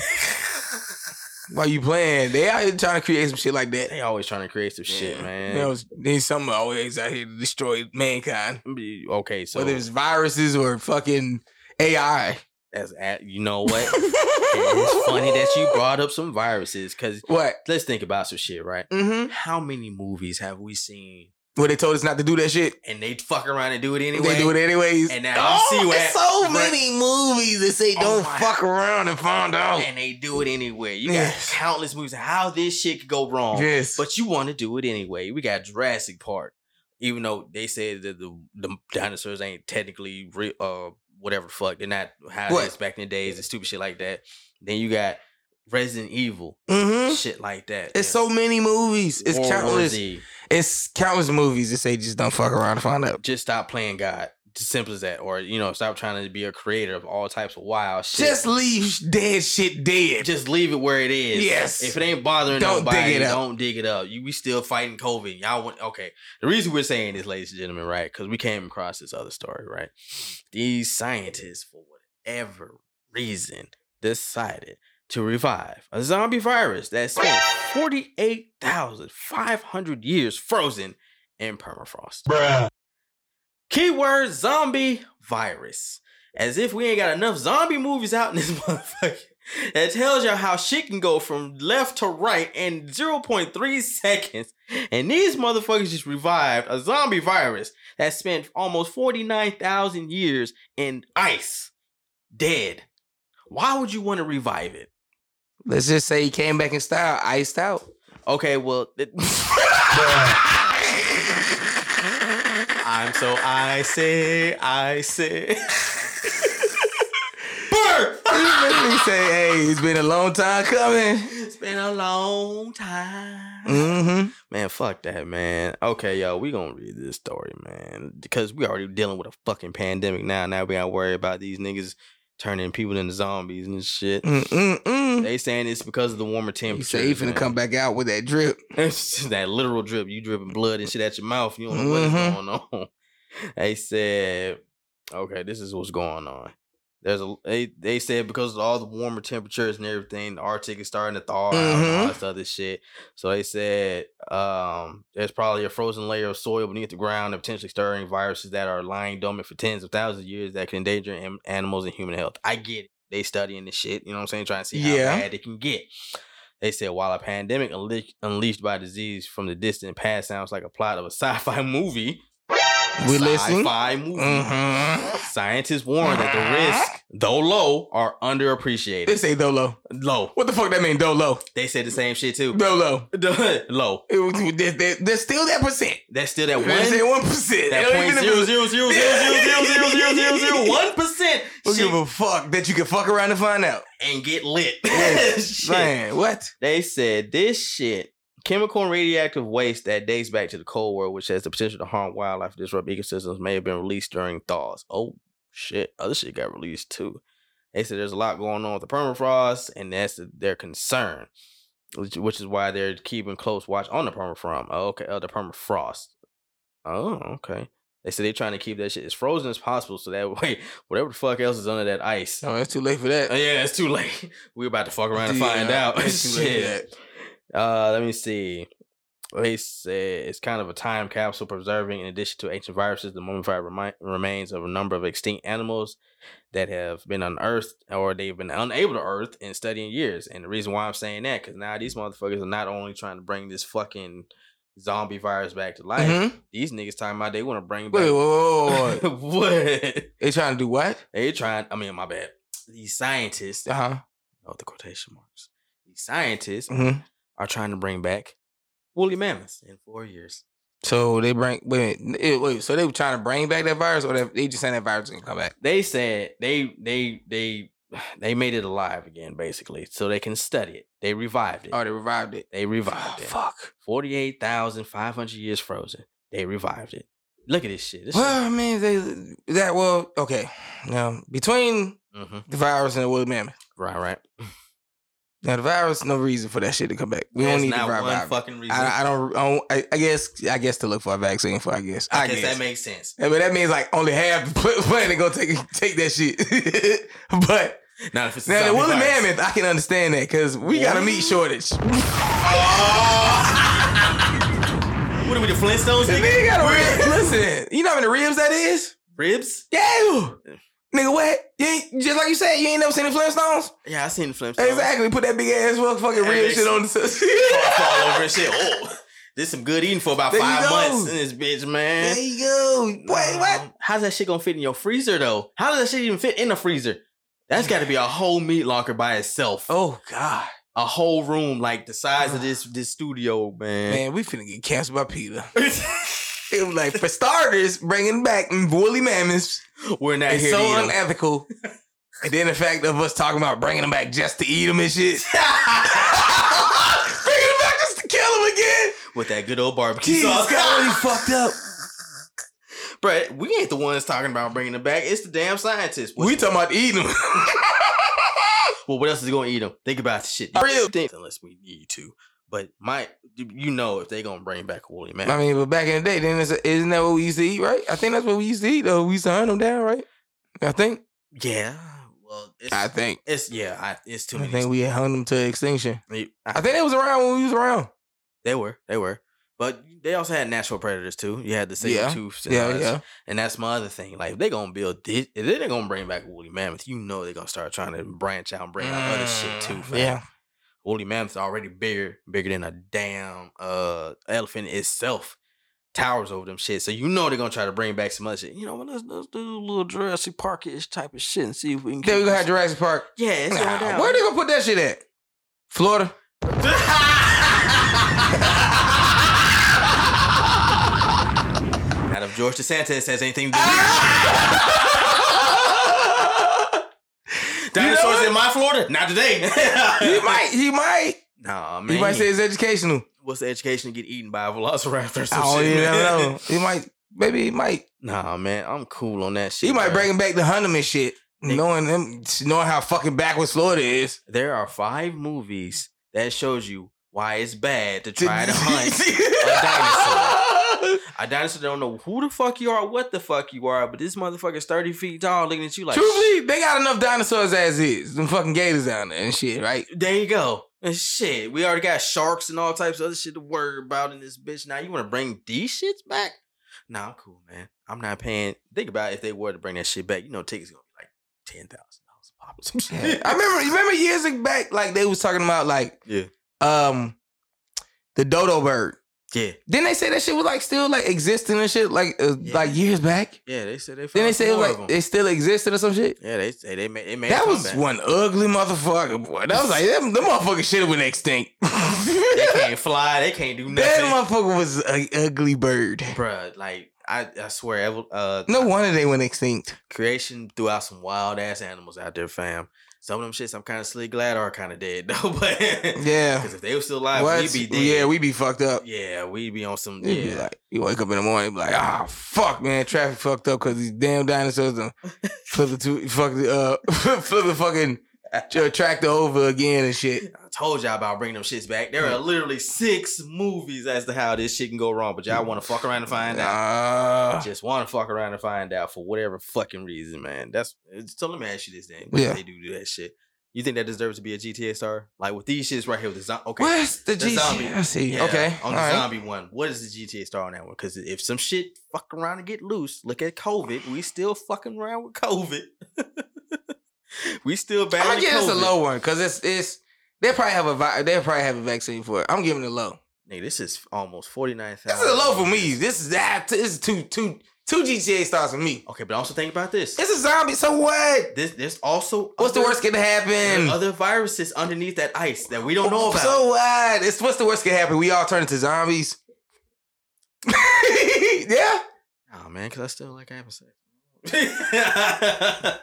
Speaker 2: Why you playing? They out here trying to create some shit like that.
Speaker 3: they always trying to create some shit,
Speaker 2: Yeah.
Speaker 3: man.
Speaker 2: You know, there's something always out here to destroy mankind,
Speaker 3: okay, so
Speaker 2: whether it's viruses or fucking AI.
Speaker 3: That's at, you know what? it's
Speaker 2: [LAUGHS]
Speaker 3: funny that you brought up some viruses because
Speaker 2: What?
Speaker 3: let's think about some shit, right?
Speaker 2: Mm-hmm.
Speaker 3: How many movies have we seen
Speaker 2: Well, they told us not to do that shit.
Speaker 3: and they fuck around and do it anyway?
Speaker 2: They do it anyways.
Speaker 3: And now you see what
Speaker 2: it's so
Speaker 3: hap-
Speaker 2: many movies that say
Speaker 3: Oh
Speaker 2: don't
Speaker 3: my-
Speaker 2: fuck around and find out.
Speaker 3: And they do it anyway. You got
Speaker 2: Yes.
Speaker 3: countless movies. How this shit could go wrong?
Speaker 2: yes,
Speaker 3: But you want to do it anyway. We got Jurassic Park, even though they said that the, the dinosaurs ain't technically real, uh, whatever the fuck. They're not how
Speaker 2: What?
Speaker 3: it is back in the days and stupid shit like that. Then you got Resident Evil,
Speaker 2: hmm
Speaker 3: shit like that.
Speaker 2: it's
Speaker 3: Then
Speaker 2: so many movies. It's
Speaker 3: World War
Speaker 2: countless.
Speaker 3: Z.
Speaker 2: It's countless movies that say just don't fuck around and find out.
Speaker 3: Just stop playing God. Just simple as that. Or, you know, stop trying to be a creator of all types of wild shit.
Speaker 2: Just leave dead shit dead.
Speaker 3: Just leave it where it is.
Speaker 2: Yes.
Speaker 3: If it ain't bothering
Speaker 2: Don't dig
Speaker 3: nobody,
Speaker 2: it up.
Speaker 3: don't dig it up. You, we still fighting COVID. Y'all want okay. The reason we're saying this, ladies and gentlemen, right? Because we came across this other story, right? These scientists, for whatever reason, decided to revive a zombie virus that spent forty eight thousand five hundred years frozen in permafrost.
Speaker 5: Bruh.
Speaker 3: Keyword zombie virus. As if we ain't got enough zombie movies out in this [LAUGHS] motherfucker that tells y'all how shit can go from left to right in 0.3 seconds. And these motherfuckers just revived a zombie virus that spent almost 49,000 years in ice, dead. Why would you want to revive it?
Speaker 2: Let's just say he came back in style, iced out.
Speaker 3: Okay, well, it- [LAUGHS] I'm so I say, I say. Burr! [LAUGHS]
Speaker 2: he say, "Hey, it's been a long time coming."
Speaker 3: It's been a long time.
Speaker 2: Mm-hmm.
Speaker 3: Mm, Man, fuck that, man. Okay, yo, we gonna read this story, man, because we already dealing with a fucking pandemic now. Now we gotta worry about these niggas turning people into zombies and shit.
Speaker 2: Mm-mm-mm.
Speaker 3: They saying it's because of the warmer
Speaker 2: You
Speaker 3: temperatures.
Speaker 2: say he finna
Speaker 3: man.
Speaker 2: come back out with that drip.
Speaker 3: It's just that literal drip. You dripping blood and shit at your mouth. You don't
Speaker 2: Mhm.
Speaker 3: know [LAUGHS] what is going on. They said, okay, this is what's going on. There's a they they said because of all the warmer temperatures and everything, the Arctic is starting to thaw out and all
Speaker 2: Mhm.
Speaker 3: this other shit. So they said um, there's probably a frozen layer of soil beneath the ground and potentially stirring viruses that are lying dormant for tens of thousands of years that can endanger am- animals and human health. I get it. They studying this shit, you know what I'm saying, trying to see how
Speaker 2: Yeah.
Speaker 3: bad it can get. They said while a pandemic unleash- unleashed by disease from the distant past sounds like a plot of a [LAUGHS] sci-fi movie.
Speaker 2: We listening?
Speaker 3: Sci-fi movie.
Speaker 2: Mm-hmm.
Speaker 3: Scientists warn that
Speaker 2: [LAUGHS]
Speaker 3: the risks, though low, are underappreciated.
Speaker 2: They say Dolo.
Speaker 3: low.
Speaker 2: What the fuck that mean, Dolo?
Speaker 3: They said the same shit
Speaker 2: [LAUGHS]
Speaker 3: too. [LAUGHS]
Speaker 2: Dolo.
Speaker 3: low.
Speaker 2: It was, there- there- there's still that percent.
Speaker 3: That's still that one.
Speaker 2: They say 1%.
Speaker 3: That
Speaker 2: They don't
Speaker 3: point
Speaker 2: even-
Speaker 3: zero zero zero zero zero zero zero zero
Speaker 2: [LAUGHS]
Speaker 3: zero zero one percent
Speaker 2: Who give a fuck that you can fuck around and find
Speaker 3: [LAUGHS]
Speaker 2: out?
Speaker 3: and get lit. Shit.
Speaker 2: Man, what?
Speaker 3: They said this shit. Chemical and radioactive waste that dates back to the Cold War, which has the potential to harm wildlife and disrupt ecosystems, may have been released during thaws. Oh shit, other shit got released too. They said there's a lot going on with the permafrost, and that's their concern, which, which is why they're keeping close watch on the permafrost. Oh, okay, oh, the permafrost. Oh, okay. They said they're trying to keep that shit as frozen as possible, so that [LAUGHS] way, whatever the fuck else is under that ice,
Speaker 2: No, it's Oh, too late for that.
Speaker 3: uh, yeah, it's too late. [LAUGHS] We're about to fuck around and
Speaker 2: Yeah,
Speaker 3: find out.
Speaker 2: it's too late for
Speaker 3: [LAUGHS] Shit. Uh, let me see. They said it's kind of a time capsule preserving, in addition to ancient viruses, the mummified remi- remains of a number of extinct animals that have been unearthed or they've been unable to earth and study in years. And the reason why I'm saying that, because now these motherfuckers are not only trying to bring this fucking zombie virus back to life,
Speaker 2: Mhm.
Speaker 3: these niggas talking about they want to bring
Speaker 2: Wait, whoa,
Speaker 3: back.
Speaker 2: whoa, whoa, whoa.
Speaker 3: [LAUGHS] what?
Speaker 2: They trying to do what?
Speaker 3: They trying, I mean, my bad. These scientists
Speaker 2: Uh huh.
Speaker 3: Oh, the quotation marks. These scientists
Speaker 2: Mhm.
Speaker 3: are trying to bring back woolly mammoths in four years.
Speaker 2: So they bring wait, a minute. Eh, wait. So they were trying to bring back that virus, or they, they just saying that virus gonna come back?
Speaker 3: They said they they they [SIGHS] they made it alive again, basically, so they can study it. They revived it.
Speaker 2: Oh, they revived it.
Speaker 3: They
Speaker 2: Oh, [GASPS]
Speaker 3: revived it.
Speaker 2: fuck.
Speaker 3: Forty-eight thousand five hundred years frozen. They revived it. Look at this shit. This
Speaker 2: Well, I mean, they that well, okay. Now between
Speaker 3: hmm
Speaker 2: the virus and the woolly mammoth.
Speaker 3: Right, right.
Speaker 2: Now the virus, no reason for that shit to come back. We
Speaker 3: That's
Speaker 2: don't need the
Speaker 3: not
Speaker 2: virus.
Speaker 3: one
Speaker 2: virus.
Speaker 3: fucking reason.
Speaker 2: I, I don't. I, don't I, I guess. I guess to look for a vaccine for. I guess. I,
Speaker 3: I guess that
Speaker 2: guess.
Speaker 3: makes sense.
Speaker 2: I mean, that means like only half the pl- planet gonna take take that shit. [LAUGHS] but
Speaker 3: Not if it's a
Speaker 2: now the
Speaker 3: zombie
Speaker 2: woolly
Speaker 3: virus.
Speaker 2: mammoth, I can understand that because we got a meat
Speaker 3: [LAUGHS]
Speaker 2: shortage.
Speaker 3: What are we, the Flintstones? Nigga?
Speaker 2: Nigga got a rib.
Speaker 3: [LAUGHS]
Speaker 2: Listen, you know how many ribs that is?
Speaker 3: Ribs?
Speaker 2: Yeah. Nigga, what? You ain't, just like you said, you ain't never seen the Flintstones?
Speaker 3: Yeah, I seen the Flintstones.
Speaker 2: Exactly. Put that big ass fuck- fucking
Speaker 3: That
Speaker 2: rib
Speaker 3: makes
Speaker 2: shit on the
Speaker 3: fall-
Speaker 2: There
Speaker 3: [LAUGHS] fall over and shit.
Speaker 2: [LAUGHS]
Speaker 3: Oh, this some good eating for about
Speaker 2: There you
Speaker 3: five
Speaker 2: go.
Speaker 3: months in this bitch, man.
Speaker 2: you go. Wait, what?
Speaker 3: Um, How's that shit gonna fit in your freezer though? How does that shit even fit in the freezer? That's got to be a whole meat locker by itself.
Speaker 2: Oh, Ah. God.
Speaker 3: A whole room like the size of this this studio, man.
Speaker 2: Man, we finna get canceled by [LAUGHS] Peter. It was like, for starters, bringing back woolly mammoths
Speaker 3: We're not
Speaker 2: is
Speaker 3: here
Speaker 2: so
Speaker 3: to eat 'em.
Speaker 2: unethical. [LAUGHS] and then the fact of us talking about bringing them back just to eat them and [LAUGHS] shit. bringing them back just to kill them again.
Speaker 3: [LAUGHS] with that good old barbecue
Speaker 2: Jesus,
Speaker 3: sauce.
Speaker 2: God, really fucked up.
Speaker 3: Bruh, we ain't the ones talking about bringing it back. It's the damn scientists. What-
Speaker 2: We talking about eating them.
Speaker 3: [LAUGHS] Well, what else is gonna eat them? Think about the shit.
Speaker 2: Real.
Speaker 3: Think- unless we need to. But my, you know, if they gonna bring back woolly man,
Speaker 2: I mean, but back in the day, then it's, isn't that what we used to eat, right? I think that's what we used to eat, though. We used to hunt them down, right? I think.
Speaker 3: Yeah. Well, it's,
Speaker 2: I think.
Speaker 3: it's yeah. I, it's too
Speaker 2: I
Speaker 3: many.
Speaker 2: think we had hung them to extinction.
Speaker 3: we,
Speaker 2: I think it was around when we was around.
Speaker 3: they were. They were. But they also had natural predators too. You had the saber
Speaker 2: Yeah.
Speaker 3: tooths. And all
Speaker 2: Yeah,
Speaker 3: that
Speaker 2: yeah.
Speaker 3: shit. And that's my other thing. Like if they gonna build, this, if they're gonna bring back woolly mammoth, you know they're gonna start trying to branch out and bring out other shit too.
Speaker 2: Mm,
Speaker 3: Fam.
Speaker 2: Yeah.
Speaker 3: woolly mammoth's already bigger, bigger than a damn uh elephant itself. Towers over them shit, so you know they're gonna try to bring back some other shit. You know what? Let's, let's do a little Jurassic Park-ish type of shit and see if we can.
Speaker 2: Then
Speaker 3: keep
Speaker 2: we gonna
Speaker 3: this- [LAUGHS]
Speaker 2: have Jurassic Park.
Speaker 3: yeah, it's going
Speaker 2: Nah,
Speaker 3: down.
Speaker 2: where they gonna put that shit at? Florida.
Speaker 3: [LAUGHS] Not if George DeSantis has
Speaker 2: [LAUGHS]
Speaker 3: anything to do with it.
Speaker 2: You know
Speaker 3: Dinosaurs
Speaker 2: what?
Speaker 3: in my Florida? Not [LAUGHS] today.
Speaker 2: He might. He might.
Speaker 3: Nah, man.
Speaker 2: He might say it's educational.
Speaker 3: What's the education to get eaten by a velociraptor or some
Speaker 2: I don't
Speaker 3: shit?
Speaker 2: even
Speaker 3: man?
Speaker 2: know. He might. Maybe he might.
Speaker 3: [LAUGHS] Nah, man. I'm cool on that shit.
Speaker 2: He might
Speaker 3: bro.
Speaker 2: bring him back to hunt him and shit. Knowing them, knowing how fucking backwards Florida is.
Speaker 3: There are five
Speaker 2: [LAUGHS]
Speaker 3: [LAUGHS] movies that shows you why it's bad to try to hunt a dinosaur. I honestly don't know who the fuck you are, what the fuck you are, but this motherfucker's 30 feet tall looking at you like,
Speaker 2: Truthfully, they got enough dinosaurs as is. Them fucking gators down there and shit, right?
Speaker 3: there you go. And shit, we already got sharks and all types of other shit to worry about in this bitch. Now you want to bring these shits back? Nah, I'm cool, man. I'm not paying. Think about it, if they were to bring that shit back, you know, tickets gonna be like ten thousand dollars a pop or some shit.
Speaker 2: I remember remember years back, like they was talking about like
Speaker 3: Yeah.
Speaker 2: um the dodo bird.
Speaker 3: Yeah,
Speaker 2: Then they say that shit was like still like existing and shit like uh,
Speaker 3: Yeah.
Speaker 2: like years back.
Speaker 3: yeah. They said they.
Speaker 2: Then they
Speaker 3: found
Speaker 2: say it
Speaker 3: four
Speaker 2: was
Speaker 3: of
Speaker 2: like
Speaker 3: them.
Speaker 2: it still existed or some shit.
Speaker 3: yeah, they say they made. They made a
Speaker 2: That was
Speaker 3: comeback.
Speaker 2: one ugly motherfucker, boy. That was like them, them motherfuckers should have went extinct. [LAUGHS]
Speaker 3: They
Speaker 2: that
Speaker 3: can't fly. They can't do nothing,
Speaker 2: motherfucker was an ugly bird.
Speaker 3: Bruh, Like I, I swear, evol- uh,
Speaker 2: No wonder they went extinct.
Speaker 3: creation threw out some wild ass animals out there, fam. Some of them shits I'm kind of slick glad are kind of dead [LAUGHS] though, but
Speaker 2: Yeah.
Speaker 3: because if they were still alive,
Speaker 2: What?
Speaker 3: we'd be dead.
Speaker 2: yeah, we be fucked up.
Speaker 3: yeah, we'd be on some
Speaker 2: You Uh, be
Speaker 3: yeah.
Speaker 2: like, you wake up in the morning, be like, ah, fuck, man, traffic fucked up because these damn dinosaurs done flip the two, fuck [LAUGHS] the, uh, flip the fucking tra- tractor over again and shit.
Speaker 3: I told y'all about bringing them shits back. There are literally six movies as to how this shit can go wrong, but y'all want to fuck around and find out.
Speaker 2: Ah,
Speaker 3: Just want to fuck around and find out for whatever fucking reason, man. That's so. Let me ask you this, then. What
Speaker 2: Yeah.
Speaker 3: if they do do that shit? You think that deserves to be a GTA star? Like with these shits right here with the zombie. Okay,
Speaker 2: where's the, G?
Speaker 3: zombie.
Speaker 2: I see.
Speaker 3: Yeah,
Speaker 2: okay, all
Speaker 3: On the
Speaker 2: right.
Speaker 3: zombie one, what is the GTA star on that one? Because if some shit fuck around and get loose, look at COVID. We still fucking around with COVID. [LAUGHS] we still
Speaker 2: I'm
Speaker 3: battling
Speaker 2: gonna give
Speaker 3: COVID.
Speaker 2: this a low one because it's it's they probably have a vi- they probably have a vaccine for it. I'm giving it a low.
Speaker 3: Nigga, this is almost forty nine
Speaker 2: This
Speaker 3: thousand.
Speaker 2: is a low for me. This is that. This is two two two GTA stars for me.
Speaker 3: Okay, but also think about this.
Speaker 2: It's a zombie, so what?
Speaker 3: This there's also
Speaker 2: What's the
Speaker 3: other-
Speaker 2: worst that can happen?
Speaker 3: there's other viruses underneath that ice that we don't know about.
Speaker 2: Oh, So what? It's what's the worst can happen? We all turn into zombies. [LAUGHS] yeah.
Speaker 3: oh man, because I still like
Speaker 2: [LAUGHS]
Speaker 3: having sex.
Speaker 2: I,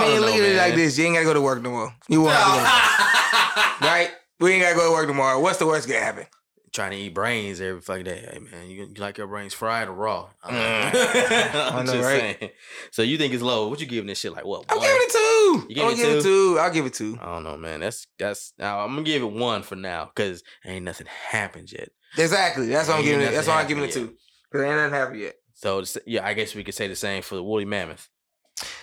Speaker 2: mean, look at it like this. You ain't gotta go to work no more. You won't have to
Speaker 3: [LAUGHS]
Speaker 2: go. Right? We ain't gotta go to work tomorrow. What's the worst can happen?
Speaker 3: trying to eat brains every fucking day. Hey man, you, you like your brains fried or raw? I'm
Speaker 2: Mm. [LAUGHS]
Speaker 3: [LAUGHS]
Speaker 2: I know, right?
Speaker 3: saying. So you think it's low? What you giving this shit like? What?
Speaker 2: I'm
Speaker 3: one?
Speaker 2: giving it
Speaker 3: You
Speaker 2: two.
Speaker 3: give
Speaker 2: I'm
Speaker 3: it
Speaker 2: gonna give it two. I'll give it two.
Speaker 3: I don't know, man. That's that's. Now I'm gonna give it one for now because ain't nothing happened yet.
Speaker 2: Exactly. That's what I'm
Speaker 3: Ain't
Speaker 2: giving it.
Speaker 3: nothing
Speaker 2: That's why I'm
Speaker 3: happened
Speaker 2: giving it
Speaker 3: yet.
Speaker 2: two. Cause ain't nothing happened yet.
Speaker 3: So it's- yeah, I guess we could say the same for the woolly mammoth.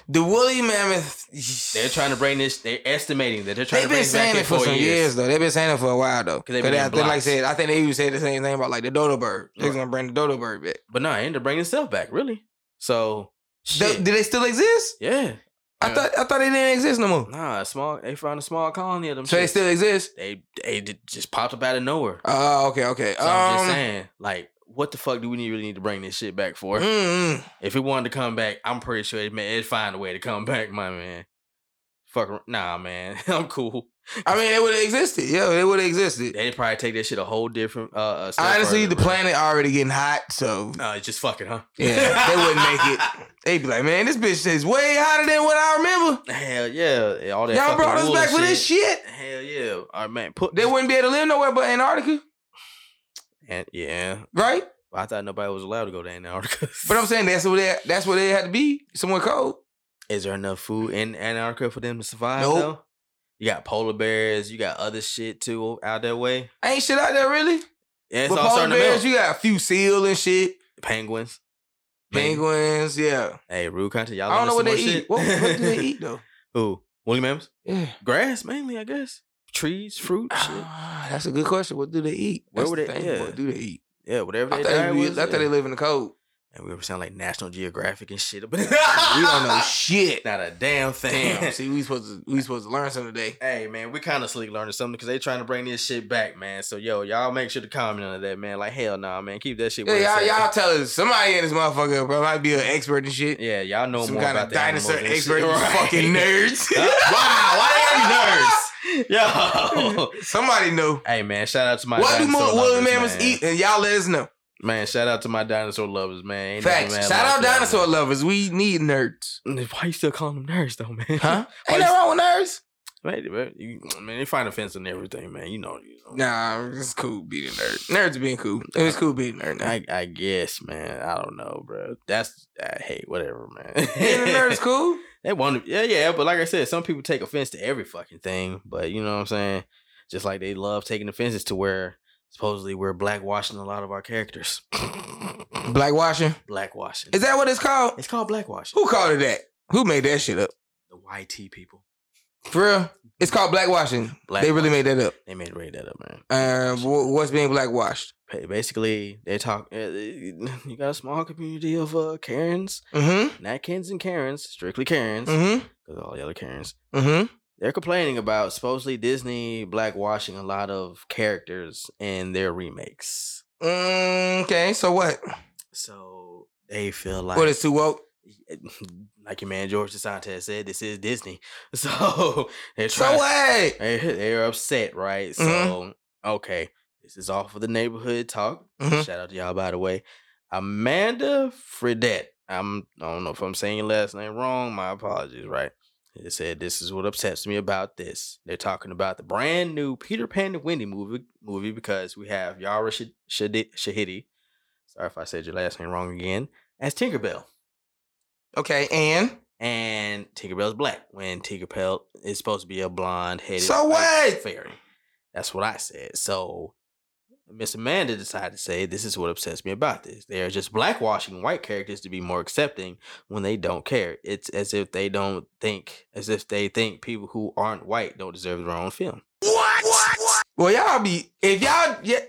Speaker 2: The woolly mammoth.
Speaker 3: They're trying
Speaker 2: [SIGHS]
Speaker 3: to bring this. They're estimating that they're trying
Speaker 2: They've
Speaker 3: to bring
Speaker 2: been
Speaker 3: it back
Speaker 2: saying
Speaker 3: in
Speaker 2: it for
Speaker 3: four
Speaker 2: some years.
Speaker 3: years.
Speaker 2: though. They've been saying it for a while though.
Speaker 3: 'Cause they've
Speaker 2: Because
Speaker 3: been in
Speaker 2: I think, like I
Speaker 3: blocks.
Speaker 2: said, I think they even said the same thing about like the dodo bird. They're
Speaker 3: Right.
Speaker 2: gonna bring the dodo bird back.
Speaker 3: But nah, and they're bringing itself back really. So
Speaker 2: Do,
Speaker 3: shit.
Speaker 2: do they still exist?
Speaker 3: yeah,
Speaker 2: I
Speaker 3: Yeah.
Speaker 2: thought I thought they didn't exist no more.
Speaker 3: nah. a Small. They found a small colony of them.
Speaker 2: So they
Speaker 3: shits.
Speaker 2: still exist.
Speaker 3: They they did- just popped up out of nowhere.
Speaker 2: Oh, okay, okay.
Speaker 3: So I'm just
Speaker 2: um,
Speaker 3: saying, like, what the fuck do we need, really need to bring this shit back for?
Speaker 2: mm, mm.
Speaker 3: If it wanted to come back, I'm pretty sure it, ma- it'd find a way to come [LAUGHS] back, my man. Fuck, ar- nah, man, [LAUGHS] I'm cool.
Speaker 2: I mean, it would have existed. Yeah, it would have existed.
Speaker 3: They'd probably take that shit a whole different. uh, uh step
Speaker 2: Honestly,
Speaker 3: further,
Speaker 2: the
Speaker 3: bro. [LAUGHS]
Speaker 2: planet already getting hot, so
Speaker 3: No, it's just fucking, huh?
Speaker 2: yeah,
Speaker 3: [LAUGHS]
Speaker 2: they wouldn't make it. They'd be like, man, this bitch is way hotter than what I remember.
Speaker 3: Hell yeah, all that.
Speaker 2: Y'all
Speaker 3: fucking
Speaker 2: brought us
Speaker 3: wool and
Speaker 2: back for this shit.
Speaker 3: Hell yeah, all right, man. Put
Speaker 2: They wouldn't be able to live nowhere but Antarctica,
Speaker 3: And, yeah,
Speaker 2: right?
Speaker 3: I thought nobody was allowed to go to Antarctica.
Speaker 2: But I'm saying that's where they, that's where they had to be, somewhere cold.
Speaker 3: [LAUGHS] Is there enough food in Antarctica for them to survive?
Speaker 2: Nope.
Speaker 3: Though? You got polar bears. You got other shit too out that way.
Speaker 2: Ain't shit out there really.
Speaker 3: Yeah, it's
Speaker 2: but
Speaker 3: all
Speaker 2: polar
Speaker 3: starting to
Speaker 2: bears,
Speaker 3: melt.
Speaker 2: you got a few seal and shit,
Speaker 3: Penguins. Maybe.
Speaker 2: penguins. Yeah,
Speaker 3: Hey, rude country. Y'all.
Speaker 2: I don't know what
Speaker 3: learning
Speaker 2: they
Speaker 3: some
Speaker 2: eat. What,
Speaker 3: more shit?
Speaker 2: what
Speaker 3: [LAUGHS]
Speaker 2: do they eat though?
Speaker 3: Who? Woolly mammoths.
Speaker 2: Yeah.
Speaker 3: Grass mainly, I guess. Trees, fruit, shit.
Speaker 2: Ah, that's a good question. What do they eat?
Speaker 3: Where
Speaker 2: That's
Speaker 3: would
Speaker 2: the
Speaker 3: they-
Speaker 2: thing.
Speaker 3: yeah.
Speaker 2: What do they eat?
Speaker 3: Yeah, whatever
Speaker 2: I
Speaker 3: they
Speaker 2: thought,
Speaker 3: diet
Speaker 2: they,
Speaker 3: was.
Speaker 2: I thought
Speaker 3: yeah.
Speaker 2: they live in the
Speaker 3: [LAUGHS]
Speaker 2: cold.
Speaker 3: and we ever sound like National Geographic and shit. [LAUGHS] But we
Speaker 2: We
Speaker 3: don't
Speaker 2: don't
Speaker 3: [LAUGHS]
Speaker 2: know shit.
Speaker 3: Not a damn thing.
Speaker 2: Damn. See, we supposed to we supposed to learn something today.
Speaker 3: Hey man, we kind of sleep learning something because they trying to bring this shit back, man. So yo, y'all make sure to comment on that, man. Like hell nah, man, keep that shit. where
Speaker 2: Yeah,
Speaker 3: it's
Speaker 2: y'all,
Speaker 3: at.
Speaker 2: y'all tell us somebody in this motherfucker bro, might be an expert in shit.
Speaker 3: Yeah, y'all know
Speaker 2: Some
Speaker 3: more
Speaker 2: kind
Speaker 3: about
Speaker 2: of
Speaker 3: the
Speaker 2: dinosaur
Speaker 3: animals and
Speaker 2: expert.
Speaker 3: shit.
Speaker 2: you Fucking
Speaker 3: [LAUGHS] Right. [LAUGHS] Uh,
Speaker 2: nerds. [LAUGHS]
Speaker 3: wow, why they have nerds? [LAUGHS]
Speaker 2: [LAUGHS]
Speaker 3: Yo.
Speaker 2: somebody know.
Speaker 3: Hey man, shout out to Oh. my
Speaker 2: What do
Speaker 3: dinosaur
Speaker 2: more woolly
Speaker 3: lovers,
Speaker 2: mammoths
Speaker 3: man.
Speaker 2: eat? And y'all let us know.
Speaker 3: Man, shout out to my dinosaur lovers, man. Ain't nothing
Speaker 2: Facts.
Speaker 3: mad
Speaker 2: Shout
Speaker 3: like
Speaker 2: out
Speaker 3: that,
Speaker 2: dinosaur
Speaker 3: man.
Speaker 2: lovers. We need nerds.
Speaker 3: Why you still calling them nerds though, man?
Speaker 2: Huh?
Speaker 3: Why
Speaker 2: Ain't
Speaker 3: you-
Speaker 2: that wrong with nerds?
Speaker 3: Right, right. You, [CLEARS THROAT] man, they find offense in everything, man. You know. You know.
Speaker 2: Nah, it's cool being a nerd. Nerds being cool. It's cool being a nerd.
Speaker 3: [LAUGHS]
Speaker 2: Now.
Speaker 3: I, I guess, man. I don't know, bro. That's I hate whatever, man.
Speaker 2: Being a nerd is cool.
Speaker 3: [LAUGHS] They want to, yeah, yeah. But like I said, some people take offense to every fucking thing. But you know what I'm saying? Just like they love taking offenses to where supposedly we're blackwashing a lot of our characters. [LAUGHS]
Speaker 2: Blackwashing.
Speaker 3: blackwashing.
Speaker 2: Is that what it's called?
Speaker 3: It's called blackwashing.
Speaker 2: Who called it that? Who made that shit up?
Speaker 3: The YT people.
Speaker 2: For real? It's called blackwashing.
Speaker 3: Black
Speaker 2: they really made that up.
Speaker 3: They made made that up, man.
Speaker 2: Uh, wh- what's being blackwashed?
Speaker 3: Ba- Basically, they [LAUGHS] talk. uh, You got a small community of uh, Karens,
Speaker 2: Mm-hmm.
Speaker 3: not Kens and Karens, strictly Karens, because
Speaker 2: Mm-hmm.
Speaker 3: all the other Karens.
Speaker 2: Mm-hmm.
Speaker 3: They're complaining about supposedly Disney blackwashing a lot of characters in their remakes.
Speaker 2: Mm, Okay, so what?
Speaker 3: So they feel like
Speaker 2: What is too woke?
Speaker 3: [LAUGHS] like your man George DeSantis said, this is Disney. [LAUGHS] So they're
Speaker 2: So
Speaker 3: trying.
Speaker 2: what?
Speaker 3: they- [LAUGHS] They're upset, right?
Speaker 2: Mhm.
Speaker 3: So okay, this is all for the neighborhood talk.
Speaker 2: Mhm.
Speaker 3: Shout out to y'all, by the way. Amanda Fredette. I'm I don't know if I'm saying your last name wrong. My apologies, right? It said this is what upsets me about this. They're talking about the brand new Peter Pan and Wendy movie movie because we have Yara Sh- Shadi- Shahidi. Sorry if I said your last name wrong again. As Tinkerbell
Speaker 2: Okay, and
Speaker 3: and Tinkerbell's black when Tinkerbell is supposed to be a blonde headed
Speaker 2: So what?
Speaker 3: fairy. That's what I said. So Miss Amanda decided to say this is what upsets me about this. They are just blackwashing white characters to be more accepting when they don't care. It's as if they don't think as if they think people who aren't white don't deserve their own film.
Speaker 2: what? What? Well, y'all be if y'all yeah,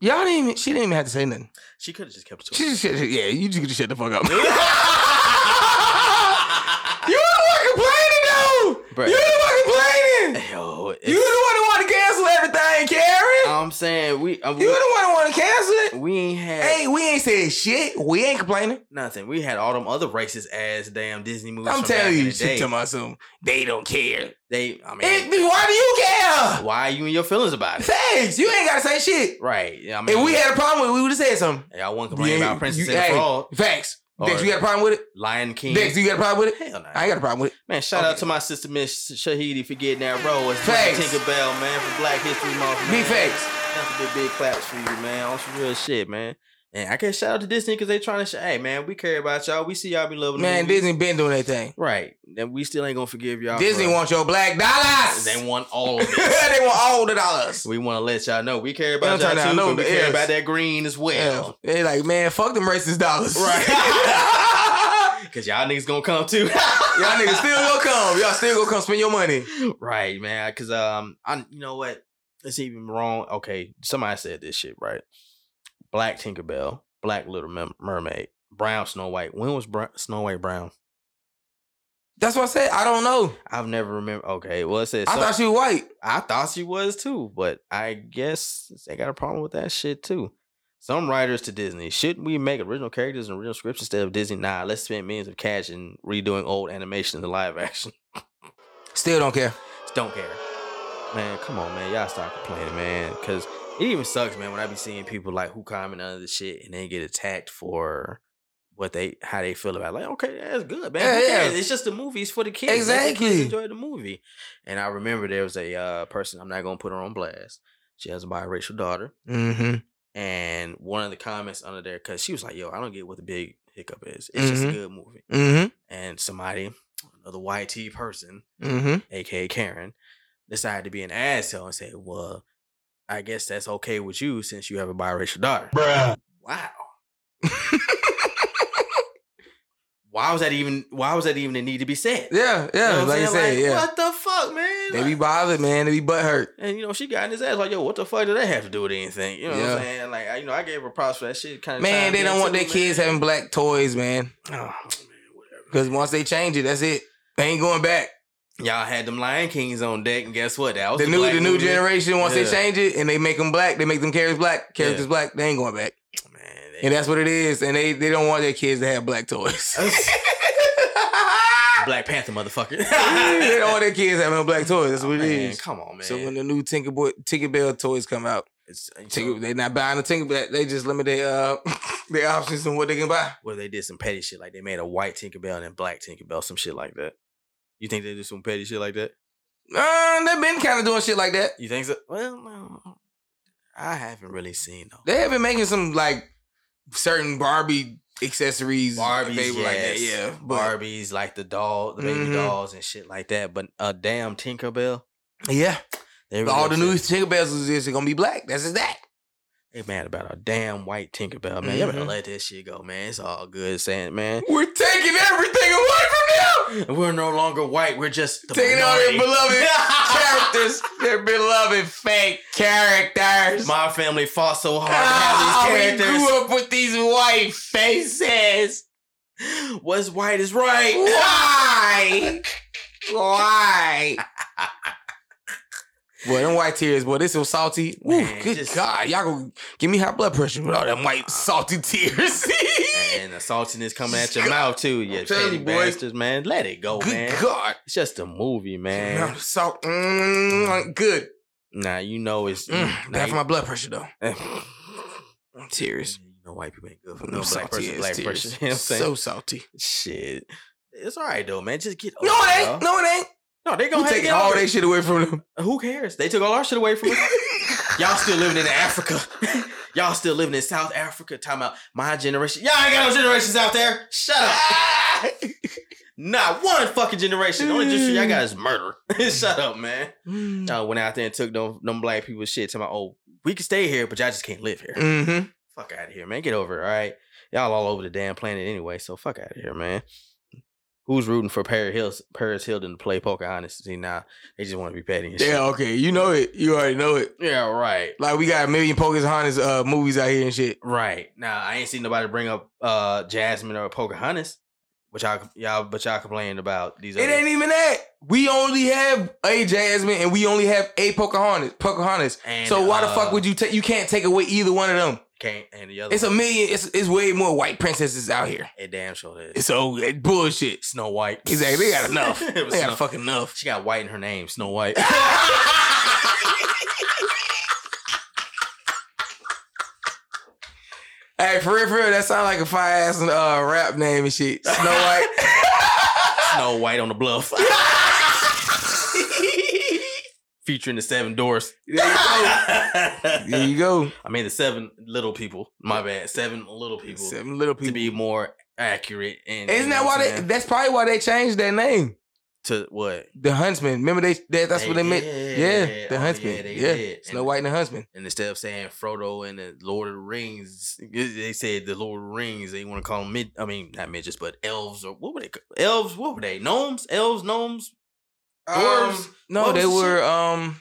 Speaker 2: y'all didn't. Even, she didn't even have to say nothing.
Speaker 3: She could have just kept it
Speaker 2: She
Speaker 3: to
Speaker 2: just yeah. [LAUGHS] You just get to shut the fuck up.
Speaker 3: herself.
Speaker 2: You the one complaining, though.
Speaker 3: Bruh.
Speaker 2: You the one complaining.
Speaker 3: Yo, it's-
Speaker 2: You the one who want to cancel everything, Karen.
Speaker 3: I'm saying we, uh,
Speaker 2: You the one who want to cancel it.
Speaker 3: we, we ain't had
Speaker 2: Hey, we ain't said shit. We ain't complaining.
Speaker 3: Nothing. We had all them other racist ass damn Disney movies.
Speaker 2: I'm
Speaker 3: from back
Speaker 2: telling
Speaker 3: in
Speaker 2: you,
Speaker 3: the
Speaker 2: shit
Speaker 3: day.
Speaker 2: to my son. They don't care.
Speaker 3: They, I mean,
Speaker 2: It, why do you care?
Speaker 3: why are you in your feelings
Speaker 2: [LAUGHS]
Speaker 3: about it?
Speaker 2: Thanks. You ain't gotta say shit.
Speaker 3: Right. Yeah, I mean,
Speaker 2: If we had a problem with it, we would have said something.
Speaker 3: y'all one complain
Speaker 2: Yeah,
Speaker 3: about Princess
Speaker 2: you-
Speaker 3: and the
Speaker 2: hey,
Speaker 3: Frog,
Speaker 2: Facts.
Speaker 3: Or-
Speaker 2: Dex, you got a problem with it?
Speaker 3: Lion King.
Speaker 2: Dex, you got a problem with it?
Speaker 3: Hell no.
Speaker 2: I ain't got a problem with it.
Speaker 3: Man, shout out
Speaker 2: Okay.
Speaker 3: to my sister Miss Shahidi for getting that role as
Speaker 2: Facts.
Speaker 3: Tinkerbell, man, for Black History Month. man.
Speaker 2: Big facts.
Speaker 3: That's a big, big claps for you, man. On some real shit, man. And I can shout out to Disney because they trying to say, hey, man, we care about y'all. We see y'all be loving the
Speaker 2: Man,
Speaker 3: movies.
Speaker 2: Disney been doing that thing.
Speaker 3: Right. And we still ain't going to forgive y'all.
Speaker 2: Disney
Speaker 3: for-
Speaker 2: wants your black dollars.
Speaker 3: [LAUGHS] They want all of it.
Speaker 2: [LAUGHS] they want all the dollars.
Speaker 3: We want to let y'all know we care
Speaker 2: Y'all
Speaker 3: about
Speaker 2: turn
Speaker 3: y'all
Speaker 2: down
Speaker 3: too,
Speaker 2: no
Speaker 3: but we care
Speaker 2: yes.
Speaker 3: about that green as
Speaker 2: Yeah.
Speaker 3: well.
Speaker 2: They like, man, fuck them racist dollars.
Speaker 3: Right. Cause y'all niggas gonna come
Speaker 2: [LAUGHS]
Speaker 3: too. [LAUGHS]
Speaker 2: Y'all niggas still gonna come. Y'all still gonna come spend your money.
Speaker 3: right, man. Cause um, I you know what? It's even wrong. Okay, somebody said this shit right. Black Tinkerbell, Black Little Mer- Mermaid, Brown Snow White. When was Br- Snow White brown?
Speaker 2: That's what I said. I don't know.
Speaker 3: I've never remember. Okay, well it says
Speaker 2: I thought she was white.
Speaker 3: I thought she was too, but I guess they got a problem with that shit too. Some writers to Disney, shouldn't we make original characters and original scripts instead of Disney? Nah, let's spend millions of cash in redoing old animation into live action.
Speaker 2: Still don't care.
Speaker 3: Just don't care. Man, come on, man. Y'all stop complaining, man. Cause it even sucks, man, when I be seeing people like who comment on this shit and they get attacked for what they how they feel about it. like okay that's good man
Speaker 2: Yeah,
Speaker 3: Who
Speaker 2: yeah.
Speaker 3: cares? it's just the movie it's for the kids Let the kids
Speaker 2: Exactly.
Speaker 3: enjoy the movie and I remember there was a uh, person I'm not gonna put her on blast she has a biracial daughter
Speaker 2: Mm-hmm.
Speaker 3: and one of the comments under there because she was like yo I don't get what the big hiccup is it's just a
Speaker 2: Mhm.
Speaker 3: good movie
Speaker 2: Mm-hmm.
Speaker 3: and somebody another YT person
Speaker 2: Mm-hmm.
Speaker 3: aka Karen, decided to be an asshole and say, "Well, I guess that's okay with you since you have a biracial daughter."
Speaker 5: Bruh.
Speaker 3: Wow. why was that even? Why was that even a need to be said?
Speaker 2: Yeah,
Speaker 3: You
Speaker 2: yeah.
Speaker 3: know what
Speaker 2: like
Speaker 3: I'm
Speaker 2: I
Speaker 3: saying?
Speaker 2: said, yeah.
Speaker 3: What the fuck, man?
Speaker 2: They be
Speaker 3: Like-
Speaker 2: bothered, man. They be butt hurt.
Speaker 3: and you know she got in his ass like, yo, what the fuck did that have to do with anything? You know what
Speaker 2: Yeah.
Speaker 3: I'm saying? Like, I, you know, I gave her props for that shit. Kind of
Speaker 2: Man, they don't want their kids having black toys, man.
Speaker 3: Oh, man, whatever.
Speaker 2: Because once they change it, that's it. They ain't going back.
Speaker 3: Y'all had them Lion Kings on deck, and guess what? That was
Speaker 2: The new,
Speaker 3: black
Speaker 2: the new
Speaker 3: movie.
Speaker 2: generation. Once
Speaker 3: Yeah.
Speaker 2: they change it and they make them black, they make them characters black. Characters black. They ain't going back.
Speaker 3: Man, they-
Speaker 2: And that's what it is. And they they don't want their kids to have black toys.
Speaker 3: [LAUGHS] Black Panther, motherfucker.
Speaker 2: [LAUGHS] they don't want their kids having black toys. That's what it
Speaker 3: Oh, Man,
Speaker 2: is.
Speaker 3: Come on, man.
Speaker 2: So when the new Tinker Boy, Tinkerbell toys come out,
Speaker 3: It's- it's-
Speaker 2: Tinker, they not buying the Tinkerbell. They just limit their uh, [LAUGHS] their options on what they can buy.
Speaker 3: well, they did some petty shit, like they made a white Tinkerbell and a black Tinkerbell, some shit like that. You think they do some petty shit like that?
Speaker 2: Uh, they've been kind of doing shit like that.
Speaker 3: You think so? Well, no, I haven't really seen them.
Speaker 2: They have been making some like certain Barbie accessories.
Speaker 3: Barbies,
Speaker 2: they were like that,
Speaker 3: yes.
Speaker 2: yeah. But
Speaker 3: Barbies, like the doll, the baby
Speaker 2: Mhm.
Speaker 3: dolls and shit like that. But a damn Tinkerbell,
Speaker 2: yeah,
Speaker 3: they
Speaker 2: all the
Speaker 3: really
Speaker 2: new
Speaker 3: upset.
Speaker 2: Tinkerbells is just gonna be black. That's just that.
Speaker 3: They mad about a damn white Tinkerbell, man. You
Speaker 2: Mm-hmm.
Speaker 3: better let that shit go, man. It's all good saying, man.
Speaker 2: We're taking everything away from them.
Speaker 3: We're no longer white. We're just the
Speaker 2: Taking all their [LAUGHS]
Speaker 3: minority.
Speaker 2: beloved characters, their beloved fake characters.
Speaker 3: My family fought so hard
Speaker 2: Ah,
Speaker 3: to have
Speaker 2: we
Speaker 3: these characters.
Speaker 2: grew up with these white faces.
Speaker 3: What's white is right.
Speaker 2: Why? Why? Boy, them white tears, boy, this so salty. Ooh,
Speaker 3: Man,
Speaker 2: good
Speaker 3: just-
Speaker 2: God, y'all gonna give me high blood pressure with all them white salty tears. [LAUGHS]
Speaker 3: And the saltiness coming at your mouth too, you
Speaker 2: telling
Speaker 3: petty
Speaker 2: you, boy.
Speaker 3: bastards, man. Let it go,
Speaker 2: good
Speaker 3: man.
Speaker 2: God,
Speaker 3: It's just a movie, man.
Speaker 2: Now, salt, mm, good.
Speaker 3: Nah, you know it's
Speaker 2: Mm,
Speaker 3: nah,
Speaker 2: bad for
Speaker 3: you-
Speaker 2: my blood pressure [LAUGHS] though.
Speaker 3: tears.
Speaker 2: Tears.
Speaker 3: You know white people ain't good for
Speaker 2: Them
Speaker 3: no black
Speaker 2: salty
Speaker 3: person.
Speaker 2: ass
Speaker 3: Black
Speaker 2: tears.
Speaker 3: [LAUGHS] person. You know what I'm saying?
Speaker 2: So salty.
Speaker 3: shit. It's all right though, man. Just get.
Speaker 2: No,
Speaker 3: over
Speaker 2: it ain't.
Speaker 3: y'all.
Speaker 2: No, it ain't.
Speaker 3: no. They
Speaker 2: You
Speaker 3: gonna
Speaker 2: taking
Speaker 3: take
Speaker 2: all that shit away from
Speaker 3: [LAUGHS]
Speaker 2: them.
Speaker 3: Who cares? They took all our shit away from us. [LAUGHS] y'all still living in Africa. [LAUGHS] y'all still living in South Africa. Time out. My generation. Y'all ain't got no generations out there. Shut [LAUGHS] up. Not one fucking generation. The only generation y'all got is murder. [LAUGHS] Shut up, man. Y'all went out there and took them, them black people's shit. To my oh, we can stay here, but y'all just can't live here.
Speaker 2: Mm-hmm.
Speaker 3: Fuck out of here, man. Get over it, all right? Y'all all over the damn planet anyway, so fuck out of here, man. Who's rooting for Paris Hills Paris Hilton to play Pocahontas? See, nah, they just want to be petty and
Speaker 2: Yeah, okay. You know it. You already know it.
Speaker 3: shit. Yeah, right.
Speaker 2: Like we got a million Pocahontas uh, movies out here and shit.
Speaker 3: Right. Now I ain't seen nobody bring up uh Jasmine or Pocahontas, which y'all y'all but y'all complained about these
Speaker 2: It
Speaker 3: other
Speaker 2: ain't even that. We only have a Jasmine and we only have a Pocahontas. Pocahontas.
Speaker 3: And,
Speaker 2: so why the
Speaker 3: uh,
Speaker 2: fuck would you take? You can't take away either one of them.
Speaker 3: can't and the other
Speaker 2: It's a million. It's it's way more white princesses out here.
Speaker 3: it damn sure is.
Speaker 2: So it's bullshit.
Speaker 3: eh, Snow White.
Speaker 2: Exactly. They got enough.
Speaker 3: [LAUGHS] It
Speaker 2: they
Speaker 3: was
Speaker 2: got
Speaker 3: Snow-
Speaker 2: fucking enough.
Speaker 3: She got white in her name,
Speaker 2: [LAUGHS]
Speaker 3: Snow White.
Speaker 2: Hey, for real, for real, that sounds like a fire ass uh, rap name and shit. Snow White.
Speaker 3: [LAUGHS] Snow White on
Speaker 2: [LAUGHS]
Speaker 3: the bluff. Featuring the
Speaker 2: [LAUGHS]
Speaker 3: seven doors.
Speaker 2: there you go. There
Speaker 3: [LAUGHS] I
Speaker 2: you go.
Speaker 3: mean the seven little people. My bad. Seven little people.
Speaker 2: Seven little people.
Speaker 3: To be more accurate and
Speaker 2: Isn't that why they? That's probably why they changed their name.
Speaker 3: to what?
Speaker 2: The Huntsman. Remember they? they that's what they meant.
Speaker 3: did.
Speaker 2: Yeah, the
Speaker 3: Oh,
Speaker 2: Huntsman.
Speaker 3: they
Speaker 2: Yeah,
Speaker 3: did.
Speaker 2: Snow
Speaker 3: And-
Speaker 2: White and the Huntsman.
Speaker 3: And instead of saying Frodo and the Lord of the Rings, they said the Lord of the Rings. They want to call them mid. I mean, not midgets, but elves or what were they? ca- Elves? What were they? Gnomes? Elves? Gnomes? Dwarves?
Speaker 2: No,
Speaker 3: Um, What
Speaker 2: they
Speaker 3: was the
Speaker 2: were. Um,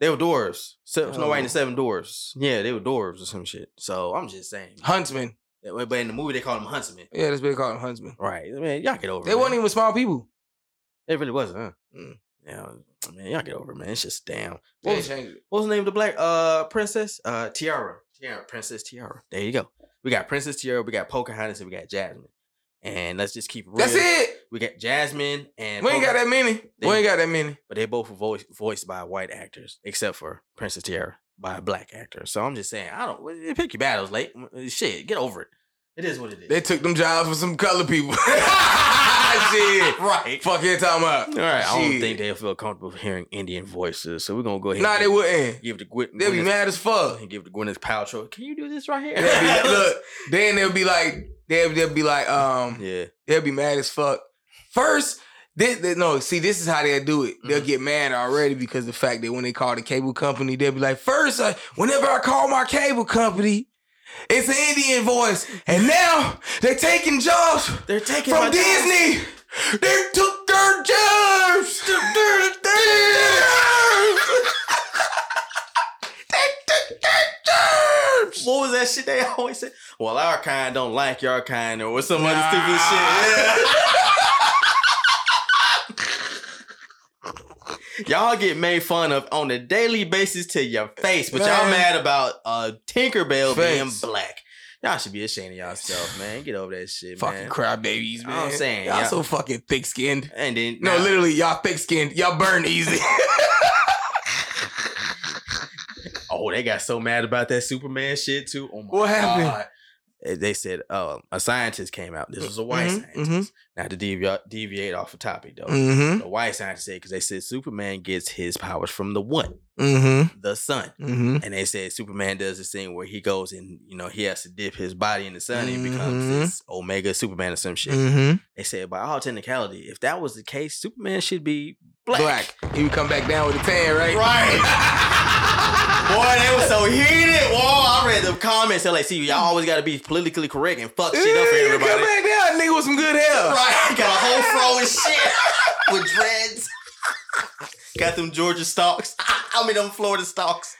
Speaker 3: They were dwarves. So, Snow White and
Speaker 2: Oh.
Speaker 3: the Seven Dwarves. Yeah, they were dwarves or some shit. So I'm just saying.
Speaker 2: Huntsman.
Speaker 3: But but in the movie, they called them huntsmen.
Speaker 2: Yeah, that's what they call them Huntsman.
Speaker 3: Right. I mean, y'all get over
Speaker 2: They
Speaker 3: it.
Speaker 2: weren't
Speaker 3: man.
Speaker 2: even small people.
Speaker 3: It really wasn't, huh? Mm, Yeah, man, y'all get over it, man. It's just damn. What
Speaker 2: They
Speaker 3: was,
Speaker 2: changed it.
Speaker 3: what was the name of the black uh princess? Uh Tiara. Tiara, Princess Tiara. There you go. We got Princess Tiara, we got Pocahontas, and we got Jasmine. And let's just keep it real.
Speaker 2: That's it.
Speaker 3: We got Jasmine and
Speaker 2: We ain't got
Speaker 3: Pocah-
Speaker 2: that many.
Speaker 3: They-
Speaker 2: We ain't got that many.
Speaker 3: but they both were voice, voiced by white actors, except for Princess Tiara by a black actor. So I'm just saying, I don't well, pick your battles, late uh, shit. Get over it. It is what it is.
Speaker 2: They took them jobs from some color
Speaker 3: [LAUGHS]
Speaker 2: people. Shit.
Speaker 3: right.
Speaker 2: Fuck you talking about.
Speaker 3: All right. I don't
Speaker 2: Shit.
Speaker 3: think they'll feel comfortable hearing Indian voices, so we're gonna go ahead.
Speaker 2: Nah,
Speaker 3: and
Speaker 2: they wouldn't.
Speaker 3: give the Gwen.
Speaker 2: They'd be
Speaker 3: Gwyneth-
Speaker 2: mad as fuck.
Speaker 3: and give the Gwyneth Paltrow. Can you do this right here? [LAUGHS]
Speaker 2: They'd be, look, then they'll be like, they'll, they'll be like, um,
Speaker 3: yeah,
Speaker 2: they'll be mad as fuck. First, this, th- no, see, this is how they'll do it. They'll get mad already because the fact that when they call the cable company, they'll be like, first, uh, whenever I call my cable company, it's an Indian voice. And now they're taking jobs
Speaker 3: they're taking
Speaker 2: from Disney. They took their jobs. They took [LAUGHS] their jobs.
Speaker 3: What was that shit they [LAUGHS] always said? Well, our kind don't like your kind, or some other
Speaker 2: [LAUGHS]
Speaker 3: stupid
Speaker 2: Nah.
Speaker 3: shit. Yeah. y'all get made fun of on a daily basis to your face, but y'all
Speaker 2: Man.
Speaker 3: mad about uh, Tinkerbell being
Speaker 2: Face.
Speaker 3: black. Y'all should be ashamed of yourself, man. Get over that shit,
Speaker 2: Fucking
Speaker 3: man.
Speaker 2: crybabies, man.
Speaker 3: I'm saying,
Speaker 2: y'all
Speaker 3: yeah.
Speaker 2: so fucking thick skinned.
Speaker 3: and then
Speaker 2: No,
Speaker 3: now-
Speaker 2: literally, y'all thick skinned. Y'all burn easy. [LAUGHS]
Speaker 3: Oh, they got so mad about that Superman shit too. Oh my
Speaker 2: What happened?
Speaker 3: God. Eh, They said um, a scientist came out. This was a white
Speaker 2: Mhm,
Speaker 3: scientist. Not to devi- deviate off the topic though.
Speaker 2: mm-hmm.
Speaker 3: The white scientist said because they said Superman gets his powers from the what?
Speaker 2: Mm-hmm.
Speaker 3: The sun.
Speaker 2: Mm-hmm.
Speaker 3: And they said Superman does this thing where he goes and you know he has to dip his body in the sun and he becomes
Speaker 2: Mhm.
Speaker 3: this Omega Superman or some shit.
Speaker 2: Mm-hmm.
Speaker 3: They said by all technicality, if that was the case, [LAUGHS] Superman should be black.
Speaker 2: Black. You come back down with a tan, right?
Speaker 3: Right. Boy, they was so heated. Whoa, I read the comments. They're like, see, y'all always got to be politically correct and fuck shit up for
Speaker 2: Yeah, you
Speaker 3: everybody.
Speaker 2: come back down, nigga, with some good hair.
Speaker 3: Right, got a whole fro and shit with dreads. Got them Georgia stalks. [LAUGHS] I mean, them Florida stalks.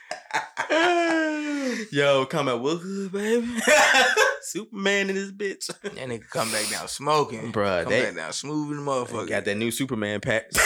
Speaker 3: [LAUGHS] Yo, come at Will Hood, baby. [LAUGHS] Superman in this bitch.
Speaker 2: That nigga come back down smoking.
Speaker 3: Bruh,
Speaker 2: come
Speaker 3: they-
Speaker 2: back down smoothing the motherfucker.
Speaker 3: Got that new Superman [LAUGHS] pack.
Speaker 2: [SIGHS]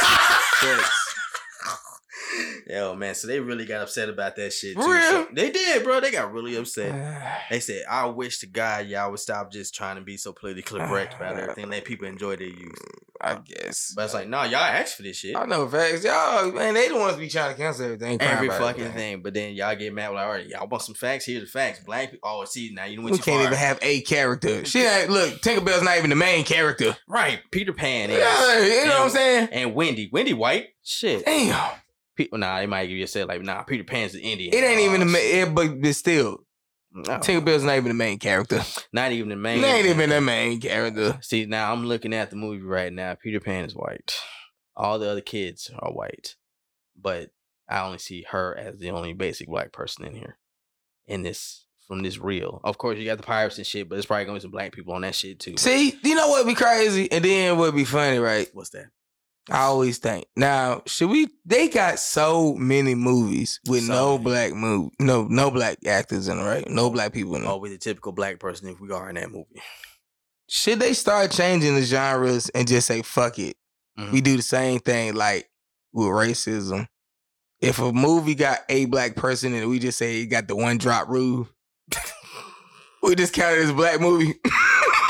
Speaker 3: Yo, man, so they really got upset about that shit. Too.
Speaker 2: For real?
Speaker 3: So- they did, bro. They got really
Speaker 2: [SIGHS]
Speaker 3: upset.
Speaker 2: Ah,
Speaker 3: They said, I wish to God y'all would stop just trying to be so politically correct about everything. Let people enjoy their youth.
Speaker 2: I guess.
Speaker 3: But it's like, nah, y'all asked for this shit.
Speaker 2: I know facts. Y'all, man, they the ones be trying to cancel everything. crying
Speaker 3: every
Speaker 2: about
Speaker 3: fucking
Speaker 2: everything.
Speaker 3: thing. But then y'all get mad. Like, all right, y'all want some facts? Here's the facts. Black people. Oh, see, now you know what
Speaker 2: We
Speaker 3: you
Speaker 2: can't
Speaker 3: are.
Speaker 2: even have a character. She ain't, look, Tinkerbell's not even the main character.
Speaker 3: right, Peter Pan is.
Speaker 2: Yeah, you know what I'm saying?
Speaker 3: And Wendy, Wendy White, shit.
Speaker 2: Damn.
Speaker 3: Pe- nah, they might give you a set like, nah, Peter Pan's an Indian.
Speaker 2: It ain't
Speaker 3: Oh,
Speaker 2: even the
Speaker 3: shit.
Speaker 2: main, but, but still,
Speaker 3: No,
Speaker 2: Tinkerbell's not even the main character.
Speaker 3: not Oh. even the main.
Speaker 2: It ain't even the main character.
Speaker 3: See, now I'm looking at the movie right now. Peter Pan is white. All the other kids are white, but I only see her as the only basic black person in here. In this, from this reel, of course you got the pirates and shit, but it's probably gonna be some black people on that shit too.
Speaker 2: See, you know what would be crazy? And then what would be funny, right?
Speaker 3: What's that?
Speaker 2: I always think. Now, should we? They got so many movies with
Speaker 3: So
Speaker 2: no
Speaker 3: many.
Speaker 2: black move, no no black actors in them, right? No black people in them.
Speaker 3: Always Oh, the typical black person if we are in that movie.
Speaker 2: Should they start changing the genres and just say fuck it?
Speaker 3: Mhm.
Speaker 2: We do the same thing like with racism. If a movie got a black person and we just say it got the one drop rule, [LAUGHS] we just count it as a black movie.
Speaker 3: [LAUGHS]
Speaker 2: [LAUGHS]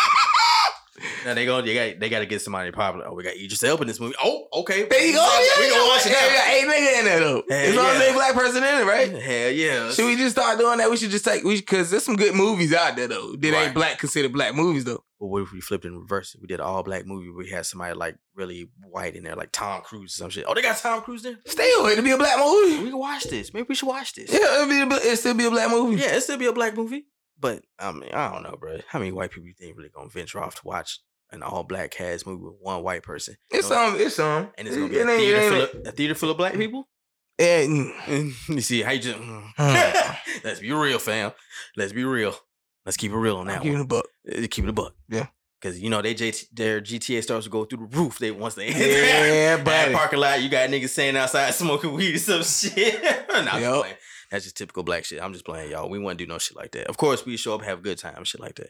Speaker 3: Now they go, they got they got to get somebody popular. Oh, we got Idris Elba in this movie. Oh, okay.
Speaker 2: there you go. Yeah,
Speaker 3: we
Speaker 2: yeah,
Speaker 3: gonna watch it
Speaker 2: yeah,
Speaker 3: now.
Speaker 2: yeah, ain't nigga in there though.
Speaker 3: Hell
Speaker 2: as long as
Speaker 3: yeah.
Speaker 2: they black person in it, right?
Speaker 3: Hell yeah.
Speaker 2: Should we just start doing that? We should just take we because there's some good movies out there though. That
Speaker 3: Right.
Speaker 2: ain't black considered black movies though.
Speaker 3: But what if we flipped and reversed it? We did an all black movie. We had somebody like really white in there, like Tom Cruise or some shit. Oh, they got Tom Cruise there.
Speaker 2: Still, it'd be a black movie.
Speaker 3: We can watch this. Maybe we should watch this.
Speaker 2: Yeah, it'd, be a, bl- it'd still be a black movie.
Speaker 3: yeah, it still be a black movie. But I mean, I don't know, bro. How many white people you think really gonna venture off to watch an all black cast movie with one white person?
Speaker 2: It's
Speaker 3: You know,
Speaker 2: some, it's some,
Speaker 3: and it's gonna be
Speaker 2: It
Speaker 3: a
Speaker 2: ain't- it
Speaker 3: theater,
Speaker 2: ain't-
Speaker 3: full of, a theater full of black people.
Speaker 2: [LAUGHS] And
Speaker 3: you see how you just [LAUGHS] let's be real, fam. Let's be real. Let's keep it real on that
Speaker 2: give
Speaker 3: one.
Speaker 2: it a
Speaker 3: [LAUGHS]
Speaker 2: buck.
Speaker 3: Uh, Keep it a buck.
Speaker 2: Yeah.
Speaker 3: Cause you know they J- their GTA stars will go through the roof. They once they [LAUGHS]
Speaker 2: Yeah,
Speaker 3: that
Speaker 2: buddy.
Speaker 3: parking lot, you got niggas standing outside smoking weed and some [LAUGHS] shit. nah, I'm just
Speaker 2: Yup.
Speaker 3: playing. That's just typical black shit. I'm just playing, y'all. We wouldn't do no shit like that. Of course, we show up, have a good time, shit like that.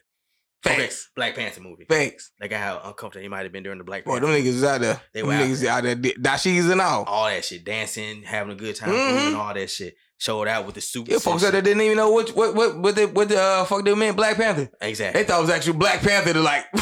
Speaker 3: Okay,
Speaker 2: Facts.
Speaker 3: Black Panther movie.
Speaker 2: Facts.
Speaker 3: Like how uncomfortable he might have been during the Black
Speaker 2: Boy,
Speaker 3: Panther.
Speaker 2: them niggas is out there.
Speaker 3: They
Speaker 2: them
Speaker 3: were out Oh,
Speaker 2: niggas out there. Dashis and all.
Speaker 3: all that shit, dancing, having a good time,
Speaker 2: Mhm.
Speaker 3: moving, all that shit. Showed out with the suits.
Speaker 2: Yeah,
Speaker 3: and
Speaker 2: folks out
Speaker 3: shit.
Speaker 2: there didn't even know what what what what the, what the uh, fuck they meant Black Panther.
Speaker 3: Exactly.
Speaker 2: They thought it was actually Black Panther. They're like, [LAUGHS]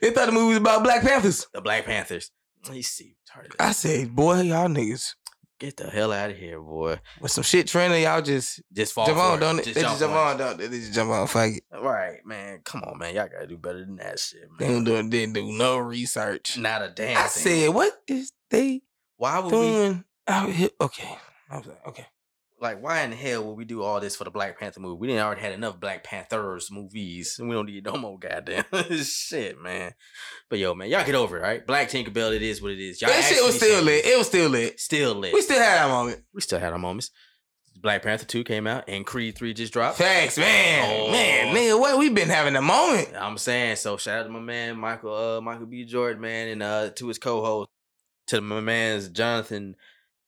Speaker 2: they thought the movie was about Black Panthers.
Speaker 3: the Black Panthers. You see, retarded.
Speaker 2: I said, boy, y'all niggas
Speaker 3: Get the hell out of here, boy.
Speaker 2: with some shit trending, y'all just
Speaker 3: Just fall
Speaker 2: jump
Speaker 3: for
Speaker 2: on,
Speaker 3: it.
Speaker 2: don't it? They just jump on,
Speaker 3: for it.
Speaker 2: don't they? They just jump on, fuck it.
Speaker 3: Right, man. Come on, man. Y'all gotta do better than that shit,
Speaker 2: They
Speaker 3: man.
Speaker 2: don't do, they didn't do no research.
Speaker 3: Not a damn
Speaker 2: I
Speaker 3: thing.
Speaker 2: said, what is they
Speaker 3: why would Oh, we
Speaker 2: doing out here? Okay. I was like, okay.
Speaker 3: like why in the hell would we do all this for the Black Panther movie? We didn't already had enough Black Panthers movies. We don't need no more goddamn [LAUGHS] shit, man. But yo, man, y'all get over it, all right? Black Tinkerbell, it is what it is. Y'all
Speaker 2: That shit was
Speaker 3: actually
Speaker 2: still
Speaker 3: said
Speaker 2: lit. It was still lit.
Speaker 3: Still lit.
Speaker 2: We still had that moment.
Speaker 3: we still had our moments. Black Panther 2 came out and Creed 3 just dropped.
Speaker 2: Facts, man.
Speaker 3: Oh.
Speaker 2: Man, nigga, what? we been having a moment.
Speaker 3: I'm saying so. Shout out to my man Michael, uh, Michael B. Jordan, man, and uh, to his co-host, to my man's Jonathan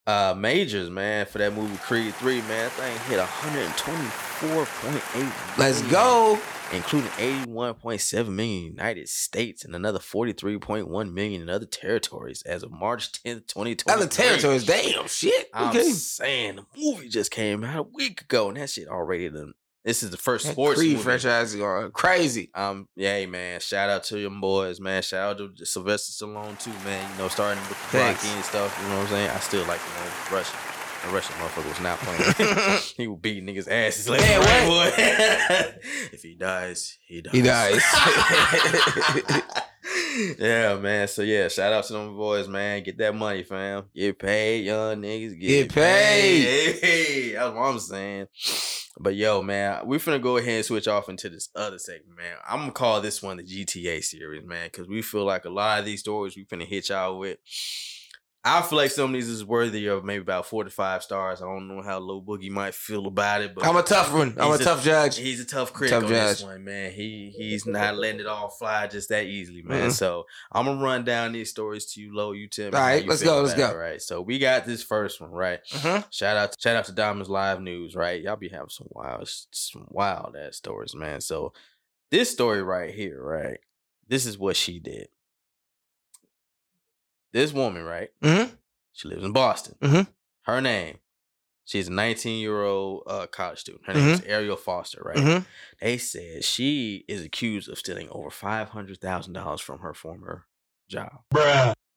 Speaker 3: uh, Majors, man, for that movie Creed Three, man. That thing hit 124.8.
Speaker 2: Let's
Speaker 3: million,
Speaker 2: go.
Speaker 3: including 81.7 million in the United States and another 43.1 million in other territories as of March 10th, 2020.
Speaker 2: Other territories. Damn, shit.
Speaker 3: Oh, I'm
Speaker 2: Okay.
Speaker 3: saying the movie just came out a week ago, and that shit already done. This is the first
Speaker 2: That
Speaker 3: sports
Speaker 2: Creed
Speaker 3: movie.
Speaker 2: franchise is going crazy.
Speaker 3: Um, yeah, man. Shout out to them boys, man. Shout out to Sylvester Stallone too, man. You know, starting with the
Speaker 2: Thanks.
Speaker 3: Rocky and stuff. You know what I'm saying? I still like the one with Russian. The Russian motherfucker was
Speaker 2: [LAUGHS]
Speaker 3: not playing. he would beat niggas' asses left
Speaker 2: Yeah,
Speaker 3: and right, boy. [LAUGHS] if he dies, he dies.
Speaker 2: He
Speaker 3: [LAUGHS]
Speaker 2: [LAUGHS]
Speaker 3: yeah, man. So yeah, shout out to them boys, man. Get that money, fam. Get paid, young niggas. Get,
Speaker 2: Get paid.
Speaker 3: Hey, [LAUGHS] that's what I'm saying. But yo, man, we finna go ahead and switch off into this other segment, man. I'm gonna call this one the GTA series, man, because we feel like a lot of these stories we finna hit y'all with I feel like some of these is worthy of maybe about four to five stars. I don't know how Low Boogie might feel about it, but
Speaker 2: I'm a tough one. I'm a
Speaker 3: He's a-
Speaker 2: tough judge.
Speaker 3: He's a tough critic
Speaker 2: Tough
Speaker 3: on this
Speaker 2: judge.
Speaker 3: one, man. He he's not letting it all fly just that easily,
Speaker 2: Mm-hmm.
Speaker 3: man. So I'm gonna run down these stories to you, low. You tell me.
Speaker 2: All
Speaker 3: how
Speaker 2: right,
Speaker 3: you
Speaker 2: let's
Speaker 3: feel
Speaker 2: go, let's
Speaker 3: about it,
Speaker 2: go.
Speaker 3: Right. So we got this first one, right?
Speaker 2: Mhm.
Speaker 3: Shout out, shout out to Diamonds Live News, right? Y'all be having some wild, some wild ass stories, man. So this story right here, right? This is what she did. This woman, right?
Speaker 2: Mhm.
Speaker 3: She lives in Boston.
Speaker 2: Mhm.
Speaker 3: Her name, she's a 19 year old uh, college student. Her name
Speaker 2: Mm-hmm.
Speaker 3: is Ariel Foster, right?
Speaker 2: Mhm.
Speaker 3: They said she is accused of stealing over five hundred thousand dollars from her former job.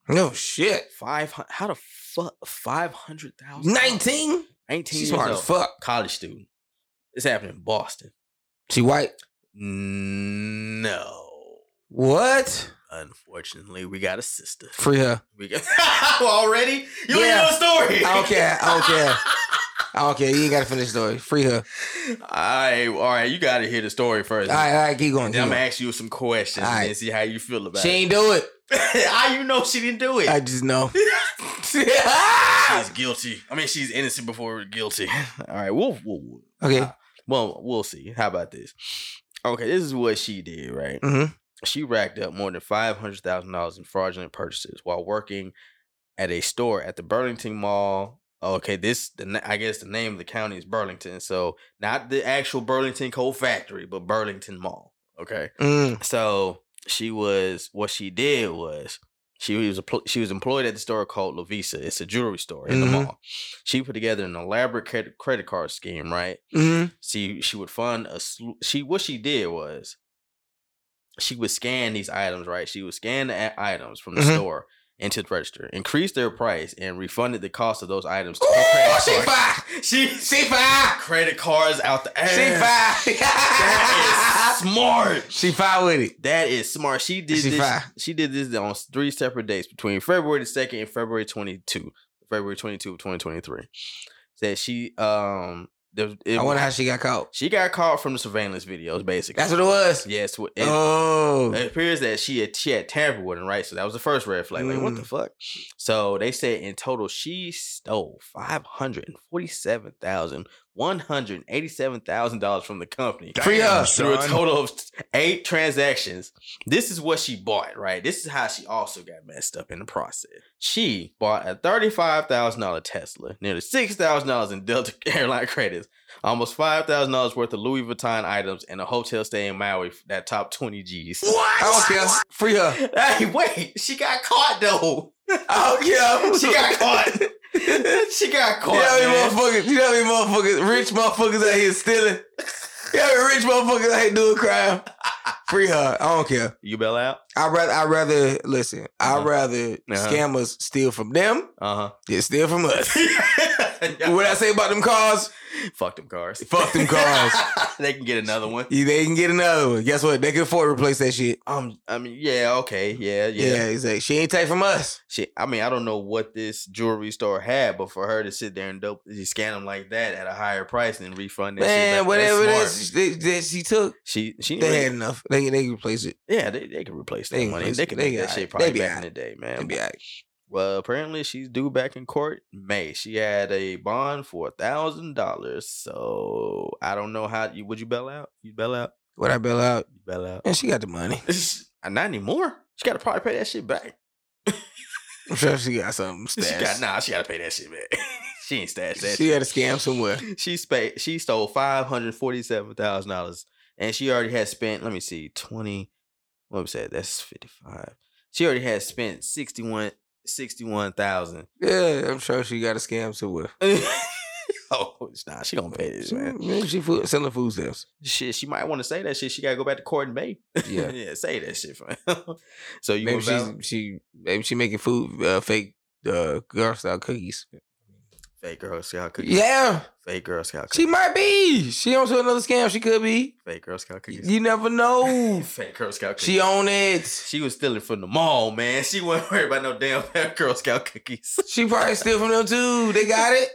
Speaker 2: No shit.
Speaker 3: Five hundred? How the fuck? Five hundred thousand?
Speaker 2: Nineteen.
Speaker 3: Nineteen.
Speaker 2: She's
Speaker 3: years
Speaker 2: smart as
Speaker 3: old.
Speaker 2: fuck.
Speaker 3: College student. It's happening in Boston.
Speaker 2: She white.
Speaker 3: No.
Speaker 2: What?
Speaker 3: Unfortunately, we got a sister. [LAUGHS]
Speaker 2: Free her.
Speaker 3: We got already. You
Speaker 2: Yeah.
Speaker 3: yeah. know the story. [LAUGHS]
Speaker 2: I don't care. I don't care. I don't care. You ain't gotta finish the story. Free her.
Speaker 3: All right, all right. You got to hear the story first.
Speaker 2: All right, all right, keep going.
Speaker 3: Then I'm
Speaker 2: keep
Speaker 3: gonna
Speaker 2: going.
Speaker 3: ask you some questions
Speaker 2: All
Speaker 3: and
Speaker 2: right.
Speaker 3: then see how you feel about
Speaker 2: She ain't do it.
Speaker 3: it. [LAUGHS] how you know she didn't do it?
Speaker 2: I just know.
Speaker 3: she's guilty. I mean, she's innocent before guilty. [LAUGHS] All right, we'll we'll
Speaker 2: [LAUGHS] okay.
Speaker 3: well we'll see. How about this? Okay, this is what she did. Right,
Speaker 2: Mhm.
Speaker 3: she racked up more than five hundred thousand dollars in fraudulent purchases while working at a store at the Burlington Mall. Okay, this the na- I guess the name of the county is Burlington, so not the actual Burlington Coal Factory, but Burlington Mall. Okay,
Speaker 2: Mm.
Speaker 3: so she was what she did was she was empl- she was employed at the store called Lavisa. It's a jewelry store in
Speaker 2: Mhm.
Speaker 3: the mall. She put together an elaborate credit credit card scheme, right?
Speaker 2: Mm.
Speaker 3: She she would fund a sl- she what she did was she would scan these items, right? She would scan the a- items from the
Speaker 2: Mhm.
Speaker 3: store into the register, increase their price, and refunded the cost of those items to
Speaker 2: Ooh,
Speaker 3: her
Speaker 2: she
Speaker 3: credit card.
Speaker 2: fine.
Speaker 3: She
Speaker 2: She fine.
Speaker 3: credit cards out the ass.
Speaker 2: She fine.
Speaker 3: That is smart.
Speaker 2: [LAUGHS] She fine with it.
Speaker 3: That is smart. She did
Speaker 2: She
Speaker 3: this.
Speaker 2: fine.
Speaker 3: She did this on three separate dates between February the second and February twenty two, February twenty two of twenty twenty three. That she um, there, was- it,
Speaker 2: I wonder how she got caught.
Speaker 3: she got caught from the surveillance videos. Basically,
Speaker 2: That's what it was.
Speaker 3: yes. It,
Speaker 2: oh.
Speaker 3: it appears that she had she had tampered with him, right? So that was the first red flag. Like, what the fuck? So they said in total she stole five hundred and forty seven thousand one hundred eighty seven thousand dollars from the company
Speaker 2: Free her.
Speaker 3: through a total of eight transactions. This is what she bought, right? This is how she also got messed up in the process. She bought a thirty-five thousand dollar Tesla, nearly six thousand dollars in Delta [LAUGHS] Airline credits, almost five thousand dollars worth of Louis Vuitton items, and a hotel stay in Maui that top twenty G's.
Speaker 2: I don't care. Free her.
Speaker 3: Hey, wait! She got caught [LAUGHS] though. Oh,
Speaker 2: I don't care.
Speaker 3: She got caught. [LAUGHS] she got
Speaker 2: You know how many
Speaker 3: caught. man.
Speaker 2: motherfuckers, you know how many motherfuckers, rich motherfuckers out here stealing? You know how many rich motherfuckers out here doing crime? Free her. I don't care.
Speaker 3: You bail out.
Speaker 2: I'd rather, I'd rather, listen,
Speaker 3: Uh-huh.
Speaker 2: I'd rather
Speaker 3: Uh-huh.
Speaker 2: scammers steal from them [LAUGHS]
Speaker 3: Uh
Speaker 2: than steal from us.
Speaker 3: huh.
Speaker 2: What I say about them cars,
Speaker 3: Fuck them cars.
Speaker 2: Fuck them [LAUGHS] cars.
Speaker 3: [LAUGHS] they can get another one.
Speaker 2: yeah, they can get another one. Guess what? They can afford to replace that shit.
Speaker 3: Um, I mean, yeah, okay, yeah,
Speaker 2: Yeah,
Speaker 3: yeah.
Speaker 2: he's like, she ain't take from us.
Speaker 3: She, I mean, I don't know what this jewelry store had, but for her to sit there and dope, you scan them like that at a higher price and refund that shit,
Speaker 2: Man,
Speaker 3: like, that's
Speaker 2: whatever it
Speaker 3: smart.
Speaker 2: is that that she took,
Speaker 3: she she
Speaker 2: they
Speaker 3: really-
Speaker 2: had enough. They, they can replace it.
Speaker 3: yeah, they, they could replace that
Speaker 2: They can
Speaker 3: money.
Speaker 2: replace
Speaker 3: They
Speaker 2: it.
Speaker 3: could
Speaker 2: They
Speaker 3: make that
Speaker 2: got
Speaker 3: shit
Speaker 2: it.
Speaker 3: probably
Speaker 2: They be
Speaker 3: back in
Speaker 2: alright.
Speaker 3: the day, man.
Speaker 2: It'd be all right.
Speaker 3: Well, apparently she's due back in court in May. She had a bond for a thousand dollars, so I don't know how you would you bail out? You bail out?
Speaker 2: What I bail out?
Speaker 3: You bail [LAUGHS] out? Uh,
Speaker 2: And she got the money. [LAUGHS]
Speaker 3: Not anymore. She got to probably pay that shit back.
Speaker 2: I'm sure she got something stashed.
Speaker 3: [LAUGHS] She got nah. She gotta pay that shit back. [LAUGHS] she ain't stashed that.
Speaker 2: She had a scam somewhere.
Speaker 3: shit. She spa- She stole five hundred forty-seven thousand dollars, and she already had spent. Let me see, twenty. What was that? That's fifty-five. She already had spent sixty-one. Sixty-one thousand. [LAUGHS]
Speaker 2: Yeah, I'm sure she got a scam somewhere.
Speaker 3: oh, nah, she gonna pay this,
Speaker 2: She,
Speaker 3: man.
Speaker 2: man, she food, selling food stamps.
Speaker 3: Shit, she might want to say that shit. She gotta go back to court in May.
Speaker 2: Yeah.
Speaker 3: [LAUGHS] yeah, say that shit, fam. [LAUGHS] so you
Speaker 2: maybe
Speaker 3: want
Speaker 2: she's she
Speaker 3: to
Speaker 2: maybe she making food uh, fake uh, girl style cookies.
Speaker 3: fake Girl Scout cookies?
Speaker 2: Yeah,
Speaker 3: fake Girl Scout
Speaker 2: she
Speaker 3: cookies.
Speaker 2: might be. She on to another scam. She could be.
Speaker 3: fake Girl Scout cookies.
Speaker 2: You never know.
Speaker 3: [LAUGHS] fake Girl Scout cookies.
Speaker 2: She on it.
Speaker 3: She was stealing from the mall, man. She wasn't worried about no damn [LAUGHS] Girl Scout cookies.
Speaker 2: She probably steal from them too. They got it.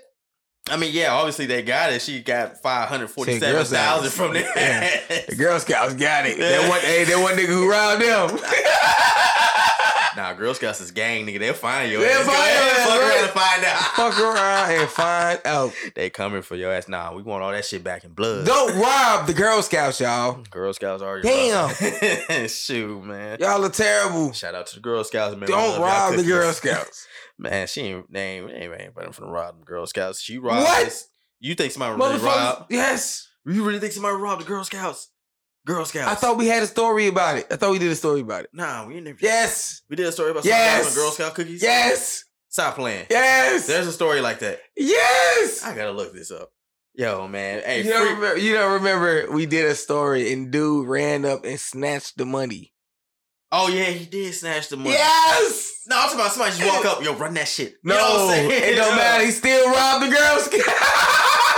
Speaker 3: I mean, yeah, obviously they got it. She got five hundred forty-seven thousand from that.
Speaker 2: The Girl Scouts got it. That one, hey, that one nigga who robbed them.
Speaker 3: [LAUGHS] Nah, Girl Scouts is gang, nigga. They'll find your
Speaker 2: They'll
Speaker 3: ass. Go
Speaker 2: find
Speaker 3: ahead,
Speaker 2: your ass,
Speaker 3: fuck
Speaker 2: right?
Speaker 3: around and find out.
Speaker 2: [LAUGHS] Fuck around and find out.
Speaker 3: [LAUGHS] they coming for your ass. Nah, we want all that shit back in blood.
Speaker 2: Don't rob the Girl Scouts, y'all.
Speaker 3: Girl Scouts are your
Speaker 2: Damn.
Speaker 3: brother. [LAUGHS] Shoot, man.
Speaker 2: Y'all are terrible.
Speaker 3: Shout out to the Girl Scouts, man. We love
Speaker 2: Don't
Speaker 3: y'all
Speaker 2: rob the
Speaker 3: cookies. [LAUGHS]
Speaker 2: Girl Scouts.
Speaker 3: Man, she ain't they ain't, they ain't running from the rob them Girl Scouts. She robbed
Speaker 2: What?
Speaker 3: this- You think somebody
Speaker 2: [LAUGHS]
Speaker 3: really
Speaker 2: Motherfuckers.
Speaker 3: robbed?
Speaker 2: Yes.
Speaker 3: You really think somebody robbed the Girl Scouts? Girl Scouts.
Speaker 2: I thought we had a story about it. I thought we did a story about it.
Speaker 3: Nah, we never.
Speaker 2: Yes.
Speaker 3: We did a story about
Speaker 2: Yes.
Speaker 3: yes. Girl Scout cookies.
Speaker 2: Yes.
Speaker 3: Stop playing.
Speaker 2: Yes.
Speaker 3: There's a story like that.
Speaker 2: yes.
Speaker 3: I gotta look this up. Yo, man. Hey,
Speaker 2: you, don't
Speaker 3: free-
Speaker 2: remember, you don't remember we did a story and dude ran up and snatched the money.
Speaker 3: Oh yeah, he did snatch the money.
Speaker 2: Yes.
Speaker 3: No, I'm talking about somebody just walk up. Yo, run that shit.
Speaker 2: No,
Speaker 3: you know what I'm saying? [LAUGHS]
Speaker 2: it
Speaker 3: Yo,
Speaker 2: don't matter. He still robbed the Girl
Speaker 3: [LAUGHS]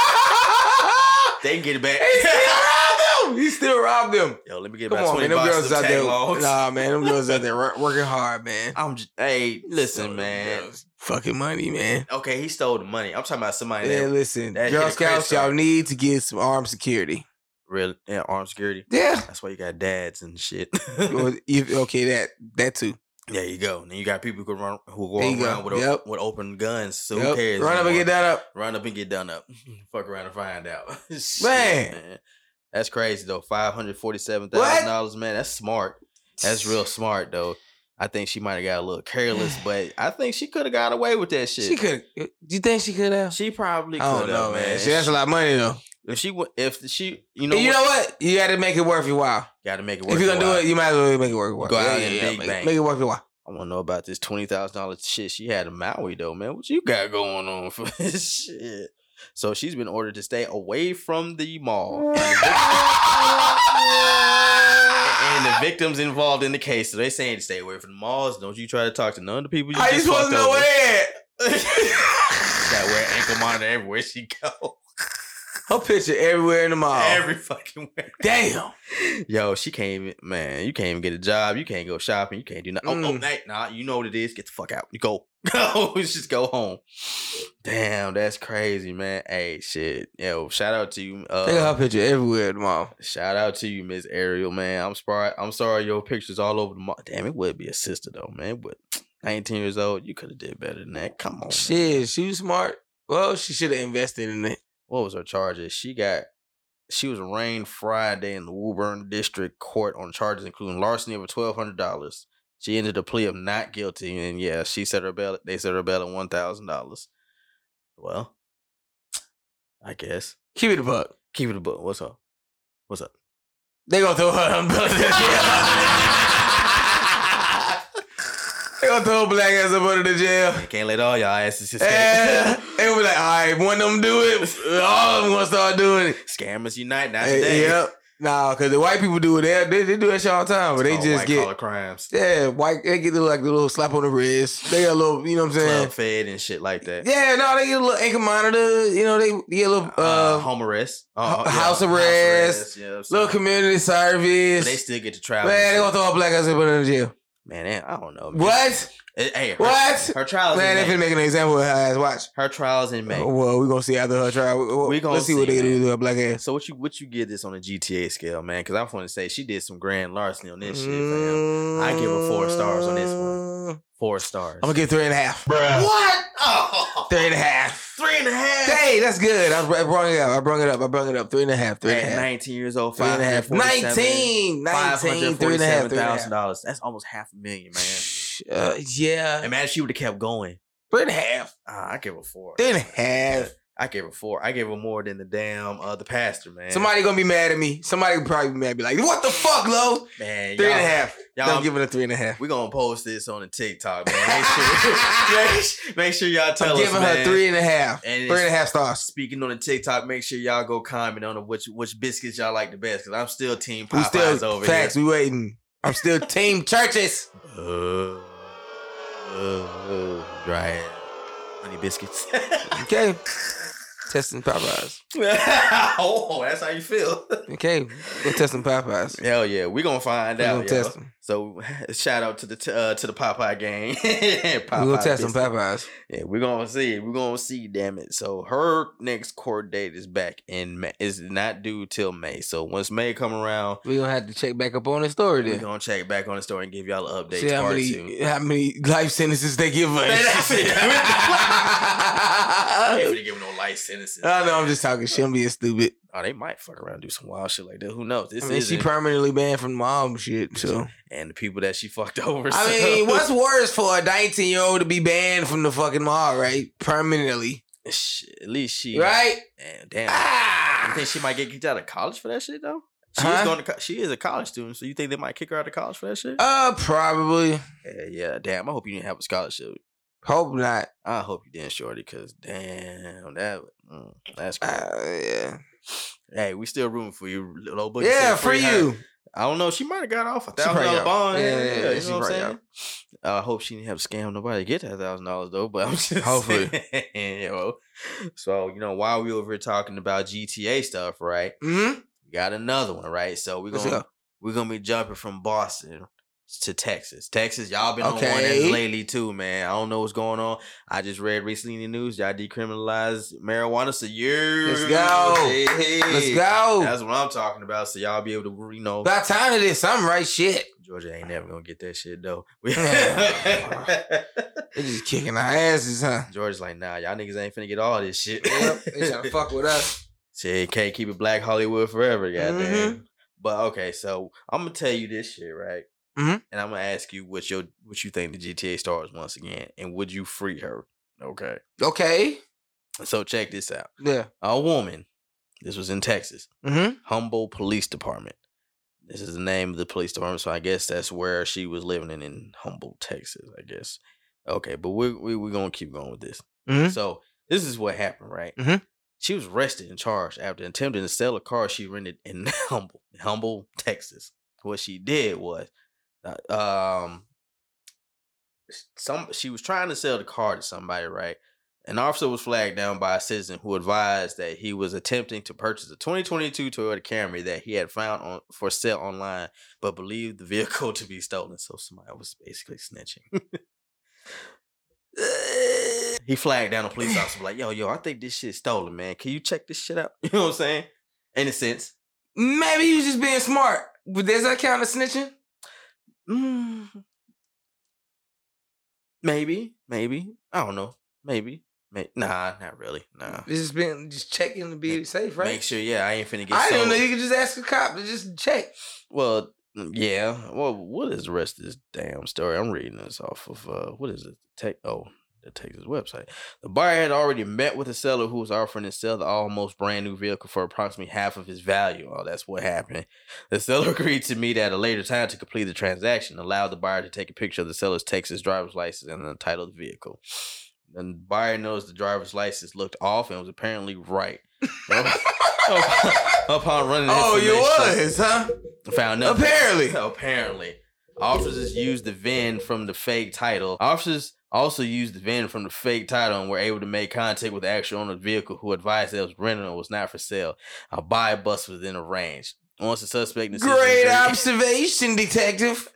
Speaker 2: Scouts.
Speaker 3: They can get it
Speaker 2: he
Speaker 3: [LAUGHS]
Speaker 2: still
Speaker 3: back.
Speaker 2: robbed them. He still robbed them.
Speaker 3: Yo, let me get
Speaker 2: Come
Speaker 3: about
Speaker 2: on, man.
Speaker 3: twenty
Speaker 2: Them
Speaker 3: bucks
Speaker 2: girls
Speaker 3: of
Speaker 2: out there.
Speaker 3: taglongs.
Speaker 2: Nah, man. Them girls out
Speaker 3: [LAUGHS]
Speaker 2: there wor- working hard, man.
Speaker 3: I'm just. Hey, listen,
Speaker 2: Them
Speaker 3: man.
Speaker 2: girls Fucking money, man.
Speaker 3: Okay, he stole the money. I'm talking about somebody
Speaker 2: Yeah,
Speaker 3: that
Speaker 2: listen,
Speaker 3: that
Speaker 2: Girl
Speaker 3: hit a credit
Speaker 2: Scouts,
Speaker 3: card.
Speaker 2: y'all need to get some armed security.
Speaker 3: really yeah, armed security.
Speaker 2: Yeah.
Speaker 3: That's why you got dads and shit. [LAUGHS]
Speaker 2: Well, if- okay, that that too.
Speaker 3: there you go. Then you got people who can run who go
Speaker 2: There you go.
Speaker 3: around with, o-
Speaker 2: Yep.
Speaker 3: with open guns. So who
Speaker 2: Yep.
Speaker 3: cares?
Speaker 2: Run up and
Speaker 3: anymore?
Speaker 2: get that up.
Speaker 3: Run up and get done up. [LAUGHS] Fuck around and find out. [LAUGHS] Shit,
Speaker 2: Man.
Speaker 3: That's crazy though. Five hundred forty-seven thousand dollars, man. That's smart. That's real smart though. I think she might have got a
Speaker 2: [SIGHS]
Speaker 3: little careless, but I think she could have got away with that shit.
Speaker 2: She could. Do you think she could have?
Speaker 3: She probably
Speaker 2: I
Speaker 3: could
Speaker 2: don't know,
Speaker 3: have,
Speaker 2: man.
Speaker 3: man.
Speaker 2: See, that's a lot of money though.
Speaker 3: If she, wa- if she, you know,
Speaker 2: And you
Speaker 3: what?
Speaker 2: know what? You got to make it worth your while.
Speaker 3: got to make it work.
Speaker 2: If you're gonna do it, you might as well make it worth your while.
Speaker 3: Go out
Speaker 2: yeah,
Speaker 3: and
Speaker 2: yeah,
Speaker 3: big
Speaker 2: make,
Speaker 3: bang.
Speaker 2: make it worth your while.
Speaker 3: I want to know about this twenty thousand dollars shit she had in Maui though, man. What you got going on for [LAUGHS] this shit? So she's been ordered to stay away from the mall.
Speaker 2: [LAUGHS]
Speaker 3: And the, victims, and the victims involved in the case, so they saying to stay away from the malls. Don't you try to talk to none of the people you
Speaker 2: How you
Speaker 3: just
Speaker 2: supposed to
Speaker 3: fucked
Speaker 2: know
Speaker 3: over.
Speaker 2: where?
Speaker 3: [LAUGHS]
Speaker 2: they at?
Speaker 3: Gotta wear ankle monitor everywhere she go,
Speaker 2: Her picture everywhere in the mall.
Speaker 3: every fucking way.
Speaker 2: Oh. Damn.
Speaker 3: Yo, she can't even, man, you can't even get a job. You can't go shopping. You can't do nothing. Oh, oh,
Speaker 2: Mm.
Speaker 3: nah, nah, you know what it is. Get the fuck out. You go. [LAUGHS] Go. Just go home. Damn, that's crazy, man. Hey, shit. Yo, shout out to you.
Speaker 2: They got
Speaker 3: Uh,
Speaker 2: her picture everywhere in the mall.
Speaker 3: shout out to you, Miss Ariel, man. I'm sorry. I'm sorry your picture's all over the mall. Damn, it would be a sister, though, man. But 19 years old, you could have did better than that. Come on. man.
Speaker 2: Shit, she was smart. Well, she should have invested in it.
Speaker 3: what was her charges? She got she was arraigned Friday in the Woburn District Court on charges including larceny over twelve hundred dollars. She ended a plea of not guilty, and yeah, she set her bail. They set her bail at one thousand dollars. Well, I guess
Speaker 2: Keep it a buck.
Speaker 3: keep it a book. What's up? What's up?
Speaker 2: They gonna throw her umbrella.
Speaker 3: [LAUGHS]
Speaker 2: they gonna throw her black ass up under the jail.
Speaker 3: I can't let all y'all asses escape.
Speaker 2: Yeah, [LAUGHS] they gonna be like, all right, one of them do it, all of them gonna start doing it.
Speaker 3: [LAUGHS] Scammers unite! Not
Speaker 2: Hey,
Speaker 3: today.
Speaker 2: Yep. Nah, cause the white people do it. They, they, they do that shit all the time, but
Speaker 3: It's
Speaker 2: they
Speaker 3: called
Speaker 2: just
Speaker 3: white
Speaker 2: get
Speaker 3: collar crimes,
Speaker 2: yeah, white. They get the, like the little slap on the wrist. They got a little, you know what I'm saying?
Speaker 3: club fed, and shit like that.
Speaker 2: Yeah, no, they get a little ankle monitor. You know, they get a little
Speaker 3: uh,
Speaker 2: uh,
Speaker 3: home arrest,
Speaker 2: ho- house arrest,
Speaker 3: yeah, I'm
Speaker 2: little
Speaker 3: saying.
Speaker 2: community
Speaker 3: But they
Speaker 2: service.
Speaker 3: still get to travel. and
Speaker 2: Man, they
Speaker 3: shit.
Speaker 2: gonna throw a black ass up under the jail.
Speaker 3: Man, that- I don't know. man.
Speaker 2: What?
Speaker 3: Eh, Hey, her,
Speaker 2: What?
Speaker 3: Her trials
Speaker 2: Man,
Speaker 3: in
Speaker 2: they
Speaker 3: May.
Speaker 2: finna make an example of her ass. Watch.
Speaker 3: her trials in May.
Speaker 2: Oh, well, we gonna see after her trial. We,
Speaker 3: We
Speaker 2: gonna
Speaker 3: gonna
Speaker 2: let's see, what
Speaker 3: see,
Speaker 2: they gonna
Speaker 3: man.
Speaker 2: do to her black ass.
Speaker 3: So what you what you get this on a GTA scale, man? Because I want to say she did some grand larceny on this shit,
Speaker 2: Mm.
Speaker 3: fam. I give her four stars on this
Speaker 2: one.
Speaker 3: Four stars.
Speaker 2: I'm gonna give three and a half.
Speaker 3: what? Oh,
Speaker 2: Three and a half.
Speaker 3: three and a half.
Speaker 2: Hey, that's good. I, I brought it up. I brought it up. I brought it up. Three and a half. Three and a
Speaker 3: At
Speaker 2: half.
Speaker 3: 19 years old,
Speaker 2: Three and a half. 19, 19, three and a half, three and a half.
Speaker 3: dollars. That's almost half a million, man.
Speaker 2: Uh, yeah.
Speaker 3: Imagine she would have kept going.
Speaker 2: Three and a half.
Speaker 3: Ah, I give her four.
Speaker 2: Three and a half.
Speaker 3: I gave her four. I gave her more than the damn uh, the pastor, man.
Speaker 2: Somebody gonna be mad at me. Somebody gonna probably be mad. Be like, what the fuck, Lo?
Speaker 3: man,
Speaker 2: Three
Speaker 3: y'all,
Speaker 2: and a half.
Speaker 3: Y'all,
Speaker 2: Don't give it a three and a half.
Speaker 3: We gonna post this on the TikTok, man. Make
Speaker 2: [LAUGHS]
Speaker 3: sure, make sure- make sure y'all tell
Speaker 2: I'm
Speaker 3: us,
Speaker 2: giving her
Speaker 3: man.
Speaker 2: three and a half.
Speaker 3: And
Speaker 2: Three
Speaker 3: it's-
Speaker 2: and a half stars.
Speaker 3: Speaking on the TikTok, make sure y'all go comment on the which which biscuits y'all like the best, because I'm still team
Speaker 2: We
Speaker 3: Popeyes
Speaker 2: still
Speaker 3: over
Speaker 2: facts.
Speaker 3: here.
Speaker 2: We waiting. I'm still team churches.
Speaker 3: Uh, uh, uh, dry ass. honey biscuits. [LAUGHS]
Speaker 2: Okay. Testing Popeyes.
Speaker 3: oh, that's how you feel.
Speaker 2: [LAUGHS] Okay. We're testing Popeyes.
Speaker 3: Hell yeah, we gonna find
Speaker 2: We're gonna
Speaker 3: out. yo.
Speaker 2: test them.
Speaker 3: So [LAUGHS] shout out to the t- uh, to the Popeye gang. [LAUGHS] Popeye
Speaker 2: we gonna test some
Speaker 3: business.
Speaker 2: Popeyes.
Speaker 3: Yeah, we're gonna see. We're gonna see. Damn it! So her next court date is back in May. Is not due till May. So once May come around,
Speaker 2: We gonna have to check back up on the story
Speaker 3: we're
Speaker 2: then.
Speaker 3: gonna check back on the story and give y'all an update.
Speaker 2: See how [LAUGHS]
Speaker 3: part
Speaker 2: many
Speaker 3: two.
Speaker 2: how many life sentences they give us. [LAUGHS]
Speaker 3: I ain't really
Speaker 2: I
Speaker 3: give no life sentences.
Speaker 2: know I'm just talking shit. I'm being stupid.
Speaker 3: Oh, they might fuck around and do some wild shit like that. Who knows? This
Speaker 2: I mean,
Speaker 3: is
Speaker 2: she permanently banned from mom shit. So
Speaker 3: and the people that she fucked [LAUGHS] over.
Speaker 2: I
Speaker 3: so-
Speaker 2: mean, what's worse for a 19 year old to be banned from the fucking mall, right? Permanently,
Speaker 3: [LAUGHS] Shit, at least she
Speaker 2: right?
Speaker 3: Man, damn. You
Speaker 2: Ah!
Speaker 3: think she might get kicked out of college for that shit though? She
Speaker 2: Huh?
Speaker 3: is going to co- she is a college student, so you think they might kick her out of college for that shit?
Speaker 2: Uh, probably.
Speaker 3: yeah, yeah, damn. I hope you didn't have a scholarship.
Speaker 2: Hope not.
Speaker 3: I hope you didn't, shorty, because damn, that mm, that's crazy.
Speaker 2: Uh, yeah,
Speaker 3: hey, we still rooting for you, little boogie.
Speaker 2: yeah,
Speaker 3: said
Speaker 2: for
Speaker 3: her.
Speaker 2: you.
Speaker 3: I don't know. She might have got off a
Speaker 2: She
Speaker 3: thousand
Speaker 2: probably
Speaker 3: dollar
Speaker 2: got-
Speaker 3: bond.
Speaker 2: yeah,
Speaker 3: Yeah,
Speaker 2: yeah, yeah,
Speaker 3: you
Speaker 2: she
Speaker 3: know what I'm
Speaker 2: probably
Speaker 3: saying. I hope she didn't have to scam nobody to get that thousand dollars though. But I'm just [LAUGHS]
Speaker 2: Hopefully.
Speaker 3: saying, [LAUGHS] you know. So you know, while we over here talking about GTA stuff, right?
Speaker 2: hmm
Speaker 3: We got another one, right? So we're
Speaker 2: Let's
Speaker 3: gonna
Speaker 2: go.
Speaker 3: we're gonna be jumping from Boston to Texas. Texas, y'all been on one
Speaker 2: Okay.
Speaker 3: end lately too, man. I don't know what's going on. I just read recently in the news y'all decriminalized marijuana. So you
Speaker 2: Let's go. Let's go.
Speaker 3: That's what I'm talking about. So y'all be able to, you know,
Speaker 2: By the time it is some right shit,
Speaker 3: Georgia ain't never gonna get that shit
Speaker 2: [LAUGHS]
Speaker 3: though. [LAUGHS]
Speaker 2: they just kicking our asses,
Speaker 3: [LAUGHS]
Speaker 2: huh?
Speaker 3: Georgia's like, nah, y'all niggas ain't finna get all this shit.
Speaker 2: Yep, they trying to fuck with us.
Speaker 3: Shit, can't keep it black Hollywood forever, goddamn.
Speaker 2: Mhm.
Speaker 3: But okay, so I'm gonna tell you this shit, right?
Speaker 2: Mhm.
Speaker 3: And I'm gonna ask you what your what you think the GTA stars once again, and would you free her? Okay.
Speaker 2: Okay.
Speaker 3: So check this out.
Speaker 2: Yeah.
Speaker 3: A woman, this was in Texas,
Speaker 2: Mm-hmm.
Speaker 3: Humboldt Police Department. This is the name of the police department, so I guess that's where she was living in, in Humboldt, Texas. I guess. Okay, but we're we, we're gonna keep going with this.
Speaker 2: Mhm.
Speaker 3: So this is what happened, right?
Speaker 2: Mhm.
Speaker 3: She was arrested and charged after attempting to sell a car she rented in [LAUGHS] Humble, Humble, Texas. What she did was, uh, um, some she was trying to sell the car to somebody, right? An officer was flagged down by a citizen who advised that he was attempting to purchase a 2022 Toyota Camry that he had found on for sale online, but believed the vehicle to be stolen. So somebody was basically snitching. [LAUGHS] he flagged down a police officer, like, "Yo, yo, I think this shit's stolen, man. Can you check this shit out?" [LAUGHS] You know what I'm saying? In a sense,
Speaker 2: Maybe you just being smart. But does that count as snitching?
Speaker 3: Mm. maybe, maybe I don't know. Maybe, May- nah, not really. Nah.
Speaker 2: Just being just checking to be safe, right?
Speaker 3: Make sure, yeah, I ain't finna get.
Speaker 2: I didn't
Speaker 3: sold.
Speaker 2: know you could just ask a cop to just check.
Speaker 3: Well, mm, yeah. Well, what is the rest of this damn story? I'm reading this off of uh, what is it? Tech? Oh, the Texas website. The buyer had already met with the seller who was offering to sell the almost brand new vehicle for approximately half of its value. Oh, that's what happened. The seller [LAUGHS] agreed to meet at a later time to complete the transaction, allowed the buyer to take a picture of the seller's Texas driver's license and the title of the vehicle. Then the buyer noticed the driver's license looked off and was
Speaker 2: [LAUGHS]
Speaker 3: apparently right. [LAUGHS] Upon running,
Speaker 2: oh, you
Speaker 3: information-
Speaker 2: was, huh?
Speaker 3: found nothing.
Speaker 2: Apparently.
Speaker 3: [LAUGHS] apparently, officers used the VIN from the fake title. Officers also used the VIN from the fake title and were able to make contact with the actual owner of the vehicle, who advised that it was rented and was not for sale. A buy bus was in the range. Once the suspect insisted-
Speaker 2: Great
Speaker 3: [LAUGHS]
Speaker 2: observation, detective.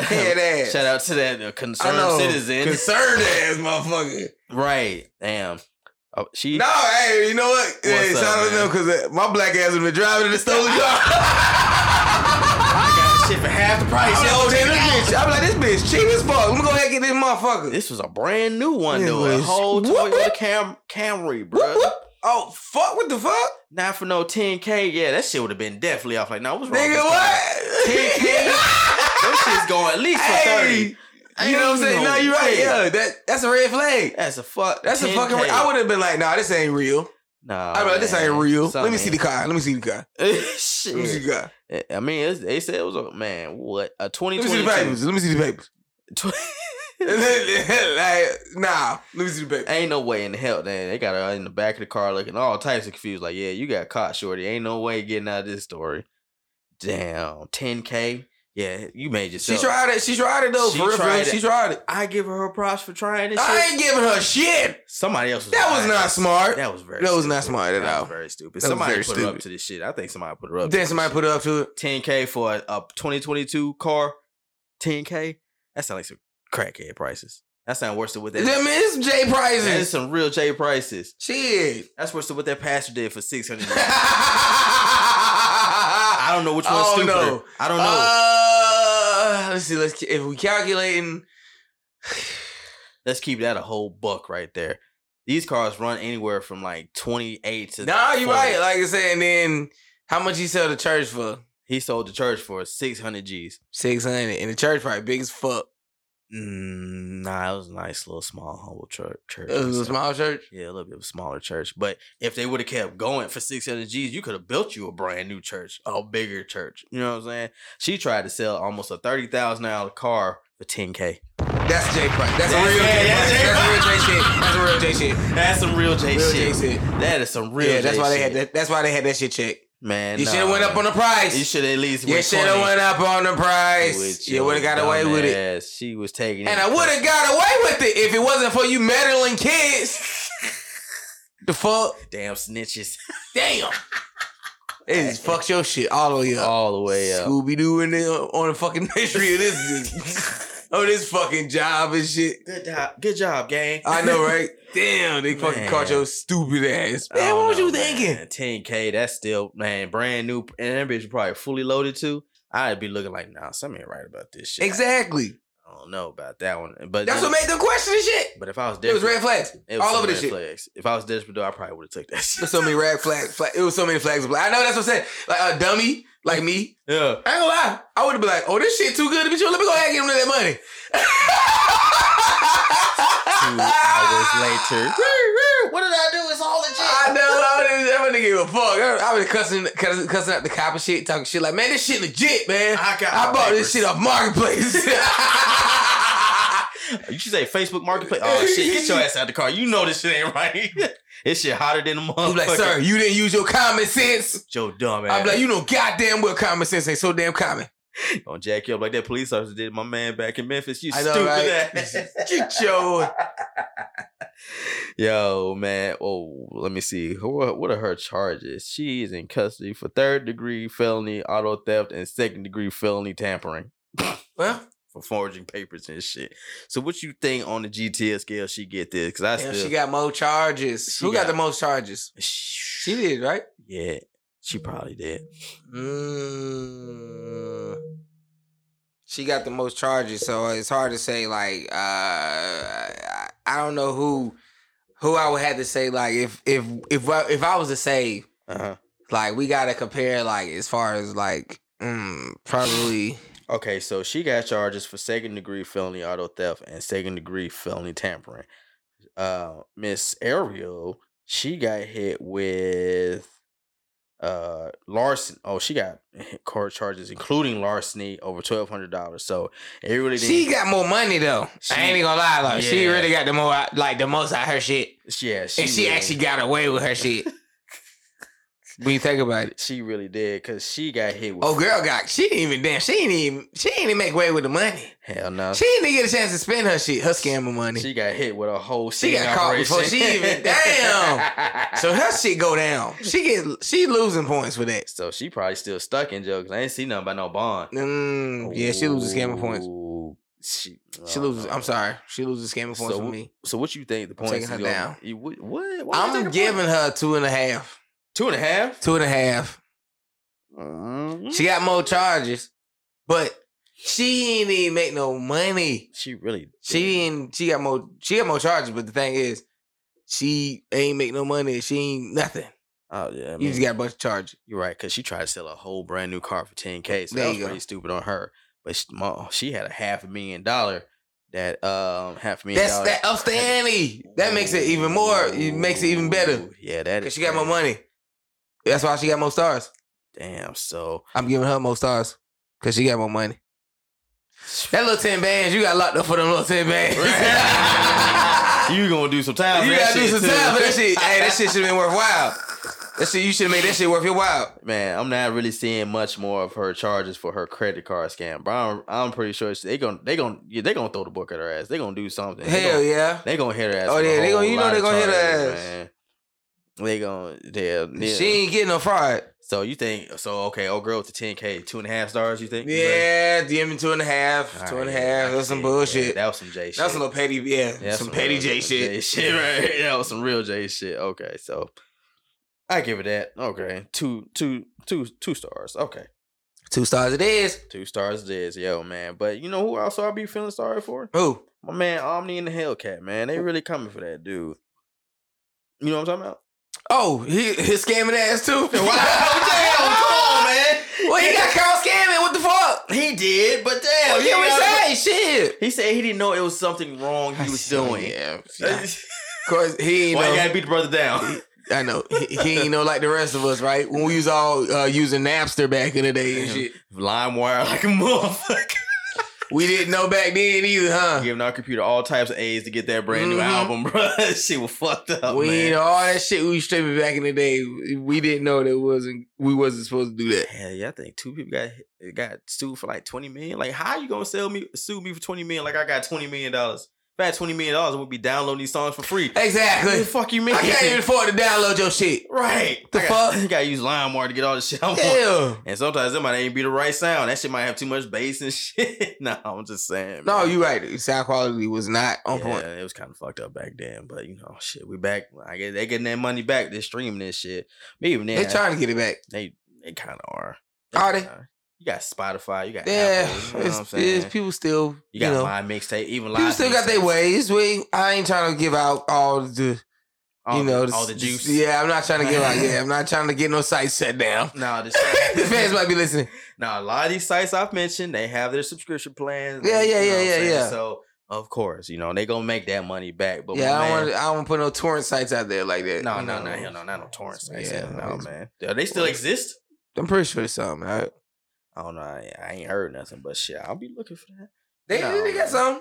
Speaker 2: Head ass.
Speaker 3: Shout out to that uh,
Speaker 2: I
Speaker 3: concerned
Speaker 2: know.
Speaker 3: citizen.
Speaker 2: Concerned ass
Speaker 3: [LAUGHS]
Speaker 2: motherfucker.
Speaker 3: right, damn. Oh, she
Speaker 2: No, hey, you know what? Hey,
Speaker 3: What's up,
Speaker 2: shout out to
Speaker 3: man?
Speaker 2: them because my black ass has been driving in the stolen
Speaker 3: [LAUGHS]
Speaker 2: car.
Speaker 3: got this shit for half the
Speaker 2: [LAUGHS]
Speaker 3: price.
Speaker 2: I'm like,
Speaker 3: yo.
Speaker 2: oh, damn, this bitch. I'm like, this bitch cheap as fuck. Let me go ahead and get this motherfucker.
Speaker 3: This was a brand new one,
Speaker 2: It
Speaker 3: though. A
Speaker 2: was-
Speaker 3: whole
Speaker 2: Whoop,
Speaker 3: Toyota
Speaker 2: whoop.
Speaker 3: Cam- Camry, bro.
Speaker 2: whoop, whoop. Oh, fuck, what the fuck?
Speaker 3: Not for no 10K. Yeah, that shit would have been definitely off. Like, nah, what's wrong with
Speaker 2: Nigga,
Speaker 3: this
Speaker 2: what?
Speaker 3: car?
Speaker 2: [LAUGHS]
Speaker 3: 10K? Them shit's going at least for 30.
Speaker 2: hey, you know what I'm
Speaker 3: Ain't
Speaker 2: saying? No,
Speaker 3: no
Speaker 2: you're right.
Speaker 3: way.
Speaker 2: Yeah, that, that's a red flag.
Speaker 3: That's a fuck.
Speaker 2: That's a
Speaker 3: 10K.
Speaker 2: fucking. Red, I would have been like, nah, this ain't real.
Speaker 3: Nah.
Speaker 2: I'd be like, this
Speaker 3: Oh, man.
Speaker 2: ain't real.
Speaker 3: Something
Speaker 2: Let me see
Speaker 3: [LAUGHS]
Speaker 2: the car. Let me see the car.
Speaker 3: ain't-
Speaker 2: Let me see
Speaker 3: Shit.
Speaker 2: the car.
Speaker 3: I mean, it's, they said it was a man. What a
Speaker 2: Let me see the papers.
Speaker 3: 2022.
Speaker 2: Let me see the papers. [LAUGHS] like, nah, let me see the papers.
Speaker 3: Ain't no way in hell, man. They got her in the back of the car looking all types of confused. Like, yeah, you got caught, shorty. Ain't no way getting out of this story. Damn, 10k. Yeah, you made
Speaker 2: She
Speaker 3: yourself.
Speaker 2: tried it. She tried it though.
Speaker 3: She
Speaker 2: for real, for real.
Speaker 3: tried it.
Speaker 2: She tried it.
Speaker 3: I give her her props for trying this. shit.
Speaker 2: I ain't giving her shit.
Speaker 3: Somebody else. Was
Speaker 2: That was
Speaker 3: behind
Speaker 2: not
Speaker 3: this.
Speaker 2: smart.
Speaker 3: That was very.
Speaker 2: That was not smart at
Speaker 3: That was
Speaker 2: all.
Speaker 3: very stupid.
Speaker 2: That was
Speaker 3: somebody
Speaker 2: very
Speaker 3: put her up
Speaker 2: stupid.
Speaker 3: to this shit. I think somebody put her up.
Speaker 2: Then somebody put her up to it.
Speaker 3: ten k for a, a 2022 car. 10K, that sounds like some crackhead prices. That sounds worse than what that.
Speaker 2: Them is J
Speaker 3: That is
Speaker 2: prices.
Speaker 3: some real J prices.
Speaker 2: Shit.
Speaker 3: That's worse than what that pastor did for 600.
Speaker 2: [LAUGHS] I
Speaker 3: I don't know which one's
Speaker 2: Oh,
Speaker 3: stupider.
Speaker 2: no.
Speaker 3: I don't know.
Speaker 2: Uh, let's see. Let's if we calculating.
Speaker 3: Let's keep that a whole buck right there. These cars run anywhere from like 28 to
Speaker 2: Nah, you
Speaker 3: 40.
Speaker 2: right. Like I said, and then how much he sell the church for?
Speaker 3: He sold the church for 600 G's.
Speaker 2: Six hundred. And the church probably big as fuck.
Speaker 3: Mm, nah, it was a nice little small humble church. church
Speaker 2: It was a
Speaker 3: So,
Speaker 2: small church.
Speaker 3: Yeah, a little bit of a smaller church. But if they would have kept going for 600 G's, you could have built you a brand new church, a bigger church. You know what I'm saying? She tried to sell almost a $30,000 car for 10K.
Speaker 2: That's J price. That's,
Speaker 3: That's-
Speaker 2: a real
Speaker 3: yeah,
Speaker 2: J
Speaker 3: that's
Speaker 2: price.
Speaker 3: J-
Speaker 2: That's a real J shit. That's a real J shit.
Speaker 3: That's some real J
Speaker 2: Real J
Speaker 3: shit.
Speaker 2: shit.
Speaker 3: That is some real
Speaker 2: Yeah, that's
Speaker 3: J
Speaker 2: why they
Speaker 3: shit.
Speaker 2: had that. That's why they had that shit checked.
Speaker 3: Man,
Speaker 2: You should have went up on the
Speaker 3: You
Speaker 2: price.
Speaker 3: should at least
Speaker 2: You
Speaker 3: went
Speaker 2: should have
Speaker 3: 20
Speaker 2: went up on the price.
Speaker 3: with
Speaker 2: You
Speaker 3: your
Speaker 2: would have got away
Speaker 3: dumb
Speaker 2: with it.
Speaker 3: ass. She was taking
Speaker 2: And
Speaker 3: it.
Speaker 2: I would have got away with it if it wasn't for you meddling kids. [LAUGHS] the fuck?
Speaker 3: Damn snitches.
Speaker 2: Damn. It just fucks your shit all the way up.
Speaker 3: All the way up.
Speaker 2: Scooby Doo in there on the fucking [LAUGHS] history of this, [LAUGHS] of this fucking job and shit.
Speaker 3: Good job. Good job, gang.
Speaker 2: I
Speaker 3: [LAUGHS]
Speaker 2: know, right? [LAUGHS] Damn, they fucking
Speaker 3: Man.
Speaker 2: caught your stupid ass.
Speaker 3: I
Speaker 2: Man,
Speaker 3: don't
Speaker 2: what was
Speaker 3: know,
Speaker 2: you
Speaker 3: man.
Speaker 2: thinking?
Speaker 3: 10K, that's still, man, brand new. And that bitch probably fully loaded too. I'd be looking like, nah, something ain't right about this shit.
Speaker 2: Exactly.
Speaker 3: I don't know about that one. But
Speaker 2: That's what made them question the shit.
Speaker 3: But if I was
Speaker 2: It was
Speaker 3: desperate,
Speaker 2: red flags.
Speaker 3: it was
Speaker 2: All
Speaker 3: some
Speaker 2: over this
Speaker 3: red
Speaker 2: shit.
Speaker 3: flags. If I was desperate, though, I probably would have
Speaker 2: [LAUGHS]
Speaker 3: took that shit.
Speaker 2: There's so many red flags. Flag, it was so many flags. of black. I know that's what I'm saying. Like a dummy, like me.
Speaker 3: yeah.
Speaker 2: I ain't gonna lie. I would have been like, oh, this shit too good to be true. Let me go ahead and get him that money.
Speaker 3: Two hours
Speaker 2: [LAUGHS]
Speaker 3: later.
Speaker 2: What did I do? It's all legit. I know. I didn't, I didn't give a fuck. I, I was cussing, cussing, cussing out the cop and shit, talking shit like, man, this shit legit, man.
Speaker 3: I got
Speaker 2: I
Speaker 3: my
Speaker 2: bought
Speaker 3: papers.
Speaker 2: this shit off marketplace.
Speaker 3: [LAUGHS] You should say Facebook Marketplace. Oh shit, get
Speaker 2: [LAUGHS]
Speaker 3: your ass out the car. You know this shit ain't right. [LAUGHS] this shit hotter than a motherfucker.
Speaker 2: I'm like, sir, you didn't use your common sense.
Speaker 3: Joe dumb ass.
Speaker 2: I'm like, you know, goddamn well common sense ain't so damn common.
Speaker 3: gonna jack you up like that police officer did my man back in Memphis. You
Speaker 2: I know,
Speaker 3: stupid
Speaker 2: right?
Speaker 3: ass.
Speaker 2: Get your
Speaker 3: Yo, man. Oh, let me see. What what are her charges? She is in custody for third degree felony auto theft and second degree felony tampering
Speaker 2: well.
Speaker 3: for forging papers and shit. So what you think on the GTS scale she get this? Cause I
Speaker 2: Damn,
Speaker 3: still
Speaker 2: she got more charges.
Speaker 3: She
Speaker 2: Who got,
Speaker 3: got-
Speaker 2: the most charges? She did, right?
Speaker 3: Yeah, she probably did.
Speaker 2: Mm. She got the most charges, so it's hard to say. Like, uh, I I don't know who who I would have to say. Like, if if if I, if I was to say,
Speaker 3: Uh-huh.
Speaker 2: like, we gotta compare, like, as far as like, mm, probably.
Speaker 3: Okay, so she got charges for second degree felony auto theft and second degree felony tampering. Uh, Miss Ariel, she got hit with uh larceny. Oh, she got hit court charges including larceny over twelve hundred dollars. So it really didn't.
Speaker 2: She got more money though.
Speaker 3: She-
Speaker 2: I ain't gonna lie, like she
Speaker 3: Yeah.
Speaker 2: really got the more, out- like the most out her shit,
Speaker 3: yeah, she
Speaker 2: and she
Speaker 3: really-
Speaker 2: actually got away with her
Speaker 3: [LAUGHS]
Speaker 2: shit. when you think about it.
Speaker 3: she really did because she got hit with.
Speaker 2: Oh, girl got she didn't even damn. She didn't even she didn't even make way with the money.
Speaker 3: hell no.
Speaker 2: She didn't even get a chance to spend her shit, her scammer money.
Speaker 3: Uh, She got hit with a whole.
Speaker 2: She
Speaker 3: sting
Speaker 2: got caught before
Speaker 3: operation.
Speaker 2: she even- damn. so her shit go down. She get she losing points for that.
Speaker 3: [LAUGHS] So she probably still stuck in jail because I ain't seen nothing about no bond.
Speaker 2: Mm, yeah, she loses scammer points.
Speaker 3: Ooh, She,
Speaker 2: She
Speaker 3: oh,
Speaker 2: loses.
Speaker 3: no.
Speaker 2: I'm sorry, she loses scammer points
Speaker 3: So
Speaker 2: for
Speaker 3: wh-
Speaker 2: me.
Speaker 3: So what you think the points?
Speaker 2: taking
Speaker 3: is
Speaker 2: her
Speaker 3: gonna-
Speaker 2: down.
Speaker 3: You, what? what? Why you taking
Speaker 2: I'm
Speaker 3: her
Speaker 2: giving
Speaker 3: point?
Speaker 2: her two and a half.
Speaker 3: two and a half.
Speaker 2: Two and a half.
Speaker 3: Mm,
Speaker 2: She got more charges, but she ain't even make no money.
Speaker 3: She really.
Speaker 2: She didn't. She got more. She got more charges, but the thing is, she ain't make no money. She ain't nothing.
Speaker 3: Oh yeah, I
Speaker 2: You
Speaker 3: mean,
Speaker 2: just got a bunch of charges.
Speaker 3: you're right because she tried to sell a whole brand new car for 10k. So
Speaker 2: There
Speaker 3: that
Speaker 2: you
Speaker 3: was
Speaker 2: go.
Speaker 3: pretty stupid on her. But she, ma- she had a half a million dollar. That um half a million.
Speaker 2: That's
Speaker 3: dollar-
Speaker 2: that ups the ante. That makes it even more. It makes it even better
Speaker 3: Ooh, Yeah, that
Speaker 2: because
Speaker 3: is.
Speaker 2: she got more
Speaker 3: crazy.
Speaker 2: money. That's why she got more stars.
Speaker 3: Damn. So
Speaker 2: I'm giving her more stars because she got more money. That little ten bands you got locked up for them little ten bands. [LAUGHS] you
Speaker 3: you gonna do some time? for that
Speaker 2: gotta do
Speaker 3: shit,
Speaker 2: some
Speaker 3: too.
Speaker 2: time for that shit. Hey,
Speaker 3: [LAUGHS]
Speaker 2: that shit should have been worthwhile. That shit you should have made that shit worth your while.
Speaker 3: Man, I'm not really seeing much more of her charges for her credit card scam, but I'm, I'm pretty sure she, they gonna they gonna yeah, they gonna throw the book at her ass. They gonna do something. they
Speaker 2: Hell
Speaker 3: gonna,
Speaker 2: yeah.
Speaker 3: They gonna hit her ass.
Speaker 2: Oh,
Speaker 3: with a
Speaker 2: yeah, they gonna-
Speaker 3: whole
Speaker 2: you know
Speaker 3: lot
Speaker 2: they
Speaker 3: of
Speaker 2: gonna hit her
Speaker 3: charges,
Speaker 2: ass.
Speaker 3: man. They gonna yeah, yeah.
Speaker 2: She ain't getting no fraud.
Speaker 3: So you think so? Okay, old girl with the ten k, two and a half stars. You think?
Speaker 2: Yeah, DM him two and a half,
Speaker 3: All
Speaker 2: two and a
Speaker 3: right,
Speaker 2: half. That's some
Speaker 3: yeah,
Speaker 2: bullshit.
Speaker 3: yeah, that was some J shit.
Speaker 2: That's a little petty, yeah.
Speaker 3: Yeah, that's
Speaker 2: some petty
Speaker 3: real
Speaker 2: J shit. [LAUGHS]
Speaker 3: J shit, [LAUGHS] right? That was some real J shit. Okay, so I give it that. Okay, two, two, two, two stars. Okay,
Speaker 2: Two stars it is.
Speaker 3: two stars. This, yo, man. But you know who else I be feeling sorry for?
Speaker 2: Who?
Speaker 3: My man Omni and the Hellcat, man. They really coming for that dude. You know what I'm talking [LAUGHS] about?
Speaker 2: Oh, he, his scamming ass [LAUGHS] too. [LAUGHS]
Speaker 3: damn, come on, man.
Speaker 2: Well, he got Carl scamming. What the fuck?
Speaker 3: He did, but damn,
Speaker 2: Oh,
Speaker 3: you
Speaker 2: yeah,
Speaker 3: know what I'm saying?
Speaker 2: we say shit.
Speaker 3: He said he didn't know it was something wrong he was doing. [LAUGHS]
Speaker 2: Yeah, yeah.
Speaker 3: Why
Speaker 2: Cause he ain't
Speaker 3: you
Speaker 2: know.
Speaker 3: gotta beat the brother down?
Speaker 2: I know he, he ain't know like the rest of us, right? When we was all uh, using Napster back in the
Speaker 3: [LAUGHS]
Speaker 2: day and shit,
Speaker 3: LimeWire like a motherfucker. [LAUGHS]
Speaker 2: we didn't know back then either, huh?
Speaker 3: Giving our computer all types of A's to get that brand new
Speaker 2: Mhm.
Speaker 3: album, [LAUGHS] bro. That shit was fucked up,
Speaker 2: we
Speaker 3: man.
Speaker 2: ain't know all that shit we was streaming back in the day. We didn't know that wasn't we wasn't supposed to do that.
Speaker 3: Hell yeah, I think two people got hit- got sued for like twenty million. Like, how you gonna sell me sue me for twenty million? Like, I got twenty million dollars. If I had twenty million dollars, I would be downloading these songs for free. What the
Speaker 2: Exactly.
Speaker 3: fuck you mean?
Speaker 2: I can't
Speaker 3: [LAUGHS]
Speaker 2: even afford to download your shit.
Speaker 3: Right.
Speaker 2: The
Speaker 3: I got-
Speaker 2: fuck?
Speaker 3: [LAUGHS] You gotta use LimeWire to get all the shit I want.
Speaker 2: Yeah.
Speaker 3: And sometimes it might ain't be the right sound. That shit might have too much bass and [LAUGHS] shit. no, I'm just saying.
Speaker 2: No,
Speaker 3: man.
Speaker 2: you right. The Sound quality was not on
Speaker 3: yeah,
Speaker 2: point.
Speaker 3: It was kind of fucked up back then, but you know, shit, we back. I get they getting that money back. They're streaming this shit. But even then,
Speaker 2: They trying to get it back.
Speaker 3: they they kind of are.
Speaker 2: Are they?
Speaker 3: kinda You got Spotify. You got
Speaker 2: Yeah,
Speaker 3: Apple. You know what I'm
Speaker 2: it's,
Speaker 3: saying?
Speaker 2: it's people still
Speaker 3: you
Speaker 2: you,
Speaker 3: got
Speaker 2: know
Speaker 3: live mixtape. Even live
Speaker 2: people still got their
Speaker 3: mixtapes.
Speaker 2: ways. We I ain't trying to give out all the
Speaker 3: All,
Speaker 2: you know
Speaker 3: the, all
Speaker 2: s-
Speaker 3: the juice.
Speaker 2: yeah, I'm not trying to give
Speaker 3: [LAUGHS]
Speaker 2: out. Yeah, I'm not trying to get no site set down. [LAUGHS]
Speaker 3: Nah, this
Speaker 2: the fans might be listening.
Speaker 3: Now a lot of these sites I've mentioned, they have their subscription plans.
Speaker 2: Yeah,
Speaker 3: they-
Speaker 2: yeah,
Speaker 3: you
Speaker 2: yeah,
Speaker 3: know what I'm
Speaker 2: yeah,
Speaker 3: saying?
Speaker 2: yeah.
Speaker 3: So of course, you know they gonna make that money back. But
Speaker 2: yeah, I
Speaker 3: my
Speaker 2: don't
Speaker 3: man,
Speaker 2: want I don't want to put no torrent sites out there like that.
Speaker 3: No,
Speaker 2: you
Speaker 3: no, no,
Speaker 2: know.
Speaker 3: hell no, not on torrent sites.
Speaker 2: Yeah,
Speaker 3: hell no,
Speaker 2: it's-
Speaker 3: man. Do they still exist?
Speaker 2: I'm pretty sure it's something. Right?
Speaker 3: I don't know. I, I ain't heard nothing, but shit, I'll be looking for that.
Speaker 2: They,
Speaker 3: No,
Speaker 2: they
Speaker 3: man.
Speaker 2: got some.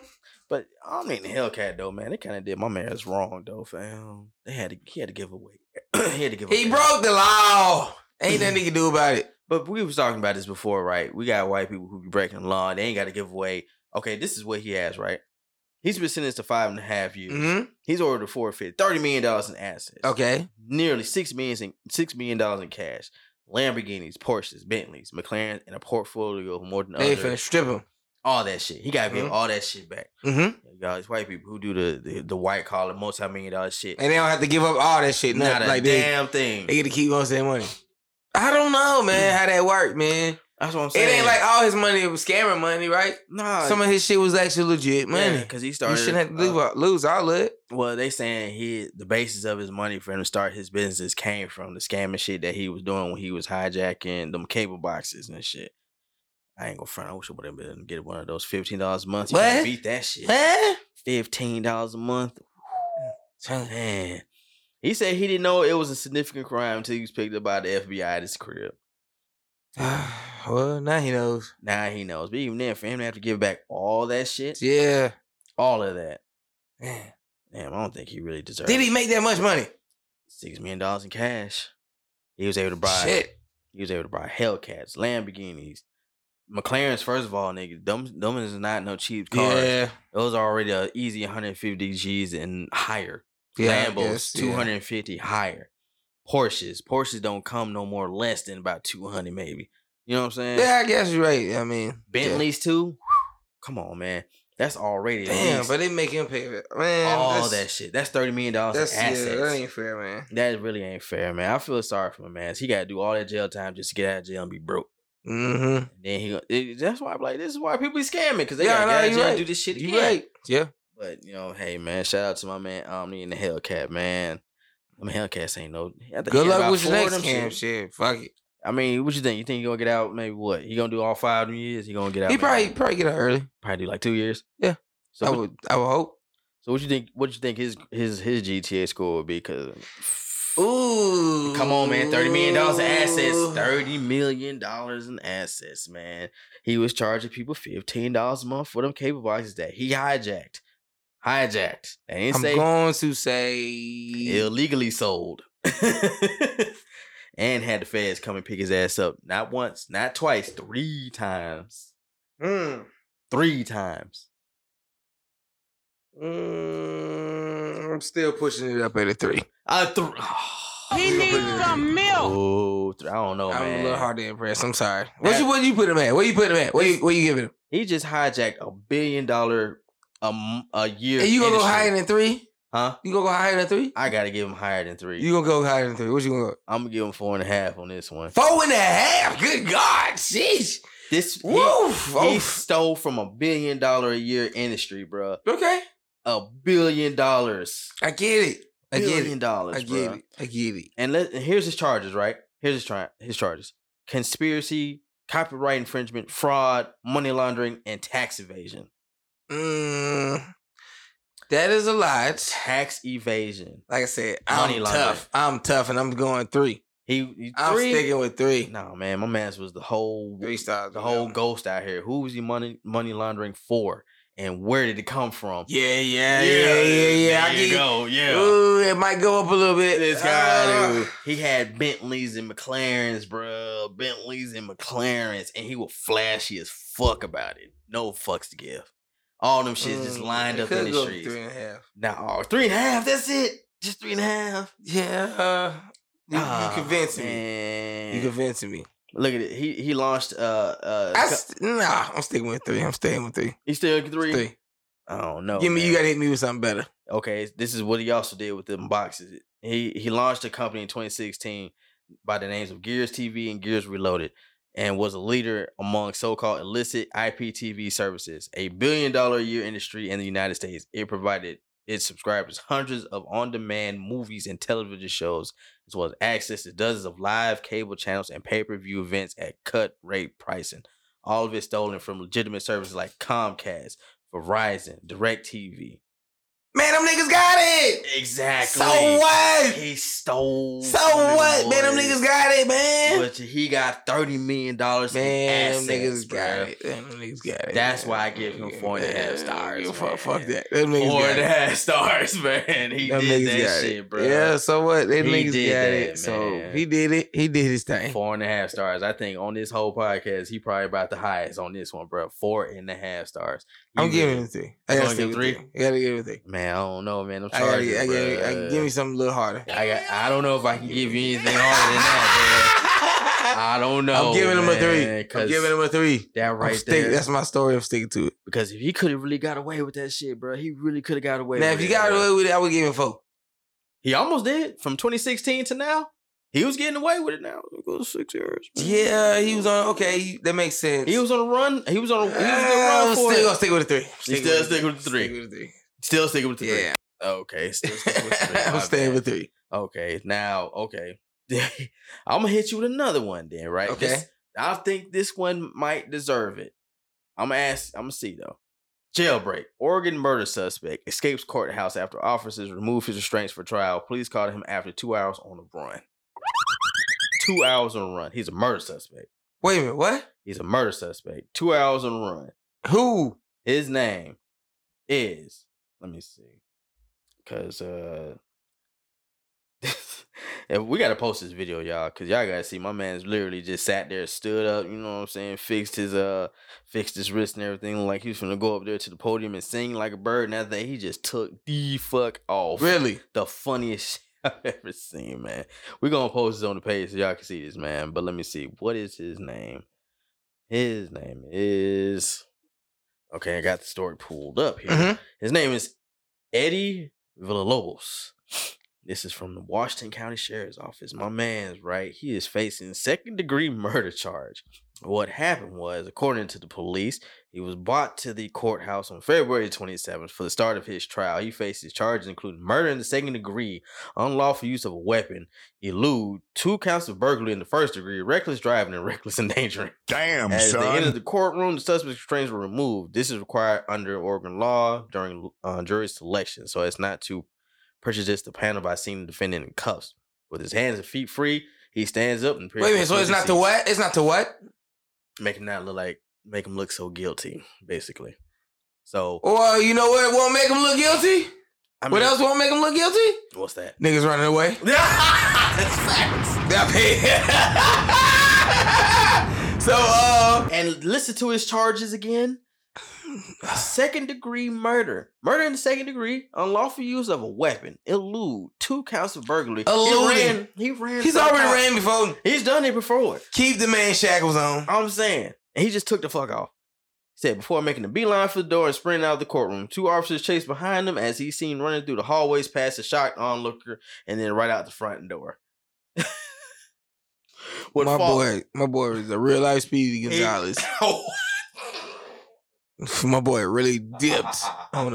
Speaker 3: But I don't mean the Hellcat though, man. They kind of did my man's wrong though, fam. They had to, he had to give away. [CLEARS THROAT] he had to give.
Speaker 2: He
Speaker 3: away.
Speaker 2: broke the law. Ain't nothing he can do about
Speaker 3: [LAUGHS]
Speaker 2: it.
Speaker 3: But we was talking about this before, right? We got white people who be breaking the law. and They ain't got to give away. Okay, this is what he has, right? He's been sentenced to five and a half years.
Speaker 2: hmm
Speaker 3: He's ordered to forfeit thirty million dollars in assets.
Speaker 2: Okay.
Speaker 3: nearly six million in six million dollars in cash, Lamborghinis, Porsches, Bentleys, McLaren, and a portfolio of more than
Speaker 2: They
Speaker 3: other,
Speaker 2: finna strip him.
Speaker 3: all that shit. He got to give
Speaker 2: Mhm.
Speaker 3: all that shit back.
Speaker 2: hmm And
Speaker 3: Y'all, these white people who do the the, the white collar multi million dollar shit,
Speaker 2: they don't have to give up all that shit.
Speaker 3: not
Speaker 2: Nothing
Speaker 3: a
Speaker 2: like that.
Speaker 3: damn thing.
Speaker 2: They get to keep on saying money. I don't know,
Speaker 3: Mm.
Speaker 2: man, how that worked, man.
Speaker 3: That's what I'm
Speaker 2: It
Speaker 3: saying.
Speaker 2: ain't like all his money was scammer money, right?
Speaker 3: nah,
Speaker 2: Some of his shit was actually legit money.
Speaker 3: because he
Speaker 2: you
Speaker 3: started.
Speaker 2: shouldn't have to
Speaker 3: uh,
Speaker 2: lose, all- lose all of it.
Speaker 3: Well, they saying he the basis of his money for him to start his business came from the scamming shit that he was doing when he was hijacking them cable boxes and shit. I ain't gonna front. I wish I would have been able to get one of those fifteen dollars a month. You can't
Speaker 2: What?
Speaker 3: beat that shit.
Speaker 2: Huh?
Speaker 3: Fifteen dollars a month. Man, he said he didn't know it was a significant crime until he was picked up by the FBI at his crib.
Speaker 2: [SIGHS] well, now he knows.
Speaker 3: Now he knows. But even then, for him to have to give back all that shit,
Speaker 2: Yeah.
Speaker 3: all of that,
Speaker 2: Man.
Speaker 3: damn, I don't think he really deserved.
Speaker 2: Did he make that much money?
Speaker 3: six million dollars in cash? He was able to buy.
Speaker 2: Shit.
Speaker 3: He was able to buy Hellcats, Lamborghinis, McLarens. First of all, nigga, them, them is not no cheap cars.
Speaker 2: Yeah.
Speaker 3: Those are already a easy 150 G's and higher.
Speaker 2: Yeah, I
Speaker 3: Lambos,
Speaker 2: guess, yeah.
Speaker 3: 250 higher. Porsches, Porsches don't come no more less than about 200 maybe. You know what I'm saying?
Speaker 2: Yeah, I guess you're right. I mean,
Speaker 3: Bentleys too. Come on, man. That's already
Speaker 2: Yeah.
Speaker 3: at
Speaker 2: Damn,
Speaker 3: least
Speaker 2: but they make him pay it. Man,
Speaker 3: all
Speaker 2: that's,
Speaker 3: that shit. That's 30 million dollars in
Speaker 2: That's,
Speaker 3: assets.
Speaker 2: yeah, that ain't fair, man.
Speaker 3: that really ain't fair, man. I feel sorry for my man. He got to do all that jail time just to get out of jail and be broke.
Speaker 2: Mm-hmm.
Speaker 3: And then he, go- it, that's why I'm like, this is why people be scamming because they
Speaker 2: Yeah,
Speaker 3: got
Speaker 2: no,
Speaker 3: to get out of
Speaker 2: you
Speaker 3: jail and
Speaker 2: right.
Speaker 3: do this shit again.
Speaker 2: You right. Yeah.
Speaker 3: But you know, hey man, shout out to my man Omni and the Hellcat man. I mean, Hellcats ain't no. I think
Speaker 2: Good
Speaker 3: he had
Speaker 2: luck
Speaker 3: about
Speaker 2: with your
Speaker 3: four of
Speaker 2: next
Speaker 3: them
Speaker 2: scam
Speaker 3: shit.
Speaker 2: shit. Fuck it.
Speaker 3: I mean, what you think? You think he gonna get out? Maybe what? He gonna do all five of them years? He gonna get out?
Speaker 2: He
Speaker 3: maybe
Speaker 2: probably probably get out early.
Speaker 3: probably do like two years.
Speaker 2: Yeah.
Speaker 3: So
Speaker 2: I
Speaker 3: what,
Speaker 2: would I would hope.
Speaker 3: so what you think? What you think his his his GTA score would be? Because
Speaker 2: Ooh.
Speaker 3: come on, man, thirty million dollars in assets. Thirty million dollars in assets, man. He was charging people fifteen dollars a month for them cable boxes that he hijacked. Hijacked. They ain't
Speaker 2: I'm
Speaker 3: say
Speaker 2: going to say
Speaker 3: illegally sold [LAUGHS] and had the feds come and pick his ass up not once not twice three times
Speaker 2: Mm,
Speaker 3: three times
Speaker 2: Hmm.
Speaker 3: [SIGHS]
Speaker 2: mm, I'm still pushing it up at a three.
Speaker 3: i th-
Speaker 9: He needs some milk.
Speaker 3: Oh, I don't know,
Speaker 2: I'm a
Speaker 3: man.
Speaker 2: little hard to impress. I'm sorry. What
Speaker 3: That-
Speaker 2: you what you put him at? Where you put him at? Where you, where you giving him?
Speaker 3: He just hijacked a billion dollar a, m- a year.
Speaker 2: And you gonna go
Speaker 3: industry.
Speaker 2: higher than three?
Speaker 3: Huh?
Speaker 2: You gonna go higher than three?
Speaker 3: I gotta give him higher than three.
Speaker 2: You gonna go higher than three? What you gonna go?
Speaker 3: I'm gonna give him four and a half on this one.
Speaker 2: Four and a half. Good God, jeez.
Speaker 3: This he,
Speaker 2: Woof. oh.
Speaker 3: he
Speaker 2: Oof.
Speaker 3: stole from a billion dollar a year industry, bruh.
Speaker 2: Okay,
Speaker 3: A billion dollars.
Speaker 2: I get it. I get
Speaker 3: Billion
Speaker 2: it.
Speaker 3: dollars,
Speaker 2: I get
Speaker 3: bruh.
Speaker 2: it. I get it.
Speaker 3: And let and here's his charges, right? Here's his try his charges: conspiracy, copyright infringement, fraud, money laundering, and tax evasion.
Speaker 2: Mm, that is a lot.
Speaker 3: Tax evasion.
Speaker 2: Like I said,
Speaker 3: Money
Speaker 2: I'm
Speaker 3: laundering.
Speaker 2: tough. I'm tough, and I'm going three.
Speaker 3: He, he
Speaker 2: I'm
Speaker 3: three.
Speaker 2: sticking with three.
Speaker 3: Nah, man, my man's was the whole
Speaker 2: Three stars.
Speaker 3: the
Speaker 2: man.
Speaker 3: whole ghost out here. Who was he money money laundering for, and where did it come from?
Speaker 2: Yeah, yeah, yeah, yeah, yeah. I
Speaker 3: There
Speaker 2: get
Speaker 3: you
Speaker 2: it.
Speaker 3: go. Yeah.
Speaker 2: Ooh, it might go up a little bit.
Speaker 3: This guy,
Speaker 2: Uh,
Speaker 3: dude, he had Bentleys and McLarens, bro. Bentleys and McLarens, and he was flashy as fuck about it. No fucks to give. All them shit just
Speaker 2: mm,
Speaker 3: lined
Speaker 2: it
Speaker 3: up in
Speaker 2: could
Speaker 3: the
Speaker 2: go up
Speaker 3: streets.
Speaker 2: Three and a half.
Speaker 3: Now, oh, three and a half. That's it. Just three and a half.
Speaker 2: Yeah, uh, you,
Speaker 3: Ah,
Speaker 2: you convincing me.
Speaker 3: me.
Speaker 2: You convincing me.
Speaker 3: Look at it. He he launched. Uh, uh.
Speaker 2: I
Speaker 3: co-
Speaker 2: st- nah, I'm sticking with three. I'm staying with three.
Speaker 3: he still at three.
Speaker 2: Three.
Speaker 3: I don't know.
Speaker 2: Give me.
Speaker 3: man.
Speaker 2: You gotta hit me with something better.
Speaker 3: okay, this is what he also did with them boxes. He he launched a company in 2016 by the names of Gears TV and Gears Reloaded, and was a leader among so-called illicit IPTV services, a billion-dollar a year industry in the United States. It provided its subscribers hundreds of on-demand movies and television shows, as well as access to dozens of live cable channels and pay-per-view events at cut rate pricing. All of it stolen from legitimate services like Comcast, Verizon, DirecTV.
Speaker 2: Man, them niggas got it.
Speaker 3: Exactly.
Speaker 2: So what?
Speaker 3: He stole.
Speaker 2: So
Speaker 3: from them
Speaker 2: what? Man, them
Speaker 3: boys,
Speaker 2: niggas got it, man.
Speaker 3: But he got thirty million dollars.
Speaker 2: Man,
Speaker 3: in assets,
Speaker 2: them niggas
Speaker 3: bruh.
Speaker 2: got it. Them niggas got it.
Speaker 3: That's
Speaker 2: man.
Speaker 3: why I give him four and a half
Speaker 2: Yeah,
Speaker 3: stars,
Speaker 2: Fuck, fuck
Speaker 3: man.
Speaker 2: that. Them niggas
Speaker 3: Four
Speaker 2: got
Speaker 3: and a
Speaker 2: it.
Speaker 3: half stars, [LAUGHS] man. He
Speaker 2: Them
Speaker 3: did
Speaker 2: niggas
Speaker 3: that
Speaker 2: got
Speaker 3: shit,
Speaker 2: it.
Speaker 3: bro.
Speaker 2: Yeah, so what? They
Speaker 3: He
Speaker 2: niggas
Speaker 3: did
Speaker 2: got
Speaker 3: that,
Speaker 2: it. So
Speaker 3: man.
Speaker 2: he did it. He did his thing.
Speaker 3: Four and a half stars. I think on this whole podcast, he probably about the highest on this one, bro. Four and a half stars.
Speaker 2: I'm
Speaker 3: You
Speaker 2: giving
Speaker 3: good.
Speaker 2: him three. I
Speaker 3: You
Speaker 2: gotta
Speaker 3: gonna
Speaker 2: stick
Speaker 3: give
Speaker 2: with
Speaker 3: three?
Speaker 2: three. I gotta give him three.
Speaker 3: Man, I don't know, man. I'm
Speaker 2: I gotta,
Speaker 3: charging.
Speaker 2: I gotta, I give me something a little harder.
Speaker 3: I got. I don't know if I can give you anything harder than that, man. I don't
Speaker 2: [LAUGHS]
Speaker 3: know.
Speaker 2: I'm giving him a
Speaker 3: man,
Speaker 2: three. I'm
Speaker 3: 'cause
Speaker 2: giving him a three.
Speaker 3: that
Speaker 2: I'm
Speaker 3: right
Speaker 2: stick-
Speaker 3: there.
Speaker 2: that's my story. I'm sticking to it.
Speaker 3: Because if he could have really got away with that shit, bro, he really could have got away.
Speaker 2: now, if
Speaker 3: with
Speaker 2: you
Speaker 3: it,
Speaker 2: got
Speaker 3: bro.
Speaker 2: away with it, I would give him four.
Speaker 3: he almost did from 2016 to now. He was getting away with it now. It goes six years.
Speaker 2: [LAUGHS]
Speaker 3: man.
Speaker 2: Yeah, he was on. Okay, that makes sense.
Speaker 3: he was on a run. He was on. A, he was
Speaker 2: Uh, I'm
Speaker 3: on a run for
Speaker 2: still gonna
Speaker 3: it.
Speaker 2: stick with a three.
Speaker 3: You
Speaker 2: Stick
Speaker 3: still
Speaker 2: with the
Speaker 3: stick with the three.
Speaker 2: Stick with the three.
Speaker 3: Still sticking with the three.
Speaker 2: [LAUGHS] Yeah,
Speaker 3: Okay. [LAUGHS] Still sticking with
Speaker 2: [LAUGHS]
Speaker 3: the three. My
Speaker 2: I'm staying
Speaker 3: bad.
Speaker 2: with three.
Speaker 3: Okay. Now. Okay. [LAUGHS] I'm gonna hit you with another one then. Right.
Speaker 2: Okay.
Speaker 3: This- I think this one might deserve it. I'm gonna ask. I'm gonna see though. Jailbreak. Oregon murder suspect escapes courthouse after officers remove his restraints for trial. Police caught him after two hours on the run. two hours on the run. He's a murder suspect.
Speaker 2: Wait a minute. What?
Speaker 3: He's a murder suspect. Two hours on the run.
Speaker 2: Who?
Speaker 3: His name is. Let me see. Cause uh [LAUGHS] and we gotta post this video, y'all, cause y'all gotta see my man's literally just sat there, stood up, you know what I'm saying, fixed his uh fixed his wrist and everything, like he was gonna go up there to the podium and sing like a bird and everything. He just took the fuck off.
Speaker 2: Really?
Speaker 3: The funniest [LAUGHS] shit I've ever seen, man. We're gonna post this on the page so y'all can see this, man. But let me see. What is his name? His name is Okay, I got the story pulled up here.
Speaker 2: Mhm.
Speaker 3: His name is Eddie Villalobos. This is from the Washington County Sheriff's Office. My man's right. He is facing second degree murder charge. What happened was, according to the police, he was brought to the courthouse on February 27th for the start of his trial. He faces charges including murder in the second degree, unlawful use of a weapon, elude, two counts of burglary in the first degree, reckless driving, and [LAUGHS] reckless endangering.
Speaker 5: Damn,
Speaker 3: As they entered the courtroom, the suspect's restraints were removed. This is required under Oregon law during uh, jury selection, so it's not to prejudice the panel by seeing the defendant in cuffs. With his hands and feet free, he stands up and
Speaker 2: Wait a minute. So it's not the what? It's not the what?
Speaker 3: Make him not look like make him look so guilty, basically. So
Speaker 2: Well, you know what won't make him look guilty?
Speaker 3: I
Speaker 2: what
Speaker 3: mean,
Speaker 2: else won't make him look guilty?
Speaker 3: [LAUGHS] What's that?
Speaker 2: Niggas running away.
Speaker 3: [LAUGHS] That's facts.
Speaker 2: That [LAUGHS] pay- so, uh, [SIGHS]
Speaker 3: And listen to his charges again. second degree murder, murder in the second degree, unlawful use of a weapon, elude, two counts of burglary. He
Speaker 2: Eluding.
Speaker 3: ran. He ran
Speaker 2: He's
Speaker 3: from
Speaker 2: already
Speaker 3: cops.
Speaker 2: ran before.
Speaker 3: He's done it before.
Speaker 2: Keep the man shackles on.
Speaker 3: I'm saying. And he just took the fuck off. He said before making a beeline for the door and sprinting out of the courtroom, two officers chased behind him as he's seen running through the hallways past a shocked onlooker and then right out the front door. [LAUGHS] Would
Speaker 2: my
Speaker 3: fall-
Speaker 2: boy, my boy is a real life Speedy
Speaker 3: He-
Speaker 2: Gonzalez. [LAUGHS]
Speaker 5: [LAUGHS]
Speaker 2: my boy really
Speaker 3: [LAUGHS]
Speaker 2: dipped on him.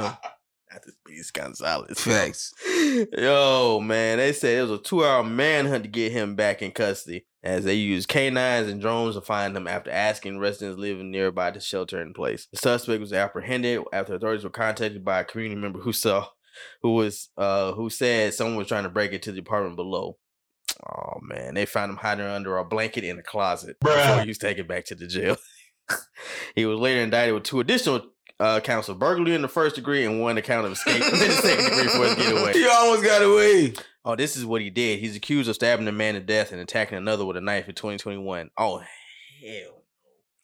Speaker 3: Not this beast [LAUGHS] Gonzalez.
Speaker 2: Facts.
Speaker 3: Yo, man, they said it was a two-hour manhunt to get him back in custody, as they used canines and drones to find him after asking residents living nearby to shelter in place. The suspect was apprehended after authorities were contacted by a community member who saw, who was, uh, who said someone was trying to break into the apartment below. Oh man, they found him hiding under a blanket in a closet before he was taken back to the jail. he was later indicted with two additional uh, counts of burglary in the first degree and one account of escape in the second degree for his getaway.
Speaker 2: [LAUGHS] He almost got away.
Speaker 3: Oh, this is what he did. He's accused of stabbing a man to death and attacking another with a knife in 2021. Oh, hell.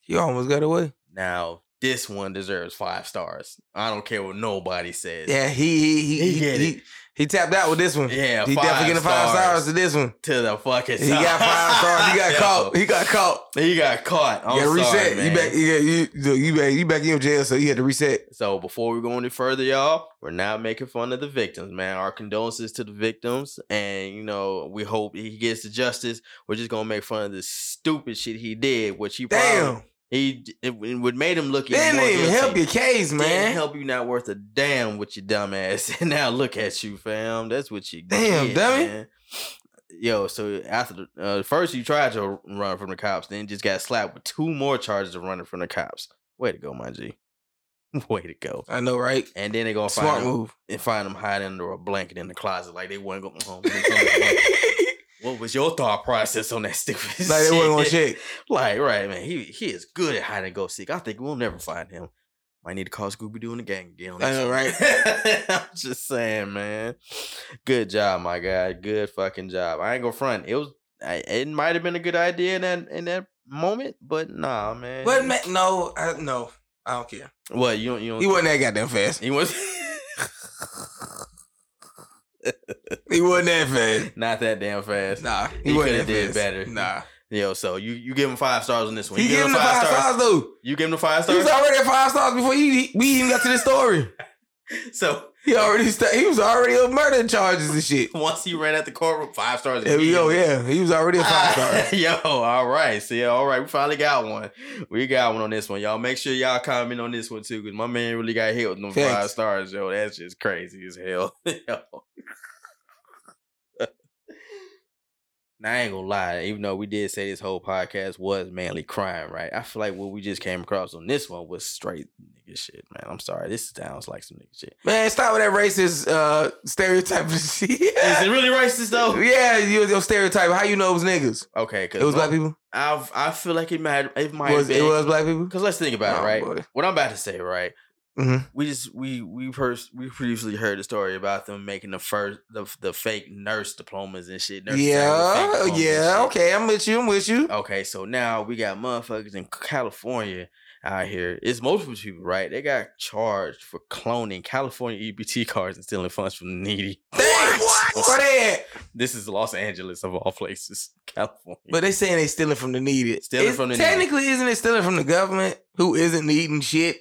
Speaker 2: He almost got away.
Speaker 3: Now, this one deserves five stars. I don't care what nobody says.
Speaker 2: Yeah, he he
Speaker 3: He
Speaker 2: he he,
Speaker 3: get
Speaker 2: he, he tapped out with this one.
Speaker 3: Yeah,
Speaker 2: he
Speaker 3: five
Speaker 2: definitely getting five
Speaker 3: stars.
Speaker 2: stars to this one.
Speaker 3: To the fucking
Speaker 2: He got five stars. He got
Speaker 3: [LAUGHS] Yo,
Speaker 2: caught. He got caught.
Speaker 3: He got caught. I'm
Speaker 2: yeah,
Speaker 3: sorry,
Speaker 2: reset. you
Speaker 3: man.
Speaker 2: back. Yeah, you look, you back. You back in jail, so you had to reset.
Speaker 3: So before we go any further, y'all, we're not making fun of the victims, man. Our condolences to the victims, and you know we hope he gets the justice. We're just gonna make fun of this stupid shit he did, which he
Speaker 2: Damn,
Speaker 3: probably he it, it would made him look.
Speaker 2: they didn't
Speaker 3: more
Speaker 2: even help
Speaker 3: guilty.
Speaker 2: your case,
Speaker 3: Didn't
Speaker 2: man.
Speaker 3: help you not worth a damn with your dumb ass. [LAUGHS] And now look at you, fam. That's what you
Speaker 2: Damn,
Speaker 3: get,
Speaker 2: dummy.
Speaker 3: man. Yo, so after the uh, first you tried to run from the cops, then just got slapped with two more charges of running from the cops. Way to go, my G. [LAUGHS] Way to go.
Speaker 2: I know, right?
Speaker 3: And then they gonna
Speaker 2: Smart
Speaker 3: find him, [LAUGHS]
Speaker 2: move.
Speaker 3: and find him hiding under a blanket in the closet, like they wasn't going home. They wasn't gonna- what was your thought process on that stupid?
Speaker 2: Like they wasn't gonna
Speaker 3: [LAUGHS] shit?
Speaker 2: check.
Speaker 3: Like, right, man. He he is good at hide and go seek. I think we'll never find him. Might need to call Scooby Doo and the gang again. on
Speaker 2: I
Speaker 3: this
Speaker 2: know,
Speaker 3: one.
Speaker 2: right?
Speaker 3: [LAUGHS] I'm just saying, man. Good job, my guy. Good fucking job. I ain't gonna front. It was. I, it might have been a good idea in that in that moment, but nah, man.
Speaker 2: But man, no, I, no, I don't care.
Speaker 3: What you don't you don't [LAUGHS]
Speaker 2: He wasn't that goddamn fast.
Speaker 3: he was
Speaker 2: He wasn't that fast.
Speaker 3: [LAUGHS] not that damn fast.
Speaker 2: Nah, he,
Speaker 3: He
Speaker 2: wasn't
Speaker 3: coulda
Speaker 2: that
Speaker 3: did
Speaker 2: fast.
Speaker 3: better.
Speaker 2: Nah,
Speaker 3: Yo, so you you give him five stars on this one.
Speaker 2: he
Speaker 3: you give
Speaker 2: gave him the five stars though.
Speaker 3: You give him the five
Speaker 2: He was
Speaker 3: stars.
Speaker 2: already at five stars before he, we even got to the story.
Speaker 3: So [LAUGHS]
Speaker 2: He already sta he was already on murder charges and shit.
Speaker 3: once he ran out the courtroom, five stars.
Speaker 2: There we go.
Speaker 3: immediately.
Speaker 2: Yeah, he was already a
Speaker 3: [LAUGHS]
Speaker 2: five star.
Speaker 3: Ah, Yo, all right. See, all right. We finally got one. We got one on this one, y'all. Make sure y'all comment on this one too, because my man really got hit with them
Speaker 2: Thanks.
Speaker 3: five stars, yo. That's just crazy as hell. [LAUGHS] yo. Now, I ain't gonna lie, even though we did say this whole podcast was manly crime, right? I feel like what we just came across on this one was straight nigga shit, man. I'm sorry. This sounds like some nigga shit.
Speaker 2: Man, stop with that racist uh, stereotype and shit.
Speaker 3: Is it really racist though?
Speaker 2: [LAUGHS] yeah, you your stereotype. How you know it was niggas?
Speaker 3: Okay, because
Speaker 2: It was black people.
Speaker 3: I've I feel like it might it might
Speaker 2: Was
Speaker 3: be.
Speaker 2: it
Speaker 3: [LAUGHS]
Speaker 2: was black people?
Speaker 3: Because let's think about
Speaker 2: Nah,
Speaker 3: it, right?
Speaker 2: buddy.
Speaker 3: What I'm about to say, right?
Speaker 2: Mhm.
Speaker 3: We just we we pers- we previously heard the story about them making the first the, the fake nurse diplomas and shit. nurse salary fake
Speaker 2: Yeah,
Speaker 3: diplomas and
Speaker 2: yeah.
Speaker 3: shit.
Speaker 2: Okay, I'm with you. I'm with you.
Speaker 3: Okay, so now we got motherfuckers in California out here. It's multiple people, right? They got charged for cloning California EBT cards and stealing funds from the needy.
Speaker 2: What?
Speaker 3: [LAUGHS]
Speaker 2: Where they at?
Speaker 3: This is Los Angeles of all places, [LAUGHS] California.
Speaker 2: But they saying they stealing from the needed.
Speaker 3: Stealing
Speaker 2: It's-
Speaker 3: from the needed.
Speaker 2: technically, isn't it stealing from the government who isn't needing shit?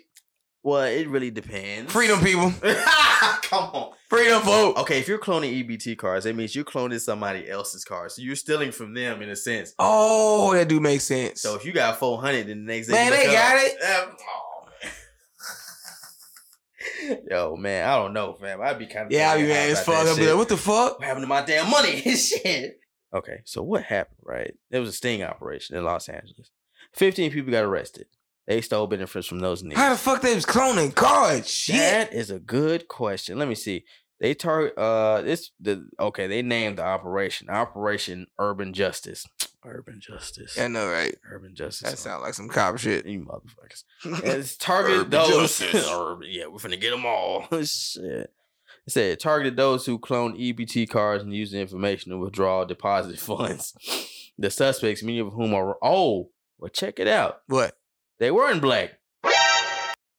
Speaker 3: well, it really depends.
Speaker 2: Freedom, people.
Speaker 3: [LAUGHS] Come on.
Speaker 2: Freedom vote.
Speaker 3: Okay, if you're cloning EBT cards, that means you're cloning somebody else's cards. So you're stealing from them in a sense.
Speaker 2: Oh, that do make sense.
Speaker 3: So if you got 400, then the next day.
Speaker 2: Man,
Speaker 3: you
Speaker 2: they
Speaker 3: look
Speaker 2: got
Speaker 3: up-
Speaker 2: it.
Speaker 3: Um, aw, man. [LAUGHS] Yo, man, I don't know, fam. I'd be kind of.
Speaker 2: yeah, I be mad as fuck. I'll be like, what the fuck?
Speaker 3: what happened to my damn money? [LAUGHS] Shit. Okay, so what happened, right? There was a sting operation in Los Angeles. 15 people got arrested. They stole benefits from those niggas.
Speaker 2: How the fuck they was cloning cards? Shit.
Speaker 3: That is a good question. Let me see. They target uh this the okay, they named the operation Operation Urban Justice. Urban Justice.
Speaker 2: I know, right?
Speaker 3: Urban Justice.
Speaker 2: That sound like some cop shit.
Speaker 3: [LAUGHS] you [LAUGHS] motherfuckers. It's targeted
Speaker 2: Urban
Speaker 3: those [LAUGHS]
Speaker 2: Justice.
Speaker 3: Urban- yeah, we're finna get them all. [LAUGHS] Shit. It said it targeted those who cloned EBT cards and used the information to withdraw deposit [LAUGHS] funds. The suspects, many of whom are oh, well check it out.
Speaker 2: [LAUGHS] What?
Speaker 3: They weren't black.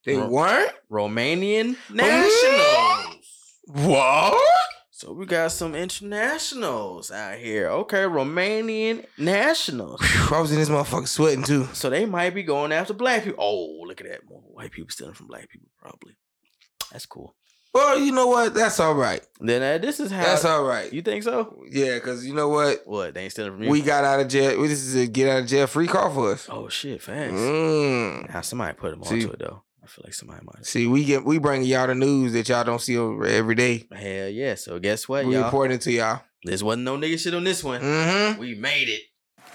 Speaker 2: They
Speaker 3: Ro-
Speaker 2: weren't?
Speaker 3: Romanian nationals.
Speaker 2: What?
Speaker 3: So we got some internationals out here. Okay, Romanian nationals.
Speaker 2: I was in this motherfucker sweating too.
Speaker 3: So they might be going after black people. Oh, look at that. More white people stealing from black people, probably. That's cool.
Speaker 2: Well, you know what? That's all right.
Speaker 3: Then uh, this is how.
Speaker 2: That's all right.
Speaker 3: You think so?
Speaker 2: Yeah, because you know what?
Speaker 3: What? They ain't stealing from you?
Speaker 2: We got out of jail. This is a get out of jail free call for us.
Speaker 3: Oh, shit. Facts.
Speaker 2: Mm.
Speaker 3: Now, somebody put them
Speaker 2: See-
Speaker 3: onto it, though. I feel like somebody might.
Speaker 2: See, we get we bringing y'all the news that y'all don't see over every day.
Speaker 3: Hell yeah. So guess what,
Speaker 2: We
Speaker 3: y'all?
Speaker 2: reporting to y'all.
Speaker 3: This wasn't no nigga shit on this one.
Speaker 2: Mm-hmm.
Speaker 3: We made it.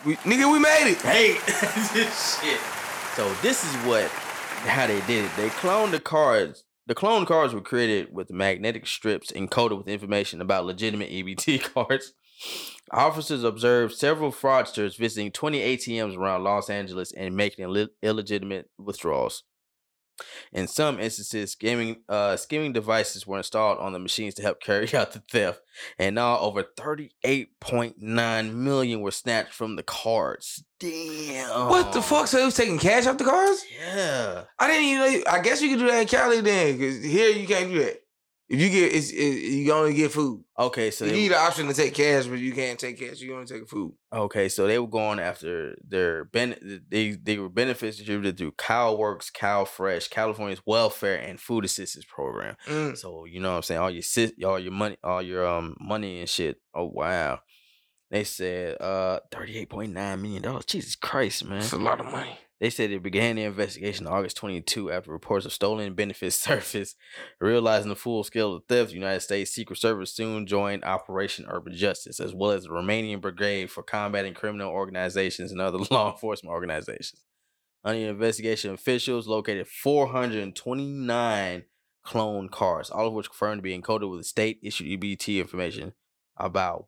Speaker 2: We, nigga, we made it.
Speaker 3: [LAUGHS] Hey, shit. So this is what how they did it. They cloned the cards. The clone cards were created with magnetic strips encoded with information about legitimate EBT [LAUGHS] cards. Officers observed several fraudsters visiting 20 ATMs around Los Angeles and making Ill- illegitimate withdrawals. In some instances, skimming, uh, skimming devices were installed on the machines to help [LAUGHS] carry out the theft, and now over 38.9 million were snatched from the cards. Damn.
Speaker 2: What the fuck? So they was taking cash off the cars?
Speaker 3: Yeah.
Speaker 2: I didn't even. know I guess you could do that in Cali then, because here you can't do that. If you get, it's, it, you only get food.
Speaker 3: Okay, so
Speaker 2: you
Speaker 3: they,
Speaker 2: need the option to take cash, but you can't take cash. You only take food.
Speaker 3: okay, so they were going after their ben- they they were benefits distributed through CalWorks, CalFresh, California's welfare and food assistance program.
Speaker 2: Mm.
Speaker 3: So you know what I'm saying? All your sis, all your money, all your um money and shit. Oh wow. They said uh thirty eight point nine million dollars. Jesus Christ, man.
Speaker 2: That's a lot of money.
Speaker 3: They said it began the investigation on August 22 after reports of stolen [LAUGHS] benefits surfaced. Realizing the full scale of the theft, the United States Secret Service soon joined Operation Urban Justice, as well as the Romanian Brigade for combating criminal organizations and other [LAUGHS] law enforcement organizations. Under investigation, officials located 429 clone cards, all of which confirmed to be encoded with state issued EBT information. About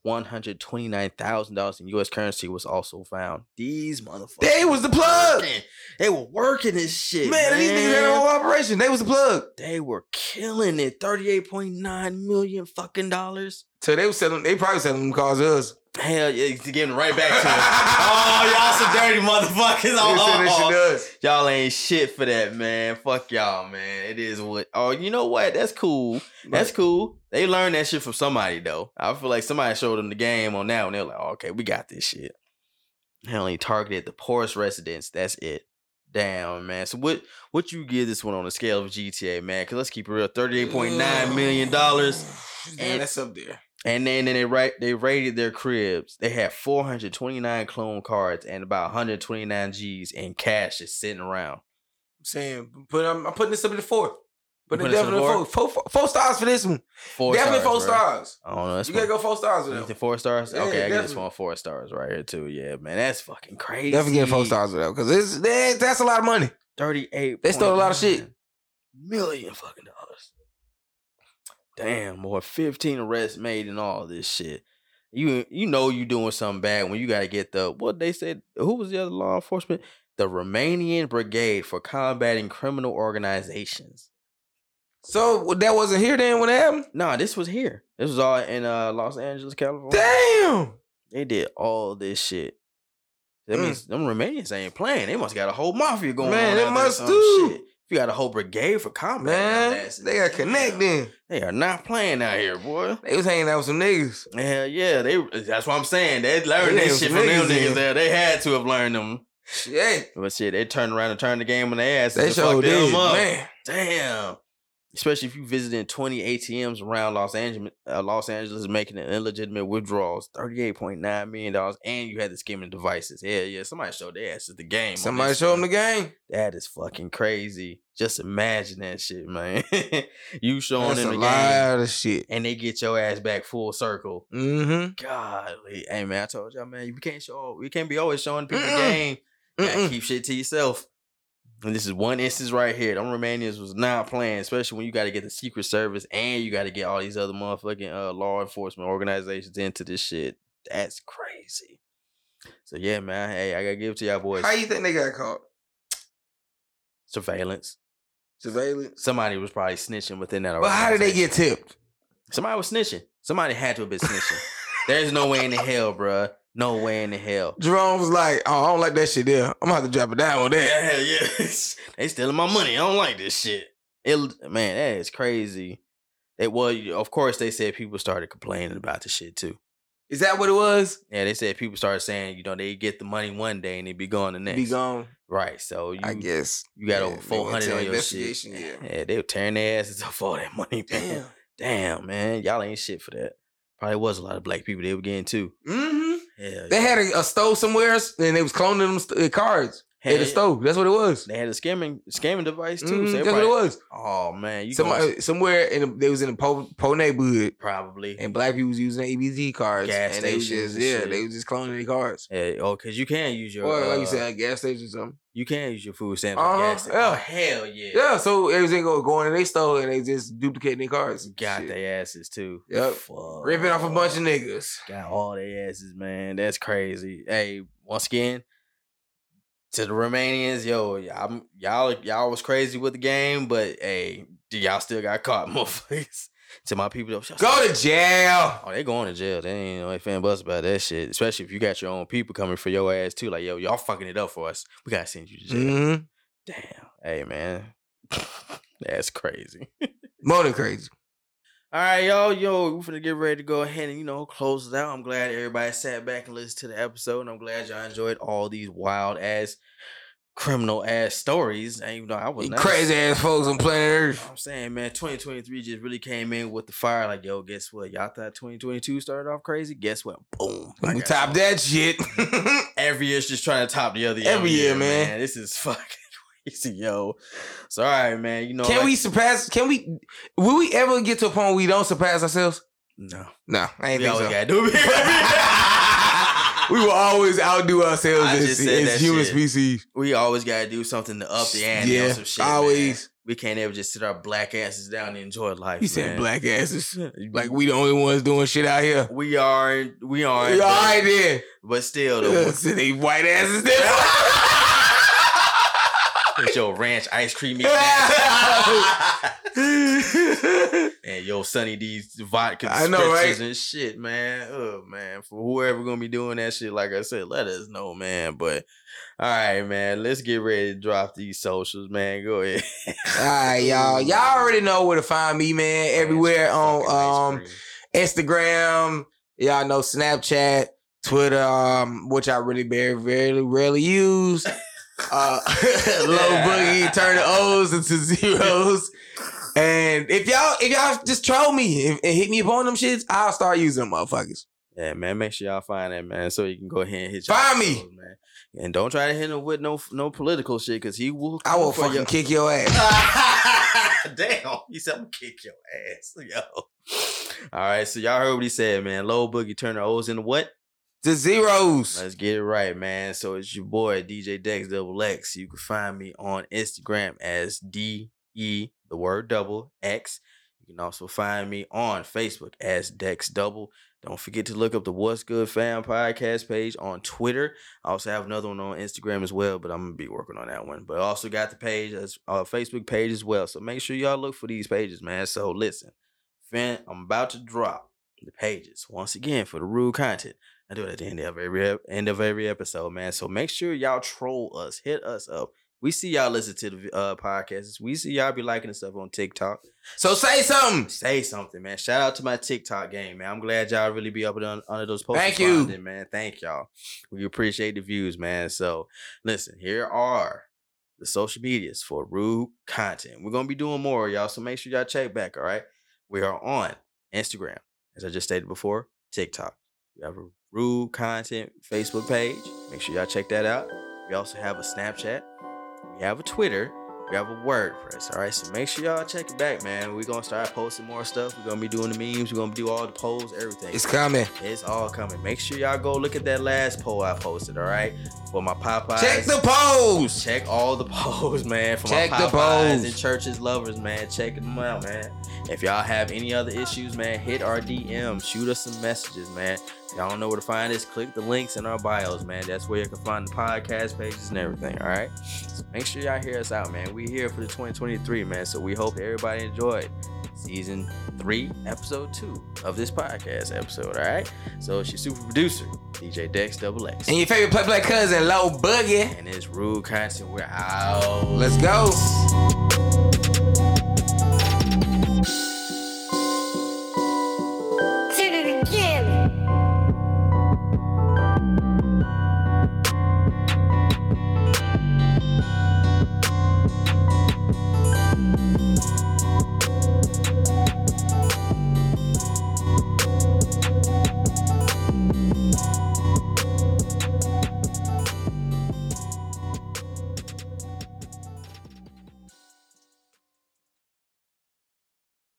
Speaker 3: $129,000 in U.S. currency was also found. These motherfuckers.
Speaker 2: They was the plug.
Speaker 3: working. They were working this shit.
Speaker 2: Man,
Speaker 3: Man,
Speaker 2: these niggas had a whole operation. They was the plug.
Speaker 3: They were killing it. Thirty-eight point nine million fucking dollars.
Speaker 2: So they was selling. They probably selling them cars to us.
Speaker 3: Hell yeah, he's getting right back to [LAUGHS] us. oh, y'all some dirty motherfuckers.
Speaker 2: They
Speaker 3: Oh,
Speaker 2: selling that
Speaker 3: oh,
Speaker 2: shit
Speaker 3: oh.
Speaker 2: to us.
Speaker 3: Y'all ain't shit for that, man. Fuck y'all, man. It is what. Oh, you know what? That's cool. That's cool. They learned that shit from somebody though. I feel like somebody showed them the game on that, and they're like, oh, okay, we got this shit. They only targeted the poorest residents. That's it. Damn, man. So what? What you give this one on a scale of GTA, man? Cause let's keep it real. Thirty-eight point nine million dollars.
Speaker 2: Yeah, that's up there.
Speaker 3: And then, then they right they raided their cribs. They had 429 clone cards and about 129 G's in cash just sitting around.
Speaker 2: I'm saying, but I'm, I'm putting this up to the four. But
Speaker 3: putting this up to
Speaker 2: definitely
Speaker 3: the
Speaker 2: four. Four, four, four stars for this one.
Speaker 3: Four
Speaker 2: definitely
Speaker 3: stars,
Speaker 2: four
Speaker 3: bro.
Speaker 2: stars.
Speaker 3: I don't know. That's
Speaker 2: You gotta
Speaker 3: one-
Speaker 2: go four stars with
Speaker 3: you
Speaker 2: them.
Speaker 3: think four stars?
Speaker 2: Yeah,
Speaker 3: okay, I get this
Speaker 2: definitely.
Speaker 3: one four stars right here too. Yeah, man, that's fucking crazy.
Speaker 2: Definitely get four stars with them because it's that, that's a lot of money.
Speaker 3: Thirty-eight.
Speaker 2: They stole a lot of shit.
Speaker 3: Million fucking dollars. Damn, boy. Fifteen arrests made and all this shit. You you know you doing something bad when you gotta get the what they said. Who was the other law enforcement? The Romanian Brigade for combating criminal organizations.
Speaker 2: So that wasn't here then when it happened.
Speaker 3: Nah, this was here. This was all in uh, Los Angeles, California.
Speaker 2: Damn.
Speaker 3: They did all this shit. That
Speaker 2: Mm.
Speaker 3: means them Romanians ain't playing. They must got a whole mafia going
Speaker 2: Man,
Speaker 3: on.
Speaker 2: they
Speaker 3: out there or
Speaker 2: must
Speaker 3: some
Speaker 2: do.
Speaker 3: Shit. You got a whole brigade for combat.
Speaker 2: Man, they got connect then.
Speaker 3: They are not playing out here, boy.
Speaker 2: They was hanging out with some niggas.
Speaker 3: Hell yeah, they. That's what I'm saying. They learned
Speaker 2: They
Speaker 3: this
Speaker 2: some
Speaker 3: shit from them
Speaker 2: niggas
Speaker 3: niggas.
Speaker 2: in.
Speaker 3: There, they had to have learned them.
Speaker 2: Shit.
Speaker 3: But shit, they turned around and turned the game on their asses.
Speaker 2: They
Speaker 3: and fucked
Speaker 2: showed
Speaker 3: them
Speaker 2: did.
Speaker 3: up.
Speaker 2: Man.
Speaker 3: Damn. Especially if you visiting 20 ATMs around Los Angeles, uh, Los Angeles making an illegitimate withdrawals, $38.9 million, and you had the skimming devices. Hell yeah, somebody showed their asses the game. on
Speaker 2: Somebody
Speaker 3: this
Speaker 2: show them
Speaker 3: one.
Speaker 2: the game.
Speaker 3: That is fucking crazy. Just imagine that shit, man. [LAUGHS] you showing
Speaker 2: That's
Speaker 3: them
Speaker 2: a
Speaker 3: the game,
Speaker 2: lot of shit.
Speaker 3: and they get your ass back full circle.
Speaker 2: Mm-hmm.
Speaker 3: Golly. Hey, man, I told y'all, man, you can't show, we can't be always showing people the
Speaker 2: Mm-mm.
Speaker 3: game. Yeah, keep shit to yourself. And this is one instance right here. Them Romanians was not playing, especially when you got to get the Secret Service and you got to get all these other motherfucking uh, law enforcement organizations into this shit. That's crazy. So yeah, man. Hey, I gotta give it to y'all boys.
Speaker 2: How you think they got caught?
Speaker 3: Surveillance.
Speaker 2: Surveillance.
Speaker 3: Somebody was probably snitching within that.
Speaker 2: But how did they
Speaker 3: organization.
Speaker 2: get tipped? [LAUGHS]
Speaker 3: Somebody was snitching. Somebody had to have been snitching. There's no way in the hell, bruh. No way in the hell.
Speaker 2: Jerome was like, "Oh, I don't like that shit there. I'm gonna have to drop it down on that."
Speaker 3: Yeah, yeah. they stealing my money. I don't like this shit. It man, that is crazy. They well, you- of course they said people started complaining about the shit too.
Speaker 2: [LAUGHS] Is that what it was?
Speaker 3: Yeah, they said people started saying, you know, they get the money one day and they be gone the next.
Speaker 2: Be gone.
Speaker 3: Right. So you
Speaker 2: I guess.
Speaker 3: you got
Speaker 2: Yeah,
Speaker 3: over
Speaker 2: they
Speaker 3: four
Speaker 2: went
Speaker 3: hundred
Speaker 2: to
Speaker 3: on your shit.
Speaker 2: investigation, yeah.
Speaker 3: they were tearing their asses [LAUGHS] off all that money, man.
Speaker 2: Damn.
Speaker 3: Damn. man. Y'all ain't shit for that. Probably was a lot of black people they were getting too.
Speaker 2: Mm-hmm.
Speaker 3: Yeah.
Speaker 2: They had a, a stove somewhere, else, and they was cloning them st- uh, cards at a stove. That's what it was.
Speaker 3: They had a scamming scamming device too.
Speaker 2: Mhm,
Speaker 3: so
Speaker 2: that's what
Speaker 3: everybody-
Speaker 2: it was.
Speaker 3: Oh man, you
Speaker 2: Somebody,
Speaker 3: gonna-
Speaker 2: uh, somewhere in the, they was in a po po neighborhood,
Speaker 3: probably
Speaker 2: and black people was using their EBZ cards,
Speaker 3: Gas
Speaker 2: and they was
Speaker 3: stations
Speaker 2: just
Speaker 3: and
Speaker 2: yeah,
Speaker 3: shit.
Speaker 2: they was just cloning their cards,
Speaker 3: Yeah, oh, cause you can use your
Speaker 2: or like
Speaker 3: uh,
Speaker 2: you said, a gas station or something.
Speaker 3: you can use your food stamps. at
Speaker 2: Uh-huh,
Speaker 3: gas station.
Speaker 2: yeah.
Speaker 3: Oh, hell yeah.
Speaker 2: Yeah, so everything go going in they stole, and they just duplicating their cards. and
Speaker 3: Got
Speaker 2: shit.
Speaker 3: their asses too.
Speaker 2: Yep.
Speaker 3: Fuck.
Speaker 2: ripping off a bunch of niggas.
Speaker 3: Got all their asses, man. That's crazy. Hey, once again, to the Romanians, yo, y'all, y'all, y'all was crazy with the game, but hey, d- y'all still got caught, [LAUGHS] motherfuckers. to my people, yo,
Speaker 2: Go to jail.
Speaker 3: Oh, they going to jail. They ain't no fan bust about that shit. Especially if you got your own people coming for your ass too. Like, yo, y'all fucking it up for us. We gotta send you to jail.
Speaker 2: Mm-hmm.
Speaker 3: Damn. Hey, man. [LAUGHS] That's crazy. [LAUGHS]
Speaker 2: More than crazy.
Speaker 3: All right, y'all. Yo, we're finna get ready to go ahead and, you know, close it out. I'm glad everybody sat back and listened to the episode. And I'm glad y'all enjoyed all these wild ass, criminal ass stories. And, you know, I was
Speaker 2: You
Speaker 3: not-
Speaker 2: Crazy ass folks on planet Earth.
Speaker 3: I'm saying, man, 2023 just really came in with the fire. Like, yo, guess what? Y'all thought 2022 started off crazy? Guess what? Boom. Oh, I
Speaker 2: We
Speaker 3: got
Speaker 2: top that shit.
Speaker 3: every year's just trying to top the other
Speaker 2: Every year, man.
Speaker 3: This is [LAUGHS] fucking crazy, yo. So all right, man. You know,
Speaker 2: Can
Speaker 3: like-
Speaker 2: we surpass? Can we? Will we ever get to a point where we don't surpass ourselves?
Speaker 3: No,
Speaker 2: No, I ain't
Speaker 3: we
Speaker 2: think
Speaker 3: always
Speaker 2: so.
Speaker 3: gotta do it.
Speaker 2: We will always outdo ourselves
Speaker 3: I
Speaker 2: as,
Speaker 3: just said
Speaker 2: as
Speaker 3: that
Speaker 2: human
Speaker 3: shit.
Speaker 2: species.
Speaker 3: [LAUGHS] we always gotta do something to up the ante on
Speaker 2: Yeah,
Speaker 3: some shit. man.
Speaker 2: always.
Speaker 3: We can't ever just sit our black asses down and enjoy life.
Speaker 2: You said
Speaker 3: man. [LAUGHS]
Speaker 2: black asses. Like we the only ones doing shit out here.
Speaker 3: We aren't. We aren't.
Speaker 2: All
Speaker 3: but-
Speaker 2: right then.
Speaker 3: But still,
Speaker 2: Yeah, [LAUGHS]
Speaker 3: though,
Speaker 2: so they white asses. There.
Speaker 3: with your ranch ice cream. eating
Speaker 2: [LAUGHS]
Speaker 3: ass.
Speaker 2: I
Speaker 3: And yo, Sunny D's vodka
Speaker 2: I know,
Speaker 3: spritzers
Speaker 2: right?
Speaker 3: and shit, man. Oh man, for whoever gonna be doing that shit, like I said, let us know, man. But all right, man, let's get ready to drop these socials, man. Go ahead.
Speaker 2: All right, y'all. Y'all already know where to find me, man. Everywhere on um Instagram. Y'all know Snapchat, Twitter, um, which I really very, very rarely
Speaker 3: [LAUGHS]
Speaker 2: use. Uh, [LAUGHS] low boogie, turn the O's into zeros. And if y'all, if y'all just troll me and, and hit me up on them shits, I'll start using them motherfuckers.
Speaker 3: Yeah, man. Make sure y'all find that man, so you can go ahead and hit.
Speaker 2: Find
Speaker 3: y'all
Speaker 2: me.
Speaker 3: socials, man. And don't try to hit him with no no political shit, cause he will.
Speaker 2: I will
Speaker 3: come for
Speaker 2: fucking
Speaker 3: your- [LAUGHS]
Speaker 2: kick your ass.
Speaker 3: Damn, he said I'm gonna kick your ass, yo. All right, so y'all heard what he said, man. Low boogie turn the O's into what?
Speaker 2: The zeros.
Speaker 3: Let's get it right, man. So it's your boy DJ Dex Double X. You can find me on Instagram as D E the word double X. You can also find me on Facebook as Dex Double. Don't forget to look up the What's Good Fan podcast page on Twitter. I also have another one on Instagram as well, but I'm gonna be working on that one. But I also got the page as uh, Facebook page as well. So make sure y'all look for these pages, man. So listen, fan, I'm about to drop the pages once again for the rude content. I do it at the end of every ep- end of every episode, man. So make sure y'all troll us, hit us up. We see y'all listen to the uh, podcasts. We see y'all be liking the stuff on TikTok.
Speaker 2: So say something.
Speaker 3: Say something, man. Shout out to my TikTok game, man. I'm glad y'all really be up and un- under those posts.
Speaker 2: Thank you.
Speaker 3: responding, man. Thank y'all. We appreciate the views, man. So listen, here are the social medias for rude content. We're gonna be doing more, y'all. So make sure y'all check back. All right, we are on Instagram, as I just stated before, TikTok. We have a rude content Facebook page. Make sure y'all check that out. We also have a Snapchat. We have a Twitter. We have a WordPress. All right. So make sure y'all check it back, man. We're going to start posting more stuff. We're going to be doing the memes. We're going to do all the polls, everything.
Speaker 2: It's coming.
Speaker 3: It's all coming. Make sure y'all go look at that last poll I posted. All right. For my Popeyes.
Speaker 2: Check the polls.
Speaker 3: Check all the [LAUGHS] polls, man. For
Speaker 2: Check
Speaker 3: my
Speaker 2: the
Speaker 3: Popeyes
Speaker 2: polls.
Speaker 3: and churches lovers, man. Check them out, man. If y'all have any other issues, man, hit our DM. Shoot us some messages, man. Y'all don't know where to find us. Click the links in our bios, man. That's where you can find the podcast pages and everything. All right. So make sure y'all hear us out, man. We here for the 2023, man. So we hope everybody enjoyed. season three, episode two of this podcast episode. All right. So it's your super producer, DJ Dex Double X.
Speaker 2: And your favorite play play cousin, Low Boogie.
Speaker 3: And it's Rude Content. We're out.
Speaker 2: Let's go.